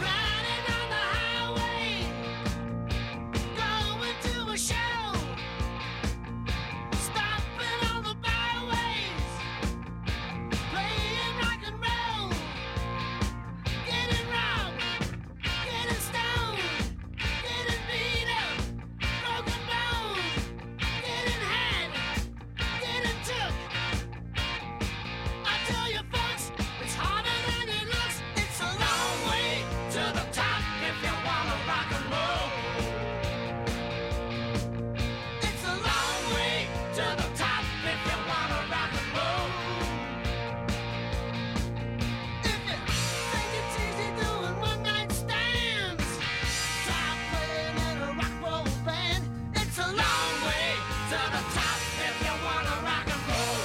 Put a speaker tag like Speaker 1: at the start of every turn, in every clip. Speaker 1: Riding on the highway, going to a show, stopping on the byways, playing rock and roll, getting robbed, getting stoned, getting beat up, broken bones, getting had, getting took. I tell you, folks, it's harder than it looks. It's a long way to the top if you wanna rock and roll. It's a long way to the top if you wanna rock and roll. If you think it's easy doing one night stands, try playing in a rock roll band. It's a long way to the top if you wanna rock and roll.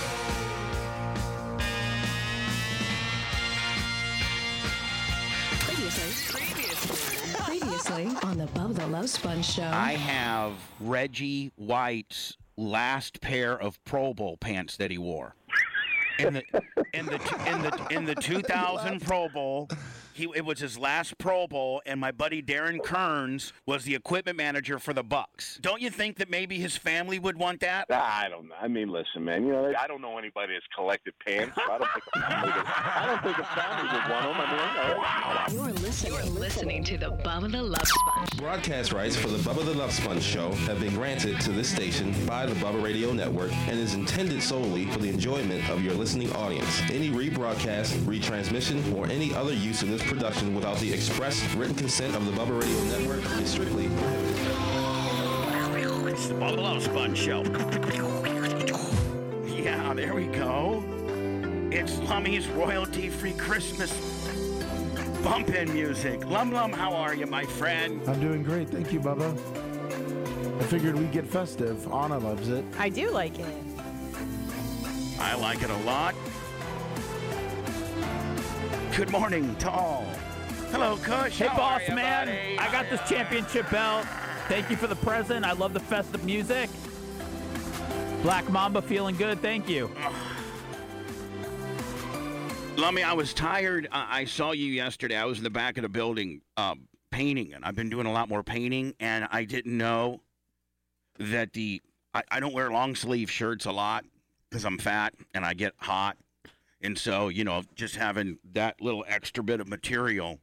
Speaker 2: Previously. Previously on the Bubba Love Sponge Show.
Speaker 3: Oh.
Speaker 4: I have Reggie White's last pair of Pro Bowl pants that he wore. In the in the in the in the 2000 Pro Bowl, he it was his last Pro Bowl, and my buddy Darren Kearns was the equipment manager for the Bucks. Don't you think that maybe his family would want that?
Speaker 3: I don't know. I mean, listen, man. You know, I don't know anybody that's collected pants. So I don't think a family would, I don't think a family would want them. I mean, I don't know.
Speaker 2: You're listening. You're listening to the Bubba the Love Sponge.
Speaker 5: Broadcast rights for the Bubba the Love Sponge show have been granted to this station by the Bubba Radio Network and is intended solely for the enjoyment of your listening audience. Any rebroadcast, retransmission, or any other use of this production without the express written consent of the Bubba Radio Network is strictly
Speaker 4: It's the Bubba Love Sponge Show. Yeah, there we go. It's Lummy's royalty free Christmas bump in music. Lum Lum, how are you, my friend?
Speaker 6: I'm doing great. Thank you, Bubba. I figured we'd get festive. Anna loves it.
Speaker 7: I do like it.
Speaker 4: I like it a lot. Good morning to all. Hello, Kush.
Speaker 8: Hey,
Speaker 4: How
Speaker 8: boss
Speaker 4: are you,
Speaker 8: man.
Speaker 4: buddy?
Speaker 8: I got this championship belt. Thank you for the present. I love the festive music. Black Mamba feeling good. Thank you.
Speaker 4: Lummy, I was tired. I, I saw you yesterday. I was in the back of the building uh, painting, and I've been doing a lot more painting, and I didn't know that the I, I don't wear long sleeve shirts a lot because I'm fat and I get hot, and so you know just having that little extra bit of material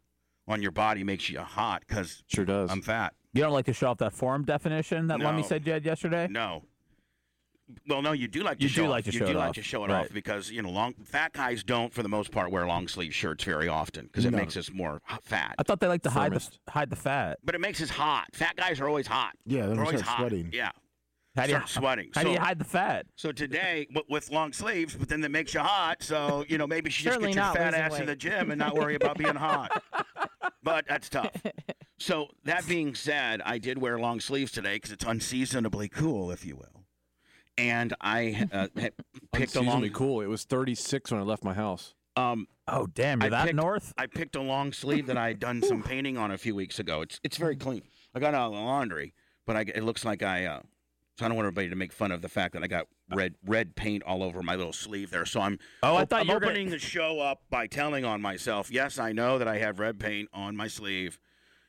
Speaker 4: on your body makes you hot because
Speaker 9: Sure does.
Speaker 4: I'm fat.
Speaker 8: You don't like to show off that form definition that Lummy
Speaker 4: No.
Speaker 8: said you had yesterday?
Speaker 4: No. Well, no, you do like to
Speaker 8: You
Speaker 4: show
Speaker 8: do
Speaker 4: off.
Speaker 8: like to
Speaker 4: you
Speaker 8: show
Speaker 4: do
Speaker 8: it
Speaker 4: like
Speaker 8: off.
Speaker 4: to show it
Speaker 8: Right.
Speaker 4: off because you know long fat guys don't for the most part wear long sleeve shirts very often because it
Speaker 6: No.
Speaker 4: makes us more h- fat.
Speaker 8: I thought they like to hide
Speaker 9: Firmest.
Speaker 8: the hide the fat.
Speaker 4: But it makes us hot. Fat guys are always hot.
Speaker 6: Yeah, then
Speaker 4: they're
Speaker 6: we
Speaker 4: always
Speaker 6: start
Speaker 4: hot.
Speaker 6: sweating.
Speaker 4: Yeah,
Speaker 8: How do you,
Speaker 4: start sweating.
Speaker 8: how
Speaker 4: so,
Speaker 8: do you hide the fat?
Speaker 4: so today w- with long sleeves, but then that makes you hot. So you know maybe you should just
Speaker 7: Certainly
Speaker 4: get your
Speaker 7: not
Speaker 4: fat
Speaker 7: losing
Speaker 4: ass in
Speaker 7: weight.
Speaker 4: the gym and not worry about being hot. But that's tough. So that being said, I did wear long sleeves today because it's unseasonably cool, if you will. And I uh, had picked a long
Speaker 9: Unseasonably cool. It was 36 when I left my house.
Speaker 4: um,
Speaker 8: Oh damn, you're
Speaker 4: I
Speaker 8: that
Speaker 4: picked-
Speaker 8: north?
Speaker 4: I picked a long sleeve that I had done some painting on a few weeks ago. It's it's very clean. I got it out of the laundry, but I, it looks like I uh, So I don't want everybody to make fun of the fact that I got red red paint all over my little sleeve there. So I'm
Speaker 5: Oh, I
Speaker 4: op-
Speaker 5: thought
Speaker 4: I'm
Speaker 5: you were gonna-
Speaker 4: opening the show up by telling on myself. Yes, I know that I have red paint on my sleeve,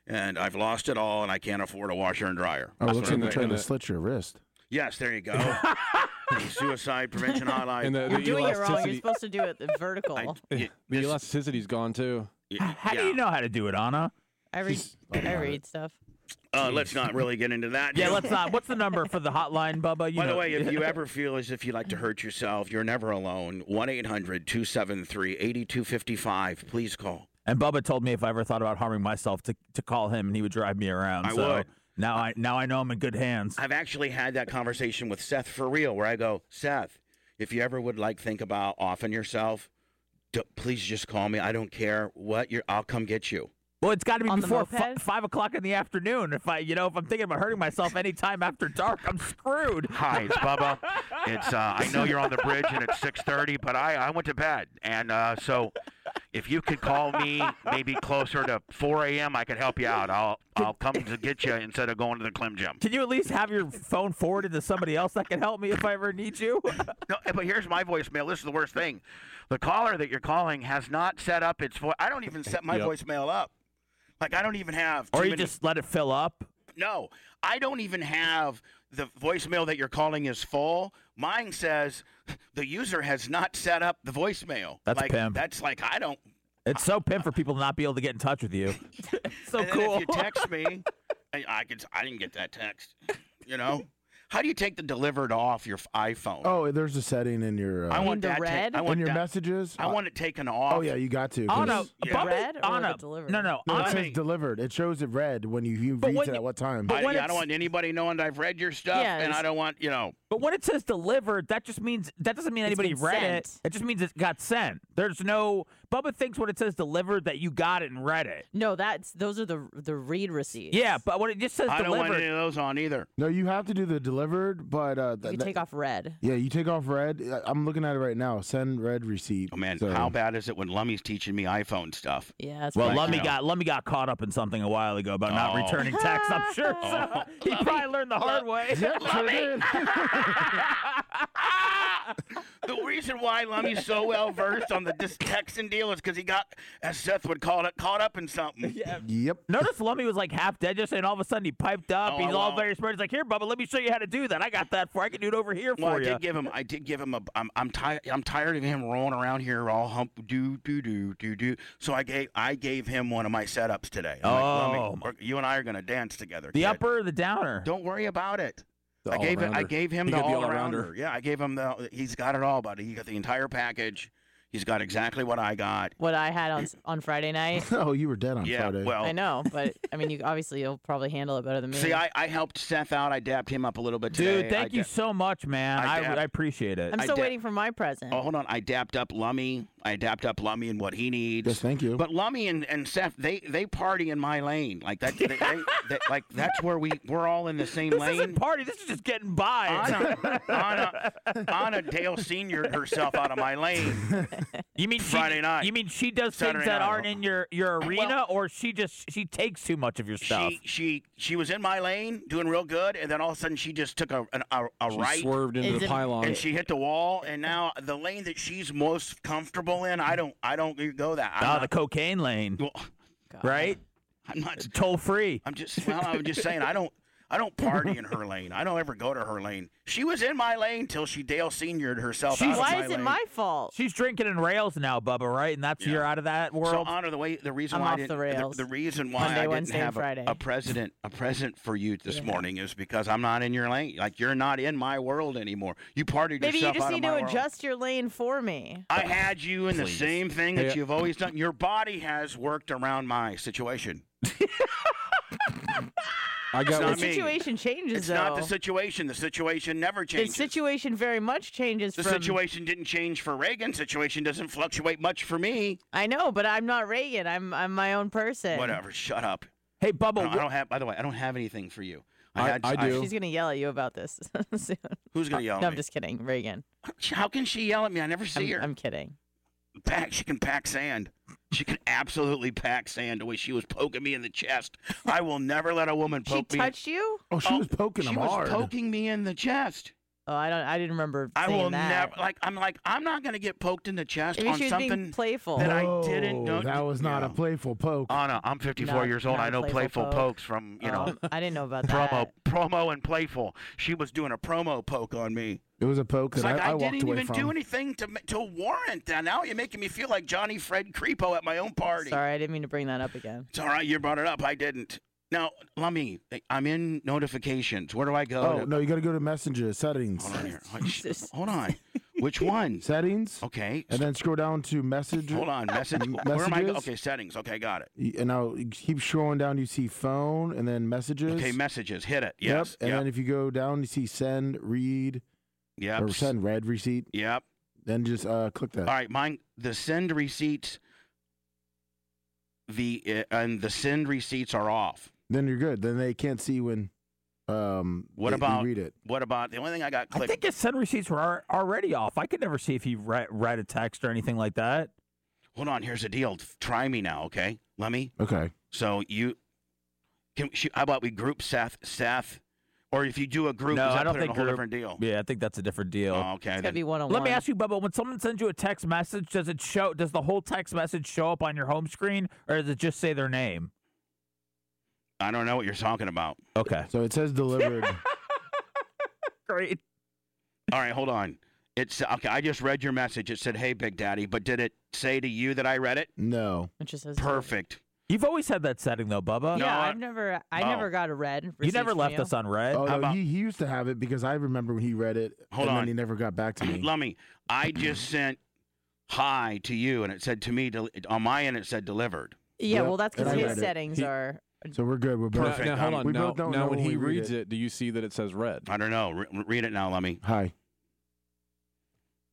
Speaker 4: and I've lost it all, and I can't afford a washer and dryer.
Speaker 6: Oh,
Speaker 4: That's what
Speaker 6: looks like
Speaker 4: I'm
Speaker 6: you're
Speaker 4: saying.
Speaker 9: the-
Speaker 6: trying to
Speaker 9: and the-
Speaker 6: slit your wrist.
Speaker 4: Yes, there you go. The suicide prevention hotline.
Speaker 9: And the,
Speaker 10: You're
Speaker 9: the
Speaker 10: doing it wrong. You're
Speaker 9: elasticity,
Speaker 10: supposed to do it vertical.
Speaker 4: I- y-
Speaker 9: the
Speaker 4: this-
Speaker 9: elasticity's gone too.
Speaker 4: y-
Speaker 5: How
Speaker 4: yeah.
Speaker 5: do you know how to do it, Anna?
Speaker 10: I read. I read stuff.
Speaker 6: e-
Speaker 4: Uh, let's not really get into that.
Speaker 5: Yeah, let's not. What's the number for the hotline, Bubba? You
Speaker 4: By
Speaker 5: know,
Speaker 4: the way, if you ever feel as if you like to hurt yourself, you're never alone. 1 800 273 8255. Please call.
Speaker 5: and Bubba told me if I ever thought about harming myself to, to call him and he would drive me around.
Speaker 4: I
Speaker 5: so
Speaker 4: would.
Speaker 5: now I now I know I'm in good hands.
Speaker 4: I've actually had that conversation with Seth for real, where I go, Seth, if you ever would like think about offing yourself, d- please just call me. I don't care what you're. I'll come get you.
Speaker 5: Well, it's got to be
Speaker 10: On the
Speaker 5: before fi-
Speaker 10: moped?
Speaker 5: five o'clock in the afternoon. If I, you know, if I'm thinking about hurting myself any time after dark, I'm screwed.
Speaker 4: Hi, it's Bubba. It's uh, I know you're on the bridge and it's 6:30, but I I went to bed and uh, so if you could call me maybe closer to 4 a.m., I could help you out. I'll I'll come to get you instead of going to the Clem Gym.
Speaker 5: Can you at least have your phone forwarded to somebody else that can help me if I ever need you?
Speaker 4: No, eh, but here's my voicemail. This is the worst thing. The caller that you're calling has not set up its voice. I don't even set my
Speaker 9: Yep.
Speaker 4: voicemail up. Like I don't even have.
Speaker 5: or
Speaker 4: too
Speaker 5: you
Speaker 4: many-
Speaker 5: just let it fill up?
Speaker 4: no. I don't even have the voicemail that you're calling is full. Mine says the user has not set up the voicemail.
Speaker 5: That's a
Speaker 4: like,
Speaker 5: pimp.
Speaker 4: That's like I don't.
Speaker 5: It's so pimp for people to not be able to get in touch with you. It's so
Speaker 4: and then
Speaker 5: cool.
Speaker 4: If you text me, I, I could. I didn't get that text. You know. How do you take the delivered off your iPhone?
Speaker 6: Oh, there's a setting in your
Speaker 4: I
Speaker 6: uh,
Speaker 4: want
Speaker 10: the
Speaker 4: that. ta-
Speaker 10: red?
Speaker 4: I
Speaker 10: In
Speaker 4: want
Speaker 6: in your
Speaker 4: that-
Speaker 6: messages.
Speaker 4: I
Speaker 6: Uh,
Speaker 4: want it taken off.
Speaker 6: Oh yeah, you got to. 'cause-
Speaker 5: Oh no,
Speaker 4: Yeah.
Speaker 5: Bubba-
Speaker 10: Red or
Speaker 5: Anna,
Speaker 10: the delivery?
Speaker 5: No, no,
Speaker 6: No, it
Speaker 5: Anna-
Speaker 6: says delivered. It shows it red when you, you
Speaker 5: But
Speaker 6: read
Speaker 5: when
Speaker 6: it
Speaker 5: you-
Speaker 6: at what time.
Speaker 5: but
Speaker 4: I,
Speaker 5: when
Speaker 4: yeah, I don't
Speaker 5: it's-
Speaker 4: want anybody knowing that I've read your stuff,
Speaker 10: Yeah,
Speaker 4: and I
Speaker 10: it's-
Speaker 4: don't want you know.
Speaker 5: But when it says delivered, that just means that doesn't mean
Speaker 10: It's
Speaker 5: anybody
Speaker 10: been
Speaker 5: read it.
Speaker 10: sent.
Speaker 5: It just means it got sent. There's no Bubba thinks when it says delivered that you got it and read it.
Speaker 10: No, that's those are the the read receipts.
Speaker 5: Yeah, but when it just says
Speaker 4: I don't want
Speaker 5: delivered,
Speaker 4: any of those on either.
Speaker 6: no, you have to do the delivered, but uh,
Speaker 10: you
Speaker 6: th-
Speaker 10: can
Speaker 6: th-
Speaker 10: take off red.
Speaker 6: yeah, you take off red. I- I'm looking at it right now. Send red receipt.
Speaker 4: Oh man,
Speaker 6: So-
Speaker 4: how bad is it when Lummy's teaching me iPhone stuff?
Speaker 10: Yeah, that's
Speaker 5: Well,
Speaker 10: right.
Speaker 5: Lummy
Speaker 4: you know.
Speaker 5: got Lummy got caught up in something a while ago about not
Speaker 4: Oh.
Speaker 5: returning texts. I'm sure so. he probably learned the hard way.
Speaker 6: Yeah, sure did.
Speaker 4: The reason why Lummy's so well versed on the dis- texting deal is because he got, as Seth would call it, caught up in something.
Speaker 6: yep.
Speaker 5: Notice Lummy was like half dead just and all of a sudden he piped up.
Speaker 4: Oh,
Speaker 5: He's
Speaker 4: I
Speaker 5: all
Speaker 4: won't.
Speaker 5: very smart. He's like, "Here, Bubba, let me show you how to do that. I got that for. I can do it over here
Speaker 4: Well, I
Speaker 5: for you."
Speaker 4: did give him. I did give him a. I'm I'm tired. I'm tired of him rolling around here all hump do do do do do. So I gave I gave him one of my setups today. I'm like,
Speaker 5: Oh,
Speaker 4: "Lummi,
Speaker 5: my-
Speaker 4: we're- you and I are gonna dance together.
Speaker 5: the
Speaker 4: kid.
Speaker 5: upper or the downer?
Speaker 4: Don't worry about it.
Speaker 9: The
Speaker 4: I gave it, I
Speaker 9: all-arounder.
Speaker 4: gave him
Speaker 9: He
Speaker 4: the
Speaker 9: could be
Speaker 4: all
Speaker 9: all-rounder.
Speaker 4: rounder. Yeah, I gave him the. He's got it all, buddy. He got the entire package. He's got exactly what I got.
Speaker 10: what I had on s- on Friday night.
Speaker 6: Oh, you were dead on
Speaker 4: yeah.
Speaker 6: Friday.
Speaker 4: Well,
Speaker 10: I know, but I mean, you obviously you'll probably handle it better than me.
Speaker 4: see, I, I helped Seth out. I dapped him up a little bit today.
Speaker 5: Dude,
Speaker 4: I
Speaker 5: thank you
Speaker 4: da-
Speaker 5: so much, man.
Speaker 4: I
Speaker 5: I,
Speaker 4: dab-
Speaker 5: I appreciate it.
Speaker 10: am
Speaker 4: I
Speaker 10: still
Speaker 4: did-
Speaker 10: waiting for my present.
Speaker 4: Oh, hold on. I dapped up Lummy. I dapped up Lummy and what he needs.
Speaker 6: yes, thank you.
Speaker 4: But Lummy and, and Seth, they they party in my lane. Like that. They, they, they, like that's where we we're all in the same
Speaker 5: this
Speaker 4: lane.
Speaker 5: isn't party. This is just getting by.
Speaker 4: Anna, Anna, Anna Dale seniored herself out of my lane.
Speaker 5: you mean she,
Speaker 4: Friday night.
Speaker 5: You mean she does
Speaker 4: Saturday
Speaker 5: things that
Speaker 4: night.
Speaker 5: aren't in your your arena,
Speaker 4: Well-
Speaker 5: or she just she takes too much of your stuff?
Speaker 4: She she she was in my lane doing real good, and then all of a sudden she just took a an, a, a
Speaker 9: She
Speaker 4: right
Speaker 9: swerved into
Speaker 10: Is
Speaker 9: the
Speaker 10: it-
Speaker 9: pylon.
Speaker 4: and she hit the wall, and now the lane that she's most comfortable in, I don't I don't go that. I'm
Speaker 5: Ah, the
Speaker 4: not,
Speaker 5: cocaine lane,
Speaker 4: well,
Speaker 10: God.
Speaker 5: right?
Speaker 4: I'm not.
Speaker 5: Toll free.
Speaker 4: I'm just well, I'm just saying I don't. I don't party in her lane. I don't ever go to her lane. She was in my lane till she Dale seniored herself
Speaker 5: She's-
Speaker 4: out of
Speaker 10: Why
Speaker 4: my
Speaker 10: is it
Speaker 4: lane.
Speaker 10: my fault?
Speaker 5: She's drinking in rails now, Bubba, right? And that's
Speaker 4: Yeah.
Speaker 5: you're out of that
Speaker 4: So
Speaker 5: world.
Speaker 4: honor the way the reason
Speaker 10: I'm
Speaker 4: why I
Speaker 10: off
Speaker 4: didn't
Speaker 10: the rails.
Speaker 4: The, reason why
Speaker 10: Monday,
Speaker 4: I didn't
Speaker 10: Wednesday, and
Speaker 4: have a,
Speaker 10: Friday.
Speaker 4: a president a present for you this morning is because I'm not in your lane. Like you're not in my world anymore. You partied
Speaker 10: Maybe you
Speaker 4: yourself
Speaker 10: just
Speaker 4: out of
Speaker 10: need to
Speaker 4: my world.
Speaker 10: adjust your lane for me.
Speaker 4: I had you in the
Speaker 5: Please.
Speaker 4: same thing that
Speaker 9: Hey, uh,
Speaker 4: you've always done. Your body has worked around my situation.
Speaker 9: I got
Speaker 4: It's
Speaker 10: The
Speaker 4: not
Speaker 9: what,
Speaker 4: me.
Speaker 10: situation changes
Speaker 4: It's
Speaker 10: though.
Speaker 4: not the situation. The situation never
Speaker 10: the
Speaker 4: changes.
Speaker 10: situation very much changes
Speaker 4: The
Speaker 10: from
Speaker 4: situation didn't change for Reagan. Situation doesn't fluctuate much for me.
Speaker 10: I know, but I'm not Reagan. I'm I'm my own person.
Speaker 4: Whatever. Shut up.
Speaker 5: hey,
Speaker 4: I
Speaker 5: Bubba,
Speaker 4: don't, I
Speaker 5: wh-
Speaker 4: don't have. By the way, I don't have anything for you.
Speaker 9: I- I do.
Speaker 10: She's gonna yell at you about this soon. Uh,
Speaker 4: Who's gonna yell?
Speaker 10: no,
Speaker 4: at
Speaker 10: I'm
Speaker 4: me?
Speaker 10: just kidding, Reagan.
Speaker 4: How can she yell at me? I never see
Speaker 10: I'm,
Speaker 4: her.
Speaker 10: I'm kidding.
Speaker 4: pack. She can pack sand. She can absolutely pack sand. The way she was poking me in the chest, I will never let a woman
Speaker 10: She
Speaker 4: poke me.
Speaker 10: touched you?
Speaker 6: Oh, she
Speaker 4: Oh,
Speaker 6: was poking
Speaker 4: she
Speaker 6: him
Speaker 4: was
Speaker 6: hard.
Speaker 4: poking me in the chest.
Speaker 10: Oh, I don't. I didn't remember.
Speaker 4: I
Speaker 10: seeing
Speaker 4: will
Speaker 10: that.
Speaker 4: never like. I'm like I'm not gonna get poked in the chest
Speaker 10: Maybe
Speaker 4: on
Speaker 10: she was being
Speaker 4: something.
Speaker 10: playful.
Speaker 4: that I didn't know-
Speaker 6: Whoa, That was not a
Speaker 4: Yeah.
Speaker 6: playful poke.
Speaker 4: Anna, I'm 54
Speaker 10: Not-
Speaker 4: years old.
Speaker 10: not
Speaker 4: I know playful
Speaker 10: playful poke.
Speaker 4: pokes from you know
Speaker 10: Oh, I didn't know about that.
Speaker 4: promo, promo and playful. She was doing a promo poke on me.
Speaker 6: It was a poke
Speaker 4: It's
Speaker 6: that
Speaker 4: like
Speaker 6: I,
Speaker 4: I,
Speaker 6: I walked
Speaker 4: didn't
Speaker 6: away
Speaker 4: even
Speaker 6: from.
Speaker 4: do anything to ma- to warrant that. Now you're making me feel like Johnny Fred Creepo at my own party.
Speaker 10: Sorry, I didn't mean to bring that up again.
Speaker 4: It's all right. You brought it up. I didn't. Now, let me. I'm in notifications. Where do I go?
Speaker 6: Oh
Speaker 4: to-
Speaker 6: no, you got to go to Messenger settings,
Speaker 4: Hold on here. Oh, sh-
Speaker 10: Jesus.
Speaker 4: Hold on. Which one?
Speaker 6: settings,
Speaker 4: Okay.
Speaker 6: and then scroll down to Messenger.
Speaker 4: Hold on. Message. Where am I? Go-
Speaker 6: Messages?
Speaker 4: okay. Settings. Okay. Got it.
Speaker 6: Y- And now you keep scrolling down. You see phone, and then messages.
Speaker 4: Okay.
Speaker 6: Yep.
Speaker 4: Messages. Hit it. Yes.
Speaker 6: And
Speaker 4: Yep.
Speaker 6: then if you go down, you see send, read,
Speaker 4: Yep.
Speaker 6: or send read receipt.
Speaker 4: Yep.
Speaker 6: Then just uh, click that.
Speaker 4: All right. Mine. The send receipts. The uh, and the send receipts are off.
Speaker 6: Then you're good. Then they can't see when. Um,
Speaker 4: What
Speaker 6: they- they
Speaker 4: about-
Speaker 6: read it?
Speaker 4: What about the only thing I got
Speaker 5: I
Speaker 4: clicked?
Speaker 5: think his send receipts were al- already off. I could never see if he re- read a text or anything like that.
Speaker 4: Hold on. Here's the deal. Try me now. Okay. Let me.
Speaker 6: Okay.
Speaker 4: So you can. Sh- how about we group Seth? Seth, or if you do a group,
Speaker 5: No,
Speaker 4: does that
Speaker 5: I don't
Speaker 4: put it in a
Speaker 5: think
Speaker 4: whole
Speaker 5: group-
Speaker 4: different deal.
Speaker 5: Yeah, I think that's a different deal.
Speaker 4: Oh, okay.
Speaker 10: It's gotta
Speaker 4: Then,
Speaker 10: be one on one.
Speaker 5: Let me ask you, Bubba. When someone sends you a text message, does it show? Does the whole text message show up on your home screen, or does it just say their name?
Speaker 4: I don't know what you're talking about.
Speaker 5: Okay,
Speaker 6: So it says delivered.
Speaker 5: great.
Speaker 4: All right, hold on. It's okay. I just read your message. It said, "Hey, Big Daddy," but did it say to you that I read it?
Speaker 6: no.
Speaker 10: It just says to-
Speaker 4: Perfect.
Speaker 5: You've always had that setting though, Bubba.
Speaker 10: Yeah,
Speaker 4: No, I-
Speaker 10: I've never. I
Speaker 4: oh.
Speaker 10: never got a red.
Speaker 5: you never left us on red.
Speaker 6: Oh
Speaker 4: How
Speaker 6: no,
Speaker 4: about-
Speaker 6: he, he used to have it because I remember when he read it.
Speaker 4: Hold
Speaker 6: and
Speaker 4: on.
Speaker 6: Then he never got back to me.
Speaker 4: Lummy, I just sent hi to you, and it said to me del- on my end. It said delivered.
Speaker 10: Yeah,
Speaker 6: Yep,
Speaker 10: well, that's
Speaker 6: and
Speaker 10: because
Speaker 6: I
Speaker 10: his
Speaker 6: read it.
Speaker 10: settings
Speaker 9: He-
Speaker 10: are.
Speaker 6: so we're good. We're
Speaker 9: Now-
Speaker 6: both.
Speaker 4: Perfect.
Speaker 9: Now, hold
Speaker 4: Um,
Speaker 9: on.
Speaker 6: we
Speaker 9: now,
Speaker 6: both don't
Speaker 9: now
Speaker 6: know
Speaker 9: when
Speaker 6: when
Speaker 9: he
Speaker 6: we read
Speaker 9: reads
Speaker 6: it.
Speaker 9: it. do you see that it says red?
Speaker 4: I don't know. Re- read it now, Lummy.
Speaker 6: Hi.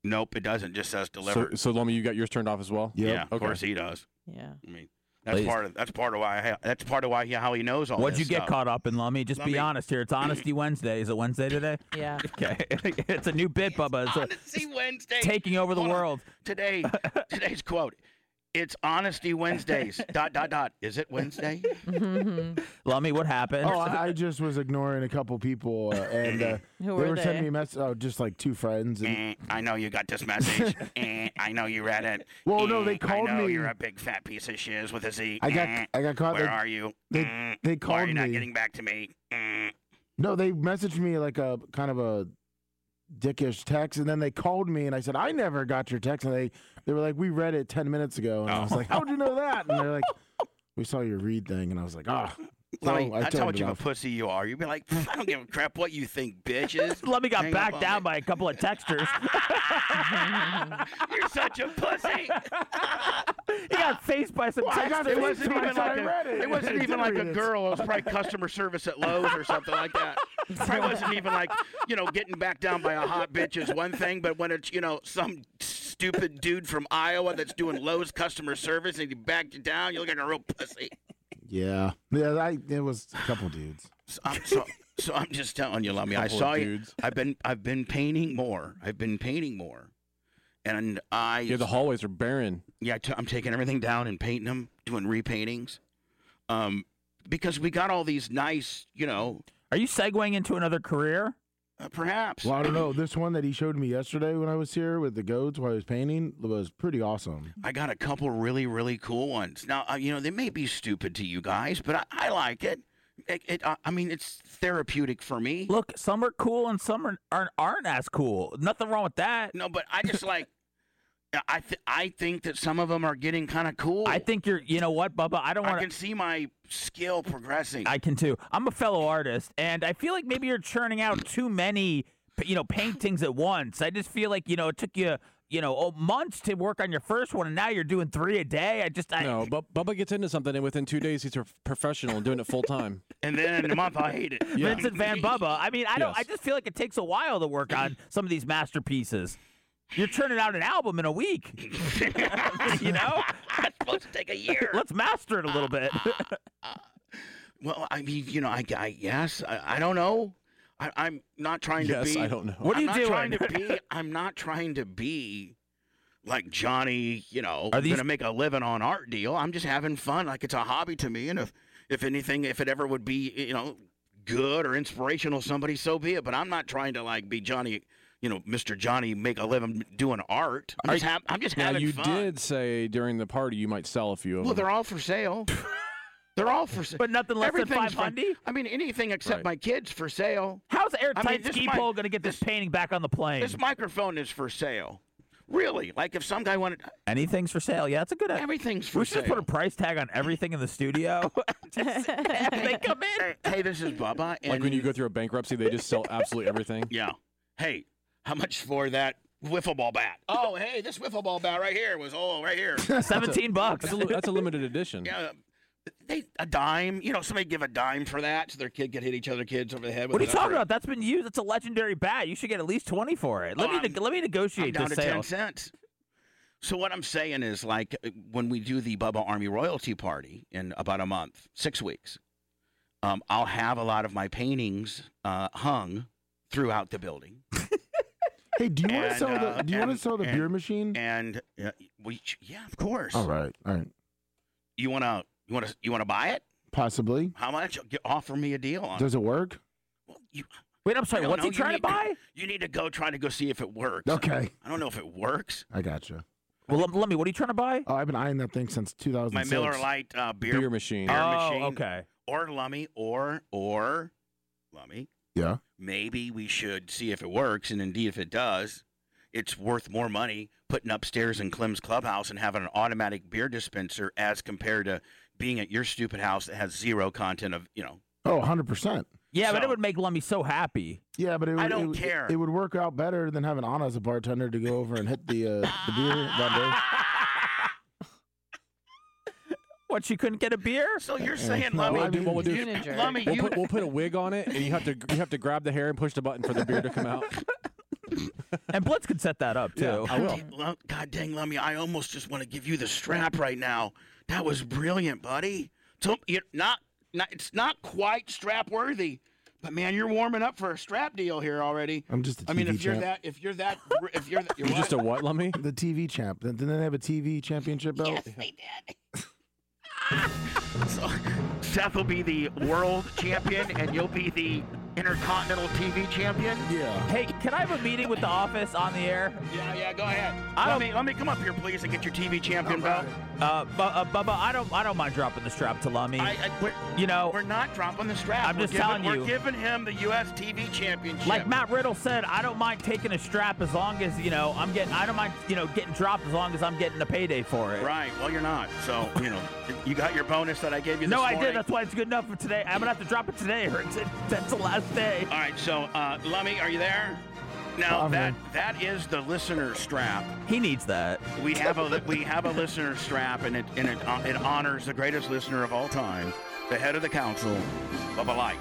Speaker 4: Nope, it doesn't. It just says
Speaker 9: So,
Speaker 4: delivered.
Speaker 9: so Lummy, you got yours turned off as well.
Speaker 6: Yep.
Speaker 4: yeah, of
Speaker 9: okay.
Speaker 4: course he does.
Speaker 10: Yeah.
Speaker 4: I mean, that's
Speaker 5: Please.
Speaker 4: part of that's part of why I, that's part of why he, how he knows all.
Speaker 5: What'd
Speaker 4: this
Speaker 5: you get
Speaker 4: stuff.
Speaker 5: caught up in, Lummy? Just
Speaker 4: Oh, uh, Lummi.
Speaker 5: be honest here. It's Honesty Wednesday. Is it Wednesday today?
Speaker 10: Yeah.
Speaker 5: Okay, it's a new bit, Bubba. It's uh,
Speaker 4: Honesty Wednesday.
Speaker 5: taking over the
Speaker 4: Hold on.
Speaker 5: world.
Speaker 4: today today's quote. It's Honesty Wednesdays. dot dot dot. Is it Wednesday?
Speaker 5: Mm-hmm. Lummy, what happened?
Speaker 6: Oh, I, I just was ignoring a couple people, uh, and uh,
Speaker 10: Who
Speaker 6: they
Speaker 10: were
Speaker 6: were
Speaker 10: they?
Speaker 6: sending me a message. Oh, just like two friends. And,
Speaker 4: Eh, I know you got this message. Eh, I know you read it.
Speaker 6: Well, no,
Speaker 4: Eh,
Speaker 6: they called
Speaker 4: I know
Speaker 6: me.
Speaker 4: You're a big fat piece of shiz with a Z.
Speaker 6: I got
Speaker 4: Eh,
Speaker 6: I got caught.
Speaker 4: Where
Speaker 6: They,
Speaker 4: are you?
Speaker 6: they-
Speaker 4: Eh,
Speaker 6: they
Speaker 4: Why are
Speaker 6: called
Speaker 4: you not
Speaker 6: me.
Speaker 4: getting back to me? Eh.
Speaker 6: no, they messaged me like a kind of a dickish text, and then they called me, and I said I never got your text, and they they were like, we read it ten minutes ago, and I
Speaker 4: Oh.
Speaker 6: was like, how'd you know that? And they're like, we saw your read thing, and I was like, ah. So
Speaker 4: Like,
Speaker 6: I
Speaker 4: that's how
Speaker 6: turned
Speaker 4: much
Speaker 6: it
Speaker 4: of a
Speaker 6: off.
Speaker 4: pussy you are. You'd be like, "Pff, I don't give a crap what you think, bitches.
Speaker 5: Lummy got
Speaker 4: Hang up
Speaker 5: backed
Speaker 4: on
Speaker 5: down
Speaker 4: me.
Speaker 5: by a couple of textures.
Speaker 4: You're such a pussy.
Speaker 5: he got faced by some
Speaker 6: I got
Speaker 5: textures.
Speaker 4: It wasn't
Speaker 6: Sometimes
Speaker 4: even like
Speaker 6: I
Speaker 4: a,
Speaker 6: read it.
Speaker 4: it wasn't
Speaker 6: I
Speaker 4: even
Speaker 6: did
Speaker 4: like
Speaker 6: read
Speaker 4: a
Speaker 6: it.
Speaker 4: girl. It was probably customer service at Lowe's or something like that. Probably wasn't even like you know getting back down by a hot bitch is one thing, but when it's you know some stupid dude from Iowa that's doing Lowe's customer service and he backed you down, you're looking a real pussy.
Speaker 6: Yeah, yeah. I, it was a couple dudes.
Speaker 4: So I'm, so, so I'm just telling you, Lummy. I
Speaker 9: Couple of
Speaker 4: saw you.
Speaker 9: dudes.
Speaker 4: I've been I've been painting more. I've been painting more, and I
Speaker 9: Yeah, the hallways are barren.
Speaker 4: yeah, t- I'm taking everything down and painting them, doing repaintings, um, because we got all these nice, you know,
Speaker 5: Are you segueing into another career?
Speaker 4: uh, perhaps.
Speaker 6: Well, I don't know. This one that he showed me yesterday when I was here with the goats while I was painting was pretty awesome.
Speaker 4: I got a couple really, really cool ones. Now, uh, you know, they may be stupid to you guys, but I, I like it. It, it uh, I I mean, it's therapeutic for me.
Speaker 5: Look, some are cool and some are, aren't, aren't as cool. Nothing wrong with that.
Speaker 4: No, but I just like. I th- I think that some of them are getting kind of cool.
Speaker 5: I think you're, you know what, Bubba? I don't
Speaker 4: I
Speaker 5: want
Speaker 4: can see my skill progressing.
Speaker 5: I can too. I'm a fellow artist, and I feel like maybe you're churning out too many, you know, paintings at once. I just feel like you know it took you, you know, oh, months to work on your first one, and now you're doing three a day. I just, I,
Speaker 9: No, but Bubba gets into something, and within two days he's a professional and doing it full time.
Speaker 4: and then in a month, I hate it.
Speaker 9: Yeah.
Speaker 5: Vincent Van Bubba. I mean, I don't. I
Speaker 9: Yes.
Speaker 5: just feel like it takes a while to work on some of these masterpieces. You're turning out an album in a week. you know,
Speaker 4: That's supposed to take a year.
Speaker 5: let's master it a little bit.
Speaker 4: Well, I mean, you know, I, I yes, I, I don't know. I, I'm not trying to
Speaker 9: yes,
Speaker 4: be.
Speaker 9: I don't know.
Speaker 5: What are
Speaker 4: I'm
Speaker 5: you
Speaker 4: not
Speaker 5: doing?
Speaker 4: trying to be. I'm not trying to be like Johnny. You know,
Speaker 5: Are these-
Speaker 4: going to make a living on art deal. I'm just having fun. Like it's a hobby to me, and if if anything, if it ever would be, you know, good or inspirational somebody, so be it. But I'm not trying to like be Johnny, you know, Mr. Johnny, make a living doing art. I'm just, hap- I'm just
Speaker 9: Now
Speaker 4: having
Speaker 9: you
Speaker 4: fun.
Speaker 9: did say during the party you might sell a few of
Speaker 4: Well,
Speaker 9: them.
Speaker 4: they're all for sale. They're all for sale.
Speaker 5: But nothing less than
Speaker 4: Everything's for-
Speaker 5: 500?
Speaker 4: I mean, anything except
Speaker 9: Right.
Speaker 4: my kids for sale.
Speaker 5: How's airtight
Speaker 4: I mean, this
Speaker 5: ski
Speaker 4: might-
Speaker 5: pole going to get this, painting back on the plane?
Speaker 4: This microphone is for sale. Really? Like if some guy wanted,
Speaker 5: Anything's for sale. Yeah, that's a good.
Speaker 4: everything's for
Speaker 5: we should
Speaker 4: sale.
Speaker 5: just put a price tag on everything in the studio. Just- if they come in.
Speaker 4: hey, hey, this is Bubba. And
Speaker 9: like when you go through a bankruptcy, they just sell absolutely everything.
Speaker 4: Yeah. Hey, how much for that wiffle ball bat? Oh, hey, this wiffle ball bat right here was oh right here.
Speaker 5: 17 bucks.
Speaker 9: That's a, li- that's a limited edition.
Speaker 4: yeah. They a dime, you know, somebody give a dime for that so their kid could hit each other kids over the head.
Speaker 5: What
Speaker 4: with
Speaker 5: are you
Speaker 4: an
Speaker 5: talking
Speaker 4: upper-
Speaker 5: about? That's been used. That's a legendary bat. You should get at least 20 for it. Let
Speaker 4: Oh,
Speaker 5: me
Speaker 4: I'm-
Speaker 5: neg- let me
Speaker 4: I'm
Speaker 5: negotiate
Speaker 4: down
Speaker 5: this
Speaker 4: to
Speaker 5: sale.
Speaker 4: ten cents. So what I'm saying is, like, uh, when we do the Bubba Army royalty party in about a month, six weeks, um, I'll have a lot of my paintings uh, hung throughout the building,
Speaker 6: Hey, do you want
Speaker 4: And,
Speaker 6: to sell
Speaker 4: uh,
Speaker 6: the? Do you want to
Speaker 4: and-
Speaker 6: sell the
Speaker 4: and-
Speaker 6: beer machine?
Speaker 4: and uh, we, yeah, of course.
Speaker 6: All right, all right,
Speaker 4: You wanna, you wanna, you wanna buy it?
Speaker 6: possibly.
Speaker 4: How much? Get- Offer me a deal on it.
Speaker 6: Does it work?
Speaker 4: Well, you,
Speaker 5: Wait, I'm
Speaker 4: I
Speaker 5: sorry.
Speaker 4: don't
Speaker 5: What's he
Speaker 4: know. You
Speaker 5: trying
Speaker 4: need-
Speaker 5: to buy?
Speaker 4: you need to go try to go see if it works.
Speaker 6: Okay,
Speaker 4: I don't know if it works.
Speaker 6: I gotcha.
Speaker 5: Well, let, let me. What are you trying to buy?
Speaker 9: Uh,
Speaker 6: Oh, I've been eyeing that thing since 2006.
Speaker 4: My Miller Lite uh, beer,
Speaker 9: Beer, machine.
Speaker 4: Beer
Speaker 5: oh,
Speaker 4: machine.
Speaker 5: okay.
Speaker 4: or Lummy or or Lummy.
Speaker 6: Yeah.
Speaker 4: Maybe we should see if it works, and indeed, if it does, it's worth more money putting upstairs in Clem's clubhouse and having an automatic beer dispenser as compared to being at your stupid house that has zero content of you know.
Speaker 6: Oh, 100 percent.
Speaker 5: Yeah, but
Speaker 4: So-
Speaker 5: it would make Lummy so happy.
Speaker 6: Yeah, but it
Speaker 4: I
Speaker 6: would, it
Speaker 4: don't
Speaker 6: would-
Speaker 4: care.
Speaker 6: It, would work out better than having Anna as a bartender to go over and hit the uh, the beer that
Speaker 5: What? She couldn't get a beer?
Speaker 4: So you're
Speaker 6: Yeah.
Speaker 4: saying
Speaker 6: No,
Speaker 4: Lummy,
Speaker 9: What we'll do- what we'll do-
Speaker 10: Being a jerk.
Speaker 4: Lummy,
Speaker 9: We'll
Speaker 4: you
Speaker 9: put, we'll put a wig on it, and you have to you have to grab the hair and push the button for the beer to come out.
Speaker 5: And Blitz could set that up
Speaker 9: Yeah,
Speaker 5: too.
Speaker 9: I will.
Speaker 4: Lum- God dang, Lummy, I almost just want to give you the strap right now. That was brilliant, buddy. So, you not, not, it's not quite strap worthy, but man, you're warming up for a strap deal here already.
Speaker 6: I'm just a
Speaker 4: I mean,
Speaker 6: TV
Speaker 4: if you're
Speaker 6: champ.
Speaker 4: that, if you're that, br- if you're, that, you're
Speaker 9: You're just a
Speaker 4: what?
Speaker 9: what, Lummy?
Speaker 6: day. The TV champ. Didn't they have a TV championship belt?
Speaker 4: So, Seth will be the world champion, and you'll be the intercontinental TV champion.
Speaker 6: Yeah.
Speaker 5: Hey, can I have a meeting with the office on the air?
Speaker 4: Yeah, yeah, go ahead.
Speaker 5: I
Speaker 4: Let
Speaker 5: don't-
Speaker 4: me, let me come up here, please, and get your TV champion belt.
Speaker 5: Uh, bu- uh, Bubba, I don't, I don't mind dropping the strap to Lummy.
Speaker 4: I, I, we're,
Speaker 5: you know,
Speaker 4: we're not dropping the strap.
Speaker 5: I'm
Speaker 4: We're
Speaker 5: just
Speaker 4: giving-
Speaker 5: telling you.
Speaker 4: We're giving him the U.S. TV championship.
Speaker 5: Like Matt Riddle said, I don't mind taking a strap as long as you know I'm getting. I don't mind you know getting dropped as long as I'm getting a payday for it.
Speaker 4: Right. Well, you're not. So you know, you got your bonus that I gave you. This
Speaker 5: No, I
Speaker 4: morning.
Speaker 5: did. That's why it's good enough for today. I'm gonna have to drop it today, or it's, that's the last day.
Speaker 4: All right. So, uh, Lummy, are you there? Now
Speaker 6: I'm
Speaker 4: that that is the listener strap.
Speaker 5: Oh, He needs that.
Speaker 4: We have a li- we have a listener strap, and it and it, uh, it honors the greatest listener of all time, the head of the council, Bubba Light.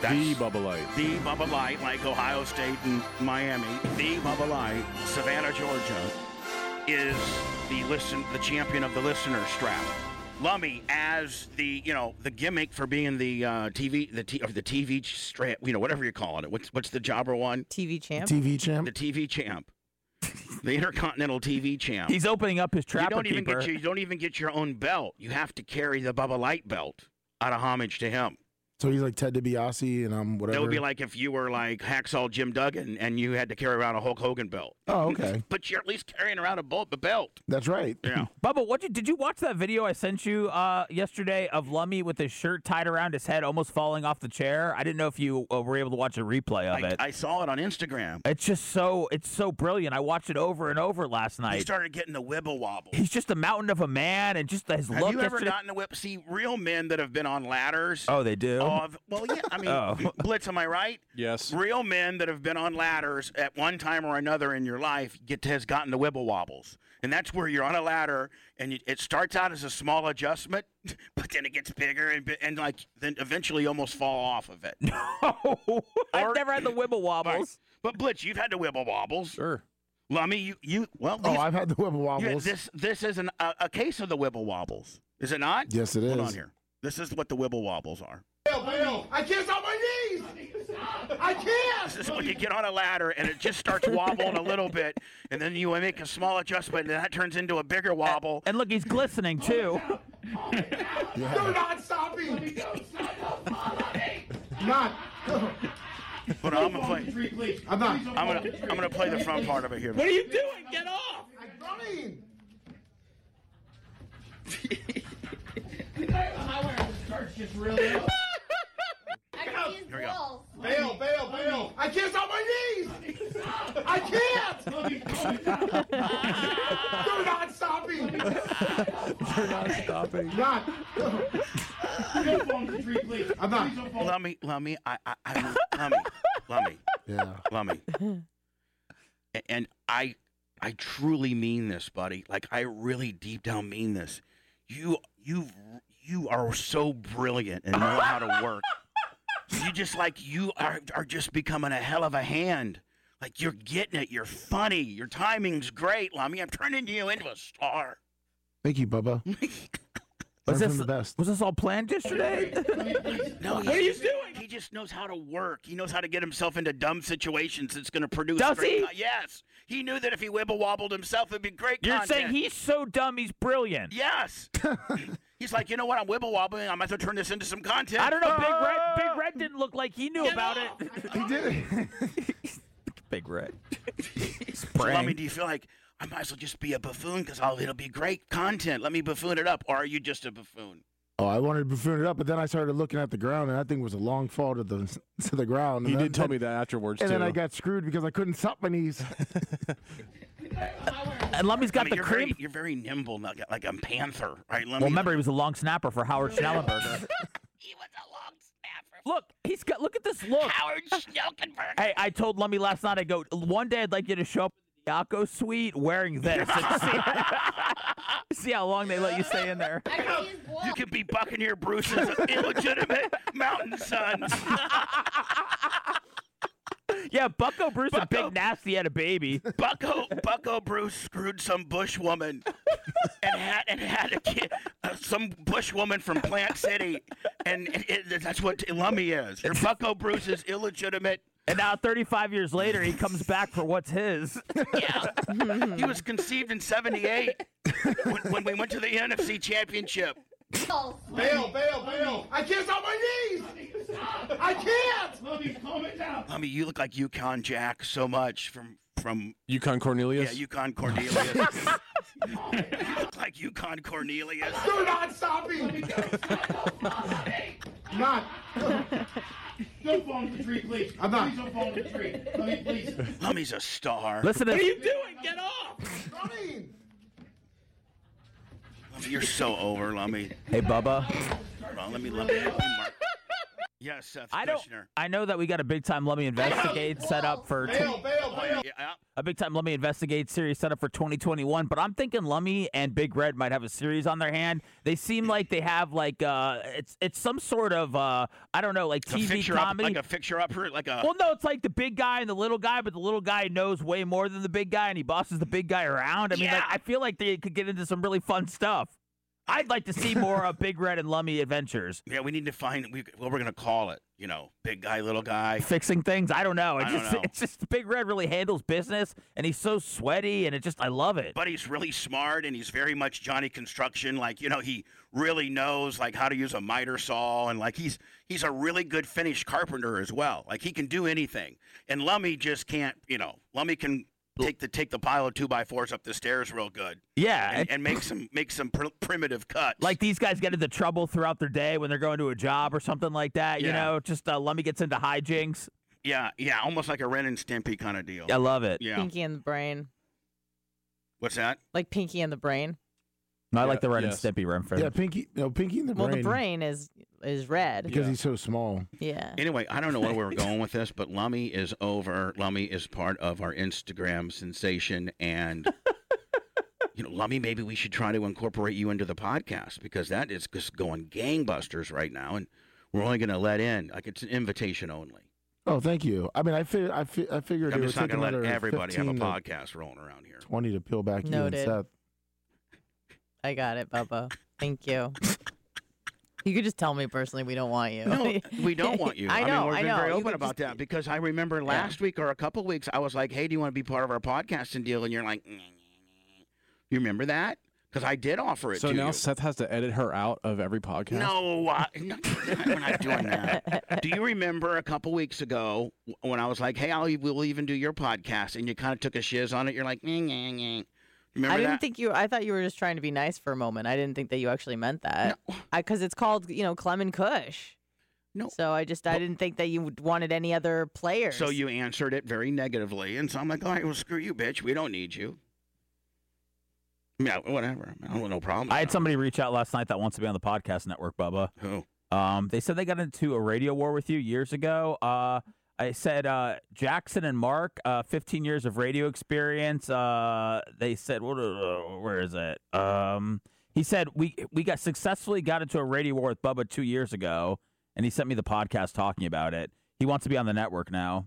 Speaker 4: That's
Speaker 9: The Bubba Light.
Speaker 4: the Bubba Light, like Ohio State and Miami. The Bubba Light, Savannah, Georgia, is the listen the champion of the listener strap. Lummy as the you know the gimmick for being the uh, TV the t- or the TV strap you know whatever you're calling it. What's what's the jobber one?
Speaker 10: TV champ.
Speaker 6: TV champ.
Speaker 4: The TV champ, the Intercontinental TV champ.
Speaker 5: He's opening up his
Speaker 4: you
Speaker 5: trapper
Speaker 4: don't even
Speaker 5: keeper.
Speaker 4: get your, you don't even get your own belt. You have to carry the Bubba Light belt out of homage to him.
Speaker 6: So he's like Ted DiBiase, and I'm whatever.
Speaker 4: That would be like if you were like Hacksaw Jim Duggan and you had to carry around a Hulk Hogan belt.
Speaker 6: oh, okay.
Speaker 4: But you're at least carrying around a, belt, a belt.
Speaker 6: That's right.
Speaker 4: Yeah.
Speaker 5: Bubba, what did, did you watch that video I sent you uh, yesterday of Lummy with his shirt tied around his head, almost falling off the chair? I didn't know if you uh, were able to watch a replay of
Speaker 4: I,
Speaker 5: it.
Speaker 4: I saw it on Instagram.
Speaker 5: it's just so it's so brilliant. I watched it over and over last
Speaker 4: He
Speaker 5: night.
Speaker 4: started getting the wibble wobble.
Speaker 5: He's just a mountain of a man, and just his
Speaker 4: Have
Speaker 5: look.
Speaker 4: you ever
Speaker 5: yesterday-
Speaker 4: gotten a whip? See, real men that have been on ladders.
Speaker 5: oh, they do.
Speaker 4: of- well, yeah. I mean,
Speaker 5: Oh.
Speaker 4: Blitz, am I right?
Speaker 9: Yes.
Speaker 4: Real men that have been on ladders at one time or another in your life get has gotten the wibble wobbles, and that's where you're on a ladder and you, it starts out as a small adjustment, but then it gets bigger and bi- and like then eventually you almost fall off of it.
Speaker 5: I've never had the wibble wobbles.
Speaker 4: But Blitz, you've had the wibble wobbles.
Speaker 9: Sure.
Speaker 4: Lummy, you you well.
Speaker 6: Oh,
Speaker 4: these-
Speaker 6: I've had the wibble
Speaker 4: you-
Speaker 6: wobbles.
Speaker 4: this this is an, a, a case of the wibble wobbles, is it not?
Speaker 6: yes, it is.
Speaker 4: Hold on here. This is what the wibble wobbles are.
Speaker 1: I can't stop my knees! I can't!
Speaker 4: This is when you get on a ladder and it just starts wobbling a little bit, and then you make a small adjustment, and that turns into a bigger wobble.
Speaker 5: And look, he's glistening too.
Speaker 1: You're not stopping!
Speaker 11: not.
Speaker 4: But I'm gonna play.
Speaker 11: I'm not.
Speaker 4: I'm gonna I'm gonna play the front part of it here.
Speaker 11: What are you doing?
Speaker 4: Get off!
Speaker 11: I'm running.
Speaker 4: Here we go.
Speaker 11: Bail, bail, bail. I can't stop my knees. I can't. They're not stopping. They're not stopping. Not. I'm not.
Speaker 4: Lummy, Lummy, I, I, I Lummy, Lummy,
Speaker 6: Yeah.
Speaker 4: Lummy, A- and I, I truly mean this, buddy. Like I really deep down mean this. You, you, you are so brilliant and know how to work. You just like you are, are just becoming a hell of a hand. Like you're getting it. You're funny. Your timing's great, Lummy. I'm turning you into a star.
Speaker 6: Thank you, Bubba.
Speaker 5: Was
Speaker 6: Learn
Speaker 5: this-
Speaker 6: from the best?
Speaker 5: Was this all planned yesterday?
Speaker 4: No,
Speaker 5: What are you
Speaker 4: doing? He just knows how to work. He knows how to get himself into dumb situations that's going to produce.
Speaker 5: Does
Speaker 4: great
Speaker 5: he?
Speaker 4: co- yes. He knew that if he wibble wobbled himself, it'd be great.
Speaker 5: You're
Speaker 4: content.
Speaker 5: saying he's so dumb he's brilliant.
Speaker 4: Yes. He's like, you know what? I'm wibble wobbling. I might as well turn this into some content.
Speaker 5: I don't know. Big Red, Big Red didn't look like he knew about it.
Speaker 6: He did.
Speaker 5: Big Red.
Speaker 4: So, Lummy, do you feel like I might as well just be a buffoon because it'll be great content? Let me buffoon it up. Or are you just a buffoon?
Speaker 6: Oh, I wanted to buffoon it up, but then I started looking at the ground, and that thing was a long fall to the to the ground. And
Speaker 9: You
Speaker 6: then-
Speaker 9: did tell
Speaker 6: then-
Speaker 9: me that afterwards
Speaker 6: And
Speaker 9: too.
Speaker 6: then I got screwed because I couldn't stop my knees.
Speaker 5: And Lummy's got
Speaker 4: Lummy,
Speaker 5: the
Speaker 4: you're
Speaker 5: cream.
Speaker 4: Very, you're very nimble, like, like a panther, right, Lummy?
Speaker 5: Well, remember he was a long snapper for Howard Schnellenberger.
Speaker 1: He was a long snapper.
Speaker 5: look, he's got. Look at this look.
Speaker 1: Howard Schnelkenberg.
Speaker 5: Hey, I told Lummy last night. I go one day. I'd like you to show up at the Diaco Suite wearing this. and see, see how long they let you stay in there.
Speaker 1: I can use
Speaker 4: You could be Buccaneer Bruce's illegitimate mountain sons.
Speaker 5: Yeah, Bucko Bruce and
Speaker 4: Bucko-
Speaker 5: Big Nasty had a baby.
Speaker 4: Bucko Bucko Bruce screwed some bush woman and had and had a kid, uh, some bush woman from Plant City, and it, it- that's what Lummy is. Your Bucko Bruce is illegitimate.
Speaker 5: And now, 35 years later, he comes back for what's his.
Speaker 4: He was conceived in '78 when, when we went to the NFC Championship.
Speaker 1: balls.
Speaker 11: Bail, bail, bail. I can't stop my knees. I can't.
Speaker 4: Lummy, you look like UConn Jack so much from from
Speaker 9: UConn
Speaker 4: yeah
Speaker 9: Cornelius.
Speaker 4: UConn Cornelius. you look like UConn Cornelius.
Speaker 11: They're not stopping. not. Don't fall into the tree, please. I'm not. Please don't fall into the tree. Please, please.
Speaker 4: Lummy's a star.
Speaker 5: Listen to this.
Speaker 4: doing? Get off!
Speaker 11: Running.
Speaker 4: You're so over, Lummy.
Speaker 5: Hey, Bubba.
Speaker 4: Well, let me let me, let me mark. Yes, uh, Seth
Speaker 5: I don't.
Speaker 4: Kushner.
Speaker 5: I know that we got a big time Lummy investigate set up for t-
Speaker 11: Bail, bail, bail.
Speaker 4: Yeah, yeah.
Speaker 5: a big time Lummy investigate series set up for 2021, but I'm thinking Lummy and Big Red might have a series on their hand. They seem like they have like uh, it's it's some sort of uh, I don't know, like
Speaker 4: Like a
Speaker 5: TV
Speaker 4: fixture up,
Speaker 5: comedy.
Speaker 4: like a fixture up, or like a.
Speaker 5: well, no, it's like the big guy and the little guy, but the little guy knows way more than the big guy, and he bosses the big guy around. I mean, like,
Speaker 4: Yeah.
Speaker 5: I feel like they could get into some really fun stuff. I'd like to see more of Big Red and Lummy adventures.
Speaker 4: yeah, we need to find we, what we're gonna call it. You know, big guy, little guy.
Speaker 5: fixing things. I don't know. Oh, It
Speaker 4: I don't
Speaker 5: just
Speaker 4: know.
Speaker 5: it's just Big Red really handles business and he's so sweaty and it just I love it.
Speaker 4: But he's really smart, and he's very much Johnny Construction. Like you know, he really knows like how to use a miter saw, and like he's he's a really good finished carpenter as well. Like he can do anything. And Lummy just can't. You know, Lummy can take the take the pile of two by fours up the stairs real good,
Speaker 5: yeah.
Speaker 4: and,
Speaker 5: it-
Speaker 4: and make some make some pr- primitive cuts.
Speaker 5: like these guys get into trouble throughout their day when they're going to a job or something like that, you
Speaker 4: Yeah.
Speaker 5: know, just uh, Lummy gets into hijinks.
Speaker 4: Yeah, yeah, almost like a Ren and Stimpy kind of deal.
Speaker 5: I love it.
Speaker 4: Yeah.
Speaker 10: Pinky and the Brain.
Speaker 4: What's that?
Speaker 10: Like Pinky and the Brain.
Speaker 5: I
Speaker 9: Yeah,
Speaker 5: like the Red
Speaker 9: yes.
Speaker 5: and Stimpy reference.
Speaker 6: yeah, Pinky. No, Pinky in the
Speaker 10: Well,
Speaker 6: brain.
Speaker 10: the brain is is red.
Speaker 6: Because he's so small.
Speaker 10: Yeah.
Speaker 4: Anyway, I don't know where we were going with this, but Lummy is over. Lummy is part of our Instagram sensation, and you know, Lummy, maybe we should try to incorporate you into the podcast because that is just going gangbusters right now, and we're only going to let in like it's an invitation only.
Speaker 6: Oh, thank you. I mean, I fi- I, fi- I figured
Speaker 4: I'm
Speaker 6: it
Speaker 4: just
Speaker 6: would
Speaker 4: not
Speaker 6: take
Speaker 4: going to
Speaker 6: another
Speaker 4: let everybody have a
Speaker 6: 15 to
Speaker 4: podcast rolling around here.
Speaker 6: Twenty to peel back you and
Speaker 10: Noted.
Speaker 6: Seth.
Speaker 10: I got it, Bubba. Thank you. You could just tell me personally we don't want you.
Speaker 4: No, we don't want you.
Speaker 10: I
Speaker 4: mean,
Speaker 10: know,
Speaker 4: we've
Speaker 10: I
Speaker 4: been
Speaker 10: know.
Speaker 4: very
Speaker 10: You
Speaker 4: open
Speaker 10: could
Speaker 4: about
Speaker 10: just-
Speaker 4: that because I remember last week or a couple weeks, I was like, "Hey, do "Mm." you want to be part of our podcasting deal?" And you're like, "Nyeh, nyeh, nyeh." "You remember that?" because I did offer it
Speaker 9: So
Speaker 4: to
Speaker 9: now
Speaker 4: you.
Speaker 9: Seth has to edit her out of every podcast.
Speaker 4: No, I, no, we're not doing that. Do you remember a couple weeks ago w- when I was like, "Hey, I'll, e- we'll even do your podcast," and you kind of took a shiz on it? You're like, "Nyeh, nyeh, nyeh." Remember
Speaker 10: I didn't
Speaker 4: that?
Speaker 10: think you. I thought you were just trying to be nice for a moment. I didn't think that you actually meant that. Because it's called, you know, Clem and Cush.
Speaker 4: No.
Speaker 10: So I just I didn't think that you would- wanted any other players.
Speaker 4: So you answered it very negatively, and so I'm like, "All right, well, screw you, bitch. We don't need you." Yeah, whatever. I don't no problem.
Speaker 5: I had somebody reach out last night that wants to be on the podcast network, Bubba.
Speaker 4: Who?
Speaker 5: Um, they said they got into a radio war with you years ago. Uh, I said uh, Jackson and Mark, uh, 15 years of radio experience. Uh, they said, what, uh, where is it? Um, he said we we got successfully got into a radio war with Bubba two years ago, and he sent me the podcast talking about it. He wants to be on the network now.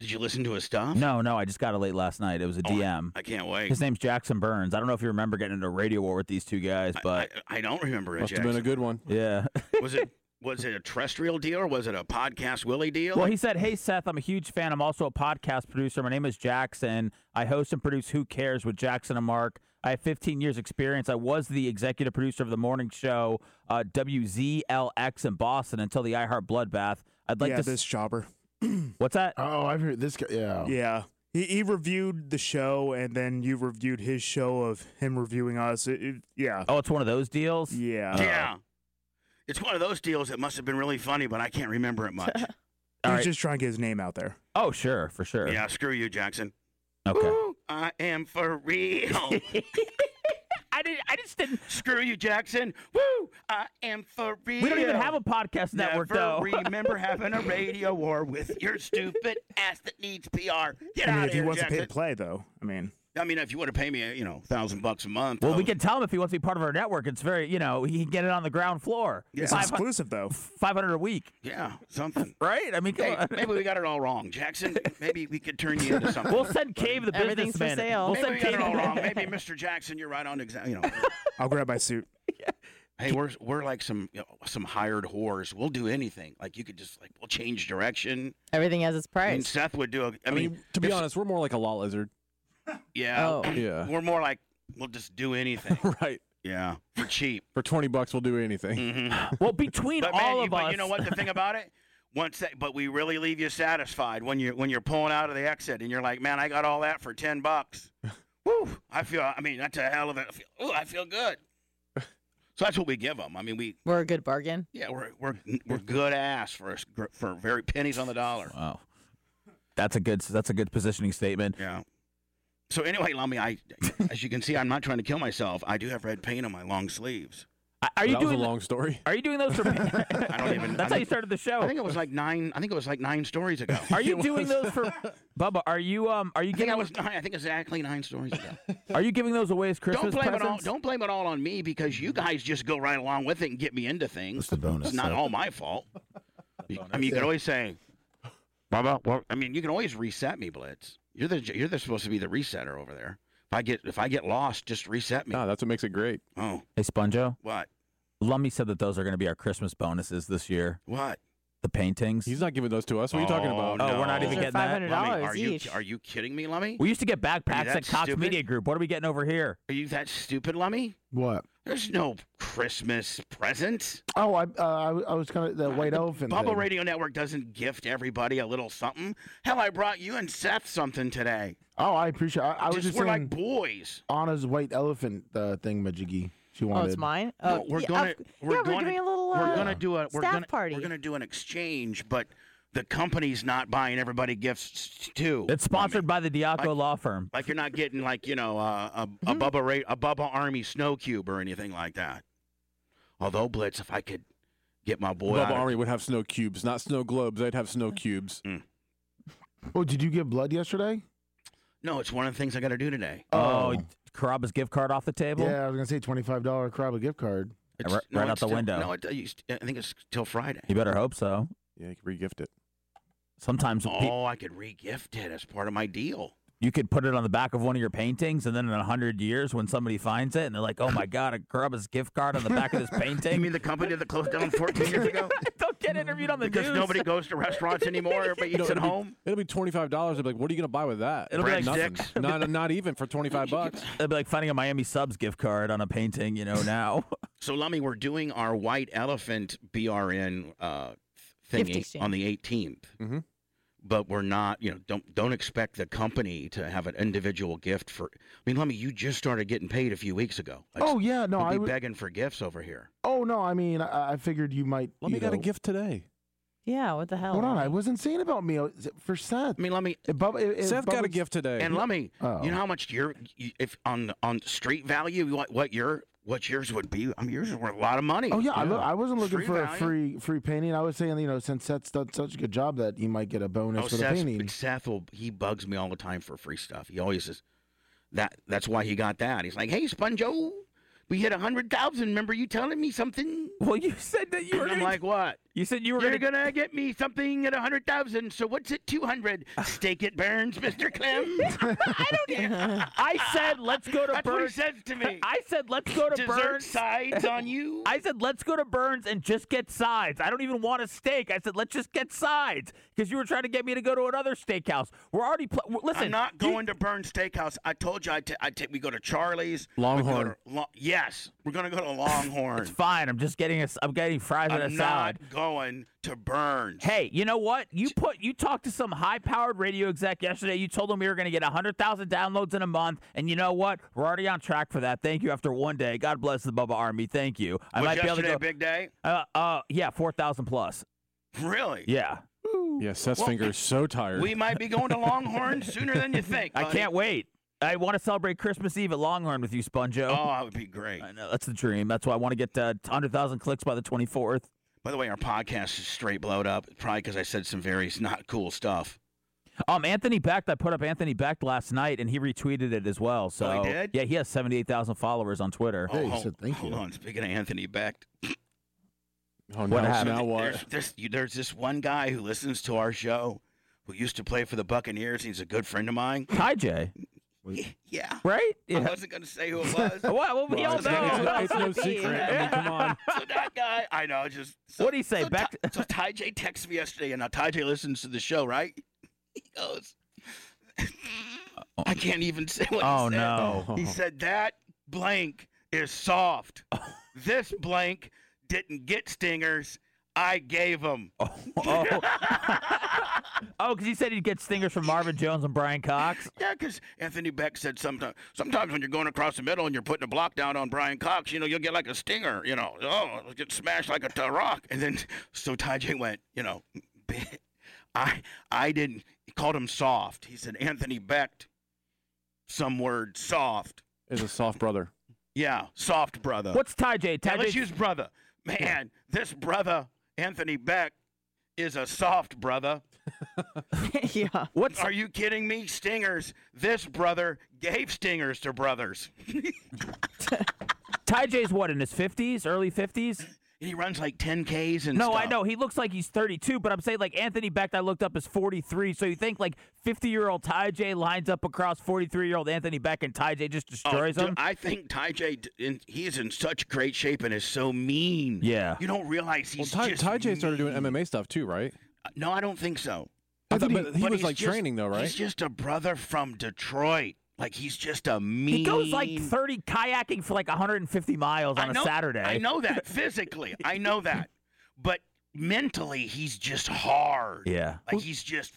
Speaker 4: Did you listen to his stuff? Oh,
Speaker 5: No, no, I just got it late last night. It was a DM.
Speaker 4: I can't wait.
Speaker 5: His name's Jackson Burns. I don't know if you remember getting into a radio war with these two guys, but
Speaker 4: I don't remember it. Jackson.
Speaker 9: good one.
Speaker 5: Yeah.
Speaker 4: was it was it a terrestrial deal or was it a podcast Willie deal?
Speaker 5: Well, he said, "Hey Seth, I'm a huge fan. I'm also a podcast producer. My name is Jackson. I host and produce Who Cares with Jackson and Mark. I have 15 years experience. I was the executive producer of the morning show uh, WZLX in Boston until the iHeart Bloodbath. I'd like
Speaker 12: yeah,
Speaker 5: to
Speaker 12: this jobber.
Speaker 5: What's that?
Speaker 6: Oh, I've heard this guy. Yeah.
Speaker 12: Yeah. He, he reviewed the show, and then you reviewed his show of him reviewing us. It- it- yeah.
Speaker 5: Oh, it's one of those deals.
Speaker 12: Yeah.
Speaker 5: uh,
Speaker 4: yeah. It's one of those deals that must have been really funny, but I can't remember it much.
Speaker 12: He was just trying to get his name out there.
Speaker 5: Oh, sure, for sure.
Speaker 4: yeah, screw you, Jackson.
Speaker 5: Okay.
Speaker 4: Ooh, I am for real.
Speaker 5: I did. I just didn't.
Speaker 4: Screw you, Jackson. Woo! I am for real.
Speaker 5: We don't even have a podcast network,
Speaker 4: Never
Speaker 5: though.
Speaker 4: remember having a radio war with your stupid ass that needs PR. Get
Speaker 12: I
Speaker 4: out
Speaker 12: mean,
Speaker 4: of
Speaker 12: if he
Speaker 4: here,
Speaker 12: wants to pay
Speaker 4: Jackson.
Speaker 12: to play, though, I mean,
Speaker 4: I mean, if you want to pay me, you know, thousand bucks a month. oh,
Speaker 5: Well,
Speaker 4: I
Speaker 5: we
Speaker 4: was-
Speaker 5: can tell him if he wants to be part of our network. It's very, you know, he can get it on the ground floor.
Speaker 4: It's
Speaker 12: exclusive though.
Speaker 5: Five hundred a week.
Speaker 4: Yeah, something.
Speaker 5: Right? I mean, come
Speaker 4: Hey,
Speaker 5: on.
Speaker 4: maybe we got it all wrong, Jackson. Maybe we could turn you into something.
Speaker 5: We'll send Cave the
Speaker 4: Everything's
Speaker 5: businessman.
Speaker 4: for sale.
Speaker 5: We'll
Speaker 4: Maybe
Speaker 5: send
Speaker 4: we got it
Speaker 5: Cave
Speaker 4: all wrong. Maybe Mr. Jackson, you're right on exactly. You know,
Speaker 12: I'll grab my suit.
Speaker 4: hey, we're we're like some you know, some hired whores. We'll do anything. Like you could just like we'll change direction.
Speaker 10: Everything has its
Speaker 4: I mean,
Speaker 10: price.
Speaker 4: Seth would do. A, I,
Speaker 9: I mean,
Speaker 4: mean,
Speaker 9: to be
Speaker 4: if-
Speaker 9: honest, we're more like a law lizard.
Speaker 4: yeah,
Speaker 9: Oh. Yeah.
Speaker 4: We're more like we'll just do anything.
Speaker 9: right.
Speaker 4: Yeah. For cheap. Mm-hmm.
Speaker 9: For 20 bucks, we'll do anything.
Speaker 5: Well, between
Speaker 4: but man,
Speaker 5: all
Speaker 4: you,
Speaker 5: of
Speaker 4: but
Speaker 5: us,
Speaker 4: you know what the thing about it. Once that, but we really leave you satisfied when you when you're pulling out of the exit and you're like, man, I got all that for ten bucks. Woo! I feel. I mean, that's a hell of a. I feel, ooh, I feel good. So that's what we give them. I mean, we
Speaker 10: We're a good bargain.
Speaker 4: yeah, we're we're we're good ass for us gr- for very pennies on the dollar.
Speaker 5: Wow. That's a good. That's a good positioning statement.
Speaker 4: Yeah. So anyway, Lummy, I as you can see, I'm not trying to kill myself. I do have red paint on my long sleeves.
Speaker 5: Are you doing
Speaker 9: long story?
Speaker 5: Are you doing those? For, I
Speaker 4: don't even.
Speaker 5: That's how you started the show.
Speaker 4: I think it was like nine. I think it was like nine stories ago.
Speaker 5: Are you doing those for Bubba? Are you um? Are you
Speaker 4: I think
Speaker 5: giving?
Speaker 4: I was nine. I think exactly nine stories ago.
Speaker 5: Are you giving those away as
Speaker 4: don't
Speaker 5: Christmas
Speaker 4: blame it all.
Speaker 5: presents?
Speaker 4: Don't blame it all on me because you guys just go right along with it and get me into things. That's the bonus. It's not
Speaker 13: though.
Speaker 4: all my fault. I mean, you can always say, Bubba. Well, I mean, you can always reset me, Blitz. You're the you're the, supposed to be the resetter over there. If I get if I get lost, just reset me.
Speaker 9: No, Ah, that's what makes it great.
Speaker 4: Oh,
Speaker 5: Hey, Sponjo.
Speaker 4: what?
Speaker 5: Lummy said that those are going to be our Christmas bonuses this year.
Speaker 4: What?
Speaker 5: The paintings.
Speaker 9: He's not giving those to us. What are you talking about?
Speaker 5: Oh, we're not even getting that.
Speaker 4: Lummi, are you are you kidding me, Lummy?
Speaker 5: We used to get
Speaker 4: Are
Speaker 5: backpacks
Speaker 4: you
Speaker 5: at
Speaker 4: that
Speaker 5: Cox
Speaker 4: stupid?
Speaker 5: Media Group. What are we getting over here?
Speaker 4: Are you that stupid, Lummy?
Speaker 6: What?
Speaker 4: There's no Christmas present.
Speaker 6: Oh, I uh, I, I was kind of the white elephant.
Speaker 4: Bubble
Speaker 6: thing.
Speaker 4: Radio Network doesn't gift everybody a little something. Hell, I brought you and Seth something today.
Speaker 6: Oh, I appreciate. I, I was
Speaker 4: Just-
Speaker 6: just
Speaker 4: we're
Speaker 6: saying
Speaker 4: like boys.
Speaker 6: Anna's white elephant uh, thing, Majiggy. She
Speaker 10: Oh,
Speaker 6: wanted.
Speaker 10: it's mine.
Speaker 4: No,
Speaker 10: Oh,
Speaker 4: we're
Speaker 10: yeah,
Speaker 4: gonna
Speaker 10: of-
Speaker 4: we're
Speaker 10: yeah,
Speaker 4: gonna,
Speaker 10: we're doing a little.
Speaker 4: we're
Speaker 10: uh,
Speaker 4: gonna do a we're
Speaker 10: staff
Speaker 4: gonna,
Speaker 10: party.
Speaker 4: We're gonna do an exchange, but the company's not buying everybody gifts too.
Speaker 5: It's sponsored by the Diaco
Speaker 4: Like-
Speaker 5: Law Firm.
Speaker 4: Like you're not getting like you know uh, a a
Speaker 5: Mm-hmm.
Speaker 4: Bubba Ra- a Bubba Army snow cube or anything like that. Although Blitz, if I could get my boy,
Speaker 9: Bubba
Speaker 4: out of-
Speaker 9: Army would have snow cubes, not snow globes. They'd have snow cubes.
Speaker 4: Mm.
Speaker 6: Oh, did you give blood yesterday?
Speaker 4: no, it's one of the things I got to do today.
Speaker 5: Oh, Caraba's gift card off the table.
Speaker 6: Yeah, I was gonna say twenty five dollar Caraba gift card.
Speaker 5: Right- right
Speaker 4: no,
Speaker 5: out
Speaker 4: it's
Speaker 5: the
Speaker 4: till-
Speaker 5: window.
Speaker 4: No, it, I think it's till Friday.
Speaker 5: You better hope so.
Speaker 9: Yeah, you could regift it.
Speaker 5: Sometimes pe-
Speaker 4: Oh, I could re-gift it as part of my deal.
Speaker 5: you could put it on the back of one of your paintings, and then in a hundred years, when somebody finds it, and they're like, "Oh my God, a Caraba's gift card on the back of this
Speaker 4: You
Speaker 5: painting."
Speaker 4: mean the company that closed down 14 years ago?
Speaker 5: Don't get interviewed on the
Speaker 4: Because
Speaker 5: news.
Speaker 4: nobody goes to restaurants anymore, everybody
Speaker 9: You know,
Speaker 4: eats at
Speaker 9: it'll be-
Speaker 4: home.
Speaker 9: It'll be twenty five dollars. I'll be like, what are you gonna buy with that?
Speaker 5: It'll be like
Speaker 9: nothing.
Speaker 5: six.
Speaker 9: Not not even for twenty five bucks.
Speaker 5: It'd be like finding a Miami subs gift card on a painting, you know. Now,
Speaker 4: So, Lummy, we're doing our white elephant BRN uh, th-
Speaker 5: Gift
Speaker 4: thingy
Speaker 5: exchange.
Speaker 4: on the 18th.
Speaker 6: Mm-hmm.
Speaker 4: But we're not, you know, don't don't expect the company to have an individual gift for. I mean, Lummy, you just started getting paid a few weeks ago.
Speaker 6: Oh, yeah, no,
Speaker 4: we'd be
Speaker 6: I would-
Speaker 4: begging for gifts over here.
Speaker 6: Oh no, I mean, I, I figured you might. Let
Speaker 9: me get a gift today.
Speaker 10: Yeah, what the hell?
Speaker 6: Hold on, I wasn't saying about me uh, for Seth. I
Speaker 4: mean, let me.
Speaker 9: Seth got a gift today.
Speaker 4: And Lummy,
Speaker 6: Oh.
Speaker 4: you know how much your you- if on on street value, what what your what yours would be? I mean, yours is worth a lot of money.
Speaker 6: Oh yeah, I, lo- I wasn't looking
Speaker 4: Street
Speaker 6: for a
Speaker 4: value.
Speaker 6: free free painting. I was saying, you know, since Seth's done such a good job that he might get a bonus
Speaker 4: Oh,
Speaker 6: for the
Speaker 4: Seth's-
Speaker 6: painting.
Speaker 4: Seth will he bugs me all the time for free stuff. He always says that that's why he got that. He's like, Hey Sponjo, we hit a hundred thousand. Remember you telling me something?
Speaker 5: Well you said that you
Speaker 4: were I'm like what?
Speaker 5: You said you were
Speaker 4: You're
Speaker 5: gonna-
Speaker 4: gonna, get me something at a hundred thousand, so what's at two hundred? Steak it burns, Mr. Clem. I don't
Speaker 5: I said let's go to
Speaker 4: That's what he
Speaker 5: Burns.
Speaker 4: says to me.
Speaker 5: I said let's go to
Speaker 4: Dessert
Speaker 5: Burns.
Speaker 4: sides on you.
Speaker 5: I said let's go to Burns and just get sides. I don't even want a steak. I said let's just get sides because you were trying to get me to go to another steakhouse. We're already pl- w- listen.
Speaker 4: I'm not going to Burns Steakhouse. I told you I ta- I take we go to Charlie's. we go
Speaker 5: Longhorn.
Speaker 4: to Lo- yes, we're gonna go to Longhorn.
Speaker 5: It's fine. I'm just getting a. s- I'm getting fries and
Speaker 4: I'm
Speaker 5: a salad.
Speaker 4: not going to Burns.
Speaker 5: Hey, you know what? You put you talked to some high-powered radio exec yesterday. You told them we were going to get 100,000 downloads in a month, and you know what? We're already on track for that. Thank you after one day. God bless the Bubba Army. Thank you. I
Speaker 4: Was
Speaker 5: might be able to
Speaker 4: yesterday
Speaker 5: go
Speaker 4: a big day?
Speaker 5: Uh, uh yeah, 4,000 plus.
Speaker 4: Really?
Speaker 5: Yeah.
Speaker 9: Yeah, Seth's
Speaker 4: Well,
Speaker 9: finger is so tired.
Speaker 4: We might be going to Longhorn sooner than you think.
Speaker 5: I
Speaker 4: buddy.
Speaker 5: can't wait. I want to celebrate Christmas Eve at Longhorn with you, Sponjo.
Speaker 4: Oh, that would be great.
Speaker 5: I know that's the dream. That's why I want to get uh, 100,000 clicks by the 24th.
Speaker 4: By the way, our podcast is straight blowed up, probably because I said some very not cool stuff.
Speaker 5: Um, Anthony Becht, I put up Anthony Becht last night, and he retweeted it as well. So
Speaker 4: Oh, he did?
Speaker 5: Yeah, he has 78,000 followers on Twitter.
Speaker 4: Oh, hold, hold on. Speaking of Anthony Beck,
Speaker 9: Oh,
Speaker 5: What
Speaker 9: now,
Speaker 5: happened?
Speaker 9: now
Speaker 4: There's,
Speaker 9: what?
Speaker 4: there's, you- there's this one guy who listens to our show who used to play for the Buccaneers. He's a good friend of mine.
Speaker 5: Hi, Jay.
Speaker 4: Yeah.
Speaker 5: Right?
Speaker 4: I wasn't going to say who it was.
Speaker 5: Well, well, we all
Speaker 4: So that
Speaker 5: know.
Speaker 4: guy-
Speaker 5: It's no secret. I mean, come on.
Speaker 4: So that guy, I know, just. So,
Speaker 5: What'd he say?
Speaker 4: So,
Speaker 5: Beck-
Speaker 4: Ty, so Ty J texted me yesterday, and now Ty J listens to the show, right? He goes, I can't even say what
Speaker 5: Oh,
Speaker 4: he said.
Speaker 5: no.
Speaker 4: He said, that blank is soft.
Speaker 5: Oh.
Speaker 4: this blank didn't get stingers. I gave them.
Speaker 5: Oh, oh, because he said he'd get stingers from Marvin Jones and Brian Cox.
Speaker 4: Yeah, because Anthony Beck said sometimes, sometimes when you're going across the middle and you're putting a block down on Brian Cox, you know, you'll get like a stinger, you know, oh, it'll get smashed like a t- rock. And then, so Ty J went, you know, I, I didn't, he called him soft. He said, Anthony Beck, some word soft.
Speaker 9: Is a soft brother.
Speaker 4: Yeah, soft brother.
Speaker 5: What's Ty J? Ty
Speaker 4: Yeah, let's
Speaker 5: J-
Speaker 4: use brother. Man, this brother, Anthony Beck, is a soft brother.
Speaker 10: yeah.
Speaker 5: What's
Speaker 4: Are you kidding me? Stingers. This brother gave stingers to brothers.
Speaker 5: Ty J's what in his fifties, early fifties?
Speaker 4: He runs like ten Ks and
Speaker 5: no, I
Speaker 4: stuff.
Speaker 5: know he looks like he's thirty-two, but I'm saying like Anthony Beck, I looked up is forty-three. So you think like fifty-year-old Ty J lines up across forty-three-year-old Anthony Beck, and Ty J just
Speaker 4: Oh,
Speaker 5: destroys
Speaker 4: dude,
Speaker 5: him?
Speaker 4: I think Ty J, d- in, he's in such great shape and is so mean.
Speaker 5: Yeah.
Speaker 4: You don't realize
Speaker 9: Well,
Speaker 4: he's
Speaker 9: Ty,
Speaker 4: just.
Speaker 9: Ty J started doing
Speaker 4: mean.
Speaker 9: MMA stuff too, right?
Speaker 4: No, I don't think so.
Speaker 9: I thought, but he was
Speaker 4: he's
Speaker 9: like
Speaker 4: just-
Speaker 9: training though,
Speaker 4: He's
Speaker 9: right?
Speaker 4: just a brother from Detroit. Like he's just a mean.
Speaker 5: He goes like thirty kayaking for like 150 miles on
Speaker 4: I know,
Speaker 5: a Saturday.
Speaker 4: I know that physically. I know that. But mentally, he's just hard.
Speaker 5: Yeah.
Speaker 4: Like he's just.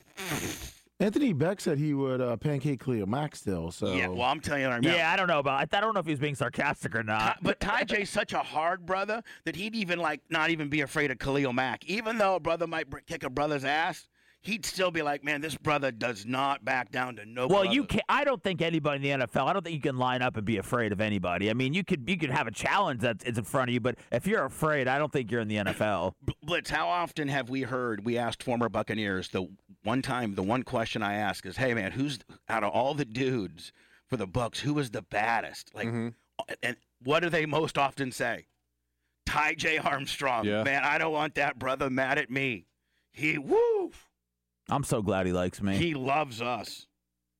Speaker 6: Anthony Beck said he would uh, pancake Cleo Mack still. So
Speaker 4: Yeah, well, I'm telling you right now.
Speaker 5: Yeah, I don't know about. I don't know if he was being sarcastic or not.
Speaker 4: Ty- but Ty J's such a hard brother that he'd even like not even be afraid of Khalil Mack. Even though a brother might br- kick a brother's ass, he'd still be like, "Man, this brother does not back down to no."
Speaker 5: Well,
Speaker 4: brother."
Speaker 5: you can I don't think anybody in the NFL. I don't think you can line up and be afraid of anybody. I mean, you could you could have a challenge that is in front of you, but if you're afraid, I don't think you're in the NFL.
Speaker 4: B- Blitz, how often have we heard? We asked former Buccaneers the one time. The one question I ask is, "Hey, man, who's out of all the dudes for the Bucks? Who was the baddest?" Like,
Speaker 6: Mm-hmm.
Speaker 4: and what do they most often say? Ty J Armstrong.
Speaker 9: Yeah.
Speaker 4: Man, I don't want that brother mad at me. He woo.
Speaker 5: I'm so glad he likes me.
Speaker 4: He loves us.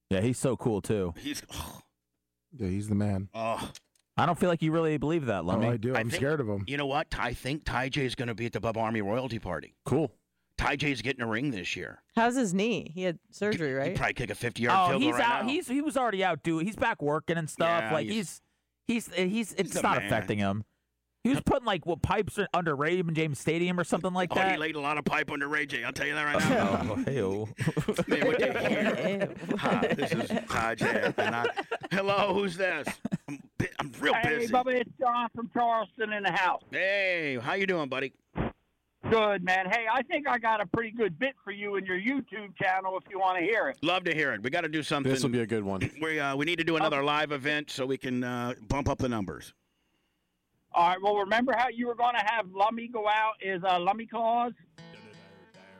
Speaker 5: yeah, he's so cool too.
Speaker 4: He's
Speaker 6: yeah, he's the man.
Speaker 4: oh,
Speaker 5: I don't feel like you really believe that, Lummy.
Speaker 6: Oh, I do. I'm scared of him.
Speaker 4: You know what? I think Ty J is going to be at the Bub Army royalty party.
Speaker 6: Cool.
Speaker 4: Ty J's getting a ring this year.
Speaker 10: How's his knee? He had surgery, right?
Speaker 4: He'd probably kick a 50 yard
Speaker 5: Oh,
Speaker 4: field goal
Speaker 5: he's
Speaker 4: right
Speaker 5: out.
Speaker 4: now.
Speaker 5: He's he was already out. Dude, he's back working and stuff.
Speaker 4: Yeah,
Speaker 5: like
Speaker 4: he's-
Speaker 5: he's he's eh, he's, it's
Speaker 4: a
Speaker 5: not
Speaker 4: man.
Speaker 5: affecting him. He was putting like what pipes are under Raymond James Stadium or something like
Speaker 4: Oh,
Speaker 5: that. Oh,
Speaker 4: he laid a lot of pipe under Ray J. I'll tell you that right now. Oh, Man, what they hear. Hi, this is Ty J. And I, hello, who's this? I'm, bi- I'm real
Speaker 14: hey,
Speaker 4: busy.
Speaker 14: Bubba, it's John from Charleston in the house.
Speaker 4: Hey, how you doing, buddy?
Speaker 14: Good, man. Hey, I think I got a pretty good bit for you in your YouTube channel if you want to hear it.
Speaker 4: Love to hear it. We got to do something.
Speaker 9: This will be a good one.
Speaker 4: We uh, we need
Speaker 14: Oh.
Speaker 4: to do another live event so we can uh, bump up the numbers.
Speaker 14: All right. Well, remember how you were going to have Lummy go out as uh, Lummy Claus?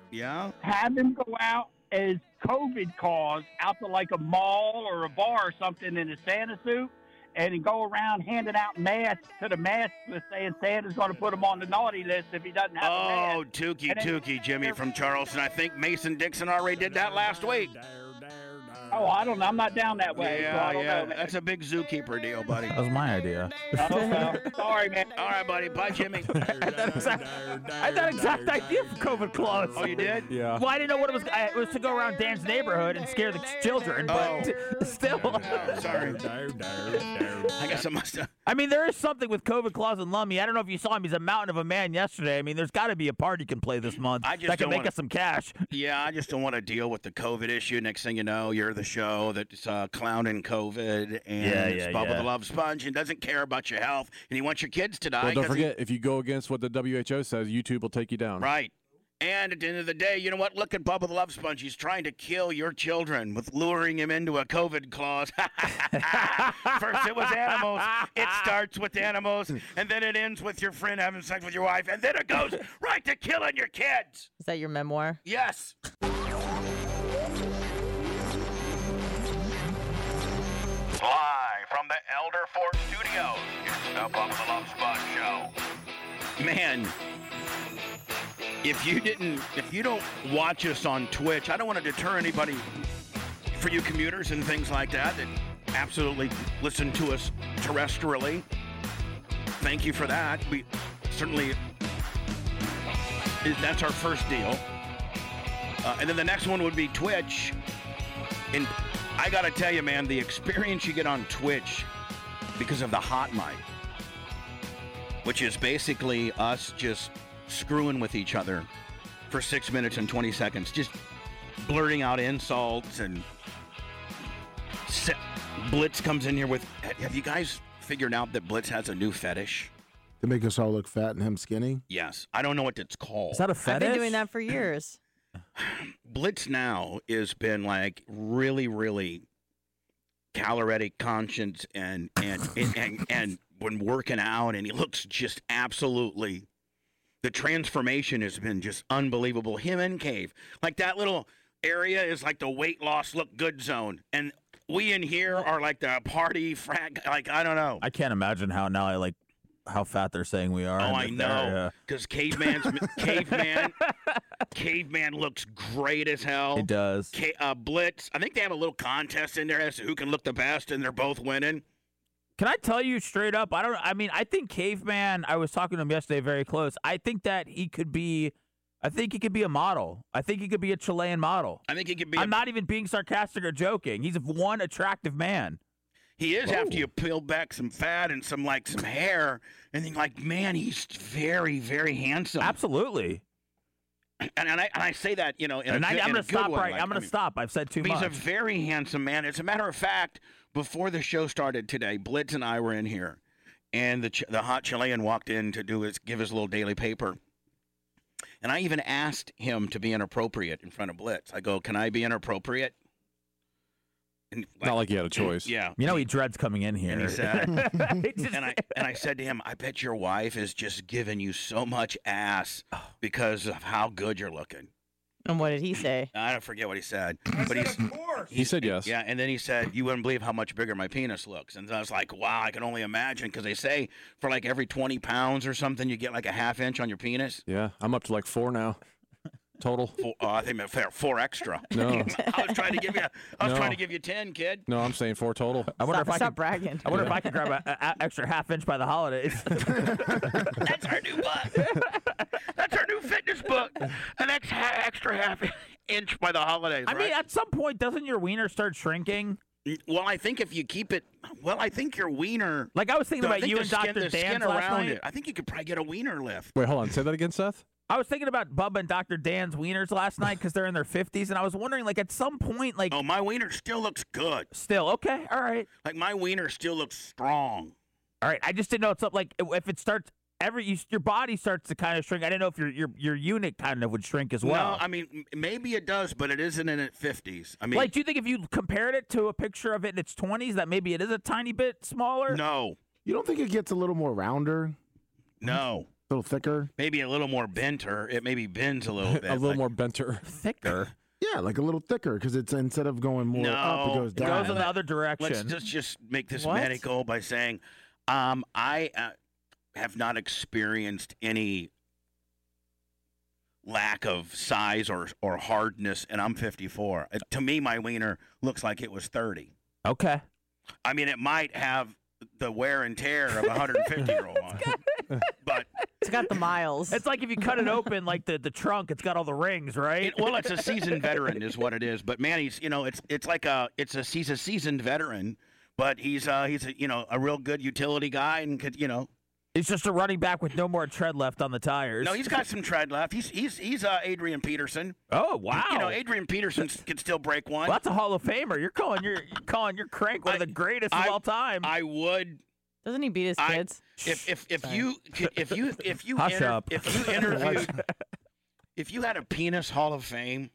Speaker 4: Yeah.
Speaker 14: Have him go out as COVID Claus out to like a mall or a bar or something in a Santa suit and go around handing out masks to the maskless saying Santa's going to put him on the naughty list if he doesn't have a mask.
Speaker 4: Oh, Tukey Tukey Jimmy from Charleston. I think Mason Dixon already did that last week.
Speaker 14: Oh, I don't know. I'm not down that way. so
Speaker 4: Yeah,
Speaker 14: I don't
Speaker 4: yeah.
Speaker 14: know, man.
Speaker 4: That's a big zookeeper deal, buddy.
Speaker 5: That was my idea.
Speaker 14: Sorry, man.
Speaker 4: All right, buddy. Bye, Jimmy.
Speaker 5: I had that exact idea for COVID clause.
Speaker 4: Oh, you did?
Speaker 9: Yeah.
Speaker 5: Well, I didn't know what it was. I, it was to go around Dan's neighborhood and scare the children,
Speaker 4: Oh.
Speaker 5: but still.
Speaker 4: Sorry. I guess I must have.
Speaker 5: I mean, there is something with COVID clause and Lummy. I don't know if you saw him. He's a mountain of a man yesterday. I mean, there's got to be a part he can play this month
Speaker 4: I just
Speaker 5: that can
Speaker 4: don't
Speaker 5: make
Speaker 4: wanna-
Speaker 5: us some cash.
Speaker 4: Yeah, I just don't want to deal with the COVID issue. Next thing you know, you're the show that's uh, clowning COVID, and
Speaker 9: Yeah,
Speaker 4: it's
Speaker 9: yeah,
Speaker 4: Bubba
Speaker 9: yeah.
Speaker 4: the Love Sponge, and doesn't care about your health, and he wants your kids to die.
Speaker 9: Well, don't
Speaker 4: 'cause he-
Speaker 9: forget, if you go against what the WHO says, YouTube will take you down.
Speaker 4: Right. And at the end of the day, you know what? Look at Bubba the Love Sponge. He's trying to kill your children with luring him into a COVID clause. First it was animals. It starts with animals, and then it ends with your friend having sex with your wife, and then it goes right to killing your kids.
Speaker 10: Is that your memoir?
Speaker 4: Yes. Live from the Elder Fort Studios, here's the Bubba the Love Sponge Show. Man, if you didn't, if you don't watch us on Twitch, I don't want to deter anybody for you commuters and things like that that absolutely listen to us terrestrially. Thank you for that. We certainly is- that's our first deal. Uh, and then the next one would be Twitch. And I got to tell you, man, the experience you get on Twitch because of the hot mic, which is basically us just screwing with each other for six minutes and 20 seconds, just blurting out insults and se- Blitz comes in here with. ha- Have you guys figured out that Blitz has a new fetish?
Speaker 6: They make us all look fat and him skinny.
Speaker 4: Yes. I don't know what it's called.
Speaker 10: I've been doing that for years.
Speaker 4: Blitz now has been like really, really caloric conscience and and and, and, and when working out and he looks just absolutely the transformation has been just unbelievable. Him and Cave. Like that little area is like the weight loss look good zone. And we in here are like the party frat like I don't know.
Speaker 5: I can't imagine how now I like how fat they're saying we are.
Speaker 4: Oh,
Speaker 5: and
Speaker 4: I
Speaker 5: that they're, uh,
Speaker 4: know, because caveman's caveman, caveman looks great as hell.
Speaker 5: It does.
Speaker 4: Ca- uh, Blitz. I think they have a little contest in there as to who can look the best, and they're both winning.
Speaker 5: Can I tell you straight up? I don't. I mean, I think Caveman. I was talking to him yesterday, very close. I think that he could be. I think he could be a model. I think he could be a Chilean model.
Speaker 4: I think he could be.
Speaker 5: I'm not even being sarcastic or joking. He's one attractive man.
Speaker 4: He is after you peel back some fat and some like some hair, and then like, man, he's very, very handsome.
Speaker 5: Absolutely.
Speaker 4: And, and I and I say that you know, in
Speaker 5: and
Speaker 4: a
Speaker 5: I,
Speaker 4: good,
Speaker 5: I'm
Speaker 4: in
Speaker 5: gonna
Speaker 4: a good
Speaker 5: stop
Speaker 4: way,
Speaker 5: right.
Speaker 4: like,
Speaker 5: I'm
Speaker 4: I
Speaker 5: gonna
Speaker 4: mean-
Speaker 5: stop. I've said too
Speaker 4: He's
Speaker 5: much.
Speaker 4: a very handsome man. As a matter of fact, before the show started today, Blitz and I were in here, and the Ch- the hot Chilean walked in to do his give his little daily paper, and I even asked him to be inappropriate in front of Blitz. I go, "Can I be inappropriate?" And
Speaker 9: Not like you had a choice.
Speaker 4: Yeah.
Speaker 5: You know he dreads coming in here.
Speaker 4: and he said, and I and I said to him, I bet your wife is just giving you so much ass because of how good you're looking.
Speaker 10: And what did he say?
Speaker 4: I don't forget what he said, but he's, he
Speaker 9: said yes.
Speaker 4: Yeah, and then he said, "You wouldn't believe how much bigger my penis looks." And I was like, "Wow, I can only imagine." Because they say for like every twenty pounds or something, you get like a half inch on your penis.
Speaker 9: Yeah, I'm up to like four now. total.
Speaker 4: Four, uh, I think meant fair. Four extra.
Speaker 9: No.
Speaker 4: I was trying to give you. I was
Speaker 9: No.
Speaker 4: trying to give you ten, kid.
Speaker 9: No, I'm saying four total.
Speaker 5: I wonder if I could, I wonder if
Speaker 9: Yeah.
Speaker 5: I could grab an extra half inch by the holidays.
Speaker 4: That's our new fitness book. An extra, extra half inch by the holidays.
Speaker 5: I mean,
Speaker 4: right?
Speaker 5: at some point, doesn't your wiener start shrinking?
Speaker 4: Well, I think if you keep it, well, I think your wiener.
Speaker 5: Like I was thinking
Speaker 4: the- I
Speaker 5: about
Speaker 4: think
Speaker 5: you
Speaker 4: the
Speaker 5: and
Speaker 4: skin,
Speaker 5: Dr.
Speaker 4: the skin
Speaker 5: Dan's last
Speaker 4: around
Speaker 5: night.
Speaker 4: it. I think you could probably get a wiener lift.
Speaker 9: Wait, hold on. Say that again, Seth.
Speaker 5: I was thinking about Bubba and Dr. Dan's wieners last night because they're in their 50s, and I was wondering, like, at some point, like.
Speaker 4: Oh, my wiener still looks good.
Speaker 5: Still, okay, all right.
Speaker 4: Like, my wiener still looks strong.
Speaker 5: All right, I just didn't know it's up. Like, if it starts, every you, your body starts to kind of shrink. I didn't know if your your your unit kind of would shrink as well.
Speaker 4: No, I mean m- maybe it does, but it isn't in its fifties. I mean,
Speaker 5: like, do you think if you compared it to a picture of it in its 20s, that maybe it is a tiny bit smaller?
Speaker 4: No.
Speaker 6: You don't think it gets a little more rounder?
Speaker 4: No.
Speaker 6: A little thicker?
Speaker 4: maybe a little more benter. It maybe bends a little bit.
Speaker 6: little
Speaker 4: like-
Speaker 6: more
Speaker 9: benter.
Speaker 5: Thicker?
Speaker 6: Yeah, like a little thicker because it's instead of going more
Speaker 4: no,
Speaker 6: up, it goes down.
Speaker 5: in the other
Speaker 4: Let's
Speaker 5: direction.
Speaker 4: just just make this
Speaker 5: What?
Speaker 4: medical by saying, um, I uh, have not experienced any lack of size or or hardness, and I'm 54. Uh, to me, my wiener looks like it was 30.
Speaker 5: Okay.
Speaker 4: I mean, it might have the wear and tear of a 150 year old on it.
Speaker 10: It's got the miles.
Speaker 5: It's like if you cut it open, like the, the trunk, it's got all the rings, right?
Speaker 4: It- well, it's a seasoned veteran, is what it is. But man, he's you know, it's it's like a it's a he's a seasoned veteran, but he's uh he's a, you know a real good utility guy and could you know
Speaker 5: It's just a running back with no more tread left on the tires.
Speaker 4: no he's got some tread left. He's he's he's uh Adrian Peterson.
Speaker 5: Oh wow!
Speaker 4: You know Adrian Peterson s- can still break one.
Speaker 5: Well, that's a Hall of Famer. You're calling your you're calling your crank one of the greatest
Speaker 4: I-
Speaker 5: of all time.
Speaker 4: I would.
Speaker 10: Doesn't he beat his kids?
Speaker 4: If if if you could- if you if you
Speaker 5: Hush
Speaker 4: inter-
Speaker 5: up.
Speaker 4: if you interviewed if you had a penis Hall of Fame,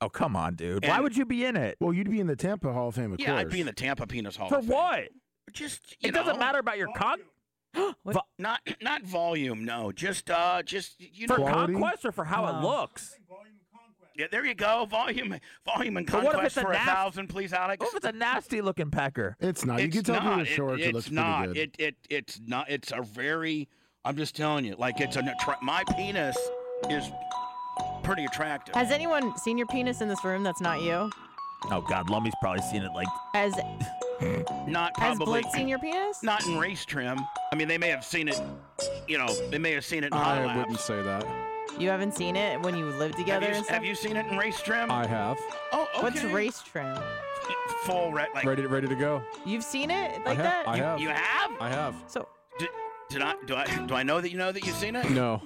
Speaker 5: Oh come on, dude! Why
Speaker 4: And-
Speaker 5: would you be in it?
Speaker 6: Well, you'd be in the Tampa Hall of Fame, of
Speaker 4: yeah,
Speaker 6: course.
Speaker 4: I'd be in the Tampa Penis Hall
Speaker 5: For
Speaker 4: of Fame.
Speaker 5: what?
Speaker 4: Just
Speaker 5: It doesn't matter about your con. Vo-
Speaker 4: not not volume, no. Just uh just you
Speaker 5: for
Speaker 4: know
Speaker 5: conquest or for how it looks.
Speaker 4: Yeah, there you go. Volume volume and
Speaker 5: But
Speaker 4: conquest
Speaker 5: what if it's a
Speaker 4: for a
Speaker 5: nas-
Speaker 4: thousand, please, Alex.
Speaker 5: What if it's a nasty looking pecker?
Speaker 6: It's not. you
Speaker 4: It's
Speaker 6: can tell
Speaker 4: not.
Speaker 6: from the shorts, it,
Speaker 4: it's
Speaker 6: looks
Speaker 4: not.
Speaker 6: pretty good.
Speaker 4: It it it's not it's a very I'm just telling you, like it's an attra- my penis is pretty attractive.
Speaker 10: Has anyone seen your penis in this room that's not you?
Speaker 5: Oh God, Lummy's probably seen it like
Speaker 10: Has
Speaker 4: Not
Speaker 10: has
Speaker 4: probably
Speaker 10: Blitz seen your penis?
Speaker 4: not in race trim. I mean they may have seen it you know, they may have seen it in hot
Speaker 9: I
Speaker 4: laps.
Speaker 9: wouldn't say that.
Speaker 10: You haven't seen it when you lived
Speaker 4: Have
Speaker 10: together.
Speaker 4: you,
Speaker 10: and stuff?
Speaker 4: have you seen it in race trim?
Speaker 9: I have.
Speaker 4: oh, okay.
Speaker 10: What's race trim?
Speaker 4: Full red, like
Speaker 9: ready, ready to go.
Speaker 10: You've seen it like
Speaker 9: I have.
Speaker 10: that?
Speaker 9: I
Speaker 4: You-
Speaker 9: have.
Speaker 4: you have?
Speaker 9: I have.
Speaker 10: So
Speaker 4: Did, did I do I do I know that you know that you've seen it?
Speaker 9: No.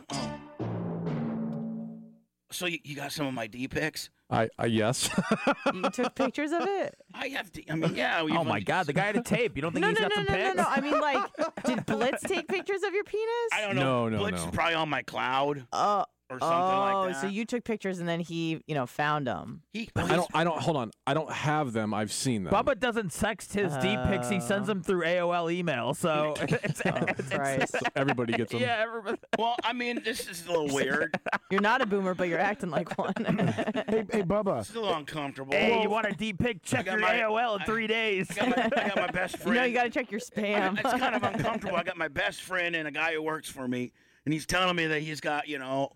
Speaker 4: So you, you got some of my D pics?
Speaker 9: I, I yes.
Speaker 10: you took pictures of it?
Speaker 4: I have D. I mean, yeah.
Speaker 5: Oh my God, the guy had a tape. You don't think
Speaker 10: No,
Speaker 5: he's
Speaker 10: no,
Speaker 5: got some
Speaker 10: no, no, no,
Speaker 5: pics?
Speaker 10: no. I mean, like, did Blitz take pictures of your penis?
Speaker 4: I don't know.
Speaker 9: No, no,
Speaker 4: Blitz is
Speaker 9: no.
Speaker 4: probably on my cloud
Speaker 10: Oh,
Speaker 4: or something
Speaker 10: oh,
Speaker 4: like that.
Speaker 10: so you took pictures and then he, you know, found them.
Speaker 4: He,
Speaker 9: I don't. I don't. Hold on. I don't have them. I've seen them.
Speaker 5: Bubba doesn't sext his D pics. He sends them through AOL email. So it's, it's-
Speaker 10: Oh. Right.
Speaker 9: So everybody gets them.
Speaker 5: yeah, everybody.
Speaker 4: well, I mean, this is a little weird.
Speaker 10: You're not a boomer, but you're acting like one.
Speaker 6: hey, hey, Bubba.
Speaker 4: It's a little uncomfortable.
Speaker 5: Hey, you want a D pic?
Speaker 4: I
Speaker 5: Check
Speaker 4: got
Speaker 5: your
Speaker 4: my-
Speaker 5: AOL in three days.
Speaker 4: I got my, I got my best
Speaker 10: you
Speaker 4: friend.
Speaker 10: know, you got to check your spam.
Speaker 4: It's kind of uncomfortable. I got my best friend and a guy who works for me, and he's telling me that he's got, you know.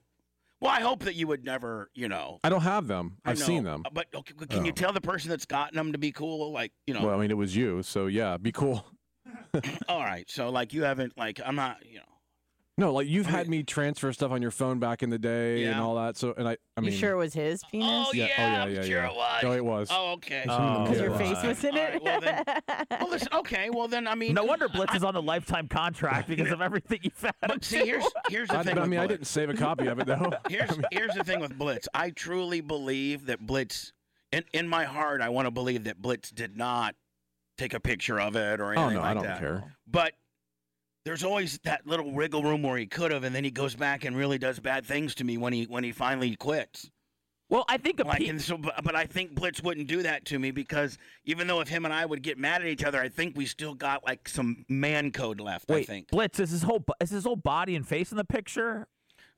Speaker 4: Well, I hope that you would never, you know.
Speaker 9: I don't have them.
Speaker 4: I
Speaker 9: I've seen
Speaker 4: know,
Speaker 9: them. Oh.
Speaker 4: But okay, but can you tell the person that's gotten them to be cool? Like, you know.
Speaker 9: Well, I mean, it was you, so yeah, be cool.
Speaker 4: all right. So, like, you haven't, like, I'm not, you know.
Speaker 9: No, like you've had me transfer stuff on your phone back in the day and
Speaker 4: Yeah.
Speaker 9: all that. So, and I, I mean,
Speaker 10: you sure it was his penis?
Speaker 4: Oh, yeah.
Speaker 9: Yeah, oh, yeah,
Speaker 4: I'm
Speaker 9: yeah,
Speaker 4: sure
Speaker 9: yeah.
Speaker 4: it was.
Speaker 9: No, it was.
Speaker 4: Oh, okay.
Speaker 9: Oh,
Speaker 10: Because your
Speaker 9: yeah.
Speaker 10: face was in
Speaker 4: All
Speaker 10: it.
Speaker 4: right, well, then- Well, listen, okay. Well, then, I mean.
Speaker 5: No wonder Blitz is on the lifetime contract because of everything you found. him
Speaker 4: But see,
Speaker 5: do.
Speaker 4: here's here's the
Speaker 9: I,
Speaker 4: thing.
Speaker 9: but, I
Speaker 4: with
Speaker 9: mean, I
Speaker 4: Blitz.
Speaker 9: didn't save a copy of it though.
Speaker 4: Here's here's the thing with Blitz. I truly believe that Blitz, in in my heart, I want to believe that Blitz did not take a picture of it or anything
Speaker 9: oh no,
Speaker 4: like
Speaker 9: I don't
Speaker 4: that.
Speaker 9: care.
Speaker 4: But there's always that little wriggle room where he could have, and then he goes back and really does bad things to me when he when he finally quits.
Speaker 5: Well, I think a
Speaker 4: Like,
Speaker 5: pe-
Speaker 4: and so, but but I think Blitz wouldn't do that to me because even though if him and I would get mad at each other, I think we still got like some man code left. I
Speaker 5: wait,
Speaker 4: think.
Speaker 5: Blitz is his whole bo- is his whole body and face in the picture.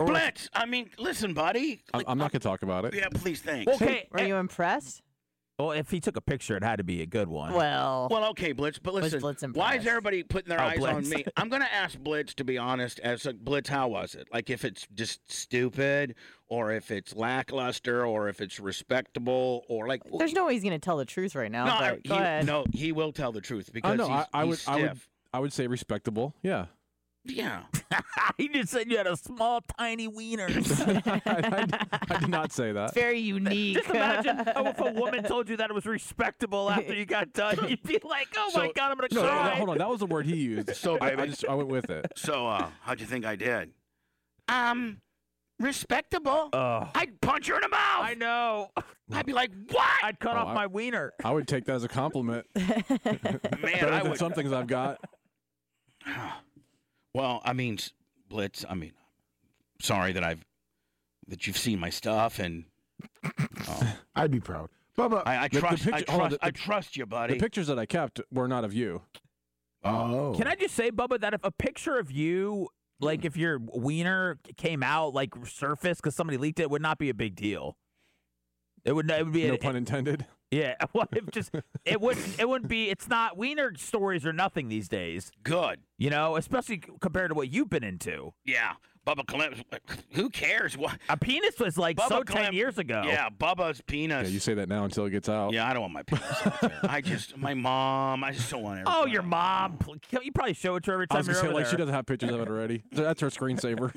Speaker 5: Or was-
Speaker 4: Blitz, I mean, listen, buddy.
Speaker 9: I'm, I'm not gonna talk about it.
Speaker 4: Yeah, please, thanks.
Speaker 5: Okay,
Speaker 10: Were you impressed?
Speaker 5: Well, if he took a picture, it had to be a good one.
Speaker 4: well, okay, Blitz. But listen, why is everybody putting their
Speaker 5: Oh,
Speaker 4: eyes on
Speaker 5: Blitz.
Speaker 4: me? I'm gonna ask Blitz to be honest. As like, Blitz, how was it? Like, if it's just stupid, or if it's lackluster, or if it's respectable, or like,
Speaker 10: There's no way he's gonna tell the truth right now.
Speaker 4: no,
Speaker 10: but
Speaker 4: I- he,
Speaker 10: go ahead.
Speaker 4: no, he will tell the truth because
Speaker 9: I know.
Speaker 4: he's,
Speaker 9: Oh, I, I
Speaker 4: he's
Speaker 9: would.
Speaker 4: stiff.
Speaker 9: I would. I would say respectable. Yeah.
Speaker 4: Yeah.
Speaker 5: he just said you had a small, tiny wiener.
Speaker 9: I did not say that.
Speaker 10: very unique.
Speaker 5: Just imagine how if a woman told you that it was respectable after you got done, you'd be like, "Oh my
Speaker 9: So-
Speaker 5: god, I'm gonna
Speaker 9: no,
Speaker 5: cry."
Speaker 9: no, hold on. That was the word he used.
Speaker 4: So,
Speaker 9: I, I
Speaker 4: baby.
Speaker 9: just I went with it.
Speaker 4: So, uh, how'd you think I did? Um, respectable.
Speaker 9: Oh.
Speaker 4: I'd punch her in the mouth. I
Speaker 5: Uh. know.
Speaker 4: I'd be like, what?
Speaker 5: I'd cut
Speaker 9: Oh,
Speaker 5: off
Speaker 9: I-
Speaker 5: my wiener.
Speaker 9: I would take that as a compliment.
Speaker 4: Man,
Speaker 9: Better
Speaker 4: I
Speaker 9: than
Speaker 4: would.
Speaker 9: some things I've got.
Speaker 4: Well, I mean, s- Blitz. I mean, sorry that I've that you've seen my stuff, and
Speaker 6: I'd be proud. Bubba,
Speaker 4: I, I
Speaker 9: The- the
Speaker 4: trust. I
Speaker 9: picture- hold on,
Speaker 4: trust.
Speaker 9: the-
Speaker 4: I
Speaker 9: the-
Speaker 4: trust you, buddy.
Speaker 9: The pictures that I kept were not of you.
Speaker 6: Oh.
Speaker 5: Can I just say, Bubba, that if a picture of you, like if your wiener came out, like surfaced because somebody leaked it, it would not be a big deal. It would. It would be
Speaker 9: No
Speaker 5: an-
Speaker 9: pun intended.
Speaker 5: Yeah, well, it just it wouldn't it wouldn't be. It's not wiener stories are nothing these days.
Speaker 4: Good,
Speaker 5: you know, especially c- compared to what you've been into.
Speaker 4: yeah, Bubba Clem. Who cares? What
Speaker 5: a penis was like
Speaker 4: Bubba
Speaker 5: so ten
Speaker 4: Clem-
Speaker 5: years ago.
Speaker 4: Yeah, Bubba's penis.
Speaker 9: Yeah, you say that now until it gets out.
Speaker 4: Yeah, I don't want my penis out there. I just my mom. I just don't want.
Speaker 5: Oh, your mom. pl- You probably show it to her every
Speaker 9: I
Speaker 5: time
Speaker 9: was
Speaker 5: you're
Speaker 9: gonna say
Speaker 5: over
Speaker 9: like she
Speaker 5: there.
Speaker 9: doesn't have pictures of it already. So That's her screensaver.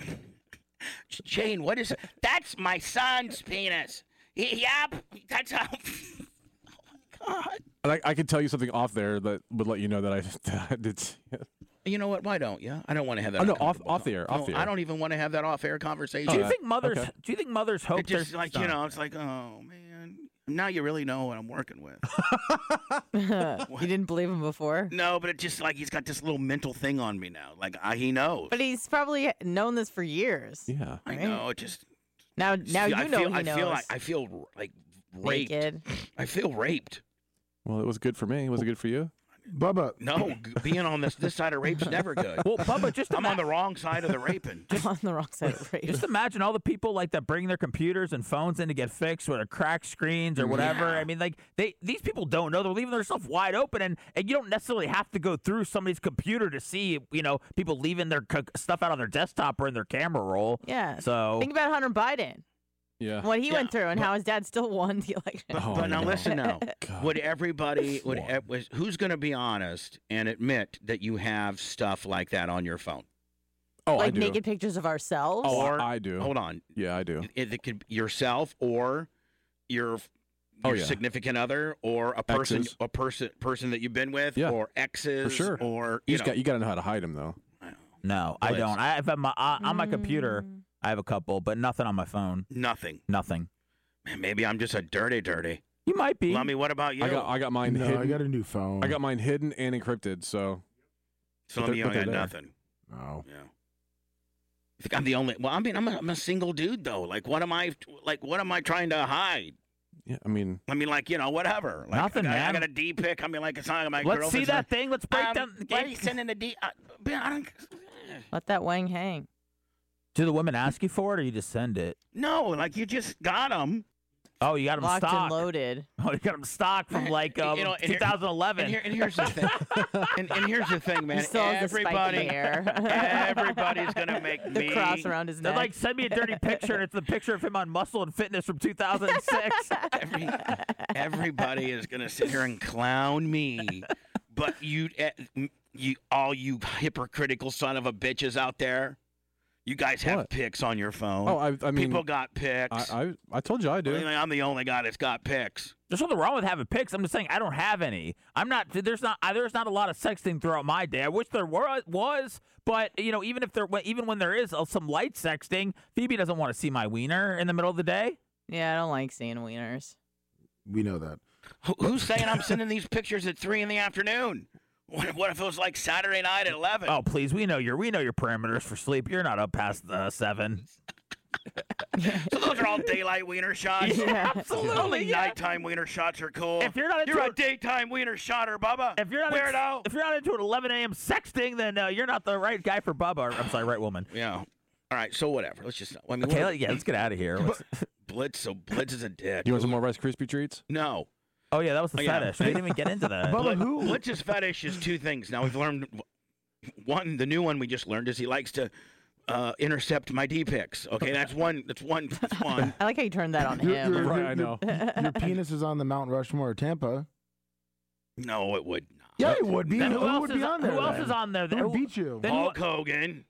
Speaker 4: Jane, what is that's my son's penis? Y- Yep, that's how.
Speaker 9: And I, I could tell you something off there that would let you know that I, that I did. see it.
Speaker 4: You know what? Why don't you? I don't want to have that.
Speaker 9: Oh, no, off
Speaker 4: uncomfortable
Speaker 9: off the air,
Speaker 4: con-
Speaker 9: off
Speaker 4: No,
Speaker 9: the air.
Speaker 4: I don't even want to have that off-air conversation.
Speaker 5: Do you think mothers? Do you think mothers hope
Speaker 4: It's Uh, just
Speaker 5: their
Speaker 4: like you know, it's like, oh man, now you really know what I'm working with.
Speaker 10: you didn't believe him before,
Speaker 4: no, but it's just like he's got this little mental thing on me now. Like I, he knows.
Speaker 10: but he's probably known this for years.
Speaker 9: Yeah,
Speaker 4: I know. It just
Speaker 10: Now, now
Speaker 4: See,
Speaker 10: you
Speaker 4: I
Speaker 10: know
Speaker 4: feel,
Speaker 10: he
Speaker 4: I
Speaker 10: knows.
Speaker 4: feel like I feel r- like raped.
Speaker 10: Naked.
Speaker 4: I feel raped.
Speaker 9: Well, it was good for me. Was it good for you?
Speaker 6: Bubba.
Speaker 4: No, g- being on this this side of rape's never good.
Speaker 5: Well, Bubba, just
Speaker 4: I'm on the wrong side of the raping.
Speaker 10: on the wrong side of rape.
Speaker 5: Just imagine all the people like that bring their computers and phones in to get fixed with their cracked screens or whatever.
Speaker 4: Yeah.
Speaker 5: I mean, like they these people don't know they're leaving themselves wide open, and, and you don't necessarily have to go through somebody's computer to see you know people leaving their c- stuff out on their desktop or in their camera roll.
Speaker 10: Yeah.
Speaker 5: So
Speaker 10: Think about Hunter Biden,
Speaker 9: yeah.
Speaker 10: what he went through, and how his dad still won the election.
Speaker 4: But,
Speaker 9: Oh,
Speaker 4: but now listen now. Would everybody would e- was, who's going to be honest and admit that you have stuff like that on your phone?
Speaker 9: Oh, I
Speaker 10: like
Speaker 9: do.
Speaker 10: naked pictures of ourselves.
Speaker 9: Oh, I-
Speaker 4: Or-
Speaker 9: I do.
Speaker 4: Hold on,
Speaker 9: Yeah, I do.
Speaker 4: it, it could be yourself or your
Speaker 9: Oh,
Speaker 4: your
Speaker 9: yeah.
Speaker 4: significant other or a person
Speaker 9: Exes.
Speaker 4: a person person that you've been with
Speaker 9: Yeah.
Speaker 4: or exes
Speaker 9: For sure.
Speaker 4: or
Speaker 9: You,
Speaker 4: you,
Speaker 9: just
Speaker 4: know
Speaker 9: got you got to know how to hide them though.
Speaker 5: no, I
Speaker 4: Blitz.
Speaker 5: don't. I have my I, on my computer.
Speaker 10: Mm.
Speaker 5: I have a couple, but nothing on my phone.
Speaker 4: nothing.
Speaker 5: Nothing.
Speaker 4: Man, maybe I'm just a dirty dirty.
Speaker 5: You might be.
Speaker 4: Lummy, what about you?
Speaker 9: I got I got mine
Speaker 6: No,
Speaker 9: hidden.
Speaker 6: I got a new phone.
Speaker 9: I got mine hidden and encrypted. So
Speaker 4: Some of
Speaker 9: but they're-
Speaker 4: you don't
Speaker 9: but they're
Speaker 4: got
Speaker 9: there.
Speaker 4: nothing.
Speaker 6: No.
Speaker 4: Yeah. I think I'm the only. Well, I mean, I'm a, I'm a single dude though. Like, what am I? Like, what am I trying to hide?
Speaker 9: yeah, I mean,
Speaker 4: I mean, like, you know, whatever. Like,
Speaker 5: Nothing,
Speaker 4: I got,
Speaker 5: man.
Speaker 4: I got a D pick. I mean, like, it's not my
Speaker 5: Let's see
Speaker 4: girlfriend's
Speaker 5: that
Speaker 4: not-
Speaker 5: thing. Let's break
Speaker 4: Um,
Speaker 5: down. The
Speaker 4: Why are
Speaker 5: game.
Speaker 4: you sending a D? I, man, I don't.
Speaker 10: Let that wang hang.
Speaker 5: Do the women ask you for it, or you just send it?
Speaker 4: No, like, you just got them.
Speaker 5: Oh, you got them
Speaker 10: Locked and
Speaker 5: stocked.
Speaker 10: loaded.
Speaker 5: Oh, you got them stocked from like um,
Speaker 4: You know, and here- And,
Speaker 5: 2011.
Speaker 4: here, and here's the thing. and, and here's the thing, man.
Speaker 10: he still has the spike in
Speaker 4: Everybody,
Speaker 10: the air.
Speaker 4: everybody's gonna make
Speaker 10: the
Speaker 4: me.
Speaker 10: cross around his
Speaker 5: They're
Speaker 10: neck.
Speaker 5: like, send me a dirty picture, and it's the picture of him on Muscle and Fitness from 2006.
Speaker 4: Every, everybody is gonna sit here and clown me, but you, eh, m- you, all you hypocritical son of a bitches out there, you guys have
Speaker 9: What?
Speaker 4: pics on your phone.
Speaker 9: oh, I I mean,
Speaker 4: people got pics.
Speaker 9: I, I I told you I
Speaker 4: I
Speaker 9: do.
Speaker 4: mean, I'm the only guy that's got pics.
Speaker 5: there's nothing wrong with having pics. I'm just saying I don't have any. I'm not. There's not. I, there's not a lot of sexting throughout my day. I wish there were was, but you know, even if there, even when there is uh, some light sexting, Phoebe doesn't want to see my wiener in the middle of the day.
Speaker 10: yeah, I don't like seeing wieners.
Speaker 6: We know that.
Speaker 4: Who, who's saying I'm sending these pictures at three in the afternoon? What, what if it was like Saturday night at eleven?
Speaker 5: Oh, please, we know your we know your parameters for sleep. You're not up past uh, seven.
Speaker 4: So those are all daylight wiener shots.
Speaker 10: Yeah.
Speaker 4: Only
Speaker 5: Absolutely, yeah.
Speaker 4: nighttime wiener shots are cool.
Speaker 5: If you're not
Speaker 4: you're a
Speaker 5: into-
Speaker 4: daytime wiener shotter, Bubba.
Speaker 5: If you're not
Speaker 4: weirdo.
Speaker 5: if you're not into an 11 a.m. sexting, then uh, you're not the right guy for Bubba. Or, I'm sorry, right woman.
Speaker 4: yeah. All right. So whatever. Let's just. I mean,
Speaker 5: Okay,
Speaker 4: what-
Speaker 5: let- yeah, let's get out of here. Let's-
Speaker 4: Blitz. So Blitz is a dick.
Speaker 9: You want some more Rice Krispie treats?
Speaker 4: No.
Speaker 5: Oh yeah, that was the
Speaker 4: Yeah.
Speaker 5: fetish. We didn't even get into that.
Speaker 4: Bubba, Blitz's fetish is two things. Now we've learned one. The new one we just learned is he likes to uh, intercept my D picks. Okay, that's one. That's one. That's one.
Speaker 10: I like how you turned that on
Speaker 4: You're-
Speaker 10: him.
Speaker 4: you're- Right, you're- I know.
Speaker 6: Your penis is on the Mount Rushmore of Tampa.
Speaker 4: No, it would not.
Speaker 6: Yeah, it would be.
Speaker 4: Then
Speaker 6: who
Speaker 4: who else
Speaker 6: would
Speaker 4: is-
Speaker 6: be on there?
Speaker 4: who else
Speaker 6: then?
Speaker 4: is on there
Speaker 6: Who
Speaker 4: then?
Speaker 6: would
Speaker 4: Who-
Speaker 6: beat you?
Speaker 4: Hulk Hogan.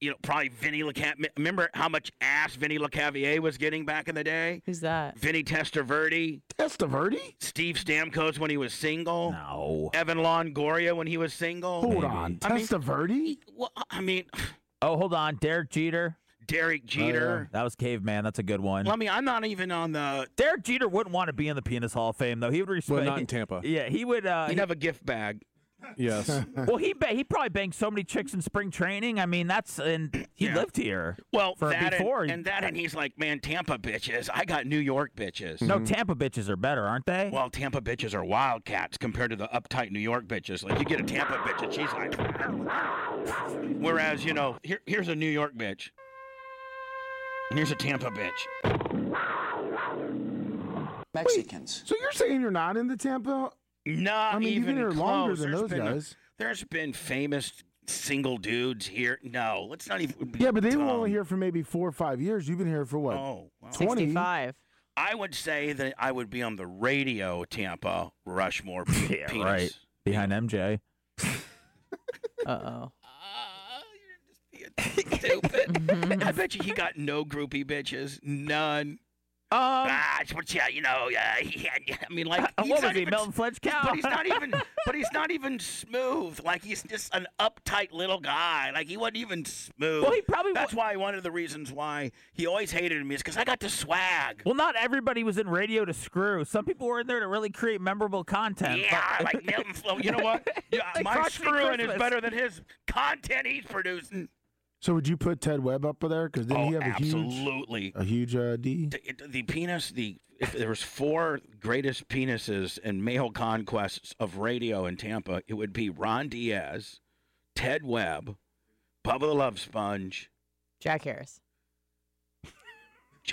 Speaker 4: You know, probably Vinny LeCav. Remember how much ass Vinny LeCavier was getting back in the day?
Speaker 10: Who's that?
Speaker 4: Vinny Testaverde.
Speaker 6: Testaverde?
Speaker 4: Steve Stamkos when he was single.
Speaker 5: No.
Speaker 4: Evan Longoria when he was single.
Speaker 5: Hold Maybe. on,
Speaker 4: I mean-
Speaker 6: Testaverde?
Speaker 4: Well, I mean,
Speaker 5: Oh, hold on, Derek Jeter. Oh,
Speaker 4: Derek Jeter.
Speaker 5: That was caveman. That's a good one.
Speaker 4: Let me. I'm not even on the.
Speaker 5: Derek Jeter wouldn't want to be in the Penis Hall of Fame though. He would respect.
Speaker 9: Well, not in Tampa.
Speaker 5: Yeah, he would. Uh,
Speaker 4: He'd have a gift bag.
Speaker 9: Yes.
Speaker 5: well, he ba- he probably banged so many chicks in spring training. I mean, that's and he
Speaker 4: Yeah.
Speaker 5: lived here.
Speaker 4: Well,
Speaker 5: for
Speaker 4: that
Speaker 5: before
Speaker 4: and, and that, and he's like, man, Tampa bitches. I got New York bitches.
Speaker 5: No,
Speaker 9: Mhm.
Speaker 5: Tampa bitches are better, aren't they?
Speaker 4: Well, Tampa bitches are wildcats compared to the uptight New York bitches. Like you get a Tampa bitch and she's like, whereas you know, here, here's a New York bitch, and here's a Tampa bitch.
Speaker 6: Mexicans. so you're saying you're not into Tampa?
Speaker 4: Not
Speaker 6: I mean, you've
Speaker 4: even
Speaker 6: been here
Speaker 4: close.
Speaker 6: longer than
Speaker 4: There's
Speaker 6: those
Speaker 4: been a-
Speaker 6: guys.
Speaker 4: there's been famous single dudes here. No, let's not even.
Speaker 6: Yeah, but they were
Speaker 4: dumb.
Speaker 6: only here for maybe four or five years. You've been here for what?
Speaker 4: Oh, wow.
Speaker 6: 20?
Speaker 4: I would say that I would be on the radio Tampa Rushmore. yeah, penis.
Speaker 5: right behind MJ. uh
Speaker 9: Uh-uh.
Speaker 5: oh.
Speaker 4: Stupid. I bet you he got no groupie bitches. None.
Speaker 5: Mm-hmm. Um,
Speaker 4: ah, it's what- yeah, you know, yeah, he had, I mean, like,
Speaker 5: Uh,
Speaker 4: he's
Speaker 5: what
Speaker 4: not
Speaker 5: was he,
Speaker 4: even-
Speaker 5: Milton Fletch Cow?
Speaker 4: But he's not even, but he's not even smooth. Like, he's just an uptight little guy. Like, he wasn't even smooth.
Speaker 5: Well, he probably
Speaker 4: That's why one of the reasons why he always hated me is because I got the swag.
Speaker 5: Well, not everybody was in radio to screw. Some people were in there to really create memorable content.
Speaker 4: Yeah, I like Milton Flo. You know what? Yeah,
Speaker 5: Like
Speaker 4: my
Speaker 5: Frosty
Speaker 4: screwing is
Speaker 5: Christmas.
Speaker 4: better than his content he's producing.
Speaker 6: So would you put Ted Webb up there? Because didn't he
Speaker 4: Oh,
Speaker 6: have a huge,
Speaker 4: absolutely.
Speaker 6: a huge uh, D?
Speaker 4: The, it- the penis, the if there was four greatest penises and male conquests of radio in Tampa, it would be Ron Diaz, Ted Webb, Bubba the Love Sponge.
Speaker 10: Jack Harris.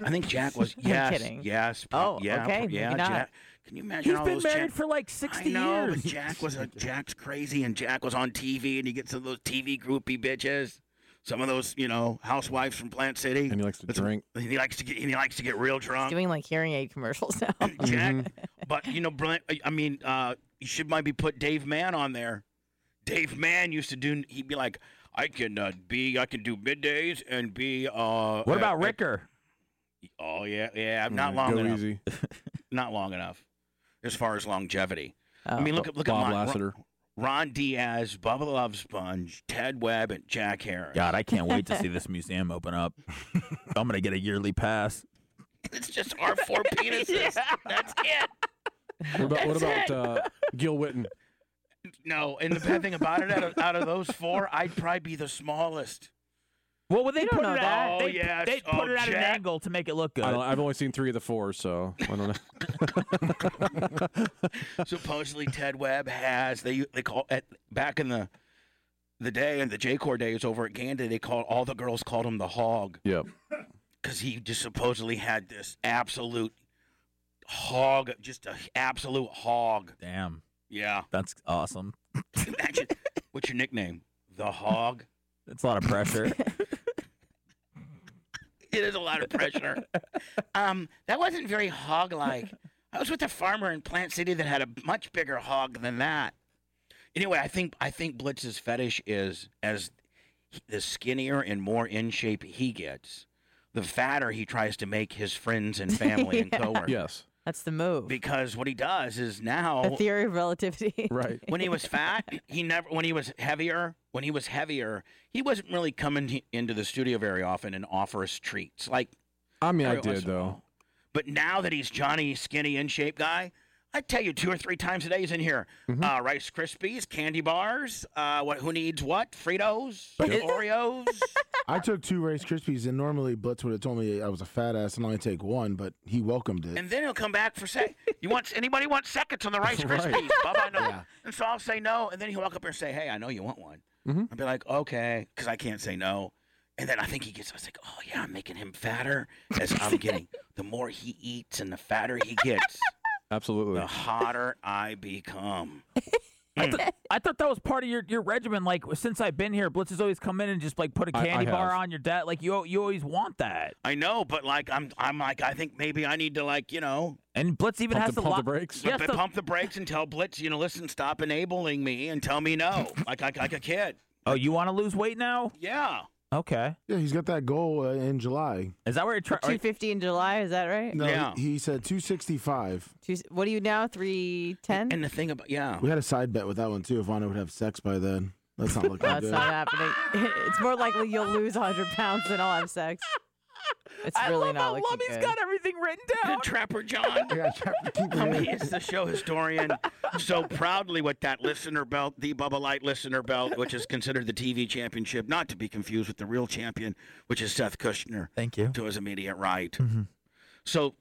Speaker 4: I think Jack was.
Speaker 10: I'm
Speaker 4: yes,
Speaker 10: kidding.
Speaker 4: Yes. prob-
Speaker 10: Oh,
Speaker 4: yeah,
Speaker 10: okay,
Speaker 4: prob- Yeah,
Speaker 10: maybe not.
Speaker 4: Jack. Can you imagine? all those Jack-
Speaker 5: like
Speaker 4: I know, but Jack was a Jack's crazy, and Jack was on TV, and he gets some of those TV groupie bitches, some of those you know housewives from Plant City. And he likes to drink. and he likes to get. And he likes to get real drunk.
Speaker 10: Doing like hearing aid commercials now.
Speaker 4: Jack, but you know, Brent. I- I mean, uh, you should maybe put Dave Mann on there. Dave Mann used to do. He'd be like, I can uh, be, I can do middays and be. Uh,
Speaker 5: What
Speaker 4: at-
Speaker 5: about
Speaker 4: at-
Speaker 5: Ricker?
Speaker 4: Oh yeah, yeah. I'm not long
Speaker 9: Mm, Go
Speaker 4: enough.
Speaker 9: easy.
Speaker 4: Not long enough, as far as longevity.
Speaker 9: Oh.
Speaker 4: I mean, look at look
Speaker 9: Bob
Speaker 4: at Ron,
Speaker 9: Lassiter.
Speaker 4: Ron Diaz, Bubba the Love Sponge, Ted Webb, and Jack Harris.
Speaker 5: God, I can't wait to see this museum open up. I'm gonna get a yearly pass.
Speaker 4: It's just our four penises. That's it.
Speaker 9: What about, what
Speaker 4: That's
Speaker 9: about uh, Gil Whitten?
Speaker 4: No, and the bad thing about it, out of, out of those four, I'd probably be the smallest.
Speaker 5: Well, when they
Speaker 4: You don't
Speaker 5: put
Speaker 4: know
Speaker 5: it
Speaker 4: that.
Speaker 5: at,
Speaker 4: Oh,
Speaker 5: they,
Speaker 4: yes.
Speaker 5: they
Speaker 4: Oh,
Speaker 5: put it at an
Speaker 4: Jack.
Speaker 5: angle to make it look good.
Speaker 9: I don't, I've only seen three of the four, so I don't know.
Speaker 4: Supposedly, Ted Webb has they they call at back in the the day in the J Corps days over at Gandy. They called all the girls called him the Hog
Speaker 9: yep.
Speaker 4: because he just supposedly had this absolute hog, just a absolute hog.
Speaker 5: Damn,
Speaker 4: Yeah,
Speaker 5: that's awesome.
Speaker 4: imagine what's your nickname? The Hog.
Speaker 5: That's a lot of pressure.
Speaker 4: It is a lot of pressure. um, that wasn't very hog like. I was with a farmer in Plant City that had a much bigger hog than that. Anyway, I think I think Blitz's fetish is as he- the skinnier and more in shape he gets, the fatter he tries to make his friends and family and
Speaker 10: Yeah.
Speaker 4: coworkers.
Speaker 9: Yes.
Speaker 10: That's the move.
Speaker 4: Because what he does is now
Speaker 10: The theory of relativity.
Speaker 9: Right.
Speaker 4: when he was fat, he never. When he was heavier, when he was heavier, he wasn't really coming he- into the studio very often and offer us treats. Like,
Speaker 9: I mean, I
Speaker 4: Every once in
Speaker 9: did
Speaker 4: a
Speaker 9: though.
Speaker 4: but now that he's Johnny Skinny in shape guy, I tell you two or three times a day he's in here.
Speaker 9: Mm-hmm.
Speaker 4: Uh, Rice Krispies, candy bars. Uh, what? Who needs what? Fritos, Oreos.
Speaker 6: I took two Rice Krispies, and normally Blitz would have told me I was a fat ass and only take one, but he welcomed it.
Speaker 4: And then he'll come back for say, you want anybody want seconds on the Rice
Speaker 6: Right.
Speaker 4: Krispies? Bubba, I know. And so I'll say no, and then he'll walk up here and say, hey, I know you want one.
Speaker 9: Mhm.
Speaker 4: I'll be like, okay, because I can't say no. And then I think he gets, I was like, oh yeah, I'm making him fatter as I'm getting. The more he eats and the fatter he gets.
Speaker 9: Absolutely.
Speaker 4: the hotter I become.
Speaker 5: I, th- I thought that was part of your, your regimen. Like since I've been here, Blitz has always come in and just like put a
Speaker 4: I- I
Speaker 5: candy bar
Speaker 4: have.
Speaker 5: on your debt. Like you al- you always want that.
Speaker 4: I know, but like I'm I'm like I think maybe I need to like you know.
Speaker 5: And Blitz even Pump has the- to pump lo- the brakes?
Speaker 4: But,
Speaker 5: Yes,
Speaker 4: but
Speaker 5: the-
Speaker 4: pump the brakes and tell Blitz, you know, listen, stop enabling me and tell me no, like like, like a kid.
Speaker 5: Oh, you want to lose weight now?
Speaker 4: Yeah.
Speaker 5: Okay.
Speaker 6: Yeah, he's got that goal uh, in July.
Speaker 5: Is that where it
Speaker 10: Two fifty in July, is that right?
Speaker 6: No, he, he said 265.
Speaker 10: Two, what are you now? Three ten.
Speaker 4: And the thing about yeah,
Speaker 6: We had a side bet with that one too. If Anna would have sex by then, that's not looking
Speaker 10: that's
Speaker 6: good.
Speaker 10: not happening. it's more likely you'll lose hundred pounds than I'll have sex. It's really not looking
Speaker 5: Lummy's
Speaker 10: good.
Speaker 5: got everything written down.
Speaker 4: Trapper John. Tommy is the show historian, so proudly with that listener belt, the Bubba Light listener belt, which is considered the TV championship, not to be confused with the real champion, which is Seth Kushner.
Speaker 5: Thank you. Mm-hmm.
Speaker 4: To his immediate right. So,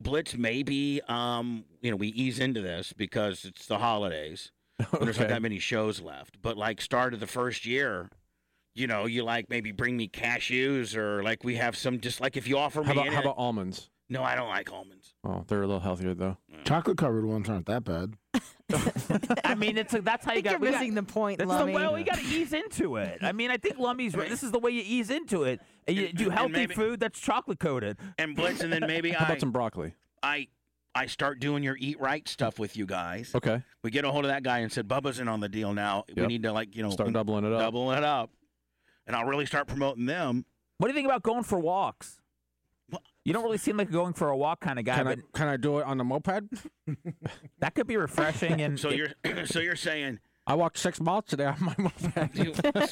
Speaker 4: Blitz, maybe um, you know we ease into this because it's the holidays. and There's not
Speaker 9: Okay.
Speaker 4: that many shows left, but like start of the first year. You know, you like maybe bring me cashews or like we have some just like if you offer
Speaker 9: How
Speaker 4: me
Speaker 9: about how
Speaker 4: any-
Speaker 9: about almonds?
Speaker 4: No, I don't like almonds.
Speaker 9: Oh, they're a little healthier though.
Speaker 6: Chocolate covered ones aren't that bad.
Speaker 5: I mean, it's like that's how you
Speaker 10: think
Speaker 5: got.
Speaker 10: you're
Speaker 5: we got-
Speaker 10: missing the point,
Speaker 5: That's
Speaker 10: Lummy.
Speaker 5: the well, you got to ease into it. I mean, I think Lummy's. right. This is the way you ease into it. And you do
Speaker 4: and
Speaker 5: healthy
Speaker 4: maybe-
Speaker 5: food that's chocolate coated.
Speaker 4: And Blitz, and then maybe
Speaker 9: How
Speaker 4: I-
Speaker 9: about some broccoli?
Speaker 4: I I start doing your eat right stuff with you guys.
Speaker 9: Okay.
Speaker 4: We get a hold of that guy and said, Bubba's in on the deal now. We
Speaker 9: Yep.
Speaker 4: need to like, you know,
Speaker 9: Start doubling it up.
Speaker 4: doubling it up. And I'll really start promoting them.
Speaker 5: What do you think about going for walks? You don't really seem like a going for a walk kind of guy.
Speaker 9: Can I
Speaker 5: but
Speaker 9: can I do it on the moped?
Speaker 5: that could be refreshing. And
Speaker 4: So you're so you're saying
Speaker 9: I walked six miles today on my moped.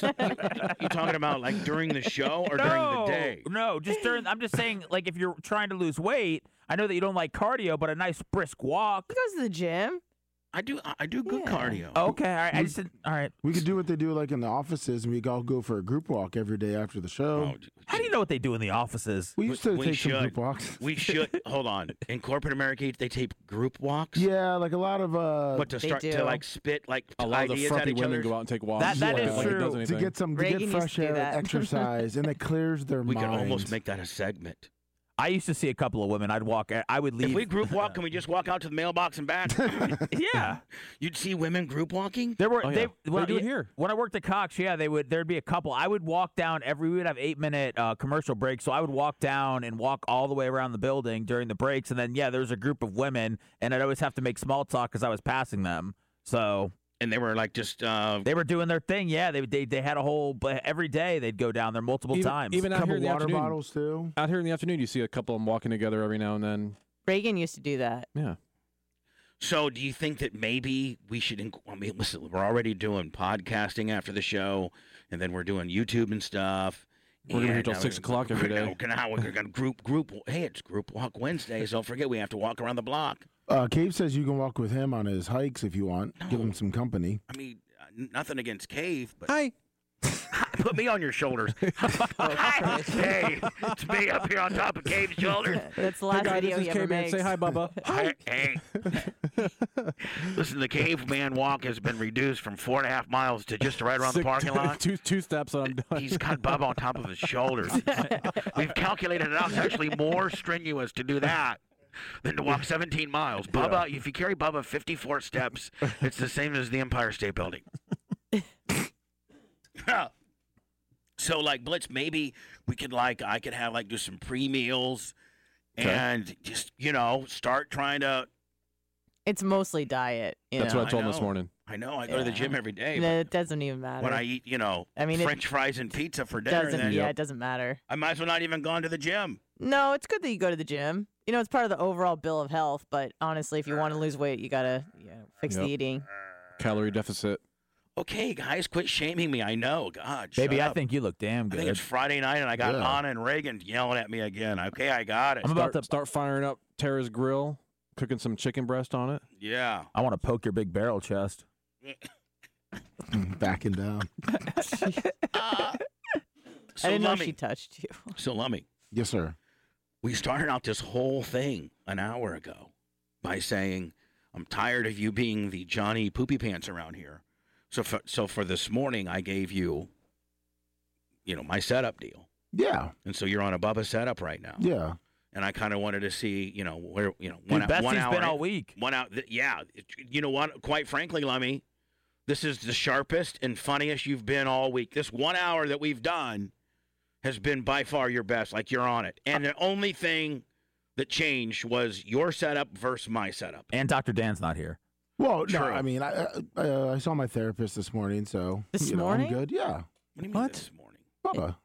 Speaker 4: you talking about like during the show or
Speaker 5: no,
Speaker 4: during the day?
Speaker 5: No, just during. I'm just saying, like, if you're trying to lose weight, I know that you don't like cardio, but a nice brisk walk. He
Speaker 10: goes to the gym.
Speaker 4: I do. I do good cardio.
Speaker 5: Okay, all right. I just didn't- all right.
Speaker 6: We could do what they do like in the offices, and we could all go for a group walk every day after the
Speaker 4: Oh,
Speaker 6: show.
Speaker 5: How do you know what they do in the offices?
Speaker 6: we used to
Speaker 4: we
Speaker 6: take
Speaker 4: should.
Speaker 6: some group walks.
Speaker 4: We should hold on. In corporate America, they tape group walks.
Speaker 6: Yeah, like a lot of uh.
Speaker 4: But to start to like spit like ideas at each other.
Speaker 9: That- that is true.
Speaker 6: To get some to
Speaker 4: Reagan
Speaker 6: get
Speaker 4: used
Speaker 6: fresh
Speaker 4: to do
Speaker 6: air
Speaker 4: that.
Speaker 6: and exercise, and it clears their
Speaker 4: We
Speaker 6: mind.
Speaker 4: could almost make that a segment.
Speaker 5: I used to see a couple of women. I'd walk. I would leave.
Speaker 4: If we group walk, can we just walk out to the mailbox and back?
Speaker 5: yeah.
Speaker 4: You'd see women group walking.
Speaker 5: There
Speaker 6: Oh,
Speaker 5: were they, when,
Speaker 9: Oh, do it
Speaker 5: yeah,
Speaker 9: here.
Speaker 5: When I worked at Cox, yeah, they would there'd be a couple. I would walk down every we would have eight minute uh, commercial breaks, so I would walk down and walk all the way around the building during the breaks, and then yeah, there was a group of women, and I'd always have to make small talk because I was passing them. So
Speaker 4: and they were like just uh,
Speaker 5: they were doing their thing. Yeah, they they they had a whole but every day they'd go down there multiple
Speaker 9: Even-
Speaker 5: times.
Speaker 9: even out Couple here in the water afternoon.
Speaker 6: bottles too.
Speaker 9: Out here in the afternoon, you see a couple of them walking together every now and then.
Speaker 10: Reagan used to do that.
Speaker 9: Yeah.
Speaker 4: So, do you think that maybe we should? Inc- I mean, listen, we're already doing podcasting after the show, and then we're doing YouTube and stuff.
Speaker 9: We're gonna be here
Speaker 4: And
Speaker 9: till
Speaker 4: now
Speaker 9: 6
Speaker 4: we-
Speaker 9: o'clock every
Speaker 4: now
Speaker 9: day.
Speaker 4: We're gonna, how we're gonna group group. Hey, it's group walk Wednesday. So don't forget we have to walk around the block.
Speaker 6: Uh, Cave says you can walk with him on his hikes if you want. Give him some company.
Speaker 4: I mean, uh, n- nothing against Cave, but
Speaker 9: hi.
Speaker 4: Put me on your shoulders. hey, it's me up here on top of Cave's shoulders.
Speaker 10: That's the last video he ever made.
Speaker 9: Say hi, Bubba.
Speaker 4: Hey, hey. Listen, the caveman walk has been reduced from four and a half miles to just right around the
Speaker 9: Six-
Speaker 4: parking lot.
Speaker 9: Two two steps and I'm done.
Speaker 4: He's got Bubba on top of his shoulders. We've calculated it out. It's actually more strenuous to do that than to walk 17 miles. Bubba, if you carry Bubba 54 steps, it's the same as the Empire State Building. so, like Blitz, maybe we could like I could have like do some pre meals, and just you know start trying to.
Speaker 10: It's mostly diet. You
Speaker 9: That's
Speaker 10: know?
Speaker 9: what I told him this
Speaker 4: know.
Speaker 9: morning.
Speaker 4: I know I go to the
Speaker 10: Yeah.
Speaker 4: gym every day.
Speaker 10: No,
Speaker 4: but
Speaker 10: it doesn't even matter.
Speaker 4: When I eat, you know,
Speaker 10: I mean, it
Speaker 4: French fries and pizza for dinner,
Speaker 10: doesn't.
Speaker 4: then
Speaker 10: Yeah, it doesn't matter.
Speaker 4: I might as well not even gone to the gym.
Speaker 10: No, it's good that you go to the gym. You know, it's part of the overall bill of health. But honestly, if you want to lose weight, you gotta you know, fix
Speaker 9: Yep.
Speaker 10: the eating.
Speaker 9: Calorie deficit.
Speaker 4: Okay, guys, quit shaming me. I know. God,
Speaker 5: Baby,
Speaker 4: shut
Speaker 5: I
Speaker 4: up.
Speaker 5: think you look damn
Speaker 4: I
Speaker 5: good.
Speaker 4: think it's Friday night, and I got
Speaker 9: Yeah.
Speaker 4: Anna and Reagan yelling at me again. Okay, I got it.
Speaker 9: I'm about to start firing up Tara's grill, cooking some chicken breast on it.
Speaker 4: Yeah.
Speaker 5: I want to poke your big barrel chest.
Speaker 6: Backing down.
Speaker 4: So
Speaker 10: I didn't know
Speaker 4: Lummi-
Speaker 10: she touched you.
Speaker 4: So Lummy,
Speaker 6: Yes, sir.
Speaker 4: we started out this whole thing an hour ago by saying, "I'm tired of you being the Johnny Poopy Pants around here." So, for, so for this morning, I gave you, you know, my setup deal,
Speaker 6: Yeah.
Speaker 4: and so you're on a Bubba setup right now.
Speaker 6: Yeah.
Speaker 4: and I kind of wanted to see, you know, where you know one,
Speaker 5: Dude,
Speaker 4: hou- one
Speaker 5: Betsy's
Speaker 4: hour
Speaker 5: been all week.
Speaker 4: One out, yeah. You know what? Quite frankly, Lummy, this is the sharpest and funniest you've been all week. This one hour that we've done has been by far your best. Like you're on it. And the only thing that changed was your setup versus my setup.
Speaker 5: And Dr. Dan's not here.
Speaker 6: Well, no,
Speaker 4: True.
Speaker 6: I mean, I, I, uh, I saw my therapist this morning, so
Speaker 4: This
Speaker 6: you know,
Speaker 4: morning?
Speaker 6: I'm good. Yeah,
Speaker 4: What do you mean this morning?
Speaker 6: Bubba.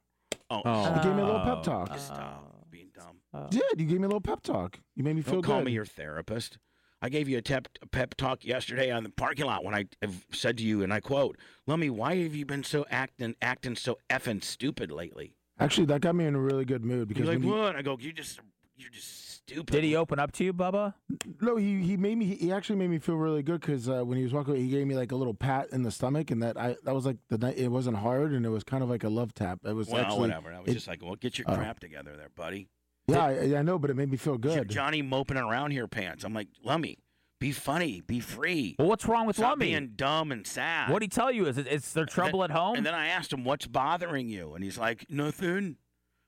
Speaker 4: Oh,
Speaker 6: you gave me a little pep talk.
Speaker 4: Stop being dumb.
Speaker 6: Did you gave me a little pep talk? You made me feel
Speaker 4: Don't call
Speaker 6: good.
Speaker 4: me your therapist. I gave you a, tep- a pep talk yesterday on the parking lot when I have said to you, and I quote, "Lummy, why have you been so acting acting so effing stupid lately?"
Speaker 6: Actually, that got me in a really good mood because
Speaker 4: You're like,
Speaker 6: when he-
Speaker 4: "What?" I go, "You just, you're just stupid."
Speaker 5: Did he open up to you, Bubba?
Speaker 6: no, he he made me. He actually made me feel really good because uh, when he was walking, away, he gave me like a little pat in the stomach, and that I that was like the night. It wasn't hard, and it was kind of like a love tap. It was
Speaker 4: Well,
Speaker 6: actually,
Speaker 4: whatever. I was
Speaker 6: it-
Speaker 4: just like, "Well, get your
Speaker 6: oh.
Speaker 4: crap together, there, buddy."
Speaker 6: yeah, I, I know, but it made me feel good.
Speaker 4: Johnny moping around here, pants. I'm like, "Lummy, be funny, be free."
Speaker 5: Well, what's wrong with
Speaker 4: Stop
Speaker 5: Lummy?
Speaker 4: being dumb and sad.
Speaker 5: What'd he tell you? Is it, it's their trouble at home?
Speaker 4: And then I asked him, "What's bothering you?" And he's like, "Nothing."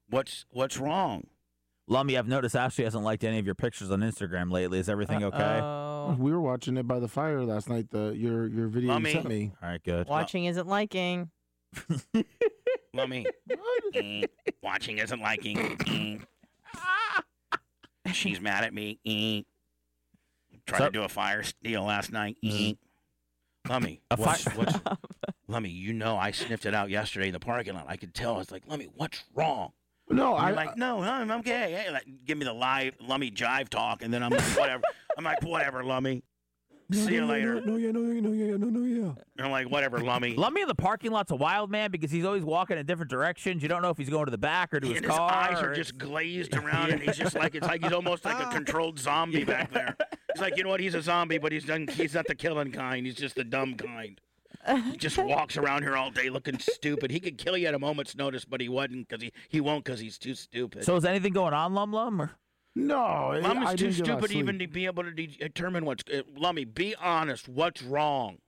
Speaker 4: What's what's wrong?
Speaker 5: Lummy, I've noticed Ashley hasn't liked any of your pictures on Instagram lately. Is everything okay?
Speaker 6: We were watching it by the fire last night. The your your video you sent me.
Speaker 5: All right, good.
Speaker 10: Watching isn't liking.
Speaker 4: Lummy. Eh. Watching isn't liking. Mm. Eh. She's mad at me. Eh. Tried to do a fire steal last night. Eh. Lummy.
Speaker 5: A
Speaker 4: what's-
Speaker 5: fire-
Speaker 4: what's- Lummy, you know I sniffed it out yesterday in the parking lot. I could tell. I was like, Lummy, what's wrong?
Speaker 6: No,
Speaker 4: And
Speaker 6: I
Speaker 4: you're like, no, no, I'm okay. Hey, like, give me the live Lummy jive talk, and then I'm like, whatever. I'm like, whatever, Lummy. See you later.
Speaker 9: No, yeah, no, yeah, no, yeah, no, no, yeah.
Speaker 4: And I'm like, whatever, Lummy.
Speaker 5: Lummy in the parking lot's a wild man because he's always walking in different directions. You don't know if he's going to the back or to his
Speaker 4: and
Speaker 5: car.
Speaker 4: eyes
Speaker 5: or-
Speaker 4: are just glazed around, and he's just like it's like he's almost like a controlled zombie back there. He's like, you know what? He's a zombie, but he's done, he's not the killing kind. He's just the dumb kind. He just walks around here all day looking stupid. He could kill you at a moment's notice, but he wouldn't because he, he won't because he's too stupid.
Speaker 5: So is anything going on, Lum Lum? Or?
Speaker 6: No,
Speaker 4: Lum is too stupid even to be able to de- determine what's. Uh, Lummy, be honest. What's wrong?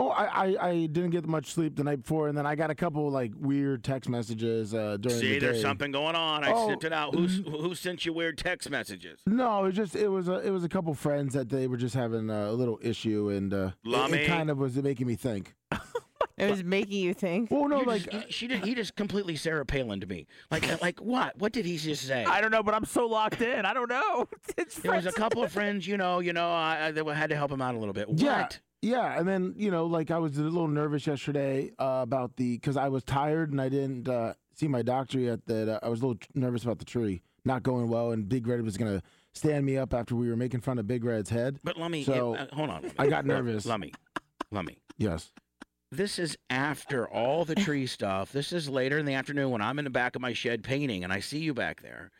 Speaker 6: Oh, I, I, I didn't get much sleep the night before, and then I got a couple like weird text messages uh, during the
Speaker 4: See,
Speaker 6: day.
Speaker 4: there's something going on. I
Speaker 6: Oh,
Speaker 4: snipped it out. Who's who sent you weird text messages?
Speaker 6: No, it was just it was a it was a couple friends that they were just having uh, a little issue, and uh, it- it,
Speaker 4: Lummy.
Speaker 6: kind of was making me think.
Speaker 10: It was making you think.
Speaker 6: Well, no,
Speaker 4: You
Speaker 6: like
Speaker 4: just-
Speaker 5: uh,
Speaker 4: you- she did. He just completely Sarah Palin to me. Like, uh, like what? What did he just say?
Speaker 5: I don't know, but I'm so locked in. I don't know.
Speaker 4: There was a couple of friends, you know, you know, I, I that had to help him out a little bit. What?
Speaker 6: yeah, yeah, and then you know, like I was a little nervous yesterday uh, about the because I was tired and I didn't uh, see my doctor yet. That uh, I was a little nervous about the tree not going well, and Big Red was gonna stand me up after we were making fun of Big Red's head.
Speaker 4: But Lummy,
Speaker 6: so
Speaker 4: uh, hold on. Lummi.
Speaker 6: I got
Speaker 4: Lu-
Speaker 6: nervous.
Speaker 4: Lummy, Lummy,
Speaker 6: Yes.
Speaker 4: this is after all the tree stuff. This is later in the afternoon when I'm in the back of my shed painting, and I see you back there.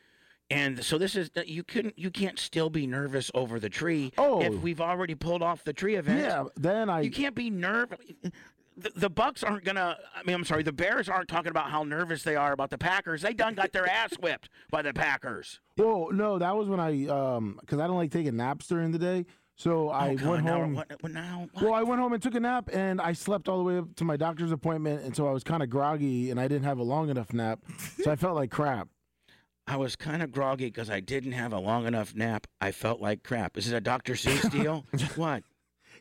Speaker 4: And so this is you couldn't you can't still be nervous over the tree
Speaker 6: Oh.
Speaker 4: if we've already pulled off the tree event.
Speaker 6: Yeah. Then I
Speaker 4: You can't be nervous. The, the Bucks aren't gonna. I mean, I'm sorry. The Bears aren't talking about how nervous they are about the Packers. They done got their ass whipped by the Packers.
Speaker 6: Well, no, that was when I um because I don't like taking naps during the day. So I
Speaker 4: Oh, God,
Speaker 6: went
Speaker 4: now,
Speaker 6: home.
Speaker 4: What, what now?
Speaker 6: Well, I went home and took a nap, and I slept all the way up to my doctor's appointment, and so I was kind of groggy, and I didn't have a long enough nap, so I felt like crap.
Speaker 4: I was kind of groggy because I didn't have a long enough nap. I felt like crap. Is it a Dr. Seuss deal? what?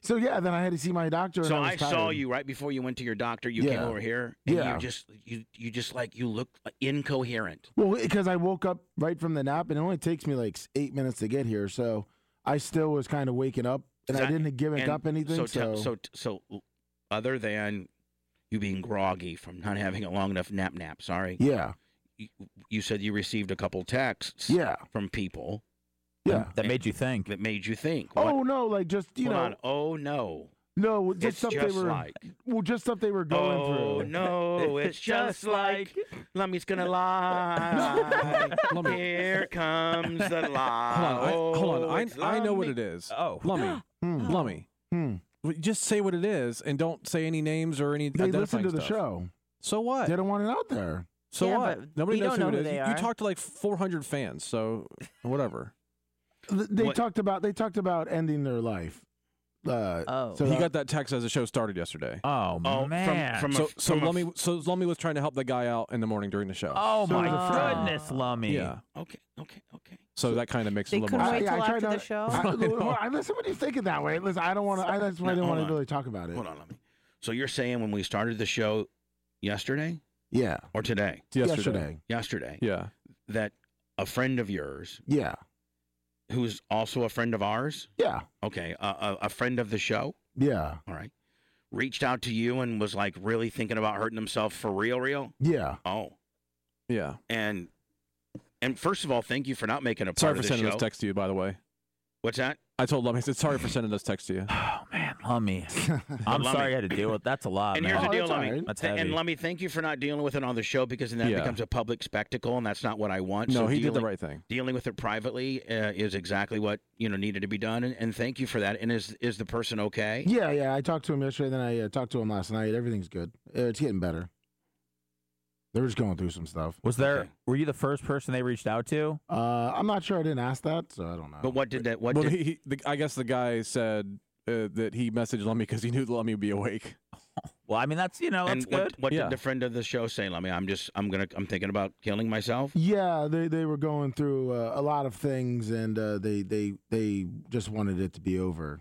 Speaker 6: So yeah, then I had to see my doctor.
Speaker 4: So
Speaker 6: and I,
Speaker 4: I,
Speaker 6: was
Speaker 4: saw
Speaker 6: tired.
Speaker 4: you right before you went to your doctor. You came
Speaker 6: Yeah.
Speaker 4: over here, and
Speaker 6: Yeah.
Speaker 4: you just you you just like you looked like, incoherent.
Speaker 6: Well, because I woke up right from the nap, and it only takes me like s- eight minutes to get here, so I still was kind of waking up, and
Speaker 4: Is
Speaker 6: I
Speaker 4: that-
Speaker 6: didn't give it
Speaker 4: and
Speaker 6: up
Speaker 4: So,
Speaker 6: anything.
Speaker 4: tell- so, so, other than you being groggy from not having a long enough nap, nap. Sorry.
Speaker 6: yeah,
Speaker 4: You, you said you received a couple texts.
Speaker 6: Yeah.
Speaker 4: From people.
Speaker 6: Yeah.
Speaker 5: That made you think.
Speaker 4: That made you think.
Speaker 6: Oh no, like just you
Speaker 4: Hold
Speaker 6: know,
Speaker 4: on. Oh no.
Speaker 6: no, just
Speaker 4: It's
Speaker 6: stuff
Speaker 4: just
Speaker 6: they were.
Speaker 4: like.
Speaker 6: Well, just stuff they were going
Speaker 4: Oh
Speaker 6: through.
Speaker 4: no, it's just like Lummy's gonna lie. Here comes the lie.
Speaker 9: Hold on, I, hold
Speaker 4: Oh,
Speaker 9: on.
Speaker 4: it's
Speaker 9: I, I know what it
Speaker 4: Lummi.
Speaker 9: is. Oh, Lummy,
Speaker 6: Hmm.
Speaker 9: Lummy. Well, Just say what it is and don't say any names or any.
Speaker 6: They listen
Speaker 9: identifying
Speaker 6: to the
Speaker 9: stuff.
Speaker 6: show.
Speaker 9: So what?
Speaker 6: They don't want it out there.
Speaker 9: So
Speaker 6: Yeah,
Speaker 9: what?
Speaker 6: but
Speaker 9: Nobody
Speaker 6: you
Speaker 9: knows
Speaker 6: don't
Speaker 9: who
Speaker 6: know
Speaker 9: it
Speaker 6: who
Speaker 9: is.
Speaker 6: they
Speaker 9: You-
Speaker 6: are.
Speaker 9: You talk to like 400 fans, so whatever.
Speaker 6: Th- They
Speaker 9: What-
Speaker 6: talked about they talked about ending their life. Uh, so
Speaker 9: he
Speaker 6: that-
Speaker 9: got that text as the show started yesterday.
Speaker 5: Oh,
Speaker 6: from- man. from a-
Speaker 9: so so
Speaker 6: from a-
Speaker 9: Lummy so Lummy was trying to help the guy out in the morning during the show.
Speaker 5: Oh
Speaker 9: So
Speaker 5: my
Speaker 9: the friend-
Speaker 5: goodness, Lummy.
Speaker 9: Yeah.
Speaker 4: Okay, okay, okay.
Speaker 9: So that kind of makes it a little more sense.
Speaker 6: Yeah, I tried not- I,
Speaker 9: I know.
Speaker 6: hold on, listen, when you think it that way, listen, I don't want to. That's why I
Speaker 4: No,
Speaker 6: didn't
Speaker 4: hold
Speaker 6: want
Speaker 4: on.
Speaker 6: to really talk about it.
Speaker 4: Hold on, let me. So you're saying when we started the show yesterday?
Speaker 6: Yeah.
Speaker 4: Or today?
Speaker 6: Yesterday. Yesterday.
Speaker 4: Yesterday.
Speaker 9: Yeah.
Speaker 4: That a friend of yours,
Speaker 6: Yeah.
Speaker 4: who's also a friend of ours.
Speaker 6: Yeah.
Speaker 4: Okay. A, a, a friend of the show.
Speaker 6: Yeah.
Speaker 4: All right. Reached out to you and was like really thinking about hurting himself for real, real.
Speaker 6: Yeah.
Speaker 4: Oh.
Speaker 9: Yeah.
Speaker 4: And and first of all, thank you for not making a part
Speaker 9: Sorry
Speaker 4: of
Speaker 9: for
Speaker 4: the
Speaker 9: sending
Speaker 4: show.
Speaker 9: those texts to you, by the way.
Speaker 4: What's that?
Speaker 9: I told Lummy, I said, sorry for sending those texts to you.
Speaker 5: Oh, man, Lummy. I'm
Speaker 4: Lummi.
Speaker 5: sorry I had to deal with That's a lot,
Speaker 4: And
Speaker 5: man.
Speaker 4: here's
Speaker 9: Oh,
Speaker 4: the deal, Lummy.
Speaker 5: Oh, That's
Speaker 4: Th-
Speaker 5: heavy.
Speaker 4: And Lummy, thank you for not dealing with it on the show because then that
Speaker 9: Yeah.
Speaker 4: becomes a public spectacle, and that's not what I want.
Speaker 9: No,
Speaker 4: so
Speaker 9: he did the
Speaker 4: dealing,
Speaker 9: right thing.
Speaker 4: Dealing with it privately uh, is exactly what you know needed to be done, and, and thank you for that. And is is the person okay?
Speaker 6: Yeah, yeah. I talked to him yesterday, then I uh, talked to him last night. Everything's good. Uh, It's getting better. They were just going through some stuff.
Speaker 5: Was there? Were you the first person they reached out to?
Speaker 6: Uh, I'm not sure. I didn't ask that, so I don't know.
Speaker 4: But what did that? What
Speaker 9: well,
Speaker 4: did?
Speaker 9: he, he, the, I guess the guy said uh, that he messaged Lummy because he knew Lummy would be awake.
Speaker 5: well, I mean, that's you know,
Speaker 4: and
Speaker 5: that's
Speaker 4: what,
Speaker 5: good.
Speaker 4: what
Speaker 9: Yeah.
Speaker 4: did the friend of the show say, Lummy? I'm just I'm gonna I'm thinking about killing myself.
Speaker 6: Yeah, they, they were going through uh, a lot of things, and uh, they they they just wanted it to be over.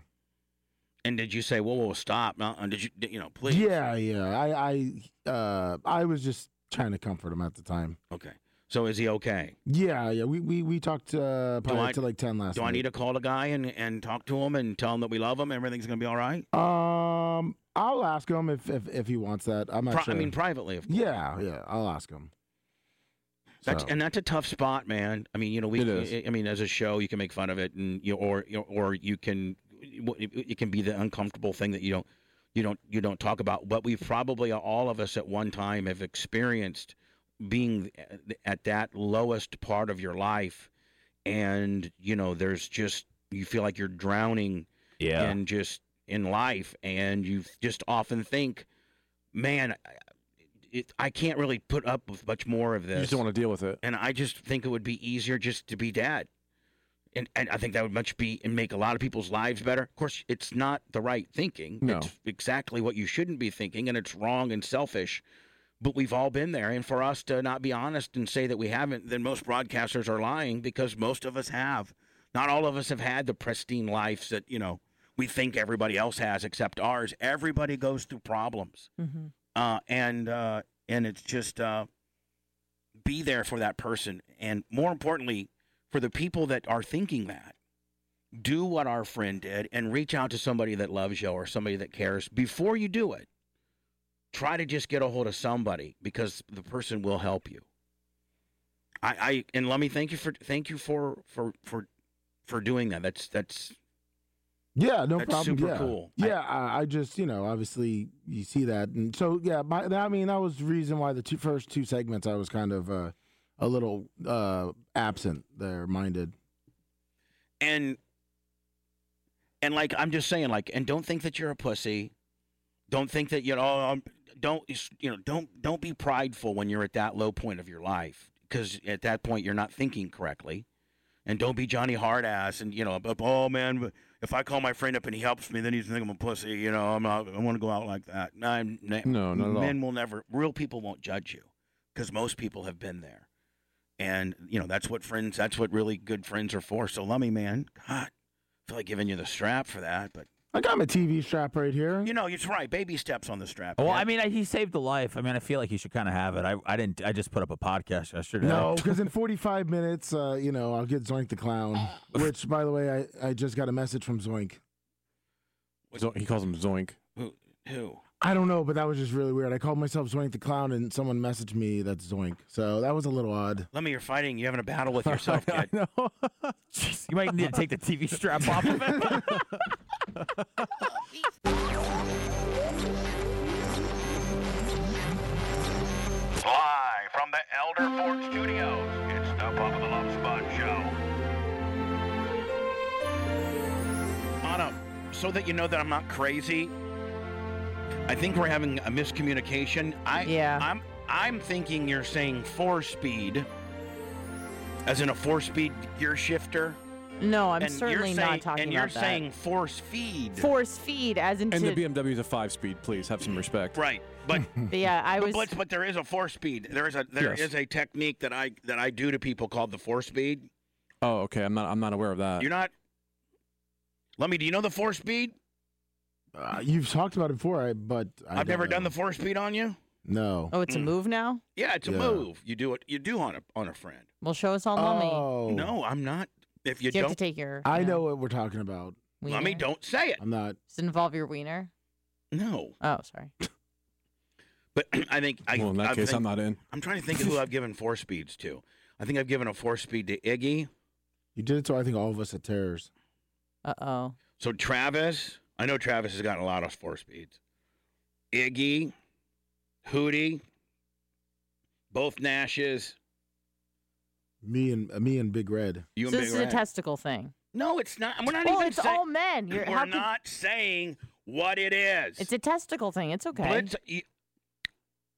Speaker 4: And did you say, whoa, whoa, stop? Uh, did you you know please?
Speaker 6: Yeah, yeah. I I uh, I was just trying to comfort him at the time.
Speaker 4: Okay. So is he okay?
Speaker 6: Yeah, yeah. We we we talked uh, probably to like ten last.
Speaker 4: Do I
Speaker 6: night.
Speaker 4: need to call the guy and, and talk to him and tell him that we love him? Everything's gonna be all right.
Speaker 6: Um, I'll ask him if if, if he wants that. I'm not
Speaker 4: Pri-
Speaker 6: sure.
Speaker 4: I mean, privately, of course.
Speaker 6: yeah, yeah. I'll ask him.
Speaker 4: That's,
Speaker 6: So-
Speaker 4: And that's a tough spot, man. I mean, you know, we.
Speaker 9: It is.
Speaker 4: I- I mean, as a show, you can make fun of it, and you or you- or you can, it can be the uncomfortable thing that you don't, you don't, you don't talk about. But we probably all of us at one time have experienced being eh, at that lowest part of your life, and you know, there's just you feel like you're drowning,
Speaker 5: Yeah.
Speaker 4: in just in life, and you just often think, man. It, I can't really put up with much more of this
Speaker 9: You just don't want to deal with it.
Speaker 4: and I just think it would be easier just to be dead. And, and I think that would much be and make a lot of people's lives better. Of course, it's not the right thinking.
Speaker 9: No.
Speaker 4: It's exactly what you shouldn't be thinking, and it's wrong and selfish. But we've all been there, and for us to not be honest and say that we haven't, then most broadcasters are lying because most of us have. Not all of us have had the pristine lives that you know we think everybody else has, except ours. Everybody goes through problems
Speaker 15: Mhm.
Speaker 4: uh, and uh, and it's just uh, be there for that person, and more importantly, for the people that are thinking that. Do what our friend did and reach out to somebody that loves you or somebody that cares before you do it. Try to just get a hold of somebody because the person will help you. I, I and let me thank you for thank you for for for for doing that. That's that's
Speaker 6: Yeah, no
Speaker 4: That's
Speaker 6: problem.
Speaker 4: super
Speaker 6: yeah.
Speaker 4: cool.
Speaker 6: Yeah, I, I just you know obviously you see that, and so yeah, my, that- I mean that was the reason why the two, first two segments I was kind of uh, a little uh, absent there minded.
Speaker 4: and and like I'm just saying, like, and don't think that you're a pussy. Don't think that you know. um, Don't you know? Don't don't be prideful when you're at that low point of your life, because at that point you're not thinking correctly. And don't be Johnny Hardass, and you know, but, oh man, if I call my friend up and he helps me, then he's think I'm a pussy. You know, I'm not. I want to go out like that. No, I'm,
Speaker 9: No, not at all.
Speaker 4: Men will never. Real people won't judge you, because most people have been there. And you know that's what friends. That's what really good friends are for. So, Lummy man, God, I feel like giving you the strap for that, but
Speaker 6: I got my TV strap right here.
Speaker 4: you know, it's right. Baby steps on the strap.
Speaker 5: Well,
Speaker 4: man.
Speaker 5: I mean, I, he saved a life. I mean, I feel like he should kind of have it. I, I didn't. I just put up a podcast yesterday.
Speaker 6: No, because in 45 minutes, uh, you know, I'll get Zoink the Clown, which, by the way, I, I just got a message from Zoink.
Speaker 9: Zo- he calls him Zoink.
Speaker 4: who? Who?
Speaker 6: I don't know, but that was just really weird. I called myself Zoink the Clown, and someone messaged me that's Zoink. So that was a little odd.
Speaker 4: Lummy, you're fighting. You're having a battle with yourself, kid.
Speaker 5: You might need to take the TV strap off of it.
Speaker 1: Live from the Elder Fort Studios, it's the Bubba the Love Sponge Show.
Speaker 4: Anna, so that you know that I'm not crazy, I think we're having a miscommunication. I, yeah. I'm I'm thinking you're saying four speed, as in a four speed gear shifter.
Speaker 10: No, I'm
Speaker 4: And you're
Speaker 10: certainly
Speaker 4: saying-
Speaker 10: not talking
Speaker 4: and you're
Speaker 10: about that.
Speaker 4: saying force feed.
Speaker 10: Force feed, as in
Speaker 9: And
Speaker 10: to,
Speaker 9: the BMW is a five speed, please. Have some respect.
Speaker 4: Right. But
Speaker 10: But yeah, I was.
Speaker 4: But, but there is a four speed. There is a there is
Speaker 9: Yes.
Speaker 4: a technique that I that I do to people called the four speed.
Speaker 9: Oh, okay. I'm not. I'm not aware of that.
Speaker 4: You're not. Lummy, do you know the four speed?
Speaker 6: Uh, you've talked about it before, I, but I
Speaker 4: I've
Speaker 6: don't
Speaker 4: never
Speaker 6: know.
Speaker 4: done the four speed on you.
Speaker 6: No.
Speaker 10: Oh,
Speaker 4: Mm.
Speaker 10: now.
Speaker 4: Yeah, it's a
Speaker 6: Yeah.
Speaker 4: move. You do it. You do on a on a friend.
Speaker 10: Well, show us on
Speaker 6: Oh.
Speaker 10: Lummy.
Speaker 4: No, I'm not. If you,
Speaker 10: You
Speaker 4: don't,
Speaker 10: have to take your.
Speaker 6: I
Speaker 10: you
Speaker 6: know what we're talking about.
Speaker 4: Lummy,
Speaker 10: wiener.
Speaker 4: don't say it.
Speaker 6: I'm not.
Speaker 10: Does it involve your wiener?
Speaker 4: No.
Speaker 10: Oh, sorry.
Speaker 4: But I think I.
Speaker 9: Well, in that
Speaker 4: I
Speaker 9: case,
Speaker 4: think-
Speaker 9: I'm not in.
Speaker 4: I'm trying to think of who I've given four speeds to. I think I've given a four speed to Iggy.
Speaker 6: You did it to I think all of us at Terrors.
Speaker 10: Uh oh.
Speaker 4: So Travis, I know Travis has gotten a lot of four speeds. Iggy, Hootie, both Nashes.
Speaker 6: Me and uh, me and Big Red.
Speaker 4: You
Speaker 10: So this is a testicle thing.
Speaker 4: No, it's not. We're not
Speaker 10: Well,
Speaker 4: even.
Speaker 10: it's all men. You're-
Speaker 4: we're
Speaker 10: how could-
Speaker 4: not saying what it is.
Speaker 10: It's a testicle thing. It's okay.
Speaker 4: Blitz, you-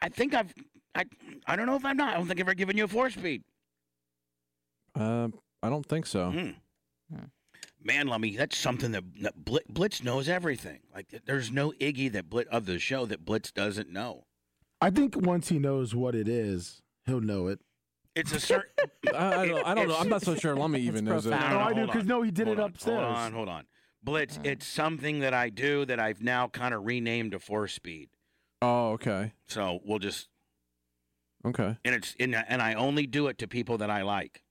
Speaker 4: I think I've. I I don't know if I'm not. I don't think I've ever given you a four speed.
Speaker 9: Uh, I don't think so.
Speaker 4: Hmm.
Speaker 10: Hmm.
Speaker 4: Man, Lummy, that's something that, that Blit, Blitz knows everything. Like, there's no Iggy that Blitz of the show that Blitz doesn't know.
Speaker 6: I think once he knows what it is, he'll know it.
Speaker 4: It's a certain.
Speaker 9: I, I don't. I don't know. I'm not so sure. Lummy even knows it.
Speaker 4: No, no,
Speaker 6: Oh, I do
Speaker 4: hold
Speaker 6: because
Speaker 4: on.
Speaker 6: no, he did
Speaker 4: Hold
Speaker 6: it
Speaker 4: on,
Speaker 6: upstairs.
Speaker 4: Hold on, hold on. Blitz, it's something that I do that I've now kind of renamed to four speed.
Speaker 9: Oh, okay.
Speaker 4: So we'll just
Speaker 9: Okay.
Speaker 4: and it's and, and I only do it to people that I like.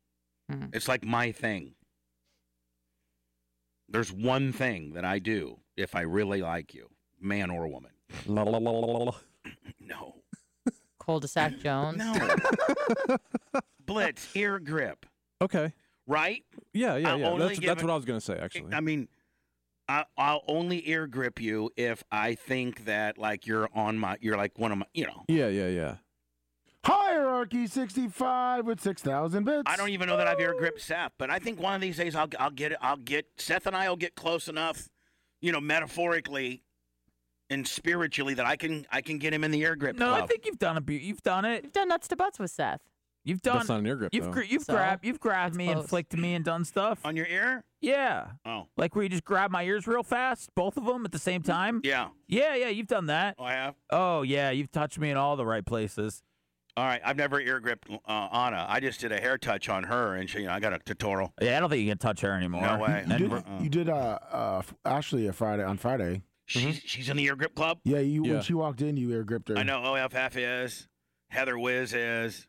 Speaker 10: Hmm.
Speaker 4: It's like my thing. There's one thing that I do if I really like you, man or woman.
Speaker 9: La, la, la, la, la, la.
Speaker 4: No.
Speaker 10: Cul-de-sac Jones.
Speaker 4: No. Blitz, ear grip,
Speaker 9: Okay.
Speaker 4: right?
Speaker 9: Yeah, yeah,
Speaker 4: I'll
Speaker 9: yeah.
Speaker 4: only
Speaker 9: That's,
Speaker 4: give
Speaker 9: that's
Speaker 4: it-
Speaker 9: what I was gonna say actually.
Speaker 4: I mean, I, I'll only ear grip you if I think that like you're on my, you're like one of my, you know.
Speaker 9: Yeah, yeah, yeah.
Speaker 6: Hierarchy 65 with 6,000 bits.
Speaker 4: I don't even know that I've ear gripped Seth, but I think one of these days I'll I'll get it. I'll get Seth and I will get close enough, you know, metaphorically and spiritually that I can I can get him in the ear grip.
Speaker 5: No, I
Speaker 4: club.
Speaker 5: think you've done a be- you've done it.
Speaker 10: You've done nuts to butts with Seth.
Speaker 5: You've done
Speaker 9: That's not an ear grip,
Speaker 5: You've
Speaker 9: though.
Speaker 5: gr- you've
Speaker 10: So?
Speaker 5: grabbed you've grabbed me and
Speaker 10: close.
Speaker 5: flicked me and done stuff
Speaker 4: on your ear.
Speaker 5: Yeah.
Speaker 4: Oh.
Speaker 5: Like where you just grab my ears real fast, both of them at the same time.
Speaker 4: Yeah.
Speaker 5: Yeah, yeah. You've done that.
Speaker 4: Oh, I have.
Speaker 5: Oh yeah, you've touched me in all the right places.
Speaker 4: All right, I've never ear gripped uh, Anna. I just did a hair touch on her, and she, you know, I got a tutorial.
Speaker 5: Yeah, I don't think you can touch her anymore.
Speaker 4: No way.
Speaker 6: You
Speaker 4: And,
Speaker 6: did,
Speaker 4: uh,
Speaker 6: you did uh, uh, f- Ashley a Friday on Friday. Mm-hmm.
Speaker 4: she's she's in the ear grip club.
Speaker 6: Yeah, you
Speaker 4: Yeah.
Speaker 6: when she walked in, you air gripped her.
Speaker 4: I know OFF is, Heather Wiz is,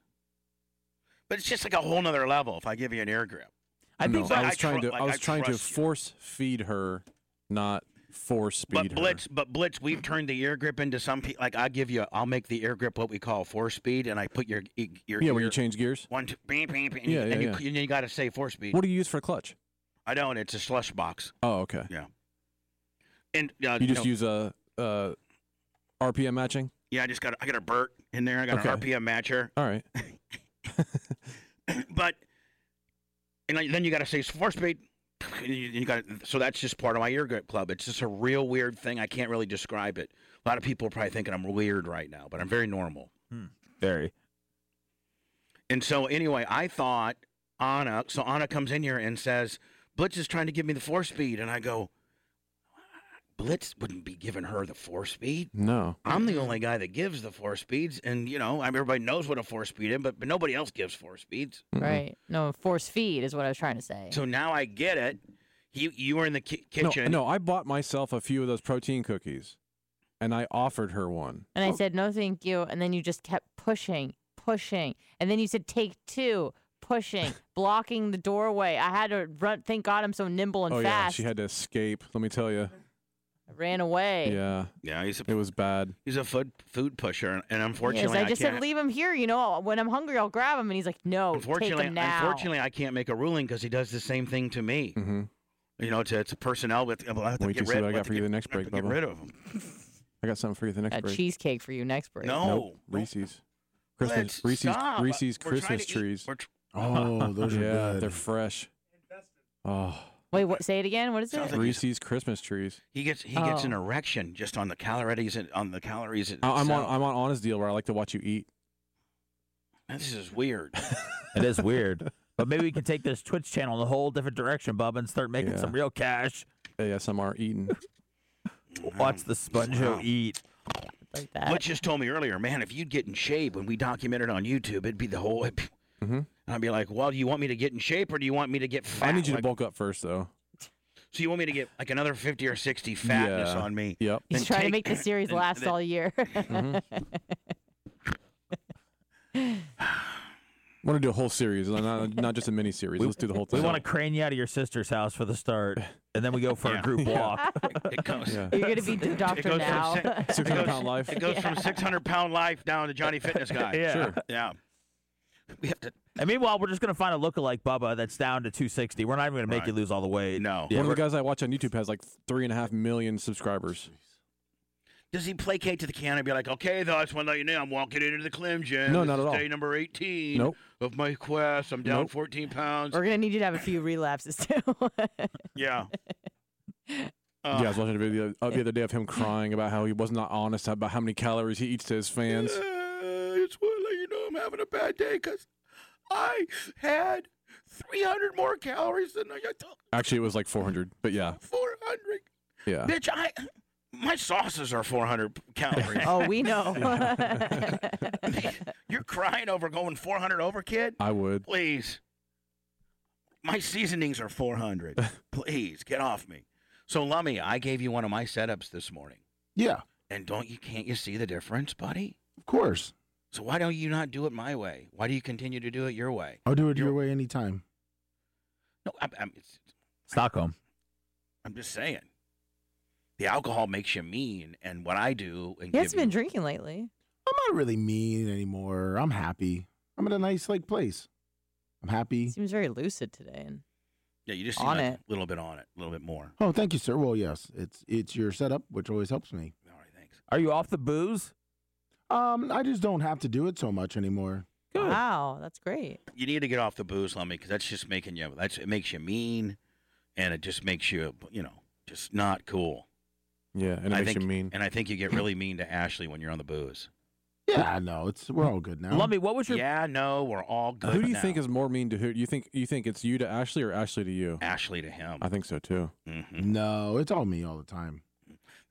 Speaker 4: but it's just like a whole nother level. If I give you an ear grip,
Speaker 9: I
Speaker 4: think
Speaker 9: I was
Speaker 4: I
Speaker 9: trying
Speaker 4: tru-
Speaker 9: to.
Speaker 4: like,
Speaker 9: I was
Speaker 4: I
Speaker 9: trying to
Speaker 4: trust you.
Speaker 9: force feed her, not force feed
Speaker 4: But
Speaker 9: her.
Speaker 4: blitz, but blitz, we've turned the ear grip into some pe- like I give you. I'll make the ear grip what we call four speed, and I put your e- your
Speaker 9: yeah,
Speaker 4: ear,
Speaker 9: when you change gears.
Speaker 4: one two, bing, bing, bing,
Speaker 9: Yeah,
Speaker 4: and,
Speaker 9: yeah,
Speaker 4: you,
Speaker 9: yeah.
Speaker 4: and you got to say four speed.
Speaker 9: What do you use for clutch?
Speaker 4: I don't. It's a slush box,
Speaker 9: Oh, okay.
Speaker 4: Yeah. and uh,
Speaker 9: you just
Speaker 4: know,
Speaker 9: use a, a RPM matching.
Speaker 4: Yeah, I just got a- I got a Burt in there. I got an
Speaker 9: Okay.
Speaker 4: RPM matcher,
Speaker 9: All right.
Speaker 4: but and like, then you got to say four speed. And you, you got so that's just part of my ear grip club. It's just a real weird thing. I can't really describe it. A lot of people are probably thinking I'm weird right now, but I'm very normal.
Speaker 5: Very.
Speaker 4: And so anyway, I thought Anna. So Anna comes in here and says, "Blitz is trying to give me the four speed," and I go, "Blitz wouldn't be giving her the four speed.
Speaker 9: No.
Speaker 4: I'm the only guy that gives the four speeds, and you know, I mean, everybody knows what a four speed is, but, but nobody else gives four speeds.
Speaker 10: Right. No, force feed is what I was trying to say.
Speaker 4: So now I get it. You you were in the ki- kitchen.
Speaker 9: No, no. I bought myself a few of those protein cookies, and I offered her one.
Speaker 10: And I said, no, thank you. And then you just kept pushing, pushing. And then you said, take two, pushing, blocking the doorway. I had to run. Thank God I'm so nimble and
Speaker 9: oh yeah,
Speaker 10: fast.
Speaker 9: she had to escape. Let me tell you.
Speaker 10: I ran away.
Speaker 9: Yeah.
Speaker 4: Yeah. He's a,
Speaker 9: it was bad.
Speaker 4: He's a food food pusher, and
Speaker 10: Yes,
Speaker 4: unfortunately,
Speaker 10: I just
Speaker 4: can't.
Speaker 10: said, leave him here. You know, when I'm hungry, I'll grab him. And he's like, no, take
Speaker 4: Unfortunately,
Speaker 10: him now.
Speaker 4: unfortunately, I can't make a ruling because he does the same thing to me.
Speaker 9: Mm-hmm.
Speaker 4: You know, it's it's personnel with. I'll have to
Speaker 9: Wait
Speaker 4: get
Speaker 9: to see
Speaker 4: rid-
Speaker 9: what I
Speaker 4: I'll
Speaker 9: got
Speaker 4: have
Speaker 9: for
Speaker 4: to
Speaker 9: you the
Speaker 4: get-
Speaker 9: next
Speaker 4: I'll have
Speaker 9: break,
Speaker 4: to Get
Speaker 9: Bubba.
Speaker 4: rid of him.
Speaker 9: I got something for you the next
Speaker 10: Got
Speaker 9: break.
Speaker 10: cheesecake for you next break.
Speaker 4: No.
Speaker 9: Nope. Reese's. Christmas,
Speaker 10: Blitz,
Speaker 9: Reese's,
Speaker 10: stop.
Speaker 9: Reese's
Speaker 10: We're trying
Speaker 9: Christmas
Speaker 10: to eat-
Speaker 9: trees.
Speaker 4: we're tr-
Speaker 6: Oh, those are
Speaker 9: yeah,
Speaker 6: good.
Speaker 9: they're fresh. Oh,
Speaker 10: Wait, what? Say it again. What is it?
Speaker 9: Reese's Christmas trees.
Speaker 4: He gets he gets an
Speaker 10: Oh.
Speaker 4: erection just on the calories and on the calories.
Speaker 9: I- I'm on.
Speaker 4: itself.
Speaker 9: I'm on Honest Deal where I like to watch you eat.
Speaker 4: This is weird.
Speaker 5: It is weird. But maybe we can take this Twitch channel in a whole different direction, Bubba, and start making some real cash.
Speaker 9: ASMR eating.
Speaker 5: Watch the SpongeBob eat.
Speaker 10: Like
Speaker 9: Mm-hmm.
Speaker 4: Blitz just told me earlier, man, if you'd get in shape when we documented on YouTube, it'd be the whole. it'd be- I'd be like, well, do you want me to get in shape or do you want me to get fat?
Speaker 9: I need you
Speaker 4: Like,
Speaker 9: to bulk up first, though.
Speaker 4: so you want me to get like another 50 or 60 fatness
Speaker 9: Yeah.
Speaker 4: on me?
Speaker 9: Yep.
Speaker 10: He's
Speaker 4: Then
Speaker 10: trying to
Speaker 4: take-
Speaker 10: make the series
Speaker 4: then-
Speaker 10: last
Speaker 4: then-
Speaker 10: all year.
Speaker 9: want to do a whole series, not, not just a mini series. Let's do the whole thing.
Speaker 5: We want to crane you out of your sister's house for the start, and then we go for a group walk.
Speaker 4: It comes.
Speaker 9: Yeah.
Speaker 10: You're gonna be the
Speaker 4: It
Speaker 10: doctor
Speaker 4: goes
Speaker 10: now.
Speaker 4: from si- it
Speaker 9: 600
Speaker 4: goes-
Speaker 9: pound life.
Speaker 4: It goes from
Speaker 10: Yeah.
Speaker 4: 600 pound life down to Johnny Fitness guy.
Speaker 5: Yeah. Sure.
Speaker 4: Yeah. We have to.
Speaker 5: And meanwhile, we're just gonna find a lookalike Bubba that's down to 260. We're not even gonna make you lose all the weight.
Speaker 4: No.
Speaker 9: One of the guys I watch on YouTube has like three and a half million subscribers.
Speaker 4: Does he placate to the can and be like, okay, though, I just want to let you know I'm walking into the Clem gym.
Speaker 9: No,
Speaker 4: This
Speaker 9: not
Speaker 4: is
Speaker 9: at all.
Speaker 4: Day number 18
Speaker 9: Nope.
Speaker 4: of my quest. I'm down
Speaker 9: Nope.
Speaker 4: 14 pounds.
Speaker 10: We're gonna need you to have a few relapses too.
Speaker 4: yeah.
Speaker 9: yeah, I was watching a video uh, the other day of him crying about how he was not honest about how many calories he eats to his fans.
Speaker 4: I just want to let you know I'm having a bad day because I had 300 more calories than I thought.
Speaker 9: Actually, it was like 400, but yeah,
Speaker 4: 400.
Speaker 9: yeah.
Speaker 4: Bitch, I my sauces are 400 calories.
Speaker 10: oh, we know.
Speaker 4: You're crying over going 400 over, kid?
Speaker 9: I would.
Speaker 4: Please. My seasonings are 400. Please get off me. So, Lummy, I gave you one of my setups this morning.
Speaker 6: Yeah,
Speaker 4: And don't you can't you see the difference, buddy?
Speaker 6: of course.
Speaker 4: So why don't you not do it my way? Why do you continue to do it your way?
Speaker 6: I'll do it your way anytime.
Speaker 4: No, I, I'm it's,
Speaker 5: Stockholm.
Speaker 4: I'm just saying. The alcohol makes you mean, and what I do and
Speaker 10: He
Speaker 4: give
Speaker 10: hasn't
Speaker 4: you,
Speaker 10: been drinking lately.
Speaker 6: I'm not really mean anymore. I'm happy. I'm in a nice like place. I'm happy.
Speaker 10: Seems very lucid today. And
Speaker 4: yeah, you just
Speaker 10: on
Speaker 4: seem like
Speaker 10: it.
Speaker 4: a little bit on it, a little bit more.
Speaker 6: Oh, thank you, sir. Well, yes, it's it's your setup, which always helps me.
Speaker 5: Are you off the booze?
Speaker 6: Um, I just don't have to do it so much anymore.
Speaker 10: wow, that's great.
Speaker 4: You need to get off the booze, Lummy, because that's just making you. That's it makes you mean, and it just makes you, you know, just not cool.
Speaker 9: Yeah, and it
Speaker 4: I
Speaker 9: makes
Speaker 4: think,
Speaker 9: you mean.
Speaker 4: And I think you get really mean to Ashley when you're on the booze.
Speaker 6: Yeah, no, it's we're all good now.
Speaker 5: Lummy, what was your?
Speaker 4: Yeah, no, we're all good.
Speaker 9: Who do you
Speaker 4: now.
Speaker 9: think is more mean to who? You think you think it's you to Ashley or Ashley to you?
Speaker 4: Ashley to him?
Speaker 9: I think so too.
Speaker 4: hmm
Speaker 6: No, it's all me all the time.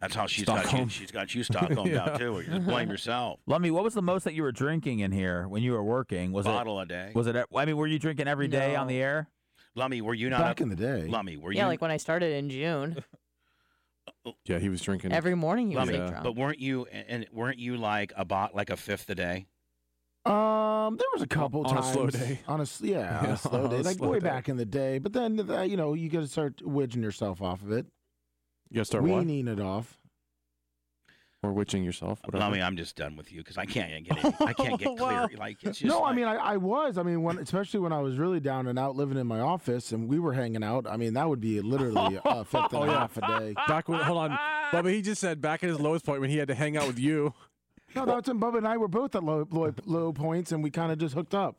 Speaker 4: That's how oh, she's got
Speaker 9: Stockholm.
Speaker 4: you. She's got you Stockholm
Speaker 9: Yeah.
Speaker 4: now too. Where you just blame yourself.
Speaker 5: Lummy, what was the most that you were drinking in here when you were working? Was
Speaker 4: Bottle a day.
Speaker 5: it? Was it? at- I mean, were you drinking every day on
Speaker 10: No.
Speaker 5: the air?
Speaker 4: Lummy, were you not
Speaker 6: Back
Speaker 4: up?
Speaker 6: in the day.
Speaker 4: Lummy, were
Speaker 10: Yeah,
Speaker 4: you?
Speaker 10: like when I started in June,
Speaker 9: Yeah, he was drinking.
Speaker 10: every morning you was
Speaker 4: Lummy,
Speaker 10: like
Speaker 9: yeah.
Speaker 10: drunk.
Speaker 4: but weren't you? And and weren't you like a bot, like a fifth a day?
Speaker 6: Um, there was a couple
Speaker 9: On a
Speaker 6: times
Speaker 9: slow day.
Speaker 6: On a s- yeah, on
Speaker 9: Yeah,
Speaker 6: a slow
Speaker 9: on
Speaker 6: day,
Speaker 9: a
Speaker 6: like
Speaker 9: slow
Speaker 6: way
Speaker 9: day.
Speaker 6: back in the day. But then uh, you know you got to start wedging yourself off of it,
Speaker 9: you gotta start what?
Speaker 6: weaning it off.
Speaker 9: Or witching yourself? Whatever.
Speaker 4: Lummy, I'm just done with you because I can't get. Any, I can't get clear.
Speaker 9: Wow.
Speaker 4: Like it's just.
Speaker 6: No, I
Speaker 4: like-
Speaker 6: mean I, I was. I mean, when especially when I was really down and out, living in my office, and we were hanging out. I mean, that would be literally a fifth and
Speaker 9: Oh,
Speaker 6: a
Speaker 9: yeah.
Speaker 6: half a day.
Speaker 9: back when, hold on, Bubba. He just said back at his lowest point when he had to hang out with you.
Speaker 6: No, that's when Bubba and I were both at low low, low points, and we kind of just hooked up.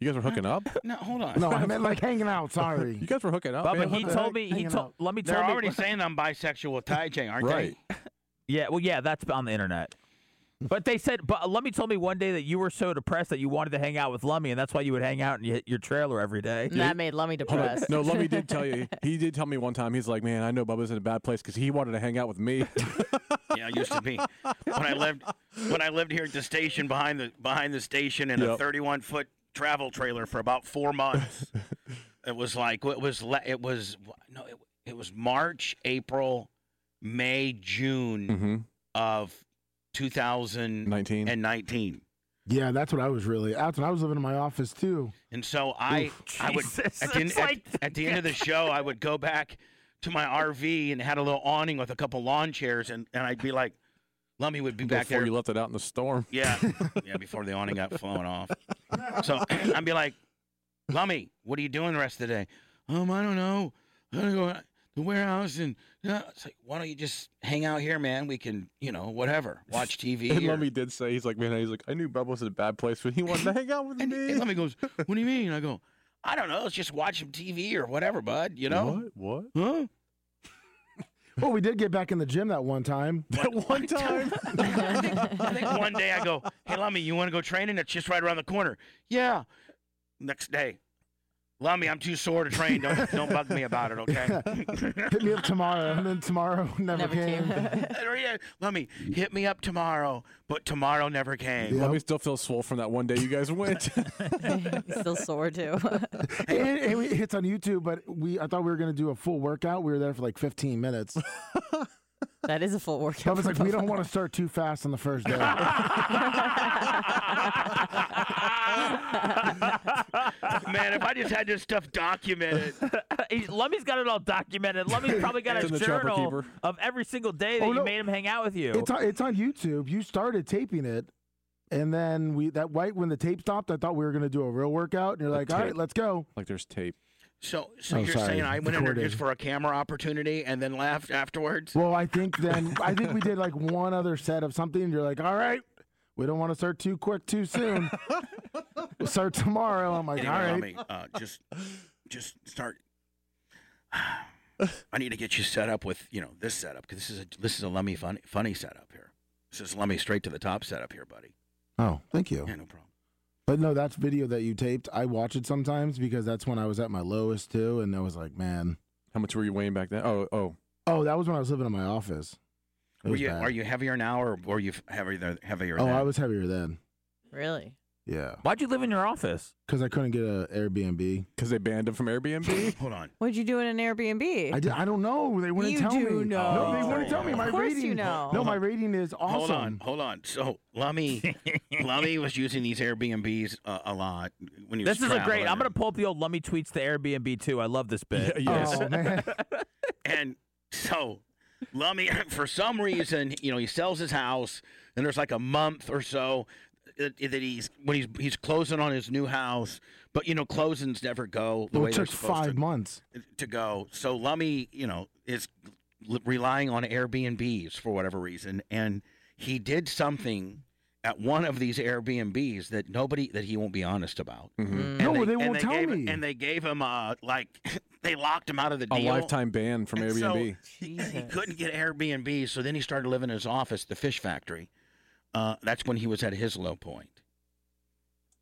Speaker 9: You guys were hooking up.
Speaker 4: no, hold on.
Speaker 6: No, I meant like hanging out. Sorry.
Speaker 9: You guys were hooking up. man.
Speaker 5: Bubba, he
Speaker 9: What the
Speaker 5: told
Speaker 9: heck?
Speaker 5: me. He
Speaker 6: Hanging
Speaker 5: told.
Speaker 6: out.
Speaker 5: Let me
Speaker 4: They're
Speaker 5: tell
Speaker 4: already
Speaker 5: me.
Speaker 4: saying I'm bisexual with Tai Ching, aren't
Speaker 9: Right.
Speaker 5: Yeah, well, yeah, that's on the internet. But they said, but Lummy told me one day that you were so depressed that you wanted to hang out with Lummy, and that's why you would hang out in y- your trailer every day.
Speaker 10: And that made Lummy
Speaker 9: Hold on.
Speaker 10: depressed.
Speaker 9: No, Lummy did tell you. He did tell me one time. He's like, "Man, I know Bubba's in a bad place because he wanted to hang out with me."
Speaker 4: they? Yeah, it used to be when I lived when I lived here at the station behind the behind the station in a
Speaker 9: Yep.
Speaker 4: 31 foot travel trailer for about four months. it was like it was le- it was no it, it was March, April, May, June
Speaker 9: mm-hmm.
Speaker 4: of 2019.
Speaker 9: Nineteen.
Speaker 6: Yeah, that's what I was really. That's when I was living in my office too.
Speaker 4: And so I, I would
Speaker 5: Jesus,
Speaker 4: at the, end,
Speaker 5: it's
Speaker 4: at-
Speaker 5: like-
Speaker 4: at, the end of the show, I would go back to my RV and had a little awning with a couple lawn chairs, and, and I'd be like, Lummy would be back
Speaker 9: Before
Speaker 4: there.
Speaker 9: you left it out in the storm.
Speaker 4: yeah, yeah, before the awning got flown off. So I'd be like, Lummy, what are you doing the rest of the day? Um, I don't know. I gotta go to the warehouse and uh, it's like, why don't you just hang out here, man? We can, you know, whatever, watch TV.
Speaker 9: And
Speaker 4: or-
Speaker 9: Lummy did say, "He's like, man, he's like, I knew Bubba was in a bad place when he wanted to hang out with
Speaker 4: And,
Speaker 9: me."
Speaker 4: and Lummy goes, What do you mean? I go, I don't know. Let's just watch some TV or whatever, bud. You know?
Speaker 9: What? What?
Speaker 4: Huh?
Speaker 6: Well, we did get back in the gym that one time.
Speaker 9: That one time.
Speaker 4: I think one day I go, Hey, Lummy, you want to go training? It's just right around the corner. Yeah. Next day, Lummy, I'm too sore to train. Don't don't bug me about it, okay?
Speaker 6: Hit me up tomorrow, and then tomorrow never, came.
Speaker 4: Or, yeah, Lummy, hit me up tomorrow, but tomorrow never came.
Speaker 9: Let me still feel swole from that one day you guys went.
Speaker 10: Still sore too.
Speaker 6: And, and it hits on YouTube, but we I thought we were gonna do a full workout. We were there for like 15 minutes.
Speaker 10: that is a full workout.
Speaker 6: I was like, we don't want to start too fast on the first day.
Speaker 4: Man, if I just had this stuff documented.
Speaker 5: He's, Lummy's got it all documented. Lummy's probably got
Speaker 6: It's
Speaker 5: a
Speaker 6: in the Trapper
Speaker 5: journal
Speaker 6: Keeper.
Speaker 5: of every single day that
Speaker 6: Oh,
Speaker 5: you
Speaker 6: no.
Speaker 5: made him hang out with you.
Speaker 6: It's on, it's on YouTube. You started taping it, and then we that white when the tape stopped, I thought we were gonna do a real workout, and you're like, all right,
Speaker 9: tape.
Speaker 6: let's go.
Speaker 9: like there's tape.
Speaker 4: So, so
Speaker 6: Oh,
Speaker 4: you're
Speaker 6: sorry,
Speaker 4: saying I went in there
Speaker 6: recorded.
Speaker 4: just for a camera opportunity and then left afterwards?
Speaker 6: Well, I think then I think we did like one other set of something. And you're like, all right, we don't want to start too quick too soon. we'll start tomorrow. I'm like,
Speaker 4: anyway,
Speaker 6: all right.
Speaker 4: Lummi, uh, just, just start. I need to get you set up with you know this setup because this is a this is a Lummy funny funny setup here. This is Lummy straight to the top setup here, buddy.
Speaker 6: Oh, thank you.
Speaker 4: Yeah, no problem.
Speaker 6: But no, that's video that you taped. I watch it sometimes because that's when I was at my lowest too, and I was like, man.
Speaker 9: How much were you weighing back then? Oh, oh.
Speaker 6: Oh, that was when I was living in my office. It
Speaker 4: Were
Speaker 6: was
Speaker 4: you
Speaker 6: bad.
Speaker 4: are you heavier now or were you heavier heavier?
Speaker 6: oh,
Speaker 4: then?
Speaker 6: I was heavier then.
Speaker 10: Really?
Speaker 6: Yeah.
Speaker 5: Why'd you live in your office?
Speaker 6: Because I couldn't get a Airbnb.
Speaker 9: Because they banned him from Airbnb.
Speaker 4: Hold on.
Speaker 10: What'd you do in an Airbnb?
Speaker 6: I, did, I don't know. They wouldn't
Speaker 10: You
Speaker 6: tell
Speaker 10: do
Speaker 6: me.
Speaker 10: know.
Speaker 6: No, they wouldn't tell me.
Speaker 10: Of
Speaker 6: My
Speaker 10: course you
Speaker 6: rating.
Speaker 10: know.
Speaker 6: No,
Speaker 4: Hold
Speaker 6: my
Speaker 4: on.
Speaker 6: rating is awesome.
Speaker 4: Hold on, hold on. So Lummy, Lummy was using these Airbnbs uh, a lot when he was
Speaker 5: This is a great.
Speaker 4: traveling.
Speaker 5: I'm gonna pull up the old Lummy tweets to Airbnb too. I love this bit.
Speaker 9: yes.
Speaker 6: Oh, man.
Speaker 4: And so, Lummy, for some reason, you know, he sells his house, and there's like a month or so that that he's when he's he's closing on his new house. But you know, closings never go the
Speaker 6: Well,
Speaker 4: way
Speaker 6: it
Speaker 4: they're
Speaker 6: took
Speaker 4: supposed
Speaker 6: five months.
Speaker 4: to, to go. So Lummy, you know, is l- relying on Airbnbs for whatever reason, and he did something at one of these Airbnbs that nobody that he won't be honest about.
Speaker 9: Mhm.
Speaker 4: Mm-hmm. And
Speaker 6: No, they
Speaker 4: and
Speaker 6: won't tell
Speaker 4: gave,
Speaker 6: me.
Speaker 4: And they gave him uh like they locked him out of the
Speaker 9: A
Speaker 4: deal.
Speaker 9: lifetime ban from
Speaker 4: And so-
Speaker 9: Airbnb.
Speaker 4: He couldn't get Airbnb, so then he started living in his office, the fish factory. Uh, that's when he was at his low point.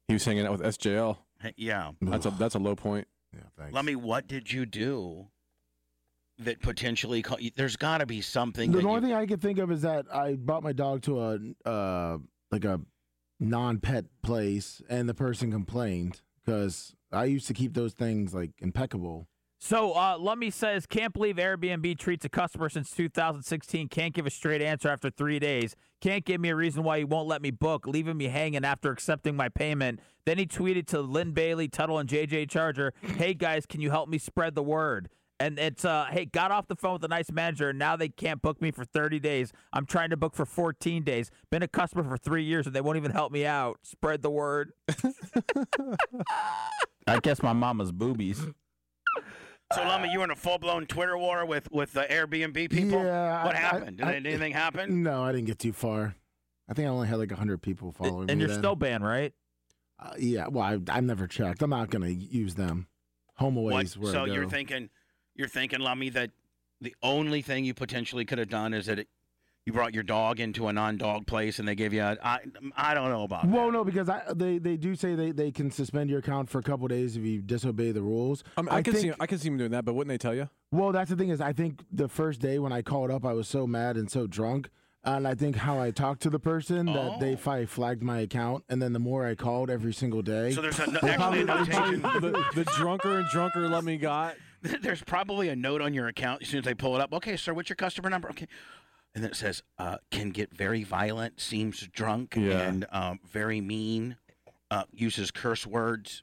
Speaker 9: he was hanging out with SJL.
Speaker 4: Yeah.
Speaker 9: That's a that's a low point.
Speaker 6: Yeah, thanks.
Speaker 4: Lummy, what did you do that potentially caught you? There's got to be something.
Speaker 6: The
Speaker 4: that
Speaker 6: only
Speaker 4: you-
Speaker 6: thing I could think of is that I brought my dog to a uh, like a non-pet place, and the person complained because I used to keep those things like impeccable.
Speaker 5: So uh, Lummy says, can't believe Airbnb treats a customer since 2016. Can't give a straight answer after three days. Can't give me a reason why he won't let me book, leaving me hanging after accepting my payment. Then he tweeted to Lynn Bailey, Tuttle, and JJ Charger, hey guys, can you help me spread the word? And it's uh, hey, got off the phone with a nice manager, and now they can't book me for 30 days. I'm trying to book for 14 days. Been a customer for three years, and they won't even help me out. Spread the word. I guess my mama's boobies.
Speaker 4: so Lummy, you were in a full blown Twitter war with with the Airbnb people.
Speaker 6: Yeah,
Speaker 4: what
Speaker 6: I- I-
Speaker 4: happened? Did
Speaker 6: I-
Speaker 4: anything happen?
Speaker 6: No, I didn't get too far. I think I only had like hundred people following me.
Speaker 5: And you're
Speaker 6: then.
Speaker 5: still banned, right?
Speaker 6: Uh, yeah. Well, I, I've never checked. I'm not gonna use them.
Speaker 4: What-
Speaker 6: Homeaways. Where I
Speaker 4: So you're
Speaker 6: go.
Speaker 4: thinking, you're thinking, Lummy, that the only thing you potentially could have done is that it, you brought your dog into a non-dog place and they gave you a. I, I don't know about.
Speaker 6: Well, no, because I, they they do say they, they can suspend your account for a couple days if you disobey the rules.
Speaker 9: I, mean, I, can
Speaker 6: think,
Speaker 9: see I can see him doing that, but wouldn't they tell you?
Speaker 6: Well, that's the thing is, I think the first day when I called up, I was so mad and so drunk, and I think how I talked to the person that
Speaker 4: Oh.
Speaker 6: they fi- flagged my account, and then the more I called every single day,
Speaker 4: So there's a,
Speaker 6: they
Speaker 4: actually a
Speaker 6: probably- they probably-
Speaker 4: notation.
Speaker 9: the, the drunker and drunker Lummy got.
Speaker 4: There's probably a note on your account as soon as they pull it up. Okay, sir, what's your customer number? Okay. And then it says, uh, can get very violent, seems drunk,
Speaker 9: Yeah.
Speaker 4: and um, very mean, uh, uses curse words.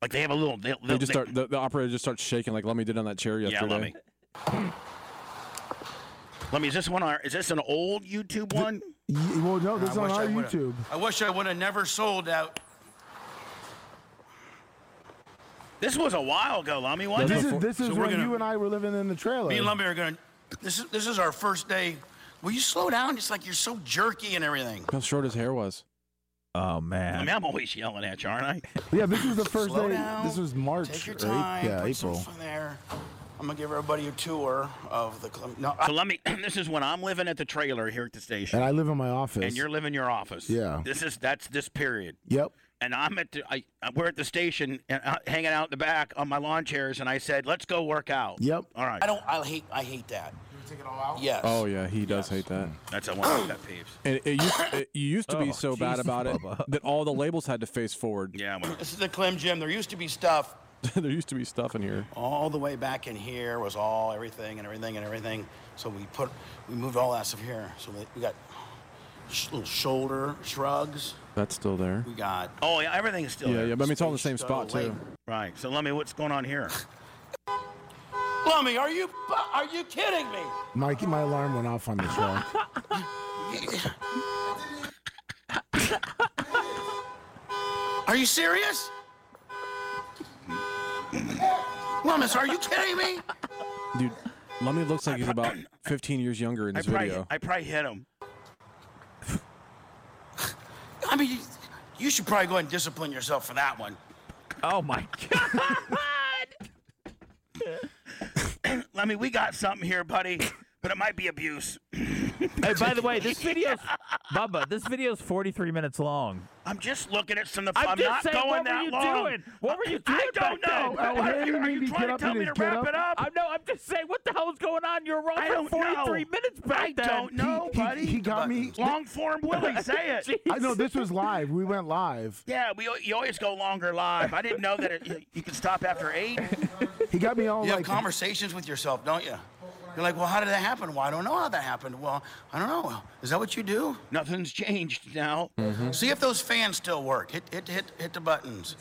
Speaker 4: Like they have a little. They,
Speaker 9: They just start the, the operator just starts shaking like Lummy did on that chair
Speaker 4: Yeah,
Speaker 9: yesterday.
Speaker 4: Lummy. Lummy, is this one? Our, is this an old YouTube one?
Speaker 6: Y- well, no, this is
Speaker 16: I
Speaker 6: on
Speaker 16: wish
Speaker 6: our
Speaker 16: I would've-
Speaker 6: YouTube.
Speaker 16: I wish I would have never sold out.
Speaker 4: This was a while ago, Lummy. Wasn't
Speaker 6: This
Speaker 4: it?
Speaker 6: is this is
Speaker 16: So we're
Speaker 6: when
Speaker 16: gonna-
Speaker 6: you and I were living in the trailer.
Speaker 16: Me and Lummy are gonna. This is this is our first day. Will you slow down? It's like you're so jerky and everything.
Speaker 9: Look How short his hair was.
Speaker 5: Oh
Speaker 4: I
Speaker 5: man.
Speaker 4: mean, I'm always yelling at you, aren't I?
Speaker 6: yeah, this was the first
Speaker 16: Slow
Speaker 6: day.
Speaker 16: down.
Speaker 6: This was March.
Speaker 16: Take your
Speaker 6: or April-
Speaker 16: time.
Speaker 6: yeah,
Speaker 16: put some
Speaker 6: April.
Speaker 16: fun there. I'm gonna give everybody a tour of the. Clem- No, I-
Speaker 4: So let me. This is when I'm living at the trailer here at the station,
Speaker 6: And I live in my office.
Speaker 4: and you're living your office.
Speaker 6: Yeah.
Speaker 4: This is that's this period.
Speaker 6: Yep.
Speaker 4: And I'm at the. I, I- we're at the station and uh, hanging out in the back on my lawn chairs, and I said, "Let's go work out."
Speaker 6: Yep.
Speaker 4: All right.
Speaker 16: I don't. I hate. I hate that. You take it all out. Yes.
Speaker 9: Oh yeah, he does hate that.
Speaker 4: Mm. That's a one that peeves.
Speaker 9: And it used, it you used to be
Speaker 16: Oh,
Speaker 9: so bad
Speaker 16: jeez,
Speaker 9: about it
Speaker 16: Bubba.
Speaker 9: that all the labels had to face forward.
Speaker 4: Yeah,
Speaker 16: This is the Clem Gym. There used to be stuff
Speaker 9: there used to be stuff in here.
Speaker 16: all the way back in here was all everything and everything and everything. So we put, we moved all that stuff here. So we- we got sh- little shoulder shrugs.
Speaker 9: That's still there.
Speaker 16: We got.
Speaker 4: Oh yeah, everything's still.
Speaker 9: Yeah,
Speaker 4: there.
Speaker 9: yeah, but I mean, it's all in the same spot, too.
Speaker 4: Right. So let me. What's going on here?
Speaker 16: Lummy, are you bu- are you kidding me?
Speaker 6: My my alarm went off on the show.
Speaker 16: Are you serious? Lummis, are you kidding me?
Speaker 9: Dude, Lummy looks like he's about 15 years younger in
Speaker 4: I
Speaker 9: this
Speaker 4: probably,
Speaker 9: video.
Speaker 4: I probably hit him.
Speaker 16: I mean, you, you should probably go ahead and discipline yourself for that one.
Speaker 5: Oh my
Speaker 4: Let me. We got something here, buddy, but it might be abuse.
Speaker 5: hey, by the way, this video's Bubba. This video's 43 minutes long.
Speaker 4: I'm just looking at some.
Speaker 5: I'm
Speaker 4: I'm
Speaker 5: just
Speaker 4: not
Speaker 5: saying,
Speaker 4: going
Speaker 5: what were
Speaker 4: that
Speaker 5: you
Speaker 4: long.
Speaker 5: doing? What were you doing?
Speaker 4: I don't
Speaker 5: back
Speaker 4: know.
Speaker 5: then?
Speaker 4: Oh, Are hey, you- are you maybe trying get to up tell and me to just get wrap up. it up?
Speaker 5: I'm, no, I'm just saying, what the hell is going on? You're wrong
Speaker 4: I
Speaker 5: for
Speaker 4: don't
Speaker 5: 43
Speaker 4: know.
Speaker 5: minutes back
Speaker 4: I
Speaker 5: then.
Speaker 4: don't know,
Speaker 6: He-
Speaker 4: buddy.
Speaker 6: he, got me.
Speaker 4: Long form, Willie. Say it.
Speaker 6: I know this was live. We went live.
Speaker 4: Yeah, we you always go longer live. I didn't know that it, you, you can stop after eight.
Speaker 6: He got me all
Speaker 16: You have
Speaker 6: like
Speaker 16: conversations with yourself, don't you? You're like, well, how did that happen? Well, I don't know how that happened. Well, I don't know. Is that what you do? Mm-hmm.
Speaker 4: Nothing's changed now.
Speaker 16: See if those fans still work. Hit, hit, hit, hit the buttons.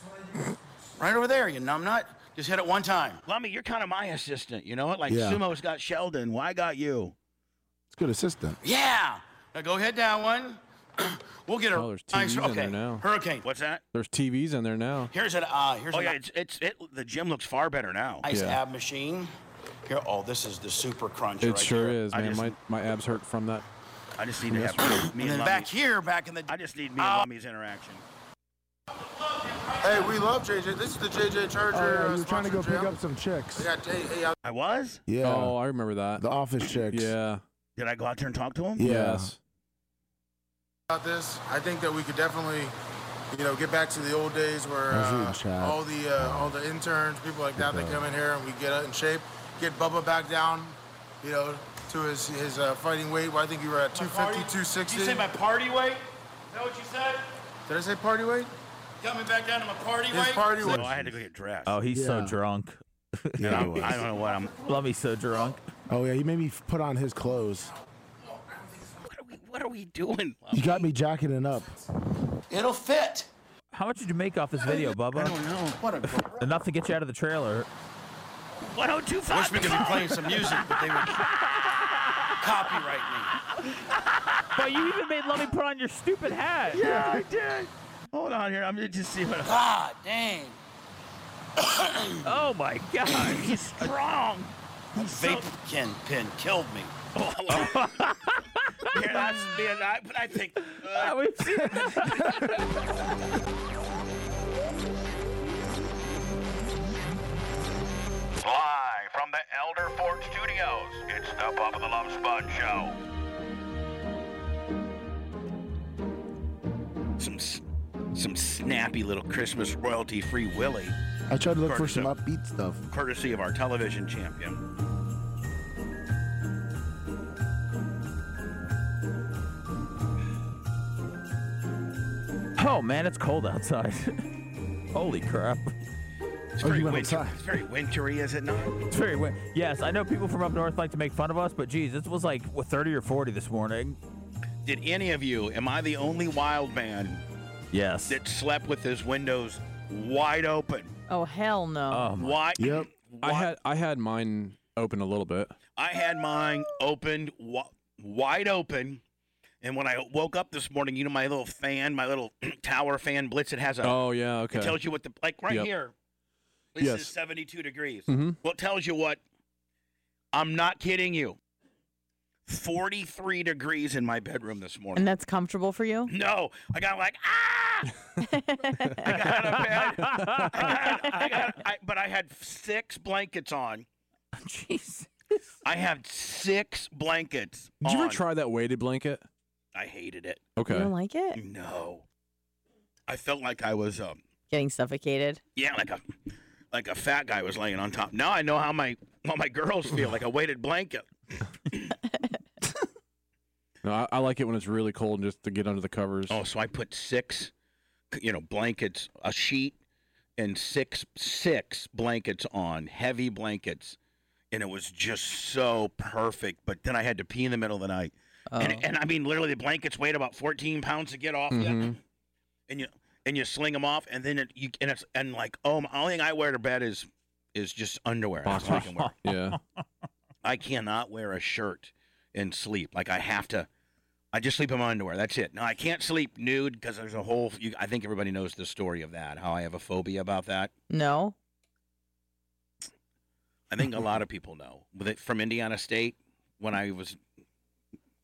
Speaker 16: Right over there, you numbnut. Just hit it one time.
Speaker 4: Lummy, you're kind of my assistant. You know what? Like
Speaker 6: Yeah.
Speaker 4: Sumo's got Sheldon. Why got you?
Speaker 6: it's good assistant.
Speaker 16: Yeah. Now go head down one. we'll get a
Speaker 9: Oh, there's
Speaker 16: nice.
Speaker 9: TVs in
Speaker 16: Okay.
Speaker 9: there now.
Speaker 16: Hurricane.
Speaker 4: What's that?
Speaker 9: There's TVs in there now.
Speaker 16: Here's an uh, here's
Speaker 4: oh
Speaker 16: an
Speaker 4: yeah, it's it's it. The gym looks far better now.
Speaker 16: ice
Speaker 9: Yeah.
Speaker 16: ab machine. Here, oh, this is the super crunch.
Speaker 9: It
Speaker 16: right
Speaker 9: sure
Speaker 16: here.
Speaker 9: is, man. my my abs hurt from that.
Speaker 4: I just need
Speaker 9: to
Speaker 4: have me
Speaker 16: and
Speaker 4: and
Speaker 16: then
Speaker 4: Lummy.
Speaker 16: back here, back in the. Ah.
Speaker 4: I just need me and Lummy's interaction.
Speaker 17: Hey, we love JJ. This is the JJ Charger.
Speaker 6: Oh, yeah,
Speaker 17: uh,
Speaker 6: you were trying to go
Speaker 17: sponsored
Speaker 6: pick
Speaker 17: jam.
Speaker 6: up some chicks.
Speaker 17: Yeah, hey, hey, I-
Speaker 4: I was.
Speaker 6: Yeah.
Speaker 9: Oh, I remember that.
Speaker 6: The office chicks.
Speaker 9: Yeah.
Speaker 4: Did I go out there and talk to him?
Speaker 9: Yes.
Speaker 17: about this. I think that we could definitely, you know, get back to the old days where
Speaker 6: I see the
Speaker 17: uh,
Speaker 6: chat.
Speaker 17: all the uh, all the interns, people like that, that
Speaker 6: Okay.
Speaker 17: come in here and we get in shape, get Bubba back down, you know, to his his uh, fighting weight. Well, I think you were at 250, 260.
Speaker 16: You say my party weight? Is that what you said?
Speaker 17: Did I say party weight?
Speaker 16: Got me back down to my party
Speaker 17: His
Speaker 16: weight.
Speaker 17: party
Speaker 4: So I had to go get dressed.
Speaker 5: Oh, he's so
Speaker 6: Yeah.
Speaker 5: drunk.
Speaker 4: And I'm- I don't know what I'm.
Speaker 5: Lummy's so drunk.
Speaker 6: Oh yeah, he made me f- put on his clothes.
Speaker 4: What are we doing?
Speaker 6: You got me jacketing up.
Speaker 16: It'll fit.
Speaker 5: How much did you make off this video, Bubba? I don't
Speaker 4: know.
Speaker 16: What a
Speaker 5: Enough to get you out of the trailer.
Speaker 4: 1025.
Speaker 16: Wish we could be playing some music, but they would copyright me.
Speaker 5: But you even made Lummy put on your stupid hat.
Speaker 4: Yeah, I did. Hold on here. I'm gonna just see what.
Speaker 16: God dang.
Speaker 5: Oh my God,
Speaker 4: he's strong.
Speaker 16: That vape kin pin killed me.
Speaker 4: Oh, hello. yeah, that's being. I, but I think. Uh,
Speaker 5: we've seen
Speaker 4: Live from the Elder Fort Studios, it's the Pop of the Love Sponge Show. Some, s- some snappy little Christmas royalty free Willie,
Speaker 6: I tried to look for
Speaker 4: Curtis,
Speaker 6: some
Speaker 4: uh,
Speaker 6: upbeat stuff.
Speaker 4: courtesy of our television champion.
Speaker 5: Oh man, it's cold outside. Holy crap.
Speaker 4: It's
Speaker 5: Oh,
Speaker 4: very wintry. It's very wintry, is it not?
Speaker 5: It's very wet. Yes, I know people from up north like to make fun of us, but geez, this was like what, 30 or 40 this morning.
Speaker 4: Did any of you? Am I the only wild man?
Speaker 5: Yes.
Speaker 4: That slept with his windows wide open.
Speaker 10: Oh hell no.
Speaker 4: Why?
Speaker 9: Yep. I had I had mine open a little bit.
Speaker 4: I had mine opened wi- wide open. And when I woke up this morning, you know my little fan, my little tower fan blitz. It has a.
Speaker 9: Oh, yeah, okay.
Speaker 4: It tells you what the like right
Speaker 9: Yep.
Speaker 4: here. This is
Speaker 9: Yes.
Speaker 4: 72 degrees.
Speaker 9: Mhm.
Speaker 4: Well, it tells you what. I'm not kidding you. 43 degrees in my bedroom this morning.
Speaker 10: And that's comfortable for you?
Speaker 4: No, I got like ah. I got out of bed. I got, I got, I, but I had six blankets on,
Speaker 5: Jeez.
Speaker 4: I have six blankets.
Speaker 9: Did you
Speaker 4: on.
Speaker 9: ever try that weighted blanket?
Speaker 4: I hated it.
Speaker 9: Okay. You don't
Speaker 10: like it?
Speaker 4: No. I felt like I was um
Speaker 10: Getting suffocated.
Speaker 4: yeah, like a like a fat guy was laying on top. Now I know how my how my girls feel, like a weighted blanket.
Speaker 9: No, I, I like it when it's really cold and just to get under the covers.
Speaker 4: Oh, so I put six you know, blankets, a sheet and six six blankets on, heavy blankets. And it was just so perfect. But then I had to pee in the middle of the night.
Speaker 1: Oh.
Speaker 5: Uh-huh.
Speaker 4: And, and I mean literally the blankets weighed about 14 pounds to get off. Yeah.
Speaker 5: Mm-hmm.
Speaker 1: Mhm.
Speaker 4: and you and you sling them off, and then it, you and it's and like oh, my only thing I wear to bed is is just underwear. That's all I can wear.
Speaker 9: yeah.
Speaker 4: I cannot wear a shirt and sleep. Like I have to. I just sleep in my underwear. That's it. No, I can't sleep nude because there's a whole. You, I think everybody knows the story of that. How I have a phobia about that.
Speaker 10: No.
Speaker 4: I think a lot of people know. With it from Indiana State when I was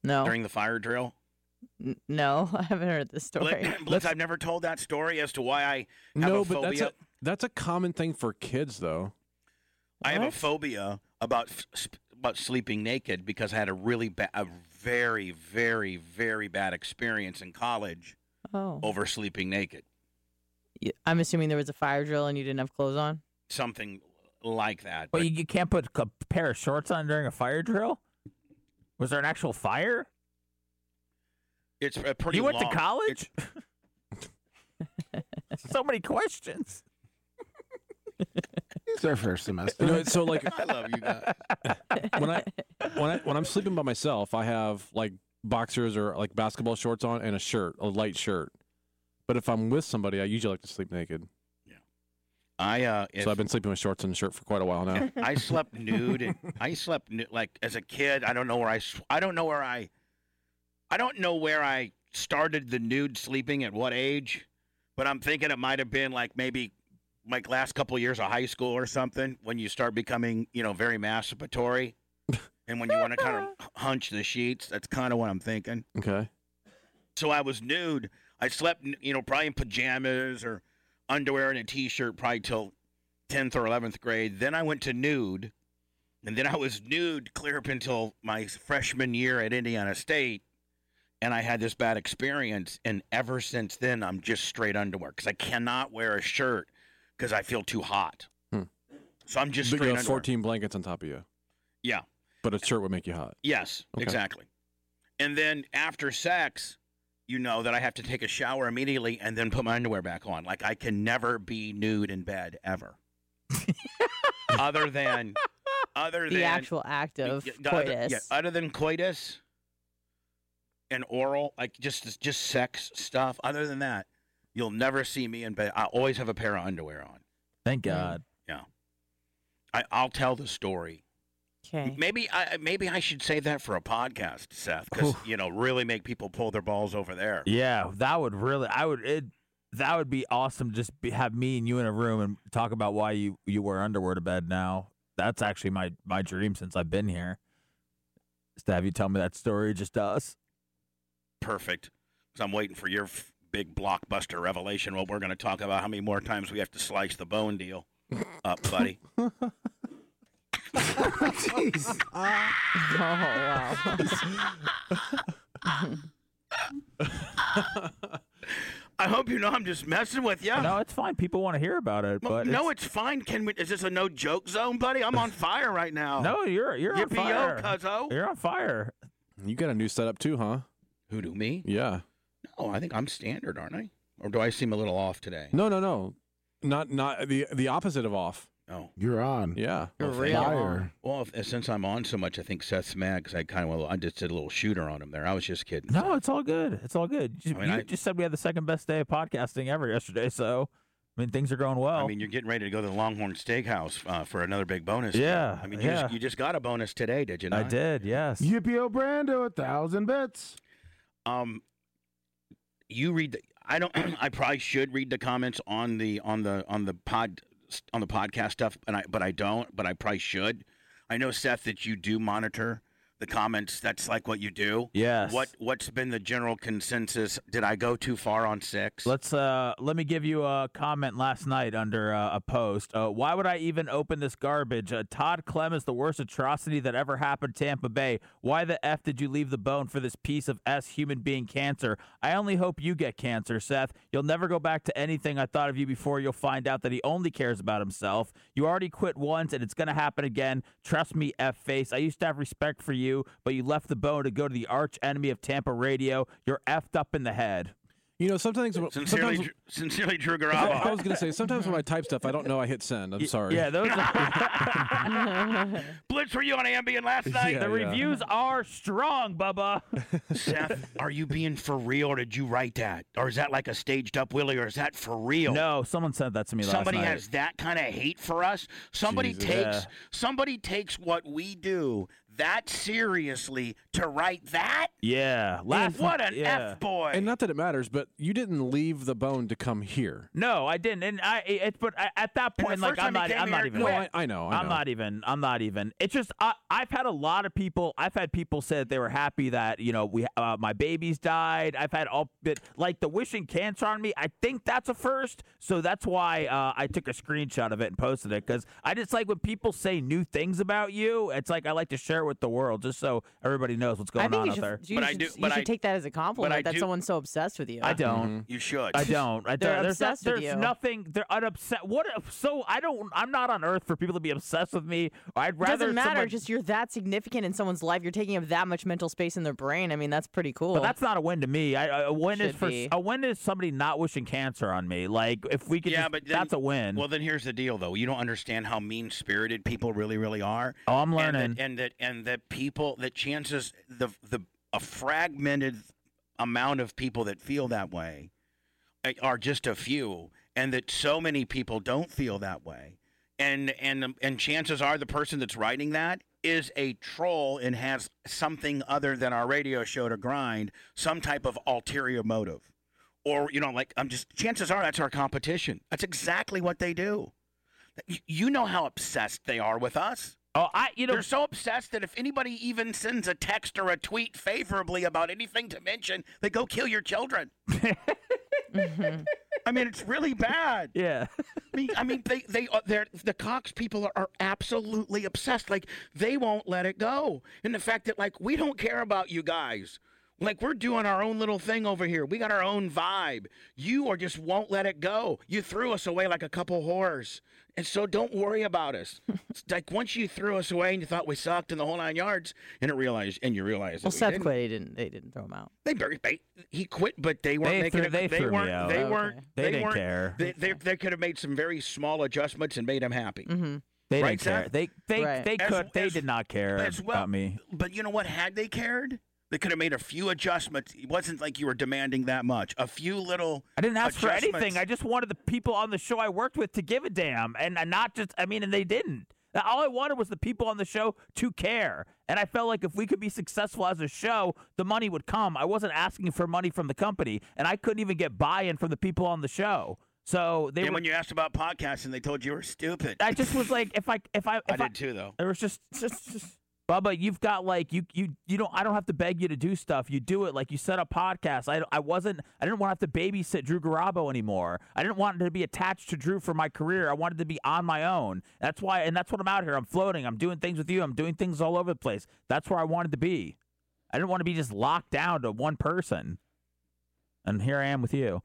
Speaker 10: No.
Speaker 4: during the fire drill.
Speaker 10: N- no, I haven't heard this story.
Speaker 4: Blitz, I've never told that story as to why I have
Speaker 9: no,
Speaker 4: a phobia.
Speaker 9: but that's a, that's a common thing for kids, though.
Speaker 4: I have a phobia about f- sp- about sleeping naked because I had a really bad, a very, very, very bad experience in college
Speaker 10: Oh.
Speaker 4: over sleeping naked.
Speaker 10: Y- I'm assuming there was a fire drill and you didn't have clothes on.
Speaker 4: Something like that.
Speaker 5: But you, you can't put a pair of shorts on during a fire drill? Was there an actual fire?
Speaker 4: It's a pretty.
Speaker 5: You went
Speaker 4: long-
Speaker 5: to college? so many questions.
Speaker 6: It's their first semester.
Speaker 9: No, it's so like
Speaker 6: I love you guys.
Speaker 9: when I when I when I'm sleeping by myself, I have like boxers or like basketball shorts on and a shirt, a light shirt. But if I'm with somebody, I usually like to sleep naked.
Speaker 4: I uh, if-
Speaker 9: so I've been sleeping with shorts and a shirt for quite a while now.
Speaker 4: I slept nude. And I slept nu- like as a kid. I don't know where I. s- I don't know where I. I don't know where I started the nude sleeping at what age, but I'm thinking it might have been like maybe like last couple years of high school or something when you start becoming you know very masturbatory, and when you want to kind of hunch the sheets. That's kind of what I'm thinking.
Speaker 9: okay.
Speaker 4: So I was nude. I slept, n- you know, probably in pajamas or underwear and a t-shirt probably till 10th or 11th grade. Then I went to nude. And then I was nude clear up until my freshman year at Indiana State. And I had this bad experience. And ever since then, I'm just straight underwear because I cannot wear a shirt because I feel too hot.
Speaker 9: Hmm.
Speaker 4: So I'm just
Speaker 9: But
Speaker 4: straight
Speaker 9: you
Speaker 4: underwear.
Speaker 9: have 14 blankets on top of you,
Speaker 4: Yeah.
Speaker 9: but a shirt would make you hot.
Speaker 4: Yes,
Speaker 9: Okay.
Speaker 4: exactly. And then after sex, you know that I have to take a shower immediately and then put my underwear back on. Like I can never be nude in bed ever. other than other
Speaker 10: The
Speaker 4: than
Speaker 10: actual act of
Speaker 4: Yeah, the other-
Speaker 10: coitus.
Speaker 4: yeah, other than coitus and oral, like just just sex stuff. Other than that, you'll never see me in bed. I always have a pair of underwear on.
Speaker 10: Mm.
Speaker 5: Thank God.
Speaker 4: Yeah. I, I'll tell the story.
Speaker 10: Okay.
Speaker 4: Maybe I maybe I should say that for a podcast, Seth, because you know really make people pull their balls over there.
Speaker 5: Yeah, that would really. I would. It, that would be awesome. Just be, have me and you in a room and talk about why you you wear underwear to bed now. That's actually my my dream since I've been here. Is to have you tell me that story, just us.
Speaker 4: Perfect. Because I'm waiting for your f- big blockbuster revelation. What we're going to talk about how many more times we have to slice the bone deal up, buddy.
Speaker 1: Jeez.
Speaker 4: Uh,
Speaker 10: oh wow.
Speaker 18: Um,
Speaker 4: I hope you know I'm just messing with you.
Speaker 5: No, it's fine. People want to hear about it, but
Speaker 4: no, it's, fine. Can we? Is this a no joke zone, buddy? I'm on fire right now.
Speaker 5: No, you're you're on
Speaker 4: Yippee-yo,
Speaker 5: fire.
Speaker 4: cuzzo.
Speaker 5: You're on fire.
Speaker 9: You got a new setup too, huh?
Speaker 4: Who do me?
Speaker 9: Yeah.
Speaker 4: No, I think I'm standard, aren't I? Or do I seem a little off today?
Speaker 9: No, no, no. Not not the the opposite of off.
Speaker 4: Oh.
Speaker 6: You're on.
Speaker 9: Yeah.
Speaker 4: Well, thank you. Well, if, since I'm on so much, I think Seth's mad because I kind of well, I just did a little shooter on him there. I was just kidding.
Speaker 5: No, it's all good. It's all good. You,
Speaker 4: I mean,
Speaker 5: you
Speaker 4: I-
Speaker 5: just said we had the second best day of podcasting ever yesterday, so I mean things are going well.
Speaker 4: I mean, you're getting ready to go to the Longhorn Steakhouse uh, for another big bonus.
Speaker 5: Yeah,
Speaker 4: I mean, you,
Speaker 5: yeah.
Speaker 4: just, you just got a bonus today, did you not?
Speaker 5: I did, yes.
Speaker 6: Yippee O Brando, a thousand bits.
Speaker 4: Um, you read. The, I don't. I probably should read the comments on the on the on the pod on the podcast stuff, and I but I don't. But I probably should. I know Seth that you do monitor the comments. That's like what you do.
Speaker 5: Yes.
Speaker 4: What What's been the general consensus? Did I go too far on six?
Speaker 5: Let's uh let me give you a comment last night under uh, a post. Uh, why would I even open this garbage? Uh, Todd Clem is the worst atrocity that ever happened to Tampa Bay. Why the f did you leave the bone for this piece of s human being cancer? I only hope you get cancer, Seth. You'll never go back to anything I thought of you before. You'll find out that he only cares about himself. You already quit once, and it's gonna happen again. Trust me, f face. I used to have respect for you, but you left the bone to go to the arch enemy of Tampa radio. You're effed up in the head.
Speaker 9: You know, sometimes
Speaker 4: Sincerely,
Speaker 9: sometimes-
Speaker 4: Dr- sincerely, Drew
Speaker 9: I,
Speaker 4: Garabo.
Speaker 9: I was gonna say sometimes when I type stuff, I don't know I hit send. I'm sorry.
Speaker 5: Yeah, those.
Speaker 4: Blitz, were you on Ambien last night?
Speaker 9: Yeah, The yeah. reviews
Speaker 5: are strong, Bubba.
Speaker 4: Seth, are you being for real, or did you write that, or is that like a staged up Willie, or is that for real?
Speaker 5: No, Oh, someone sent that to me
Speaker 4: Somebody
Speaker 5: last night.
Speaker 4: has that kind of hate for us. Somebody
Speaker 5: Jesus.
Speaker 4: takes
Speaker 5: Yeah.
Speaker 4: somebody takes what we do that seriously to write that.
Speaker 5: Yeah, last
Speaker 4: what an
Speaker 5: yeah.
Speaker 4: f boy.
Speaker 9: And not that it matters, but you didn't leave the bone to come here.
Speaker 5: No, I didn't, and I. It, but I, at that point,
Speaker 9: the
Speaker 5: like
Speaker 9: first
Speaker 5: I'm
Speaker 9: time he
Speaker 5: not.
Speaker 9: came
Speaker 5: I'm not
Speaker 9: here,
Speaker 5: even.
Speaker 9: No, I- I know, I
Speaker 5: am
Speaker 9: know.
Speaker 5: not even. I'm not even. It's just I, I've had a lot of people. I've had people say that they were happy that you know we uh, my babies died. I've had all but like the wishing cancer on me. I think that's a first, so that's why uh, I took a screenshot of it and posted it because I just like when people say new things about you. It's like I like to share it with the world just so everybody knows what's going
Speaker 10: I think
Speaker 5: on
Speaker 10: you
Speaker 5: out
Speaker 10: should,
Speaker 5: there.
Speaker 10: you should, you should take that as a
Speaker 5: I
Speaker 10: compliment that
Speaker 5: do-
Speaker 10: someone's so obsessed with you.
Speaker 5: I don't.
Speaker 10: Mm-hmm.
Speaker 4: You should.
Speaker 5: I don't. I
Speaker 10: They're
Speaker 5: don't. There's,
Speaker 10: obsessed with
Speaker 5: there's
Speaker 10: you.
Speaker 5: nothing. They're unobsessed. What? if- So I don't. I'm not on Earth for people to be obsessed with me. I'd
Speaker 10: It
Speaker 5: rather.
Speaker 10: doesn't matter.
Speaker 5: someone-
Speaker 10: Just you're that significant in someone's life. You're taking up that much mental space in their brain. I mean, that's pretty cool.
Speaker 5: But that's not a win to me. I, I- a win is
Speaker 10: Should
Speaker 5: for
Speaker 10: be.
Speaker 5: a win is somebody not wishing cancer on me. Like if we could.
Speaker 4: Yeah,
Speaker 5: just-
Speaker 4: but then-
Speaker 5: that's a win.
Speaker 4: Well, then here's the deal, though. You don't understand how mean spirited people really, really are.
Speaker 5: Oh, I'm
Speaker 4: And that-
Speaker 5: learning.
Speaker 4: And that, and that, people, that chances, the the a fragmented amount of people that feel that way uh, are just a few, and that so many people don't feel that way. And and and chances are the person that's writing that is a troll and has something other than our radio show to grind, some type of ulterior motive or you know like i'm just chances are that's our competition that's exactly what they do Y- you know how obsessed they are with us
Speaker 5: oh i you know
Speaker 4: they're so obsessed that if anybody even sends a text or a tweet favorably about anything to mention they go kill your children i mean it's really bad
Speaker 5: yeah
Speaker 4: I mean, I mean, they they are, they're, the Cox people are, are absolutely obsessed. Like they won't let it go, and the fact that like we don't care about you guys. Like we're doing our own little thing over here. We got our own vibe. You are just won't let it go. You threw us away like a couple whores, and so don't worry about us. It's like once you threw us away and you thought we sucked in the whole nine yards, and it realized and you realized.
Speaker 10: well,
Speaker 4: that we
Speaker 10: Seth
Speaker 4: didn't.
Speaker 10: quit. He didn't. They didn't throw him out.
Speaker 4: They, bur- they he quit, but they weren't
Speaker 5: They
Speaker 4: making
Speaker 5: threw-
Speaker 4: it.
Speaker 5: they threw me
Speaker 4: weren't.
Speaker 5: out.
Speaker 4: They
Speaker 5: Oh,
Speaker 4: weren't.
Speaker 5: okay. They didn't
Speaker 4: weren't-
Speaker 5: care.
Speaker 4: They, they, they could have made some very small adjustments and made him happy.
Speaker 5: Mm-hmm. They
Speaker 4: Right,
Speaker 5: didn't care.
Speaker 4: Seth?
Speaker 5: They they
Speaker 4: Right.
Speaker 5: they
Speaker 4: As-
Speaker 5: could. they
Speaker 4: as-
Speaker 5: did not care
Speaker 4: as well-
Speaker 5: about me.
Speaker 4: But you know what? Had they cared, they could have made a few adjustments. It wasn't like you were demanding that much. A few little.
Speaker 5: I didn't ask for anything.
Speaker 4: adjustments.
Speaker 5: I just wanted the people on the show I worked with to give a damn, and and not just. I mean, and they didn't. All I wanted was the people on the show to care, and I felt like if we could be successful as a show, the money would come. I wasn't asking for money from the company, and I couldn't even get buy-in from the people on the show. So they
Speaker 4: and
Speaker 5: were.
Speaker 4: when you asked about podcasts, and they told you you were stupid.
Speaker 5: I just was like, if I if I if
Speaker 4: I did too, though.
Speaker 5: It was just, just, just Bubba, you've got like you you you don't. I don't have to beg you to do stuff. You do it like you set up podcasts. I I wasn't. I didn't want to have to babysit Drew Garabo anymore. I didn't want to be attached to Drew for my career. I wanted to be on my own. That's why, and that's what I'm out here. I'm floating. I'm doing things with you. I'm doing things all over the place. That's where I wanted to be. I didn't want to be just locked down to one person. And here I am with you.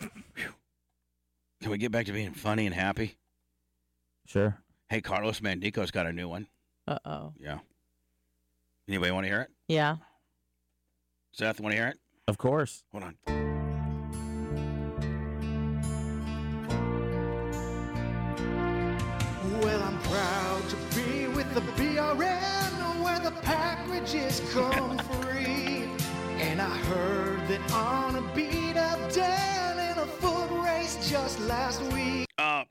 Speaker 4: Can we get back to being funny and happy?
Speaker 5: Sure.
Speaker 4: Hey, Carlos Mandico's got a new one.
Speaker 10: Uh oh.
Speaker 4: Yeah. Anybody want to hear it?
Speaker 10: Yeah.
Speaker 4: Seth, want to hear it?
Speaker 5: Of course.
Speaker 4: Hold on.
Speaker 1: Well, I'm proud to be with the BRN where the packages come free. And I heard that on a beat up down in a foot race just last week.
Speaker 4: Uh,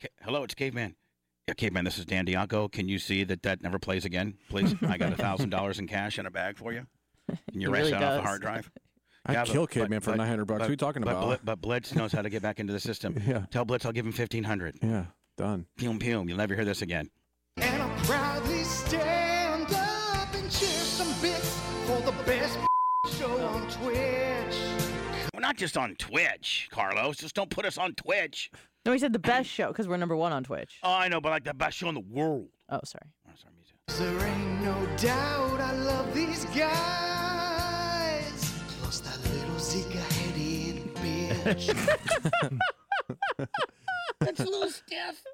Speaker 4: ca- hello, it's Caveman. Yeah, Caveman, this is Dan Diaco. Can you see that that never plays again? Please, I got a thousand dollars in cash in a bag for you. Can you
Speaker 9: He
Speaker 4: erase
Speaker 9: really
Speaker 4: that off
Speaker 9: does.
Speaker 4: the hard drive?
Speaker 9: I'd
Speaker 4: Yeah, but-
Speaker 9: kill
Speaker 4: but-
Speaker 9: Caveman for
Speaker 4: but-
Speaker 9: 900 bucks.
Speaker 4: but-
Speaker 9: What are you talking
Speaker 4: but
Speaker 9: about?
Speaker 4: Bl- but Blitz knows how to get back into the system.
Speaker 9: Yeah.
Speaker 4: Tell Blitz I'll give him fifteen hundred.
Speaker 9: Yeah, done.
Speaker 4: Pum pum. You'll never hear this again.
Speaker 1: And I proudly stand up and cheer Twitch.
Speaker 4: We're not just on Twitch, Carlos. Just don't put us on Twitch.
Speaker 10: No, he said the best show because we're number one on Twitch.
Speaker 4: Oh, I know, but like the best show in the world.
Speaker 10: Oh, sorry.
Speaker 1: There ain't no doubt I love these guys. Plus that little Zika headed bitch.
Speaker 4: That's little Steph.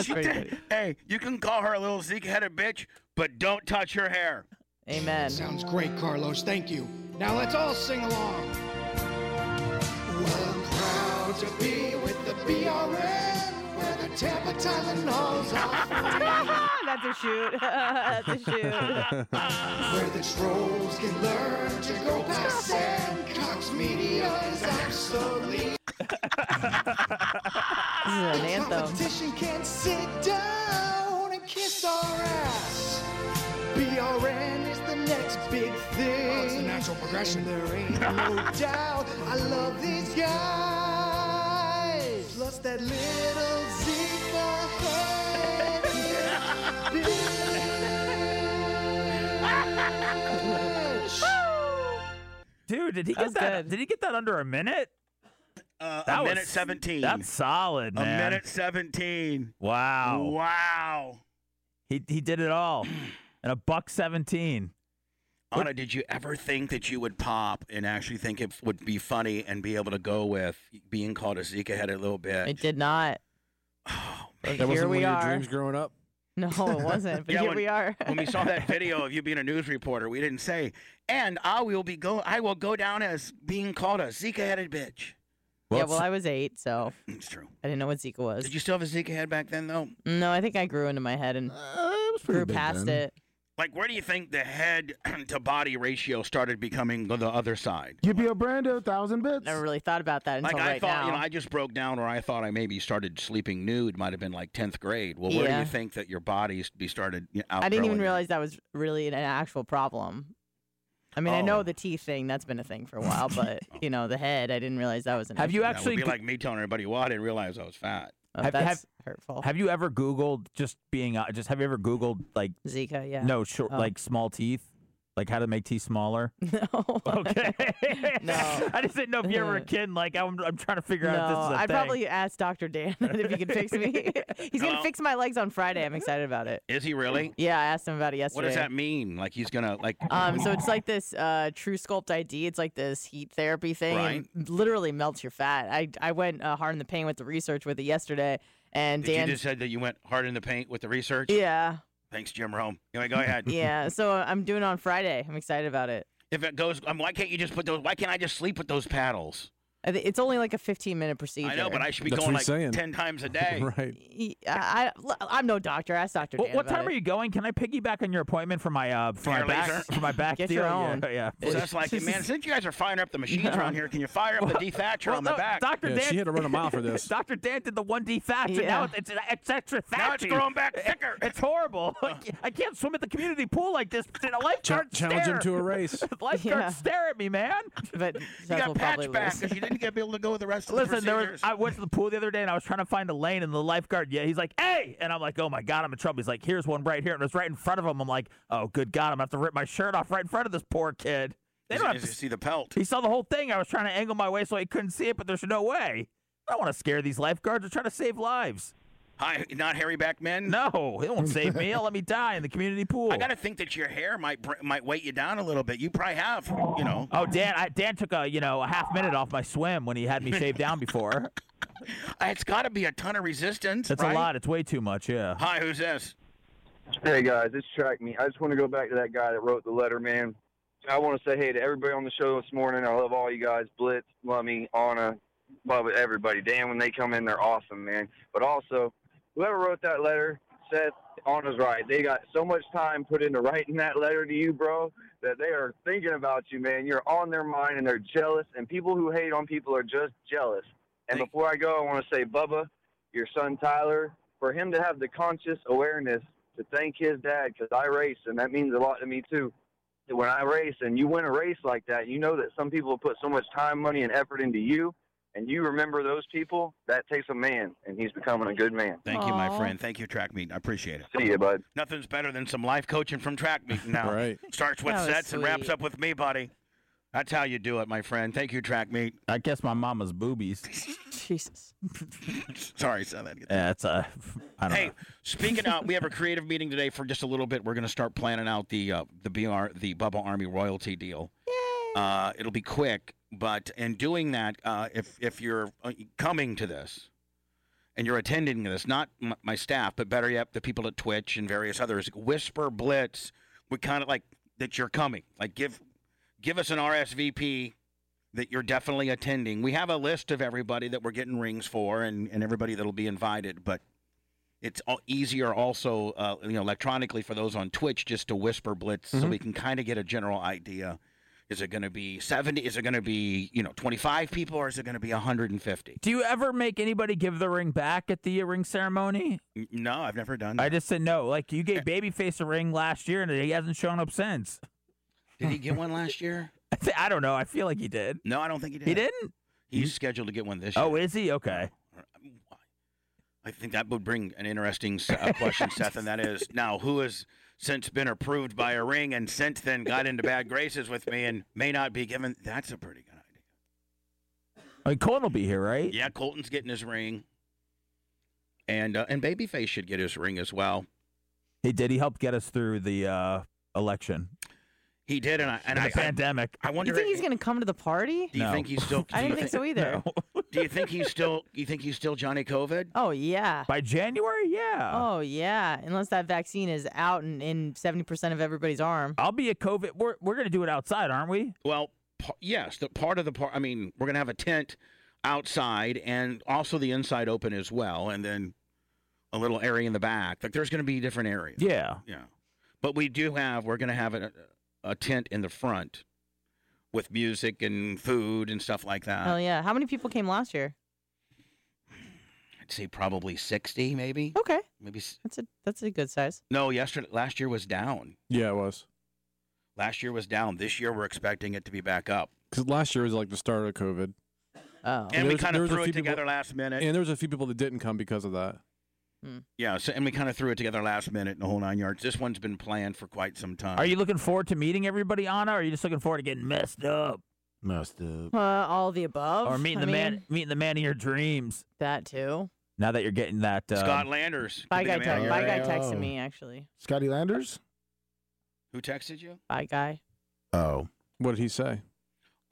Speaker 4: She did- Hey, you can call her a little zeke-headed bitch, but don't touch her hair.
Speaker 10: Amen.
Speaker 1: Sounds great, Carlos. Thank you. Now let's all sing along. Well, I'm proud to be with the BRN, where the Tampa Tylenols are.
Speaker 10: That's a shoot. That's a shoot.
Speaker 1: where the trolls can learn to go past and Cox Media is absolutely.
Speaker 10: This is an
Speaker 1: The
Speaker 10: anthem.
Speaker 1: competition can sit down and kiss our ass. BRN is the next big thing. it's a natural progression. there ain't no doubt I love these guys. Plus that little Zika head.
Speaker 5: Dude, did he
Speaker 4: That was
Speaker 5: get that? Did he get that under a minute?
Speaker 4: Uh,
Speaker 5: That
Speaker 4: a
Speaker 5: was-
Speaker 4: minute 17.
Speaker 5: That's solid,
Speaker 4: a
Speaker 5: man.
Speaker 4: minute 17.
Speaker 5: Wow.
Speaker 4: Wow.
Speaker 5: He he did it all, and a buck seventeen.
Speaker 4: Anna, did you ever think that you would pop and actually think it would be funny and be able to go with being called a Zika headed little bitch?
Speaker 10: It did not. But
Speaker 4: That wasn't
Speaker 10: here
Speaker 4: one
Speaker 10: we
Speaker 4: of your
Speaker 10: are.
Speaker 4: dreams
Speaker 9: growing up?
Speaker 10: No, it wasn't. But
Speaker 4: Yeah,
Speaker 10: here
Speaker 4: when-
Speaker 10: we are.
Speaker 4: when we saw that video of you being a news reporter, we didn't say, and I will be go I will go down as being called a Zika headed bitch.
Speaker 10: yeah, well, I was eight, so.
Speaker 4: It's true.
Speaker 10: I didn't know what Zika was.
Speaker 4: Did you still have a Zika head back then, though? Uh,
Speaker 10: No, I think I grew into my head and grew past it.
Speaker 4: Like, where do you think the head to body ratio started becoming the other side?
Speaker 6: Yippee Brando, thousand bits.
Speaker 10: Never really thought about that until
Speaker 4: Like I
Speaker 10: right
Speaker 4: thought,
Speaker 10: now.
Speaker 4: you know, I just broke down, or I thought I maybe started sleeping nude. Might have been like tenth grade. Well, where do
Speaker 10: Yeah.
Speaker 4: you think that your body's be started? You know,
Speaker 10: I didn't even
Speaker 4: outgrowing?
Speaker 10: realize that was really an actual problem. I mean, I
Speaker 4: Oh.
Speaker 10: know the teeth thing, that's been a thing for a while, but, you know, the head, I didn't realize that was an issue.
Speaker 4: That would be like me telling everybody, "Well, I didn't realize I was fat."
Speaker 10: Oh,
Speaker 5: Have-
Speaker 10: that's
Speaker 5: have-
Speaker 10: hurtful.
Speaker 5: Have you ever Googled just being uh, just? Have you ever Googled like
Speaker 10: Zika? Yeah.
Speaker 5: No, short
Speaker 10: Oh.
Speaker 5: like small teeth, like how to make teeth smaller.
Speaker 10: no.
Speaker 5: I just didn't know if you were a kid. and, Like I'm, I'm trying to figure
Speaker 10: Oh. No,
Speaker 5: out if this is a
Speaker 10: I
Speaker 5: thing.
Speaker 10: probably asked Dr. Dan if he could fix me. He's going
Speaker 4: Hello?
Speaker 10: to fix my legs on Friday. I'm excited about it.
Speaker 4: Is he really?
Speaker 10: Yeah, I asked him about it yesterday.
Speaker 4: What does that mean? Like he's gonna like?
Speaker 10: Um, so it's like this uh, True Sculpt ID. It's like this heat therapy thing. and literally melts your fat. I I went uh, hard in the pain with the research with it yesterday, and
Speaker 4: Did
Speaker 10: Dan.
Speaker 4: you just said that you went hard in the paint with the research?
Speaker 10: yeah,
Speaker 4: Thanks, Jim Rome. Anyway, go ahead.
Speaker 10: yeah. So I'm doing it on Friday. I'm excited about it.
Speaker 4: If it goes, um, why can't you just put those? Why can't I just sleep with those paddles?
Speaker 10: I thi- It's only like a 15 minute procedure.
Speaker 4: I know, but I should be going like ten times a day.
Speaker 9: right.
Speaker 10: Y- I, am no doctor. Ask Doctor.
Speaker 5: What, what time are you going? Can I piggyback on your appointment for my uh for my
Speaker 4: Hair
Speaker 5: back
Speaker 4: laser?
Speaker 5: for my back
Speaker 4: Get
Speaker 5: deal?
Speaker 4: your own.
Speaker 5: Yeah, yeah.
Speaker 4: So that's like, man, since you guys are firing up the machines around here, can you fire up the dethatcher
Speaker 5: Well,
Speaker 4: on the
Speaker 5: no,
Speaker 4: back?
Speaker 5: Dr. Dan,
Speaker 9: this.
Speaker 5: Dr. Dan did the 1D thatch, and now
Speaker 4: Yeah.
Speaker 5: it's, it's, it's extra thatch.
Speaker 4: Now it's growing back thicker. Uh.
Speaker 5: It's horrible. I can't- I can't swim at the community pool like this. Did a lifeguard
Speaker 9: challenge
Speaker 5: stare.
Speaker 9: him to a race.
Speaker 5: lifeguards
Speaker 9: Yeah.
Speaker 5: stare at me, man.
Speaker 10: But
Speaker 4: you got patch back because you didn't get be able to go with the rest of
Speaker 5: Listen,
Speaker 4: the
Speaker 5: there was,
Speaker 4: procedures.
Speaker 5: I went to the pool the other day and I was trying to find a lane, and the lifeguard, yeah, he's like, "Hey!" and I'm like, "Oh my god, I'm in trouble." He's like, "Here's one right here," and it's right in front of him. I'm like, "Oh good god, I'm gonna have to rip my shirt off right in front of this poor kid." They
Speaker 4: Is-
Speaker 5: don't have
Speaker 4: is
Speaker 5: to
Speaker 4: you see the pelt.
Speaker 5: He saw the whole thing. I was trying to angle my way so he couldn't see it, but there's no way. I don't want to scare these lifeguards. They're trying to save lives.
Speaker 4: Hi, not hairy back men.
Speaker 5: No, they won't save me. They'll let me die in the community pool.
Speaker 4: I gotta think that your hair might br- might weight you down a little bit. You probably have, you know.
Speaker 5: Oh, Dan! I, Dan took a you know a half minute off my swim when he had me shaved down before.
Speaker 4: Uh, It's got to be a ton of resistance.
Speaker 5: That's
Speaker 4: right?
Speaker 5: a lot. It's way too much. Yeah.
Speaker 4: Hi, who's this?
Speaker 19: Hey guys, it's Track Me. I just want to go back to that guy that wrote the letter, man. I want to say hey to everybody on the show this morning. I love all you guys, Blitz, Lummy, Anna, love everybody. Dan, when they come in, they're awesome, man. But also, whoever wrote that letter, Seth, Anna's right. They got so much time put into writing that letter to you, bro, that they are thinking about you, man. You're on their mind, and they're jealous. And people who hate on people are just jealous. And before I go, I want to say, Bubba, your son Tyler, for him to have the conscious awareness to thank his dad because I race, and that means a lot to me too. When I race and you win a race like that, you know that some people put so much time, money, and effort into you, and you remember those people, that takes a man, and he's becoming a good man.
Speaker 4: Thank you, my friend. Thank you, track meet. I appreciate it.
Speaker 19: See you, bud.
Speaker 4: Nothing's better than some life coaching from track meet now.
Speaker 9: Right.
Speaker 4: Starts with
Speaker 5: That was
Speaker 4: sets and wraps
Speaker 5: sweet.
Speaker 4: up with me, buddy. That's how you do it, my friend. Thank you, track meet.
Speaker 5: I guess my mama's boobies.
Speaker 10: Jesus.
Speaker 4: Sorry, son. that.
Speaker 5: Yeah, it's a. uh, I don't
Speaker 4: Hey,
Speaker 5: know.
Speaker 4: speaking of, we have a creative meeting today for just a little bit. We're going to start planning out the uh, the BR the Bubba Army royalty deal. Uh, it'll be quick, but in doing that, uh, if if you're uh, coming to this and you're attending this, not m- my staff, but better yet, the people at Twitch and various others, whisper blitz. We kind of like that you're coming. Like give give us an RSVP that you're definitely attending. We have a list of everybody that we're getting rings for and, and everybody that'll be invited, but it's al- easier also uh, you know electronically for those on Twitch just to whisper blitz so we can kind of get a general idea. Is it going to be 70? Is it going to be, you know, 25 people or is it going to be 150?
Speaker 5: Do you ever make anybody give the ring back at the uh, ring ceremony?
Speaker 4: N- No, I've never done that.
Speaker 5: I just said no. Like you gave Babyface a ring last year, and he hasn't shown up since.
Speaker 4: Did he get one last year?
Speaker 5: I, th- I don't know. I feel like he did.
Speaker 4: No, I don't think he did.
Speaker 5: He didn't.
Speaker 4: He's scheduled to get one this year.
Speaker 5: Oh, is he? Okay.
Speaker 4: I think that would bring an interesting s- uh, question, Seth, and that is now who has since been approved by a ring and since then got into bad graces with me and may not be given. That's a pretty good.
Speaker 5: I mean, Colin will be here, right?
Speaker 4: Yeah, Colton's getting his ring, and uh, and Babyface should get his ring as well.
Speaker 5: He did. He helped get us through the uh, election.
Speaker 4: He did, and I and
Speaker 5: the
Speaker 4: I, I-
Speaker 5: pandemic.
Speaker 4: I, wonder.
Speaker 10: You think he's gonna come to the party?
Speaker 4: do you think he's still?
Speaker 10: I
Speaker 4: do you
Speaker 10: didn't think so either.
Speaker 4: Do you think he's still? You think he's still Johnny COVID?
Speaker 10: Oh yeah.
Speaker 5: By January, yeah.
Speaker 10: Oh yeah. Unless that vaccine is out and in seventy percent of everybody's arm.
Speaker 5: I'll be a COVID. We're we're gonna do it outside, aren't we?
Speaker 4: Well, pa- yes. The part of the part. I mean, we're gonna have a tent outside, and also the inside open as well, and then a little area in the back. Like there's gonna be different areas.
Speaker 5: Yeah.
Speaker 4: Yeah. But we do have, we're going to have a, a tent in the front with music and food and stuff like that.
Speaker 10: Hell yeah. How many people came last year?
Speaker 4: I'd say probably 60, maybe.
Speaker 10: Okay.
Speaker 4: Maybe. s-
Speaker 10: That's a that's a good size.
Speaker 4: No, yesterday, last year was down.
Speaker 9: Yeah, it was.
Speaker 4: Last year was down. This year, we're expecting it to be back up.
Speaker 9: Because last year was like the start of COVID.
Speaker 10: Oh.
Speaker 4: And we
Speaker 9: there's-
Speaker 4: kind
Speaker 9: there
Speaker 4: of
Speaker 9: was a
Speaker 4: threw it
Speaker 9: few people-
Speaker 4: together last minute.
Speaker 9: And there was a few people that didn't come because of that.
Speaker 4: yeah. So, and we kind of threw it together last minute in the whole nine yards. This one's been planned for quite some time.
Speaker 5: Are you looking forward to meeting everybody, Anna? Or are you just looking forward to getting messed up?
Speaker 6: Messed up.
Speaker 10: Uh, all the above.
Speaker 5: Or meeting
Speaker 10: I
Speaker 5: the man,
Speaker 10: mean,
Speaker 5: meeting the man of your dreams.
Speaker 10: That too.
Speaker 5: Now that you're getting that, uh,
Speaker 4: Scott Landers. could
Speaker 10: Bye
Speaker 4: be the
Speaker 10: guy,
Speaker 4: man of
Speaker 10: te-
Speaker 4: your
Speaker 10: bye guy
Speaker 4: dreams.
Speaker 9: Oh.
Speaker 10: texted me actually.
Speaker 6: Scotty Landers?
Speaker 4: Who texted you?
Speaker 10: Bye guy.
Speaker 6: Oh.
Speaker 9: What did he say?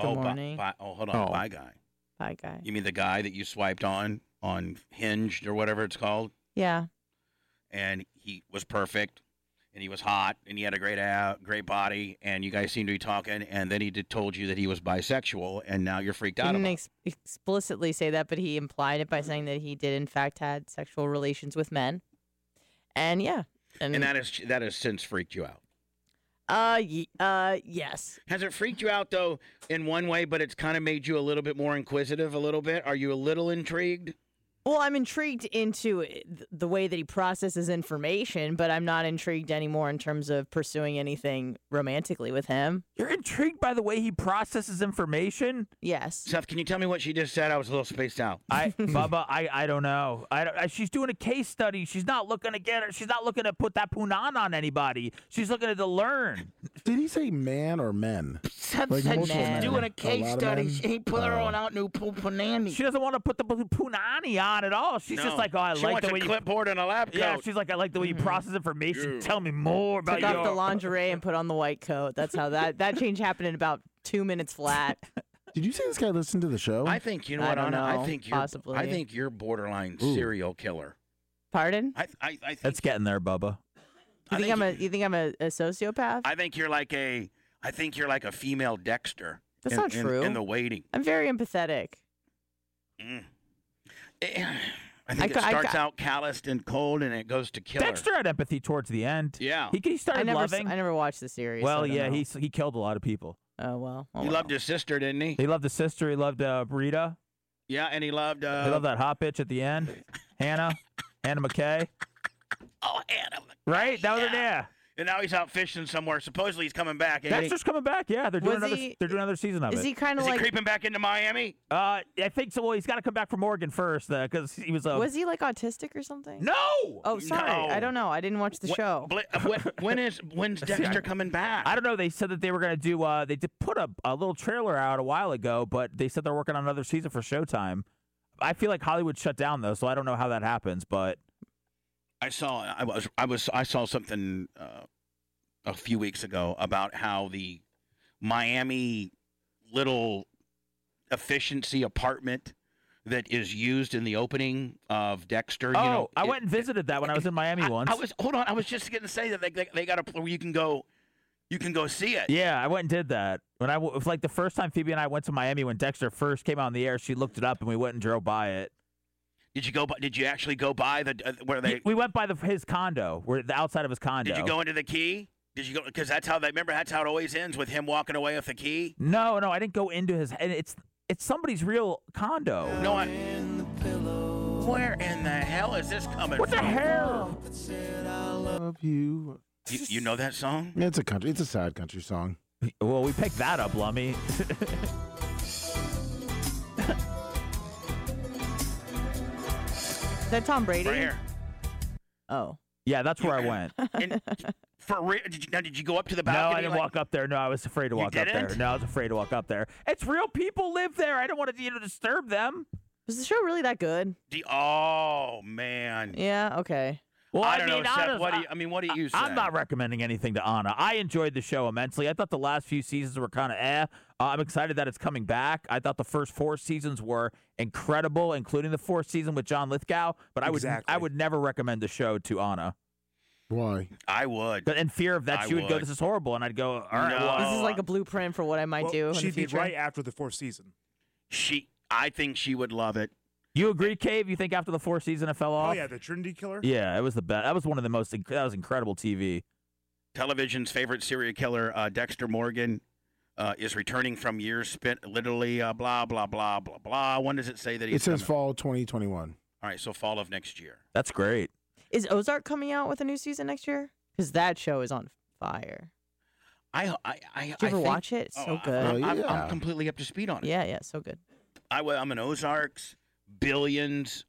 Speaker 10: Good
Speaker 4: oh,
Speaker 10: morning.
Speaker 4: Bye, oh, hold on.
Speaker 9: Oh.
Speaker 4: Bye guy.
Speaker 10: Bye guy.
Speaker 4: You mean the guy that you swiped on on Hinged or whatever it's called,
Speaker 10: Yeah.
Speaker 4: and he was perfect, and he was hot, and he had a great out, great body, and you guys seemed to be talking, and then he did, told you that he was bisexual, and now you're freaked out.
Speaker 10: Didn't
Speaker 4: About it.
Speaker 10: ex- explicitly say that, but he implied it by saying that he did in fact had sexual relations with men. And yeah. And,
Speaker 4: And that is that has since freaked you out.
Speaker 10: uh ye- uh yes.
Speaker 4: Has it freaked you out though in one way, but it's kind of made you a little bit more inquisitive, a little bit? Are you a little intrigued?
Speaker 10: Well, I'm intrigued into it- th- the way that he processes information, but I'm not intrigued anymore in terms of pursuing anything romantically with him.
Speaker 5: you're intrigued by the way he processes information.
Speaker 10: Yes.
Speaker 4: Seth, can you tell me what she just said? I was a little spaced out.
Speaker 5: I, Bubba, I, I don't know. I, don't- I- she's doing a case study. She's not looking to get her. She's not looking to put that punan on anybody. She's looking to learn.
Speaker 6: Did he say man or men?
Speaker 4: Seth
Speaker 6: said multiple she's men. doing a A case lot of study. men? Oh. She-
Speaker 4: He put her on out new punani.
Speaker 5: She doesn't want to put the pu- punani on at all. She's just
Speaker 4: No.
Speaker 5: like, oh, I
Speaker 4: She
Speaker 5: like
Speaker 4: wants
Speaker 5: the
Speaker 4: a
Speaker 5: way you
Speaker 4: clipboard and a lab coat. Mm-hmm.
Speaker 5: Yeah, she's like, I like the way you process information. Tell me more about
Speaker 10: Took off
Speaker 5: your
Speaker 10: the lingerie and put on the white coat. That's how that that change happened in about two minutes flat.
Speaker 6: Did you say this guy listened to the show?
Speaker 4: I think you know
Speaker 10: I
Speaker 4: what,
Speaker 10: don't
Speaker 4: Anna? I
Speaker 10: know.
Speaker 4: think you're. I
Speaker 10: Possibly.
Speaker 4: think you're borderline
Speaker 5: Ooh.
Speaker 4: serial killer.
Speaker 10: Pardon?
Speaker 4: I, I, I think.
Speaker 5: That's getting there, Bubba.
Speaker 10: You think, I'm a you think I'm a, a sociopath?
Speaker 4: I think you're like a. I think you're like a female Dexter.
Speaker 10: That's
Speaker 4: in,
Speaker 10: not
Speaker 4: in-
Speaker 10: true.
Speaker 4: In, the waiting.
Speaker 10: I'm very empathetic.
Speaker 4: Mm. Eh, I think
Speaker 10: I
Speaker 4: it
Speaker 10: ca- I
Speaker 4: starts
Speaker 10: ca-
Speaker 4: out calloused and cold, and it goes to killer.
Speaker 5: Dexter had empathy towards the end.
Speaker 4: Yeah.
Speaker 5: He, he started
Speaker 10: I never s-
Speaker 5: loving.
Speaker 10: I never watched the series. so
Speaker 5: well,
Speaker 10: I don't
Speaker 5: yeah,
Speaker 10: know.
Speaker 5: he s- he killed a lot of people.
Speaker 10: Oh well. Oh,
Speaker 4: he
Speaker 10: well.
Speaker 4: loved his sister, didn't he?
Speaker 5: He loved the sister. He loved uh, Rita.
Speaker 4: Yeah, and he loved. Uh,
Speaker 5: he loved that hot bitch at the end. Hannah. Hannah McKay.
Speaker 4: Oh, Adam.
Speaker 5: Right? That was yeah.
Speaker 4: and now he's out fishing somewhere. Supposedly he's coming back. ain't he?
Speaker 5: Dexter's coming back. Yeah, they're doing
Speaker 4: Was
Speaker 5: another.
Speaker 4: he-
Speaker 5: they're doing another season of it.
Speaker 4: Is he creeping back into Miami?
Speaker 5: Uh, I think so. Well, he's got to come back from Oregon first because he was. Uh,
Speaker 10: was he like autistic or something?
Speaker 5: No.
Speaker 10: Oh, sorry. I
Speaker 5: No.
Speaker 10: don't know. I didn't watch the show.
Speaker 4: when is when's Dexter coming back?
Speaker 5: I don't know. They said that they were going to do. Uh, they did put a, a little trailer out a while ago, but they said they're working on another season for Showtime. I feel like Hollywood shut down though, so I don't know how that happens. But
Speaker 4: I saw. I was. I was. I saw something uh, a few weeks ago about how the Miami little efficiency apartment that is used in the opening of Dexter. you
Speaker 5: oh,
Speaker 4: know,
Speaker 5: I
Speaker 4: it-
Speaker 5: went and visited that when I was in Miami once.
Speaker 4: I was. Hold on. I was just going to say that they, they, they got a pl- where you can go. You can go see it.
Speaker 5: Yeah, I went and did that. When I w- it was like the first time Phoebe and I went to Miami when Dexter first came out on the air, she looked it up and we went and drove by it.
Speaker 4: Did you go? By, did you actually go by the uh, where they?
Speaker 5: We went by the his condo, where the outside of his condo.
Speaker 4: Did you go into the key? Did you go? Because that's how they remember. That's how it always ends with him walking away with the key.
Speaker 5: No, no, I didn't go into his. And it's it's somebody's real condo.
Speaker 4: No, I. Where in the hell is this coming
Speaker 5: What the
Speaker 4: from?
Speaker 5: hell?
Speaker 6: Love you.
Speaker 4: You, you know that song?
Speaker 6: Yeah, it's a country. It's a sad country song.
Speaker 5: Well, we picked that up, Lummy.
Speaker 10: Is that Tom Brady?
Speaker 4: Right here.
Speaker 10: Oh.
Speaker 5: Yeah, that's where I went.
Speaker 4: And for real? Did you, now, did you go up to the
Speaker 5: No,
Speaker 4: balcony?
Speaker 5: I didn't
Speaker 4: like-
Speaker 5: walk up there. No, I was afraid to
Speaker 4: You
Speaker 5: walk up there.
Speaker 4: didn't?
Speaker 5: No, I was afraid to walk up there. It's real people live there. I don't want to you know disturb them.
Speaker 10: Was the show really that good?
Speaker 4: The- oh man.
Speaker 10: Yeah. Okay.
Speaker 5: Well, I,
Speaker 4: I don't
Speaker 5: mean,
Speaker 4: know, Seth,
Speaker 5: honest-
Speaker 4: what do you- I mean, what do you say?
Speaker 5: I'm not recommending anything to Anna. I enjoyed the show immensely. I thought the last few seasons were kind of eh. Uh, I'm excited that it's coming back. I thought the first four seasons were incredible, including the fourth season with John Lithgow. But I would I would never recommend the show to Anna.
Speaker 6: Why?
Speaker 4: I would.
Speaker 5: In fear of that,
Speaker 12: I
Speaker 5: she would, go,
Speaker 12: would.
Speaker 5: "This is horrible," and I'd go, "All right,
Speaker 4: No.
Speaker 5: well,
Speaker 10: This is like a blueprint for what I might
Speaker 12: Well,
Speaker 10: do. In
Speaker 12: she'd be
Speaker 10: the future.
Speaker 12: right after the fourth season.
Speaker 4: She. I think she would love it.
Speaker 5: You agree, Cave? You think after the fourth season it fell
Speaker 12: Oh
Speaker 5: off?
Speaker 12: yeah, the Trinity Killer.
Speaker 5: Yeah, it was the best. That was one of the most. Inc- that was incredible TV.
Speaker 4: Television's favorite serial killer, uh, Dexter Morgan, uh, is returning from years spent literally uh, blah blah blah blah blah. When does it say that he's?
Speaker 6: It says
Speaker 4: coming?
Speaker 6: fall 2021.
Speaker 4: All right, so fall of next year.
Speaker 5: That's great.
Speaker 10: Is Ozark coming out with a new season next year? Because that show is on fire.
Speaker 4: I I I. Oh,
Speaker 10: Did you ever watch it? It's so good.
Speaker 4: I'm, I'm- I'm completely up to speed on it.
Speaker 10: yeah, yeah, so good.
Speaker 4: I, am an Ozarks, Billions,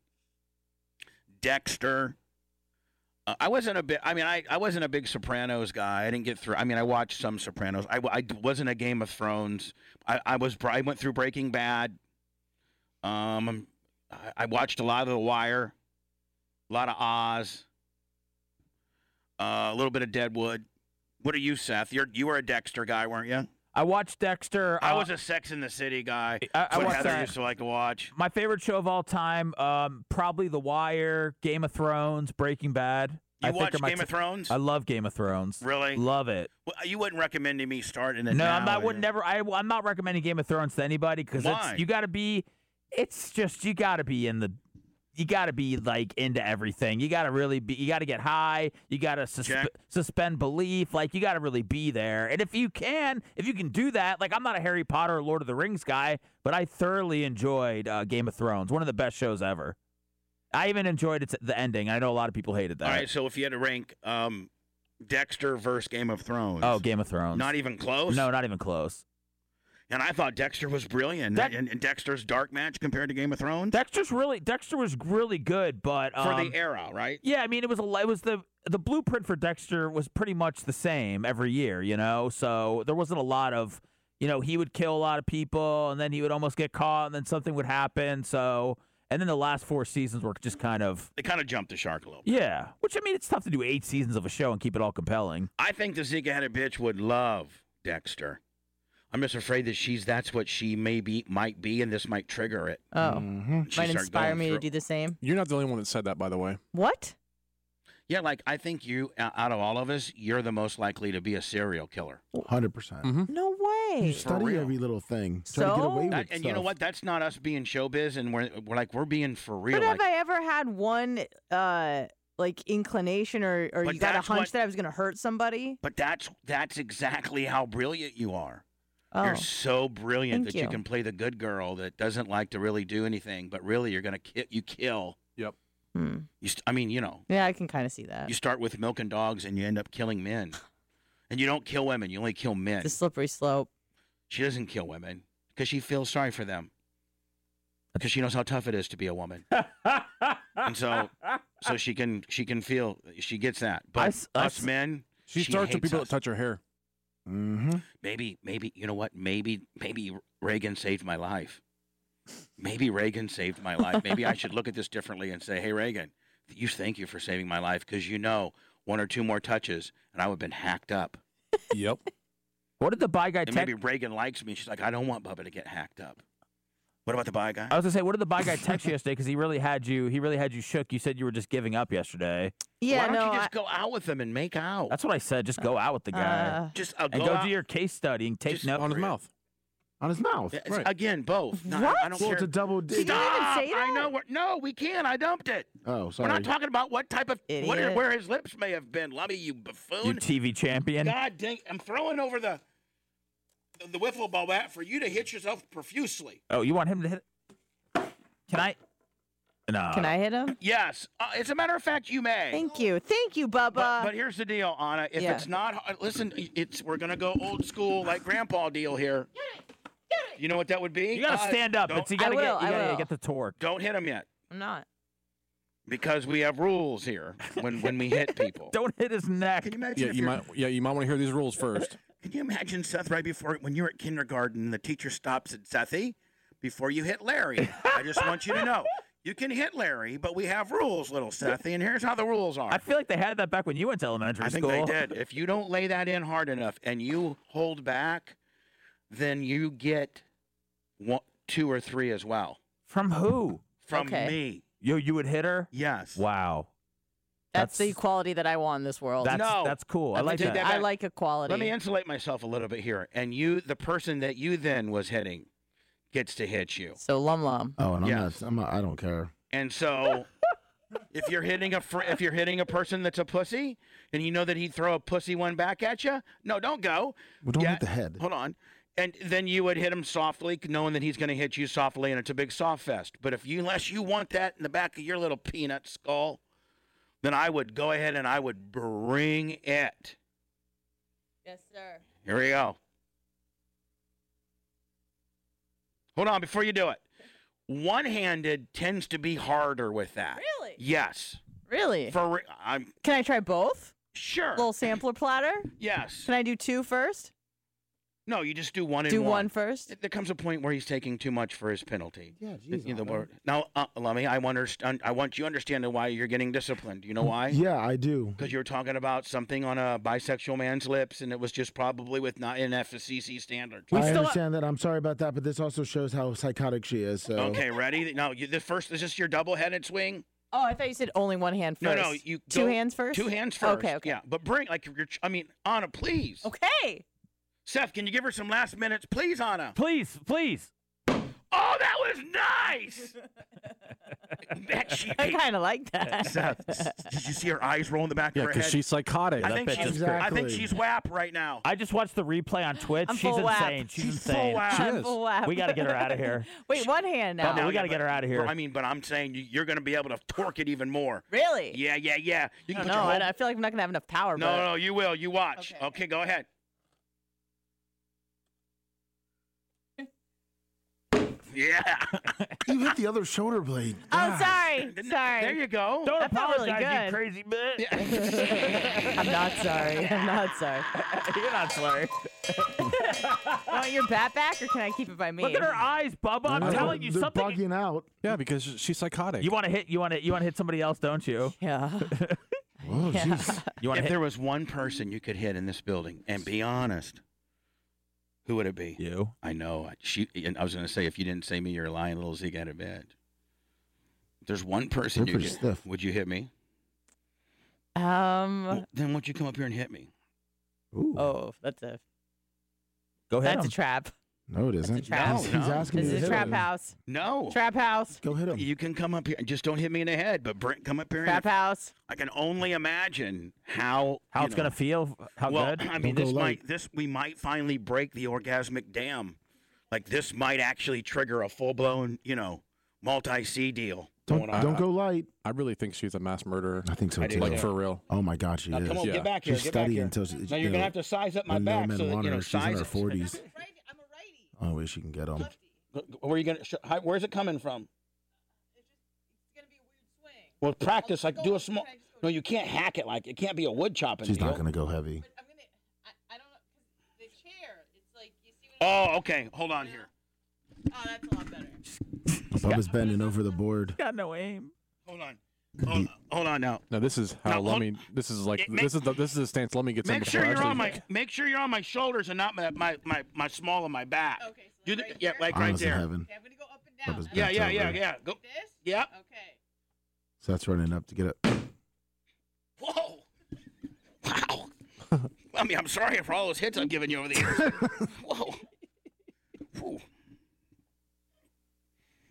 Speaker 4: Dexter. Uh, I wasn't a bit. I mean, I, I wasn't a big Sopranos guy. I didn't get through. I mean, I watched some Sopranos. I, I wasn't a Game of Thrones. I, I was. I went through Breaking Bad. Um, I, I watched a lot of The Wire, a lot of Oz, uh, a little bit of Deadwood. What are you, Seth? You're you were a Dexter guy, weren't you?
Speaker 5: I watched Dexter.
Speaker 4: I
Speaker 5: uh,
Speaker 4: was a Sex in the City guy.
Speaker 5: I- I
Speaker 4: what
Speaker 5: watched
Speaker 4: Heather
Speaker 5: that.
Speaker 4: used to like to watch.
Speaker 5: my favorite show of all time. Um, probably The Wire, Game of Thrones, Breaking Bad.
Speaker 4: You
Speaker 5: I think
Speaker 4: watch
Speaker 5: are my
Speaker 4: Game of Thrones?
Speaker 5: I love Game of Thrones.
Speaker 4: Really?
Speaker 5: love it.
Speaker 4: Well, you wouldn't recommend me starting
Speaker 5: No,
Speaker 4: it.
Speaker 5: I'm
Speaker 4: now,
Speaker 5: not. Would
Speaker 4: is it?
Speaker 5: never. I, I'm not recommending Game of Thrones to anybody because
Speaker 4: Why?
Speaker 5: it's you got to be. It's just you got to be in the. You got to be like into everything. You got to really be. You got to get high. You got to susp- suspend belief. Like you got to really be there. And if you can, if you can do that, like I'm not a Harry Potter or Lord of the Rings guy, but I thoroughly enjoyed uh, Game of Thrones. One of the best shows ever. I even enjoyed its the ending. I know a lot of people hated that.
Speaker 4: All right. So if you had to rank um, Dexter versus Game of Thrones,
Speaker 5: Oh, Game of Thrones.
Speaker 4: Not even close?
Speaker 5: No, not even close.
Speaker 4: and I thought Dexter was brilliant, and, and Dexter's dark match compared to Game of Thrones
Speaker 5: Dexter's really Dexter was really good, but um,
Speaker 4: for the era, right?
Speaker 5: Yeah, I mean it was a li- it was the the blueprint for Dexter was pretty much the same every year, you know. So there wasn't a lot of you know he would kill a lot of people and then he would almost get caught and then something would happen. So and then the last four seasons were just kind of
Speaker 4: They kind of jumped the shark a little.
Speaker 5: yeah, which I mean it's tough to do eight seasons of a show and keep it all compelling.
Speaker 4: I think the Zika had a bitch would love Dexter. I'm just afraid that she's that's what she maybe might be, and this might trigger it.
Speaker 10: Oh,
Speaker 6: Mm-hmm.
Speaker 4: She
Speaker 10: might
Speaker 4: started
Speaker 10: inspire
Speaker 4: going
Speaker 10: me to
Speaker 4: through-
Speaker 10: do the same.
Speaker 9: You're not the only one that said that, by the way.
Speaker 10: What?
Speaker 4: Yeah, like I think you uh, out of all of us, you're the most likely to be a serial killer.
Speaker 6: 100%. percent
Speaker 10: No way.
Speaker 6: You
Speaker 4: For
Speaker 6: study
Speaker 4: real.
Speaker 6: every little thing. Try to get away with
Speaker 4: That- and you know
Speaker 6: stuff.
Speaker 4: what? That's not us being showbiz, and we're, we're like we're being for real.
Speaker 10: But have
Speaker 4: Like,
Speaker 10: I ever had one uh like inclination or or
Speaker 4: But
Speaker 10: you got a
Speaker 4: that's
Speaker 10: hunch
Speaker 4: what-
Speaker 10: that I was gonna hurt somebody?
Speaker 4: but that's that's exactly how brilliant you are. You're
Speaker 10: Oh.
Speaker 4: so brilliant
Speaker 10: Thank
Speaker 4: that you.
Speaker 10: you.
Speaker 4: can play the good girl that doesn't like to really do anything, but really you're gonna ki- you kill.
Speaker 9: Yep.
Speaker 4: You st- I mean, you know,
Speaker 10: Hmm. Yeah, I can kind of see that.
Speaker 4: you start with milk and dogs and you end up killing men. And you don't kill women, you only kill men.
Speaker 10: It's a slippery slope.
Speaker 4: She doesn't kill women because she feels sorry for them. Because she knows how tough it is to be a woman. and so so she can she can feel she gets that. But
Speaker 9: I s- I
Speaker 4: us
Speaker 9: s-
Speaker 4: men
Speaker 9: She, starts with
Speaker 4: hates
Speaker 9: people
Speaker 4: us.
Speaker 9: that touch her hair.
Speaker 6: Mm-hmm.
Speaker 4: maybe maybe you know what maybe maybe reagan saved my life maybe reagan saved my life maybe i should look at this differently and say hey reagan you thank you for saving my life because you know one or two more touches and i would have been hacked up
Speaker 9: Yep.
Speaker 5: What did the bi guy
Speaker 4: and
Speaker 5: text?
Speaker 4: maybe reagan likes me she's like i don't want bubba to get hacked up what about the bi guy
Speaker 5: I was gonna say, what did the bi guy text you yesterday? Because he really had you. He really had you shook. You said you were just giving up yesterday.
Speaker 4: why don't you just go out with them and make out
Speaker 5: That's what I said. Just go out with the guy.
Speaker 4: Uh, Just, uh,
Speaker 5: and
Speaker 4: go
Speaker 5: go
Speaker 4: out-
Speaker 5: do your case study and take
Speaker 4: Just
Speaker 5: notes
Speaker 4: on his
Speaker 5: mouth.
Speaker 6: On his mouth.
Speaker 4: It's- again both No, i don't
Speaker 6: well,
Speaker 4: care
Speaker 6: it's a double
Speaker 4: Did you
Speaker 6: dick.
Speaker 4: even say that? I know. We're, no, we can't. I dumped it.
Speaker 6: Oh,
Speaker 4: We're
Speaker 6: sorry.
Speaker 4: not talking about what type of what,
Speaker 6: Idiot.
Speaker 4: where his lips may have been. Lummy, you buffoon.
Speaker 5: You TV champion.
Speaker 4: God dang! I'm throwing over the the, the wiffle ball bat for you to hit yourself profusely.
Speaker 5: Oh, you want him to hit? Can I? No.
Speaker 10: Can I hit him?
Speaker 4: Yes. Uh, as a matter of fact, you may.
Speaker 10: Thank you. Thank you, Bubba.
Speaker 4: But, but here's the deal, Anna. If
Speaker 10: Yeah.
Speaker 4: it's not uh, listen, it's we're gonna go old school like grandpa deal here. You know what that would be? Uh,
Speaker 5: You gotta stand up.
Speaker 4: don't-
Speaker 5: It's, you gotta get. You gotta get the torque.
Speaker 4: Don't hit him yet.
Speaker 10: I'm not.
Speaker 4: Because we have rules here when when we hit people.
Speaker 5: Don't hit his neck.
Speaker 4: Can you imagine
Speaker 9: Yeah,
Speaker 4: if
Speaker 9: you
Speaker 4: you're-
Speaker 9: might. Yeah, you might want to hear these rules first.
Speaker 4: Can you imagine Seth right before when you're at kindergarten, the teacher stops at Sethy before you hit Larry. I just want you to know you can hit Larry, but we have rules, little Sethy, and here's how the rules are.
Speaker 5: I feel like they had that back when you went to elementary
Speaker 4: I think
Speaker 5: school.
Speaker 4: they did. If you don't lay that in hard enough and you hold back, then you get one, two or three as well
Speaker 5: From who?
Speaker 4: from
Speaker 10: Okay.
Speaker 4: me.
Speaker 5: Yo, you would hit her?
Speaker 4: Yes.
Speaker 5: Wow.
Speaker 10: That's, the equality that I want in this world.
Speaker 5: That's- No. that's cool. I
Speaker 4: Let me
Speaker 5: like
Speaker 4: take
Speaker 5: that.
Speaker 4: that
Speaker 10: I
Speaker 4: back.
Speaker 10: like equality.
Speaker 4: Let me insulate myself a little bit here. And you, the person that you then was hitting, gets to hit you.
Speaker 10: So lum lum.
Speaker 6: Oh, and I'm
Speaker 4: Yeah.
Speaker 6: not. I'm not. I don't care.
Speaker 4: And so, if you're hitting a fr- if you're hitting a person that's a pussy, and you know that he'd throw a pussy one back at you, no, don't go.
Speaker 6: Well, don't
Speaker 4: Yeah,
Speaker 6: hit the head.
Speaker 4: Hold on. And then you would hit him softly, knowing that he's going to hit you softly, and it's a big soft fest. But if you, unless you want that in the back of your little peanut skull, then I would go ahead and I would bring it.
Speaker 10: Yes, sir.
Speaker 4: Here we go. Hold on, before you do it, one handed tends to be harder with that.
Speaker 10: Really?
Speaker 4: Yes.
Speaker 10: Really?
Speaker 4: For re- I'm
Speaker 10: Can I try both?
Speaker 4: Sure.
Speaker 10: Little sampler platter.
Speaker 4: yes.
Speaker 10: Can I do two first?
Speaker 4: No, you just do one and
Speaker 10: Do
Speaker 4: one.
Speaker 10: one first?
Speaker 4: There comes a point where he's taking too much for his penalty.
Speaker 6: Yeah,
Speaker 4: The- the word- Now, uh, Lummy, I understand. I want you to understand why you're getting disciplined. You know why?
Speaker 6: Oh, Yeah, I do.
Speaker 4: Because you were talking about something on a bisexual man's lips, and it was just probably with not an FCC standard.
Speaker 6: I understand that. I'm sorry about that, but this also shows how psychotic she is. So
Speaker 4: Okay, ready? No, you, the first is this your double-headed swing?
Speaker 10: Oh, I thought you said only one hand
Speaker 4: No,
Speaker 10: first.
Speaker 4: no, you
Speaker 10: two
Speaker 4: go-
Speaker 10: hands first.
Speaker 4: Two hands first.
Speaker 10: Okay, okay.
Speaker 4: Yeah, but bring like your. I mean, Anna, please.
Speaker 10: Okay.
Speaker 4: Seth, can you give her some last minutes, please, Anna?
Speaker 5: Please, please.
Speaker 4: Oh, that was nice. that she.
Speaker 10: I kind of like that.
Speaker 4: Seth, s- did you see her eyes roll in the back
Speaker 9: Yeah,
Speaker 4: of her head?
Speaker 9: because she's psychotic.
Speaker 4: I think she's. I think she's WAP right now.
Speaker 5: I just watched the replay on Twitch.
Speaker 10: I'm
Speaker 5: She's
Speaker 10: full whap.
Speaker 5: insane. She's,
Speaker 10: She's full
Speaker 5: insane.
Speaker 4: whap. She
Speaker 10: I'm is. full whap.
Speaker 5: We got to get her out of here.
Speaker 10: Wait, one hand now.
Speaker 5: Bubba, we
Speaker 4: yeah,
Speaker 5: got to get her
Speaker 4: but-
Speaker 5: out of here.
Speaker 4: I mean, but I'm saying you, you're going to be able to torque it even more.
Speaker 10: Really?
Speaker 4: Yeah, yeah, yeah. You
Speaker 10: I
Speaker 4: can put
Speaker 10: don't know.
Speaker 4: your
Speaker 10: I,
Speaker 4: whole
Speaker 10: I feel like I'm not gonna have enough power.
Speaker 4: No,
Speaker 10: but
Speaker 4: no, you will. You watch. Okay, go ahead. yeah.
Speaker 6: you hit the other shoulder blade.
Speaker 10: Oh, sorry. Sorry.
Speaker 4: There you go.
Speaker 5: Don't
Speaker 10: That felt really
Speaker 5: apologize, you
Speaker 10: good.
Speaker 5: crazy bitch.
Speaker 10: I'm not sorry. I'm not sorry.
Speaker 5: You're not slurry.
Speaker 10: Want your bat back, or can I keep it by me?
Speaker 5: Look at her eyes, Bubba. I'm
Speaker 6: They're-
Speaker 5: telling you
Speaker 6: they're
Speaker 5: something.
Speaker 6: bugging out.
Speaker 9: Yeah, because she's psychotic.
Speaker 5: You want to hit? You want to? You want to hit somebody else, don't you?
Speaker 10: Yeah.
Speaker 6: Whoa, jeez.
Speaker 5: You want
Speaker 4: If
Speaker 5: to hit?
Speaker 4: there was one person you could hit in this building, and be honest, who would it be?
Speaker 5: You.
Speaker 4: I know. I- She. And I was going to say, if you didn't say me, you're lying, little Zeke out of bed. If there's one person
Speaker 6: They're
Speaker 4: you
Speaker 6: pretty
Speaker 4: could,
Speaker 6: stiff.
Speaker 4: would you hit me?
Speaker 10: Um.
Speaker 4: Then won't you come up here and hit me?
Speaker 6: Ooh.
Speaker 10: Oh, that's a
Speaker 5: Go ahead.
Speaker 10: that's a trap.
Speaker 6: No, it isn't.
Speaker 10: trap.
Speaker 6: He's
Speaker 4: No.
Speaker 6: asking
Speaker 10: This
Speaker 6: you
Speaker 10: is
Speaker 6: to
Speaker 10: a
Speaker 6: hit
Speaker 10: trap
Speaker 6: him.
Speaker 10: house.
Speaker 4: No.
Speaker 10: Trap house.
Speaker 6: Go hit him.
Speaker 4: You can come up here. Just don't hit me in the head, but bring, come up here. and-
Speaker 10: Trap house.
Speaker 4: I can only imagine how
Speaker 5: how
Speaker 4: you
Speaker 5: it's
Speaker 4: know,
Speaker 5: gonna feel? How
Speaker 4: well,
Speaker 5: good?
Speaker 4: I mean,
Speaker 6: Don't go
Speaker 4: this
Speaker 6: light.
Speaker 4: might this we might finally break the orgasmic dam. Like this might actually trigger a full blown, you know, multi C deal.
Speaker 6: Don't, don't go light.
Speaker 9: I really think she's a mass murderer. I
Speaker 6: think so
Speaker 9: like,
Speaker 6: too.
Speaker 9: Like for real.
Speaker 6: Oh my God, she
Speaker 9: Now,
Speaker 6: is.
Speaker 9: come on, get back
Speaker 4: here,
Speaker 6: She's
Speaker 4: get back
Speaker 6: studying
Speaker 4: here.
Speaker 6: until she,
Speaker 4: Now you're gonna have to size up my
Speaker 6: when
Speaker 4: back
Speaker 6: no men
Speaker 4: so that, you
Speaker 6: want her,
Speaker 4: know,
Speaker 6: she's in
Speaker 4: size-
Speaker 6: her forties. Only way she can get them.
Speaker 4: Where are you gonna? sh- how- Where's it coming from? Well, practice like do a small. No, you can't hack it like it can't be a wood chopping.
Speaker 6: She's
Speaker 4: deal.
Speaker 6: not gonna go heavy.
Speaker 4: Oh, okay. Hold on here. Oh,
Speaker 6: Bubba's bending over the board.
Speaker 5: Got no aim.
Speaker 4: Hold on. Hold, hold on now.
Speaker 9: Now this is how
Speaker 4: Now, hold-
Speaker 9: Lummy. This is like
Speaker 4: It ma-
Speaker 9: this is the this is the stance Lummy gets in
Speaker 4: Make
Speaker 9: before
Speaker 4: sure you're
Speaker 9: actually-
Speaker 4: on my. Make sure you're on my shoulders and not my my my, my small of my back. Okay. do the, yeah, like right
Speaker 6: Arms in
Speaker 4: there.
Speaker 6: heaven. Bubba's
Speaker 4: Yeah,
Speaker 6: bent
Speaker 4: yeah, yeah,
Speaker 6: over.
Speaker 4: yeah. Go. This? Yep.
Speaker 6: So that's running up to get it.
Speaker 4: Whoa. Wow. I mean, I'm sorry for all those hits I'm giving you over the years. Whoa. Whew.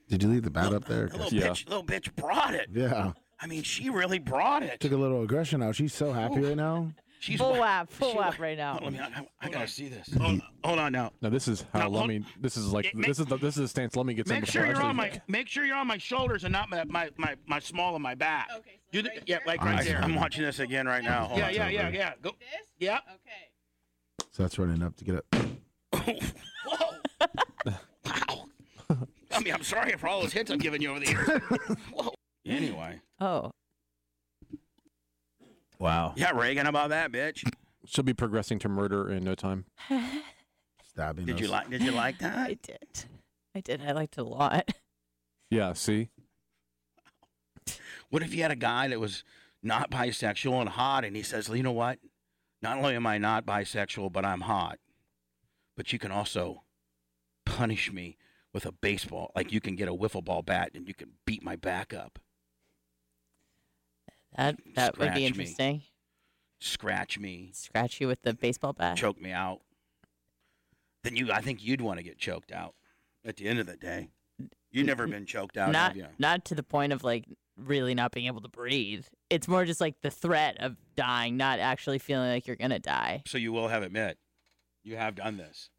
Speaker 6: Did you leave the bat up there?
Speaker 4: Little bitch, little bitch brought it.
Speaker 6: Yeah.
Speaker 4: I mean, she really brought it.
Speaker 6: Took a little aggression out. She's so happy right now.
Speaker 4: She's
Speaker 10: full lap, full lap right now.
Speaker 4: Let me, I, I gotta see this. Hold, hold on now.
Speaker 9: Now this is how
Speaker 4: Now, hold-
Speaker 9: Lummy. This is like
Speaker 4: Yeah, make-
Speaker 9: this is the this is the stance Lummy gets in
Speaker 4: Make
Speaker 9: before
Speaker 4: sure you're
Speaker 9: actually.
Speaker 4: on my. Make sure you're on my shoulders and not my my my, my small of my back. Okay. Do the, yeah, like
Speaker 6: I'm
Speaker 4: right
Speaker 6: sorry.
Speaker 4: there.
Speaker 6: I'm
Speaker 4: watching this again right now.
Speaker 6: Hold
Speaker 4: yeah,
Speaker 6: on.
Speaker 4: yeah, yeah, yeah. Go. Yep.
Speaker 6: So that's running up to get it.
Speaker 4: I mean, I'm sorry for all those hits I'm giving you over the years. Whoa. Anyway.
Speaker 10: Oh.
Speaker 9: Wow.
Speaker 4: Yeah, Reagan about that bitch.
Speaker 9: She'll be progressing to murder in no time.
Speaker 6: Stabbing.
Speaker 9: Did you us. like-
Speaker 4: Did you like that?
Speaker 10: I did. I did. I liked it a lot.
Speaker 9: Yeah. See.
Speaker 4: What if you had a guy that was not bisexual and hot, and he says, "You know what? Not only am I not bisexual, but I'm hot. But you can also punish me with a baseball. Like you can get a wiffle ball bat and you can beat my back up,
Speaker 10: That that would
Speaker 4: Scratch me.
Speaker 10: be interesting.
Speaker 4: scratch me,
Speaker 10: Scratch you with the baseball bat.
Speaker 4: choke me out. Then you, I think you'd want to get choked out. At the end of the day, you've never been choked out,
Speaker 10: not
Speaker 4: have you?
Speaker 10: not to the point of like really not being able to breathe. It's more just like the threat of dying, not actually feeling like you're gonna die.
Speaker 4: So you will have it met. You have done this.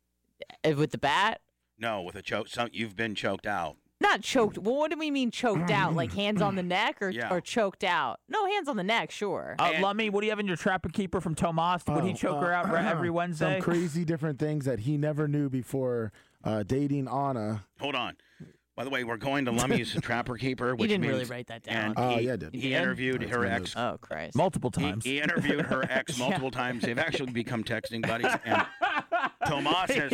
Speaker 10: Uh, With the bat,
Speaker 4: No, with a choke. Some, you've been choked out.
Speaker 10: not choked. Well, what do we mean choked out? Like hands on the neck or
Speaker 4: Yeah.
Speaker 10: or choked out? No, hands on the neck, sure.
Speaker 5: Uh, Lummy, what do you have in your trapper keeper from Tomas? Would he
Speaker 6: Oh,
Speaker 5: choke
Speaker 6: uh,
Speaker 5: her out re- every Wednesday?
Speaker 6: Some crazy different things that he never knew before uh, dating Anna.
Speaker 4: Hold on. By the way, we're going to Lummy's Trapper Keeper.
Speaker 6: You
Speaker 4: Which
Speaker 6: didn't really
Speaker 4: means-
Speaker 6: write that
Speaker 4: And
Speaker 6: down. Oh,
Speaker 4: he,
Speaker 6: yeah, I did. You
Speaker 4: He
Speaker 6: did?
Speaker 4: interviewed
Speaker 6: That's
Speaker 4: her
Speaker 6: my
Speaker 4: ex.
Speaker 10: Oh Christ!
Speaker 5: Multiple
Speaker 4: He-
Speaker 5: times.
Speaker 4: He, interviewed her ex
Speaker 5: Yeah.
Speaker 4: multiple times. They've actually become texting buddies. And Tomas has,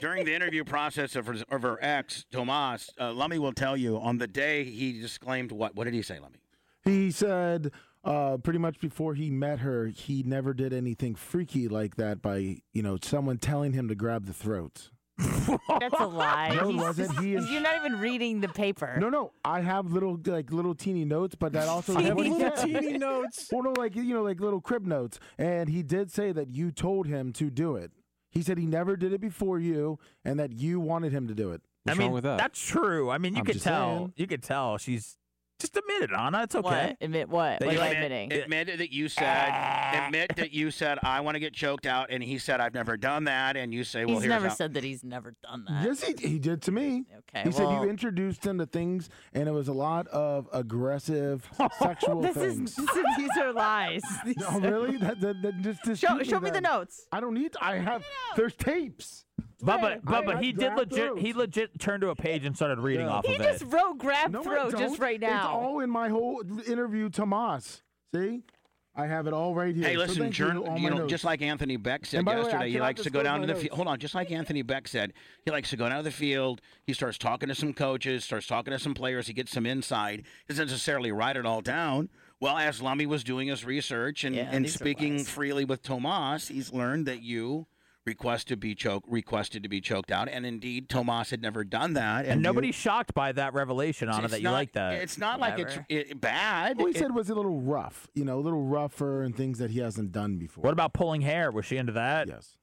Speaker 4: during the interview process of her, of her ex, Tomas, uh, Lummy will tell you on the day he disclaimed what? What did he say, Lummy?
Speaker 6: He said uh, pretty much before he met her, he never did anything freaky like that by, you know, someone telling him to grab the throat.
Speaker 10: That's a lie.
Speaker 6: No, it
Speaker 10: He's-
Speaker 6: wasn't. He is-
Speaker 10: You're not even reading the paper.
Speaker 6: No, no, I have little like little teeny notes, but that also
Speaker 10: Teeny
Speaker 6: that was-
Speaker 10: notes. Teeny
Speaker 6: notes. Well, no, like you know, like little crib notes. And he did say that you told him to do it. He said he never did it before you, and that you wanted him to do it.
Speaker 5: I mean, that's true. I mean, you
Speaker 6: I'm
Speaker 5: could
Speaker 6: just
Speaker 5: tell.
Speaker 6: saying.
Speaker 5: You could tell she's just admit it, Anna. It's
Speaker 10: What?
Speaker 5: okay.
Speaker 10: Admit what?
Speaker 5: That
Speaker 10: What
Speaker 5: you
Speaker 10: am I
Speaker 5: admit-
Speaker 10: admitting?
Speaker 4: Admit that you said, admit that you said, I want to get choked out. And he said, I've never done that. And you say, well,
Speaker 10: he's
Speaker 4: here's
Speaker 10: never
Speaker 4: how-
Speaker 10: said that he's never done that.
Speaker 6: Yes, he, he did to me.
Speaker 10: Okay,
Speaker 6: He said
Speaker 10: well-
Speaker 6: you introduced him to things, and it was a lot of aggressive sexual
Speaker 10: Oh, this
Speaker 6: things.
Speaker 10: is, this is these are lies. These
Speaker 6: oh,
Speaker 10: are-
Speaker 6: really? That, that, that just to
Speaker 10: Show- show me the notes.
Speaker 6: I don't need. I have. There's tapes.
Speaker 5: Bubba,
Speaker 6: I
Speaker 5: Bubba,
Speaker 6: have
Speaker 5: he did
Speaker 6: draft
Speaker 5: legit.
Speaker 6: notes.
Speaker 5: He legit turned to a page and started reading off
Speaker 10: He
Speaker 5: of
Speaker 10: just
Speaker 5: it.
Speaker 10: wrote grab
Speaker 6: No, I
Speaker 10: throat
Speaker 6: don't.
Speaker 10: just right now.
Speaker 6: It's all in my whole interview, Tomas. See, I have it all right here.
Speaker 4: Hey,
Speaker 6: So
Speaker 4: listen,
Speaker 6: thank
Speaker 4: journ-
Speaker 6: you, all
Speaker 4: you,
Speaker 6: my
Speaker 4: know,
Speaker 6: notes.
Speaker 4: just like Anthony Beck said
Speaker 6: And by the way, I
Speaker 4: yesterday, he
Speaker 6: cannot
Speaker 4: likes to go
Speaker 6: disclose
Speaker 4: down
Speaker 6: my
Speaker 4: to the
Speaker 6: notes.
Speaker 4: field. Hold on, just like Anthony Beck said, he likes to go down to the field. He starts talking to some coaches, starts talking to some players. He gets some insight. Doesn't necessarily write it all down. Well, as Lummy was doing his research and,
Speaker 13: Yeah,
Speaker 4: and
Speaker 13: these are
Speaker 4: speaking freely with Tomas, he's learned that you request to be choked, requested to be choked out, and indeed Tomas had never done that.
Speaker 5: And
Speaker 4: you-
Speaker 5: nobody's shocked by that revelation, Anna,
Speaker 4: It's
Speaker 5: that you
Speaker 4: not-
Speaker 5: like that.
Speaker 4: It's not like it's it, bad.
Speaker 6: All he
Speaker 4: It-
Speaker 6: said was a little rough, you know, a little rougher and things that he hasn't done before. What
Speaker 5: about pulling hair? Was she into that?
Speaker 6: Yes.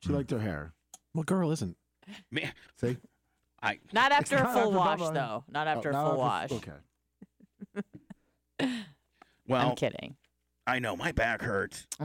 Speaker 6: She liked her hair.
Speaker 9: What girl isn't?
Speaker 4: Man.
Speaker 6: See?
Speaker 4: I,
Speaker 10: Not after a
Speaker 6: not
Speaker 10: full wash,
Speaker 6: after Bubba.
Speaker 10: though. Not
Speaker 6: Oh,
Speaker 10: after a
Speaker 6: not
Speaker 10: full
Speaker 6: after-
Speaker 10: wash.
Speaker 6: Okay.
Speaker 4: Well,
Speaker 10: I'm kidding.
Speaker 4: I know my back hurts.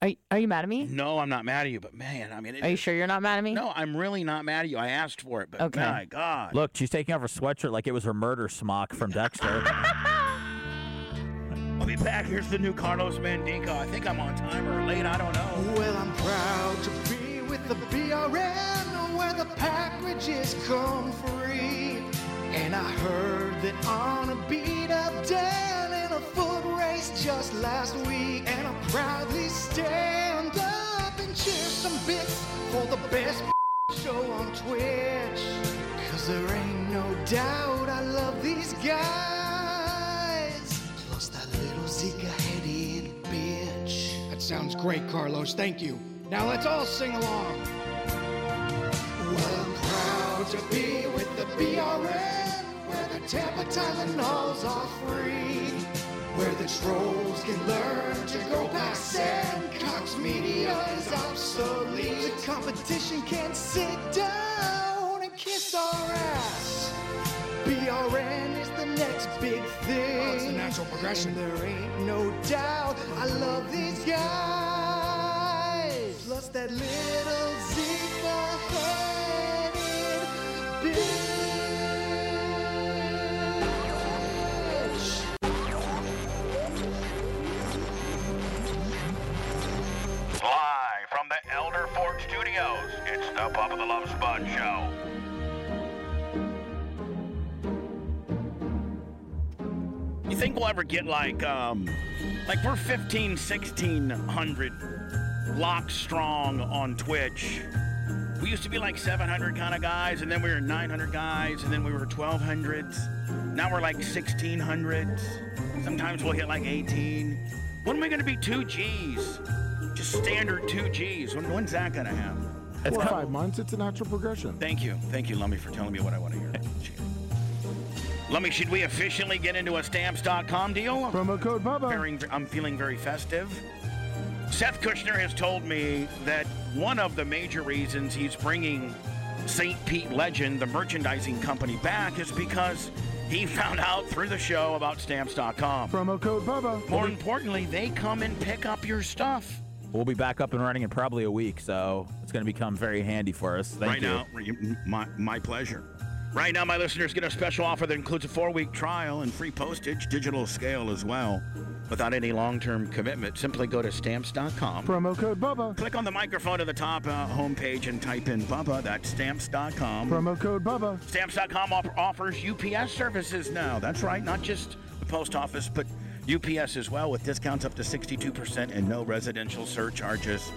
Speaker 10: Are, are you mad at me?
Speaker 4: No, I'm not mad at you, but man, I mean, it
Speaker 10: Are you
Speaker 4: just-
Speaker 10: sure you're not mad at me?
Speaker 4: No, I'm really not mad at you. I asked for it, but
Speaker 10: Okay.
Speaker 4: my God.
Speaker 5: Look, she's taking off her sweatshirt like it was her murder smock from Dexter.
Speaker 4: I'll be back. Here's the new Carlos Mandico. I think I'm on time or late. I don't know.
Speaker 1: Well, I'm proud to be with the BRN where the packages come free. And I heard that on a beat up down in a foot race just last week. And I proudly stand up and cheer some bits for the best show on Twitch. Cause there ain't no doubt I love these guys. Plus that little Zika headed bitch. That sounds great, Carlos. Thank you. Now let's all sing along. Well, I'm proud to be with the BRN, where the Tampa Tylenols are free, where the trolls can learn to go past and Cox Media is obsolete. The competition can sit down and kiss our ass. BRN is the next big thing. Oh, it's the natural progression. there ain't no doubt. I love these guys. Plus that little Zika headed bitch.
Speaker 4: Live from the Elder Fork Studios, it's the Pop of the Love Spot Show. You think we'll ever get like, um, like we're 15, 1600 locks strong on Twitch. We used to be like 700 kind of guys, and then we were 900 guys, and then we were 1200s. Now we're like 1600s. Sometimes we'll hit like 18. When am I going to be 2Gs? Just standard 2Gs. When, when's that going to happen?
Speaker 6: Four or five months, it's a natural progression.
Speaker 4: Thank you. Thank you, Lummy, for telling me what I want to hear. Lummy, should we officially get into a stamps.com deal?
Speaker 6: Promo code Bubba.
Speaker 4: I'm feeling very festive. Seth Kushner has told me that one of the major reasons he's bringing St. Pete Legend, the merchandising company, back is because he found out through the show about stamps.com.
Speaker 6: Promo code Bubba.
Speaker 4: More importantly, they come and pick up your stuff.
Speaker 5: we'll be back up and running in probably a week, so it's going to become very handy for us. Thank
Speaker 4: right
Speaker 5: you.
Speaker 4: now, you- my, my pleasure. Right now, my listeners get a special offer that includes a four week trial and free postage, digital scale as well, without any long term commitment. Simply go to stamps.com.
Speaker 6: Promo code Bubba.
Speaker 4: Click on the microphone at the top uh, homepage and type in Bubba. That's stamps.com.
Speaker 6: Promo code Bubba.
Speaker 4: Stamps.com op- offers UPS services now. That's right, not just the post office, but UPS as well, with discounts up to 62% and no residential surcharges.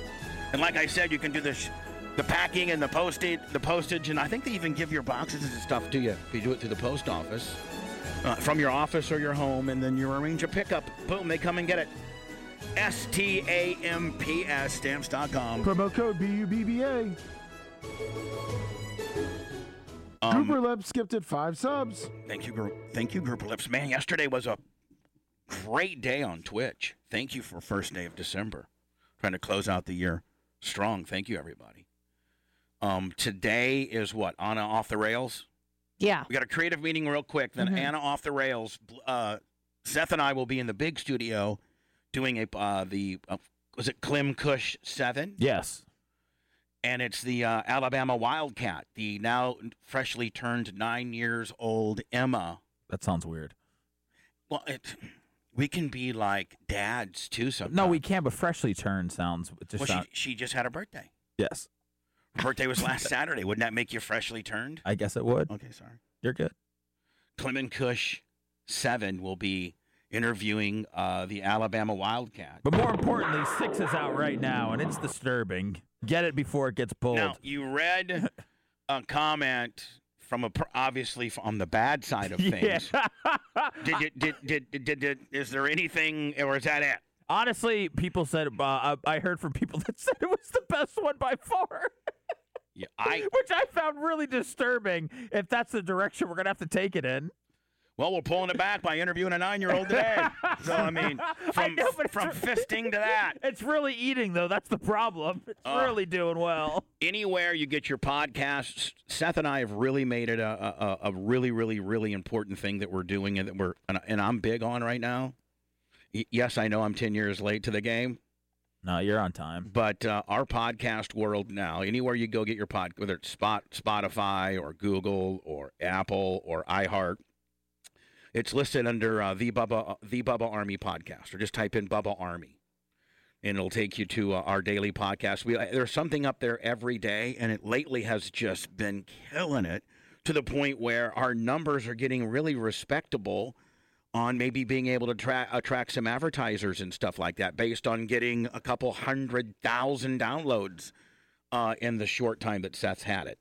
Speaker 4: And like I said, you can do the sh- the packing and the postage, the postage, and I think they even give your boxes and stuff to you if you do it through the post office, uh, from your office or your home, and then you arrange a pickup. Boom, they come and get it. S T A M P S stamps.com.
Speaker 6: Promo code BUBBA.
Speaker 4: Um,
Speaker 6: Cooper Leb skipped at five subs.
Speaker 4: Thank you, Group. Thank you, Group Lips. Man, yesterday was a great day on Twitch. Thank you for first day of December. Trying to close out the year strong. Thank you, everybody. Um, today is what Anna off the rails.
Speaker 10: Yeah.
Speaker 4: We got a creative meeting real quick. Then
Speaker 10: Mhm.
Speaker 4: Anna off the rails. Bl- Uh, Seth and I will be in the big studio doing a uh, the uh, was it Clem Cush Seven?
Speaker 5: Yes.
Speaker 4: and it's the uh, Alabama Wildcat, the now freshly turned nine years old Emma.
Speaker 5: That sounds weird.
Speaker 4: Well, it, we can be like dads too. Sometimes.
Speaker 5: No, we can't. But freshly turned sounds it just
Speaker 4: Well,
Speaker 5: sound-
Speaker 4: she, she just had her birthday.
Speaker 5: yes.
Speaker 4: Her birthday was last Saturday. Wouldn't that make you freshly turned?
Speaker 5: I guess it would.
Speaker 4: Okay, sorry.
Speaker 5: You're good.
Speaker 4: Clement Cush Seven will be interviewing uh, the Alabama Wildcat.
Speaker 5: But more importantly, six is out right now, and it's disturbing. Get it before it gets pulled.
Speaker 4: Now you read a comment from a per- obviously from the bad side of
Speaker 5: Yeah.
Speaker 4: things. did, did, did, did, did, did, is there anything, or is that it?
Speaker 5: Honestly, people said uh, I, I heard from people that said it was the best one by far.
Speaker 4: Yeah, I
Speaker 5: which I found really disturbing. If that's the direction we're gonna have to take it in.
Speaker 4: Well, we're pulling it back by interviewing a nine-year-old today. So I mean, from from fisting to that,
Speaker 5: it's really eating though. That's the problem. It's
Speaker 4: Ugh.
Speaker 5: really doing well.
Speaker 4: anywhere you get your podcasts, Seth and I have really made it a, a, a- a really, really, really important thing that we're doing and that we're and, and I'm big on right now. Y- yes, I know I'm ten years late to the game,
Speaker 5: No, you're on time.
Speaker 4: But uh, our podcast world now, anywhere you go get your pod, whether it's Spot, Spotify or Google or Apple or iHeart, it's listed under uh, the Bubba the Bubba Army podcast, or just type in Bubba Army, and it'll take you to uh, our daily podcast. We uh, there's something up there every day, and it lately has just been killing it to the point where our numbers are getting really respectable on maybe being able to tra- attract some advertisers and stuff like that based on getting a couple hundred thousand downloads uh, in the short time that Seth's had it.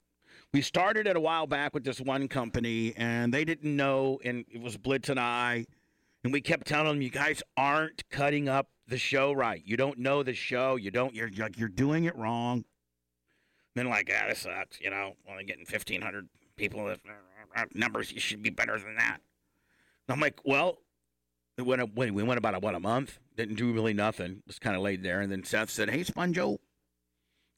Speaker 4: We started it a while back with this one company, and they didn't know, and it was Blitz and I, and we kept telling them, "You guys aren't cutting up the show right. You don't know the show. You don't. You're like you're doing it wrong." Then like, ah, this sucks. You know, only getting fifteen hundred people. That, numbers. You should be better than that. And I'm like, well, it went, wait, we went about what a month, didn't do really nothing, was kind of laid there. And then Seth said, hey, Sponjo,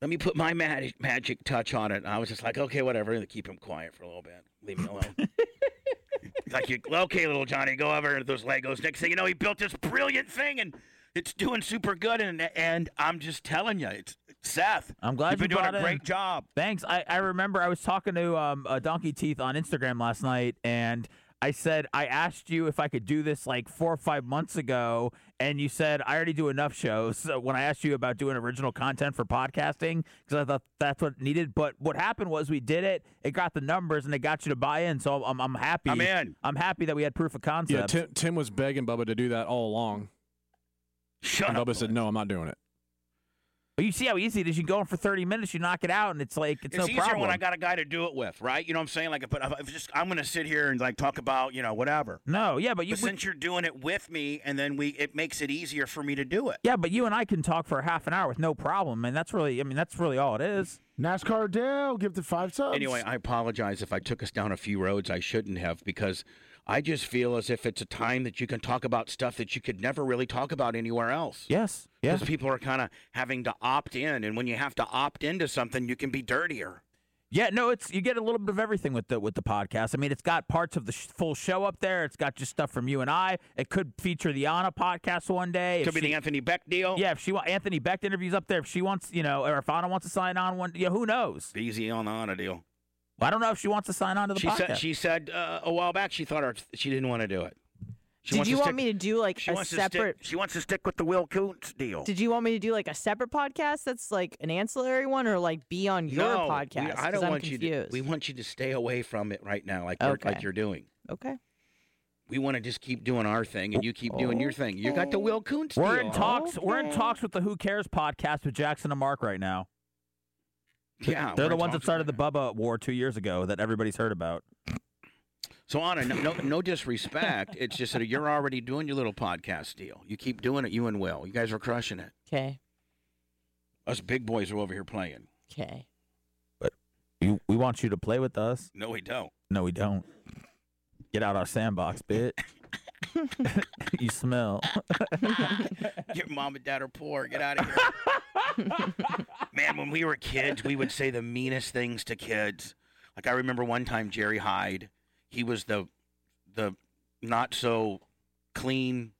Speaker 4: let me put my mag- magic touch on it. And I was just like, okay, whatever. And keep him quiet for a little bit, leave me alone. He's like, you, okay, little Johnny, go over those Legos. Next thing you know, he built this brilliant thing, and it's doing super good. And and I'm just telling you, it's Seth.
Speaker 5: I'm glad
Speaker 4: you've been doing
Speaker 5: brought
Speaker 4: a
Speaker 5: in-
Speaker 4: great job.
Speaker 5: Thanks. I, I remember I was talking to um, uh, Donkey Teeth on Instagram last night, and I said I asked you if I could do this like four or five months ago, and you said I already do enough shows. So when I asked you about doing original content for podcasting, because I thought that's what it needed. But what happened was we did it. It got the numbers, and it got you to buy in. So I'm I'm happy.
Speaker 9: I'm in.
Speaker 5: I'm happy that we had proof of concept.
Speaker 9: Yeah, Tim, Tim was begging Bubba to do that all along.
Speaker 4: Shut
Speaker 9: and Bubba said, "No, I'm not doing it."
Speaker 5: But you see how easy it is. You go in for 30 minutes, you knock it out, and it's like it's,
Speaker 4: It's
Speaker 5: no
Speaker 4: easier
Speaker 5: problem.
Speaker 4: when I got a guy to do it with, right? You know what I'm saying? Like, but if just I'm gonna sit here and like talk about you know whatever.
Speaker 5: No, yeah, but you
Speaker 4: but since you're doing it with me, and then we it makes it easier for me to do it.
Speaker 5: Yeah, but you and I can talk for half an hour with no problem, and that's really, I mean, that's really all it is.
Speaker 6: NASCAR Dale, give the five subs.
Speaker 4: Anyway, I apologize if I took us down a few roads I shouldn't have because I just feel as if it's a time that you can talk about stuff that you could never really talk about anywhere else.
Speaker 5: Yes, yeah.
Speaker 4: Because people are kind of having to opt in, and when you have to opt into something, you can be dirtier.
Speaker 5: Yeah, no, it's you get a little bit of everything with the with the podcast. I mean, it's got parts of the sh- full show up there. It's got just stuff from you and I. It could feature the Anna podcast one day. If
Speaker 4: Could be the Anthony Beck deal.
Speaker 5: Yeah, if she wants Anthony Beck interviews up there, if she wants, you know, or if Anna wants to sign on one, yeah, who knows?
Speaker 4: Easy on the Anna deal.
Speaker 5: Well, I don't know if she wants to sign on to the
Speaker 4: She
Speaker 5: podcast.
Speaker 4: said she said uh, a while back she thought her, she didn't want to do it. She
Speaker 10: Did
Speaker 4: wants
Speaker 10: you
Speaker 4: to
Speaker 10: want
Speaker 4: stick-
Speaker 10: me to do like
Speaker 4: she
Speaker 10: a
Speaker 4: wants to stick-
Speaker 10: separate?
Speaker 4: she wants to stick with the Will Coontz
Speaker 5: Oh.
Speaker 4: deal.
Speaker 10: Did you want me to do like a separate podcast that's like an ancillary one, or like be on your
Speaker 4: no, we-
Speaker 10: podcast?
Speaker 4: I
Speaker 10: 'Cause
Speaker 4: don't
Speaker 10: I'm
Speaker 4: want
Speaker 10: confused.
Speaker 4: you to. We want you to stay away from it right now, like you're,
Speaker 10: Okay.
Speaker 4: like you're doing.
Speaker 10: Okay.
Speaker 4: We want to just keep doing our thing, and you keep doing your thing. You got the Will Koontz.
Speaker 5: Oh. We're
Speaker 4: deal.
Speaker 5: in talks. We're in talks with the Who Cares podcast with Jackson and Mark right now.
Speaker 4: Yeah,
Speaker 5: they're
Speaker 4: we're
Speaker 5: the
Speaker 4: in
Speaker 5: ones that
Speaker 4: talks
Speaker 5: started the Bubba War two years ago that everybody's heard about.
Speaker 4: So Anna, no, no, no disrespect. It's just that you're already doing your little podcast deal. You keep doing it. You and Will, you guys are crushing it.
Speaker 10: Okay.
Speaker 4: Us big boys are over here playing.
Speaker 10: Okay.
Speaker 5: You, we want you to play with us.
Speaker 4: No, we don't.
Speaker 5: No, we don't. Get out our sandbox, bitch. you smell.
Speaker 4: Your mom and dad are poor. Get out of here. Man, when we were kids, we would say the meanest things to kids. Like I remember one time Jerry Hyde, he was the the not so clean,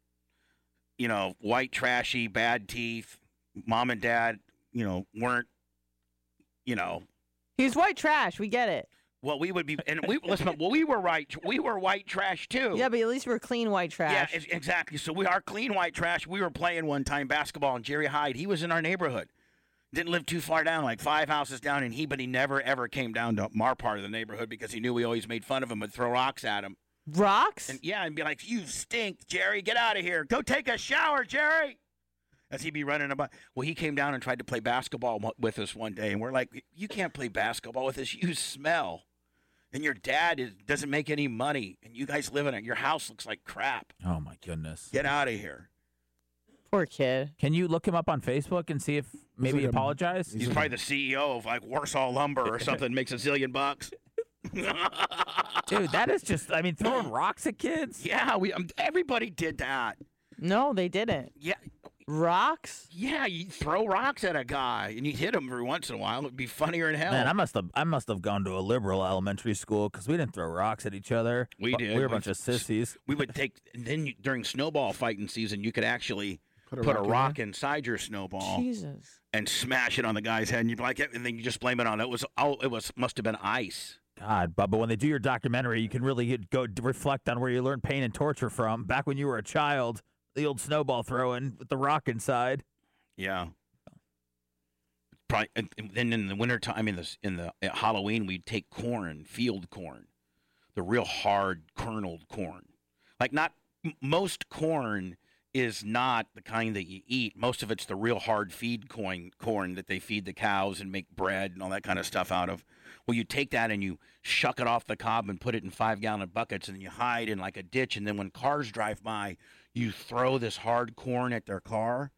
Speaker 4: you know, white trashy, bad teeth. Mom and dad, you know, weren't you know,
Speaker 10: He's white trash. We get it.
Speaker 4: well, we would be, and we listen. Well, we were right. We were white trash too.
Speaker 10: Yeah, but at least we're clean white trash.
Speaker 4: Yeah, ex- exactly. So we are clean white trash. We were playing one time basketball, and Jerry Hyde, he was in our neighborhood. Didn't live too far down, like five houses down, and he, but he never ever came down to our part of the neighborhood because he knew we always made fun of him and throw rocks at him.
Speaker 10: Rocks?
Speaker 4: And yeah, and be like, "You stink, Jerry. Get out of here. Go take a shower, Jerry." As he'd be running about. Well, he came down and tried to play basketball w- with us one day, and we're like, "You can't play basketball with us. You smell, and your dad is, doesn't make any money, and you guys live in it. Your house looks like crap."
Speaker 5: Oh my goodness.
Speaker 4: Get out of here.
Speaker 10: Poor kid.
Speaker 5: Can you look him up on Facebook and see if maybe
Speaker 4: like
Speaker 5: he
Speaker 4: a-
Speaker 5: apologized?
Speaker 4: He's probably the CEO of like Warsaw Lumber or something, makes a zillion bucks.
Speaker 5: Dude, that is just, I mean, throwing rocks at kids?
Speaker 4: Yeah, we um, everybody did that.
Speaker 10: No, they didn't.
Speaker 4: Yeah.
Speaker 10: Rocks?
Speaker 4: Yeah, you throw rocks at a guy and you hit him every once in a while. It'd be funnier in hell.
Speaker 5: Man, I must have I must have gone to a liberal elementary school because we didn't throw rocks at each other.
Speaker 4: We
Speaker 5: Bu-
Speaker 4: did.
Speaker 5: We were a
Speaker 4: We-
Speaker 5: bunch of sissies.
Speaker 4: we would take, and then you, during snowball fighting season, you could actually put
Speaker 6: a
Speaker 4: a,
Speaker 6: rock
Speaker 4: rock,
Speaker 6: in
Speaker 4: inside your snowball,
Speaker 10: Jesus.
Speaker 4: and smash it on the guy's head, and you'd like it, and then you just blame it on it was oh it was must have been ice.
Speaker 5: God, Bubba, when they do your documentary, you can really get- go d- reflect on where you learned pain and torture from back when you were a child. The old snowball throwing with the rock inside.
Speaker 4: Yeah. Probably, and and then in the wintertime, in the s- in the at Halloween, we'd take corn, field corn, the real hard kerneled corn. Like not m- most corn is not the kind that you eat. Most of it's the real hard feed corn, corn that they feed the cows and make bread and all that kind of stuff out of. Well, you take that and you shuck it off the cob and put it in five gallon buckets and you hide in like a ditch. And then when cars drive by, you throw this hard corn at their car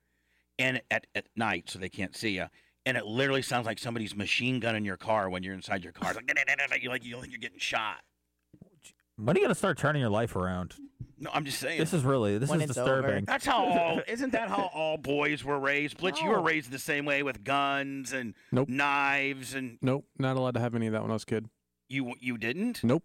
Speaker 4: and at, at night so they can't see you. And it literally sounds like somebody's machine gun in your car when you're inside your car. It's like, "Da-da-da-da-da," you're like, you think you're getting shot.
Speaker 5: When are you gonna start turning your life around?
Speaker 4: No, I'm just saying.
Speaker 5: This is really this
Speaker 4: When
Speaker 5: is
Speaker 4: it's over.
Speaker 5: disturbing.
Speaker 4: That's how all isn't that how all boys were raised? Blitz, you were raised the same way with guns and
Speaker 9: Nope.
Speaker 4: knives and
Speaker 9: Nope, not allowed to have any of that when I was a kid.
Speaker 4: you you didn't?
Speaker 9: Nope,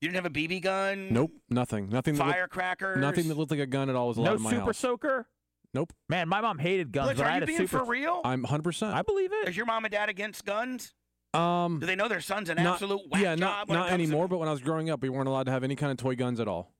Speaker 4: You didn't have a BB gun?
Speaker 9: nope, nothing, nothing. that
Speaker 4: Mm.
Speaker 9: looked-
Speaker 4: Firecrackers?
Speaker 9: Nothing that looked like a gun at all was allowed
Speaker 5: No
Speaker 9: in my
Speaker 5: super
Speaker 9: house.
Speaker 5: soaker.
Speaker 9: Nope.
Speaker 5: Man, my mom hated guns.
Speaker 4: Blitz,
Speaker 5: but I
Speaker 4: are
Speaker 5: had
Speaker 4: you
Speaker 5: a
Speaker 4: being
Speaker 5: super-
Speaker 4: for real?
Speaker 9: I'm 100. percent
Speaker 5: I believe it.
Speaker 4: Is your mom and dad against guns?
Speaker 9: Um,
Speaker 4: Do they know their son's an
Speaker 9: not-
Speaker 4: absolute whack
Speaker 9: yeah, not
Speaker 4: job when it comes
Speaker 9: not
Speaker 4: to-
Speaker 9: anymore. but when I was growing up, we weren't allowed to have any kind of toy guns at all.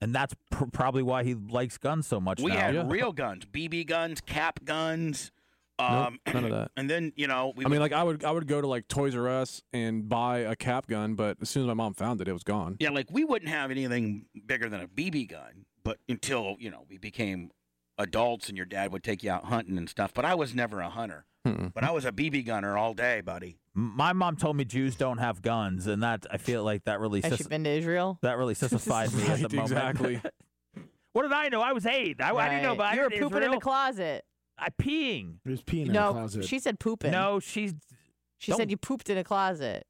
Speaker 5: And that's pr- probably why he likes guns so much.
Speaker 4: We
Speaker 5: now.
Speaker 4: had real guns, BB guns, cap guns. Um,
Speaker 9: none of that.
Speaker 4: And then you know, we
Speaker 9: I mean,
Speaker 4: would-
Speaker 9: like I would I would go to like Toys R Us and buy a cap gun, but as soon as my mom found it, it was gone.
Speaker 4: yeah, like we wouldn't have anything bigger than a BB gun, but until you know we became adults and your dad would take you out hunting and stuff. But I was never a hunter,
Speaker 9: Hmm.
Speaker 4: but I was a BB gunner all day, buddy.
Speaker 5: M- My mom told me Jews don't have guns, and that I feel like that really
Speaker 10: Has
Speaker 5: sis-
Speaker 10: she been to Israel?
Speaker 5: that really sissified me at the
Speaker 9: Right,
Speaker 5: moment.
Speaker 9: exactly.
Speaker 5: what did I know? I was eight. I, I didn't know,
Speaker 10: Right.
Speaker 5: but I
Speaker 10: you were
Speaker 5: didn't
Speaker 10: pooping in
Speaker 5: Israel.
Speaker 10: the closet.
Speaker 5: I peeing.
Speaker 6: There's peeing in the
Speaker 10: no,
Speaker 6: closet.
Speaker 10: she said pooping.
Speaker 5: No, she's.
Speaker 10: She said you pooped in a closet,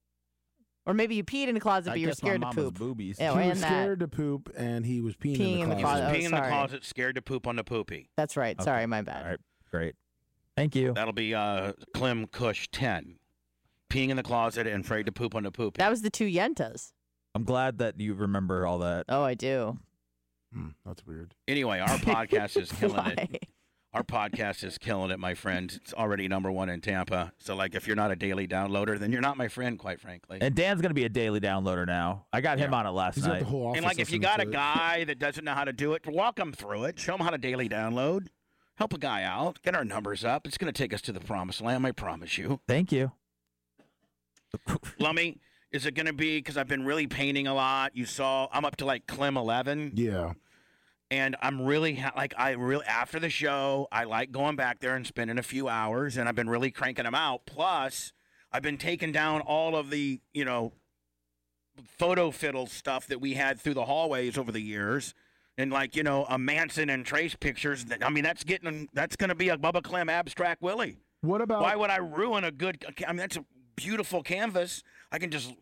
Speaker 10: or maybe you peed in a closet,
Speaker 5: I
Speaker 10: but you were
Speaker 5: guess my
Speaker 10: scared to
Speaker 5: mom was
Speaker 10: poop.
Speaker 5: boobies.
Speaker 10: Yeah,
Speaker 6: he
Speaker 10: and
Speaker 6: was
Speaker 10: that.
Speaker 6: scared to poop, and he was peeing,
Speaker 10: Peeing in the
Speaker 4: He was
Speaker 10: closet. Oh,
Speaker 4: peeing in the
Speaker 10: sorry.
Speaker 4: closet, scared to poop on the poopy.
Speaker 10: That's right.
Speaker 5: Okay.
Speaker 10: Sorry, my bad.
Speaker 5: All right, great. Thank you.
Speaker 4: That'll be uh, Clem Cush ten, peeing in the closet and afraid to poop on the poopy.
Speaker 10: That was the two yentas.
Speaker 5: I'm glad that you remember all that.
Speaker 10: Oh, I do.
Speaker 6: Hmm, That's weird.
Speaker 4: Anyway, our podcast is killing it. Our podcast is killing it, my friend. It's already number one in Tampa. So, like, if you're not a daily downloader, then you're not my friend, quite frankly.
Speaker 5: And Dan's gonna be a daily downloader now. I got him on it last night.
Speaker 4: and like, if you got a guy that doesn't know how to do it, walk him through it. Show him how to daily download. Help a guy out. Get our numbers up. It's going to take us to the promised land. I promise you.
Speaker 5: Thank you.
Speaker 4: Lummy, is it going to be? Because I've been really painting a lot. You saw I'm up to like Clem eleven.
Speaker 6: Yeah.
Speaker 4: and I'm really ha- like I really after the show I like going back there and spending a few hours and I've been really cranking them out. Plus, I've been taking down all of the you know photo fiddle stuff that we had through the hallways over the years. And like you know, a Manson and Trace pictures. that- I mean, that's getting that's going to be a Bubba Clem abstract Willie.
Speaker 6: What about
Speaker 4: Why would I ruin a good? I mean, that's a beautiful canvas. I can just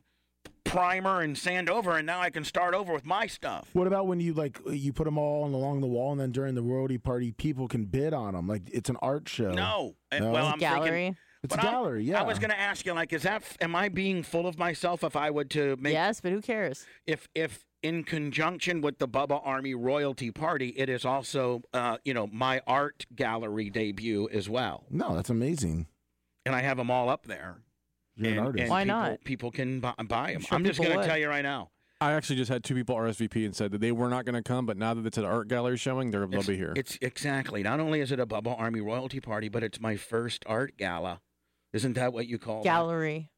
Speaker 4: primer and sand over, and now I can start over with my stuff.
Speaker 6: What about when you like you put them all on- along the wall, and then during the royalty party, people can bid on them? Like it's an art show.
Speaker 4: No. Uh, Well, I'm Thinking,
Speaker 6: It's a
Speaker 4: But I'm-
Speaker 6: gallery. Yeah.
Speaker 4: I was going to ask you, like, is that am I being full of myself if I would to make
Speaker 10: yes, but who cares?
Speaker 4: if if in conjunction with the Bubba Army royalty party, it is also uh, you know my art gallery debut as well,
Speaker 6: No, that's amazing.
Speaker 4: and I have them all up there.
Speaker 6: You're an
Speaker 4: And-
Speaker 6: artist.
Speaker 4: and
Speaker 6: Why
Speaker 4: people,
Speaker 6: not?
Speaker 4: People can buy, buy them. I'm,
Speaker 6: sure
Speaker 4: just
Speaker 6: people
Speaker 4: going to
Speaker 6: would.
Speaker 4: tell you right now.
Speaker 9: I actually just had two people RSVP and said that they were not going to come, but now that it's an art gallery showing, they're, they'll
Speaker 4: It's-
Speaker 9: be here.
Speaker 4: It's exactly. Not only is it a Bubba Army royalty party, but it's my first art gala. Isn't that what you call it?
Speaker 10: Gallery.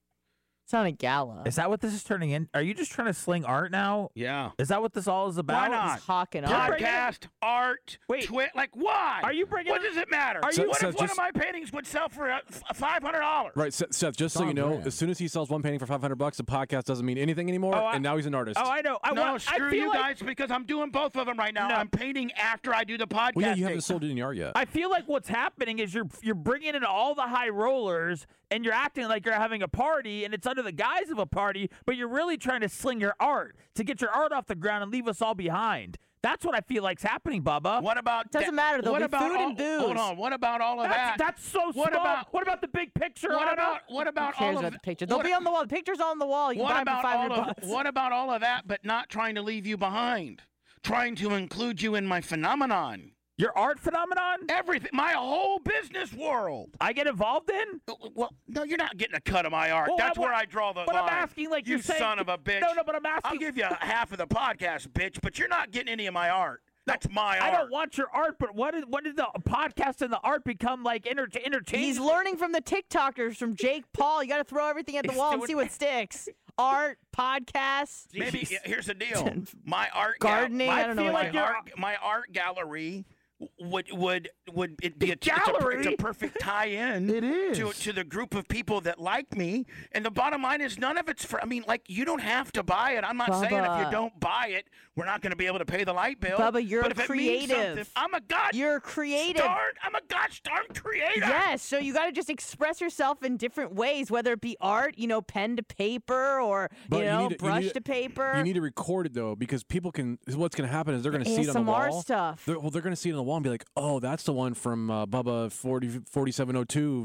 Speaker 10: It's not a
Speaker 9: Uh,
Speaker 10: gala.
Speaker 5: Is that what this is turning in? Are you just trying to sling art now?
Speaker 4: Yeah.
Speaker 5: Is that what this all is about?
Speaker 4: not?
Speaker 10: Hawking
Speaker 5: You're bringing-
Speaker 4: Podcast, art, Wait, twit. Like, why?
Speaker 5: Are you bringing
Speaker 4: What
Speaker 5: it-
Speaker 4: does it matter?
Speaker 5: Are you-
Speaker 4: what
Speaker 9: Seth,
Speaker 4: if one
Speaker 9: just-
Speaker 4: of my paintings would sell for uh, f- $500?
Speaker 9: Right, Seth. Seth just so
Speaker 4: Don
Speaker 9: you know,
Speaker 4: Brand.
Speaker 9: as soon as he sells one painting for five hundred bucks, the podcast doesn't mean anything anymore,
Speaker 4: Oh, I-
Speaker 9: and now he's an artist.
Speaker 5: I know.
Speaker 4: no, screw you guys because I'm doing both of them right now. I'm painting after I do the podcast.
Speaker 9: well, yeah, you haven't sold any art yet.
Speaker 5: I feel like what's happening is you're you're bringing in all the high rollers and you're acting like you're having a party and it's under the guise of a party, but you're really trying to sling your art to get your art off the ground and leave us all behind. That's what I feel like's happening, Bubba.
Speaker 4: What about
Speaker 5: doesn't matter?
Speaker 4: what about all, Hold on. What about all of
Speaker 5: that's,
Speaker 4: that?
Speaker 5: That's so
Speaker 4: What
Speaker 5: small.
Speaker 4: about
Speaker 5: what about the big picture?
Speaker 4: What
Speaker 5: Anna?
Speaker 4: about what about
Speaker 10: cares
Speaker 4: all
Speaker 10: about
Speaker 4: of
Speaker 10: the picture? They'll be on the wall. The picture's on the wall. You can
Speaker 4: what
Speaker 10: buy 'em
Speaker 4: about
Speaker 10: for
Speaker 4: all
Speaker 10: 500
Speaker 4: of
Speaker 10: bucks.
Speaker 4: what about all of that? But not trying to leave you behind, trying to include you in my phenomenon.
Speaker 5: Your art phenomenon?
Speaker 4: Everything. My whole business world.
Speaker 5: I get involved in?
Speaker 4: Uh, Well, no, you're not getting a cut of my art.
Speaker 5: Well,
Speaker 4: That's
Speaker 5: I-
Speaker 4: where I draw the
Speaker 5: but
Speaker 4: line.
Speaker 5: I'm asking, like,
Speaker 4: you
Speaker 5: you're saying-
Speaker 4: son of a bitch.
Speaker 5: No, no, but I'm
Speaker 4: I'll
Speaker 5: asking-
Speaker 4: give you half of the podcast, bitch, but you're not getting any of my art. That's my
Speaker 5: I
Speaker 4: art.
Speaker 5: don't want your art, but what, is, what did the podcast and the art become like enter- entertaining?
Speaker 10: He's learning from the TikTokers from Jake Paul. You got to throw everything at the
Speaker 5: He's
Speaker 10: wall and
Speaker 5: doing-
Speaker 10: see what sticks. Art, podcasts.
Speaker 4: Maybe yeah, here's the deal. My art
Speaker 10: Gardening,
Speaker 4: Gal-
Speaker 10: I don't know
Speaker 4: feel
Speaker 10: what
Speaker 4: like
Speaker 10: you-
Speaker 4: my art, my art gallery w- would would would it be a, it's a per- It's, a,
Speaker 5: gallery?
Speaker 4: perfect tie-in. it is to to the group of people that like me. And the bottom line is, none of it's for. I mean, like you don't have to buy it. I'm not saying if
Speaker 10: Bubba.
Speaker 4: you don't buy it, we're not going to be able to pay the light bill.
Speaker 10: Bubba, you're
Speaker 4: but if it means something-
Speaker 10: creative.
Speaker 4: I'm a god.
Speaker 10: You're creative.
Speaker 4: Darn, I'm a gosh darn creator.
Speaker 10: Yes, so you got to just express yourself in different ways, whether it be art, you know, pen to paper, or you know, brush to paper.
Speaker 9: You need to record it though, because people can. What's going to happen is they're going to see it on the
Speaker 10: ASMR
Speaker 9: wall.
Speaker 10: stuff.
Speaker 9: They're, well, they're going to see it on the wall and be like, "Oh, that's the one from uh, Bubba 40, 4702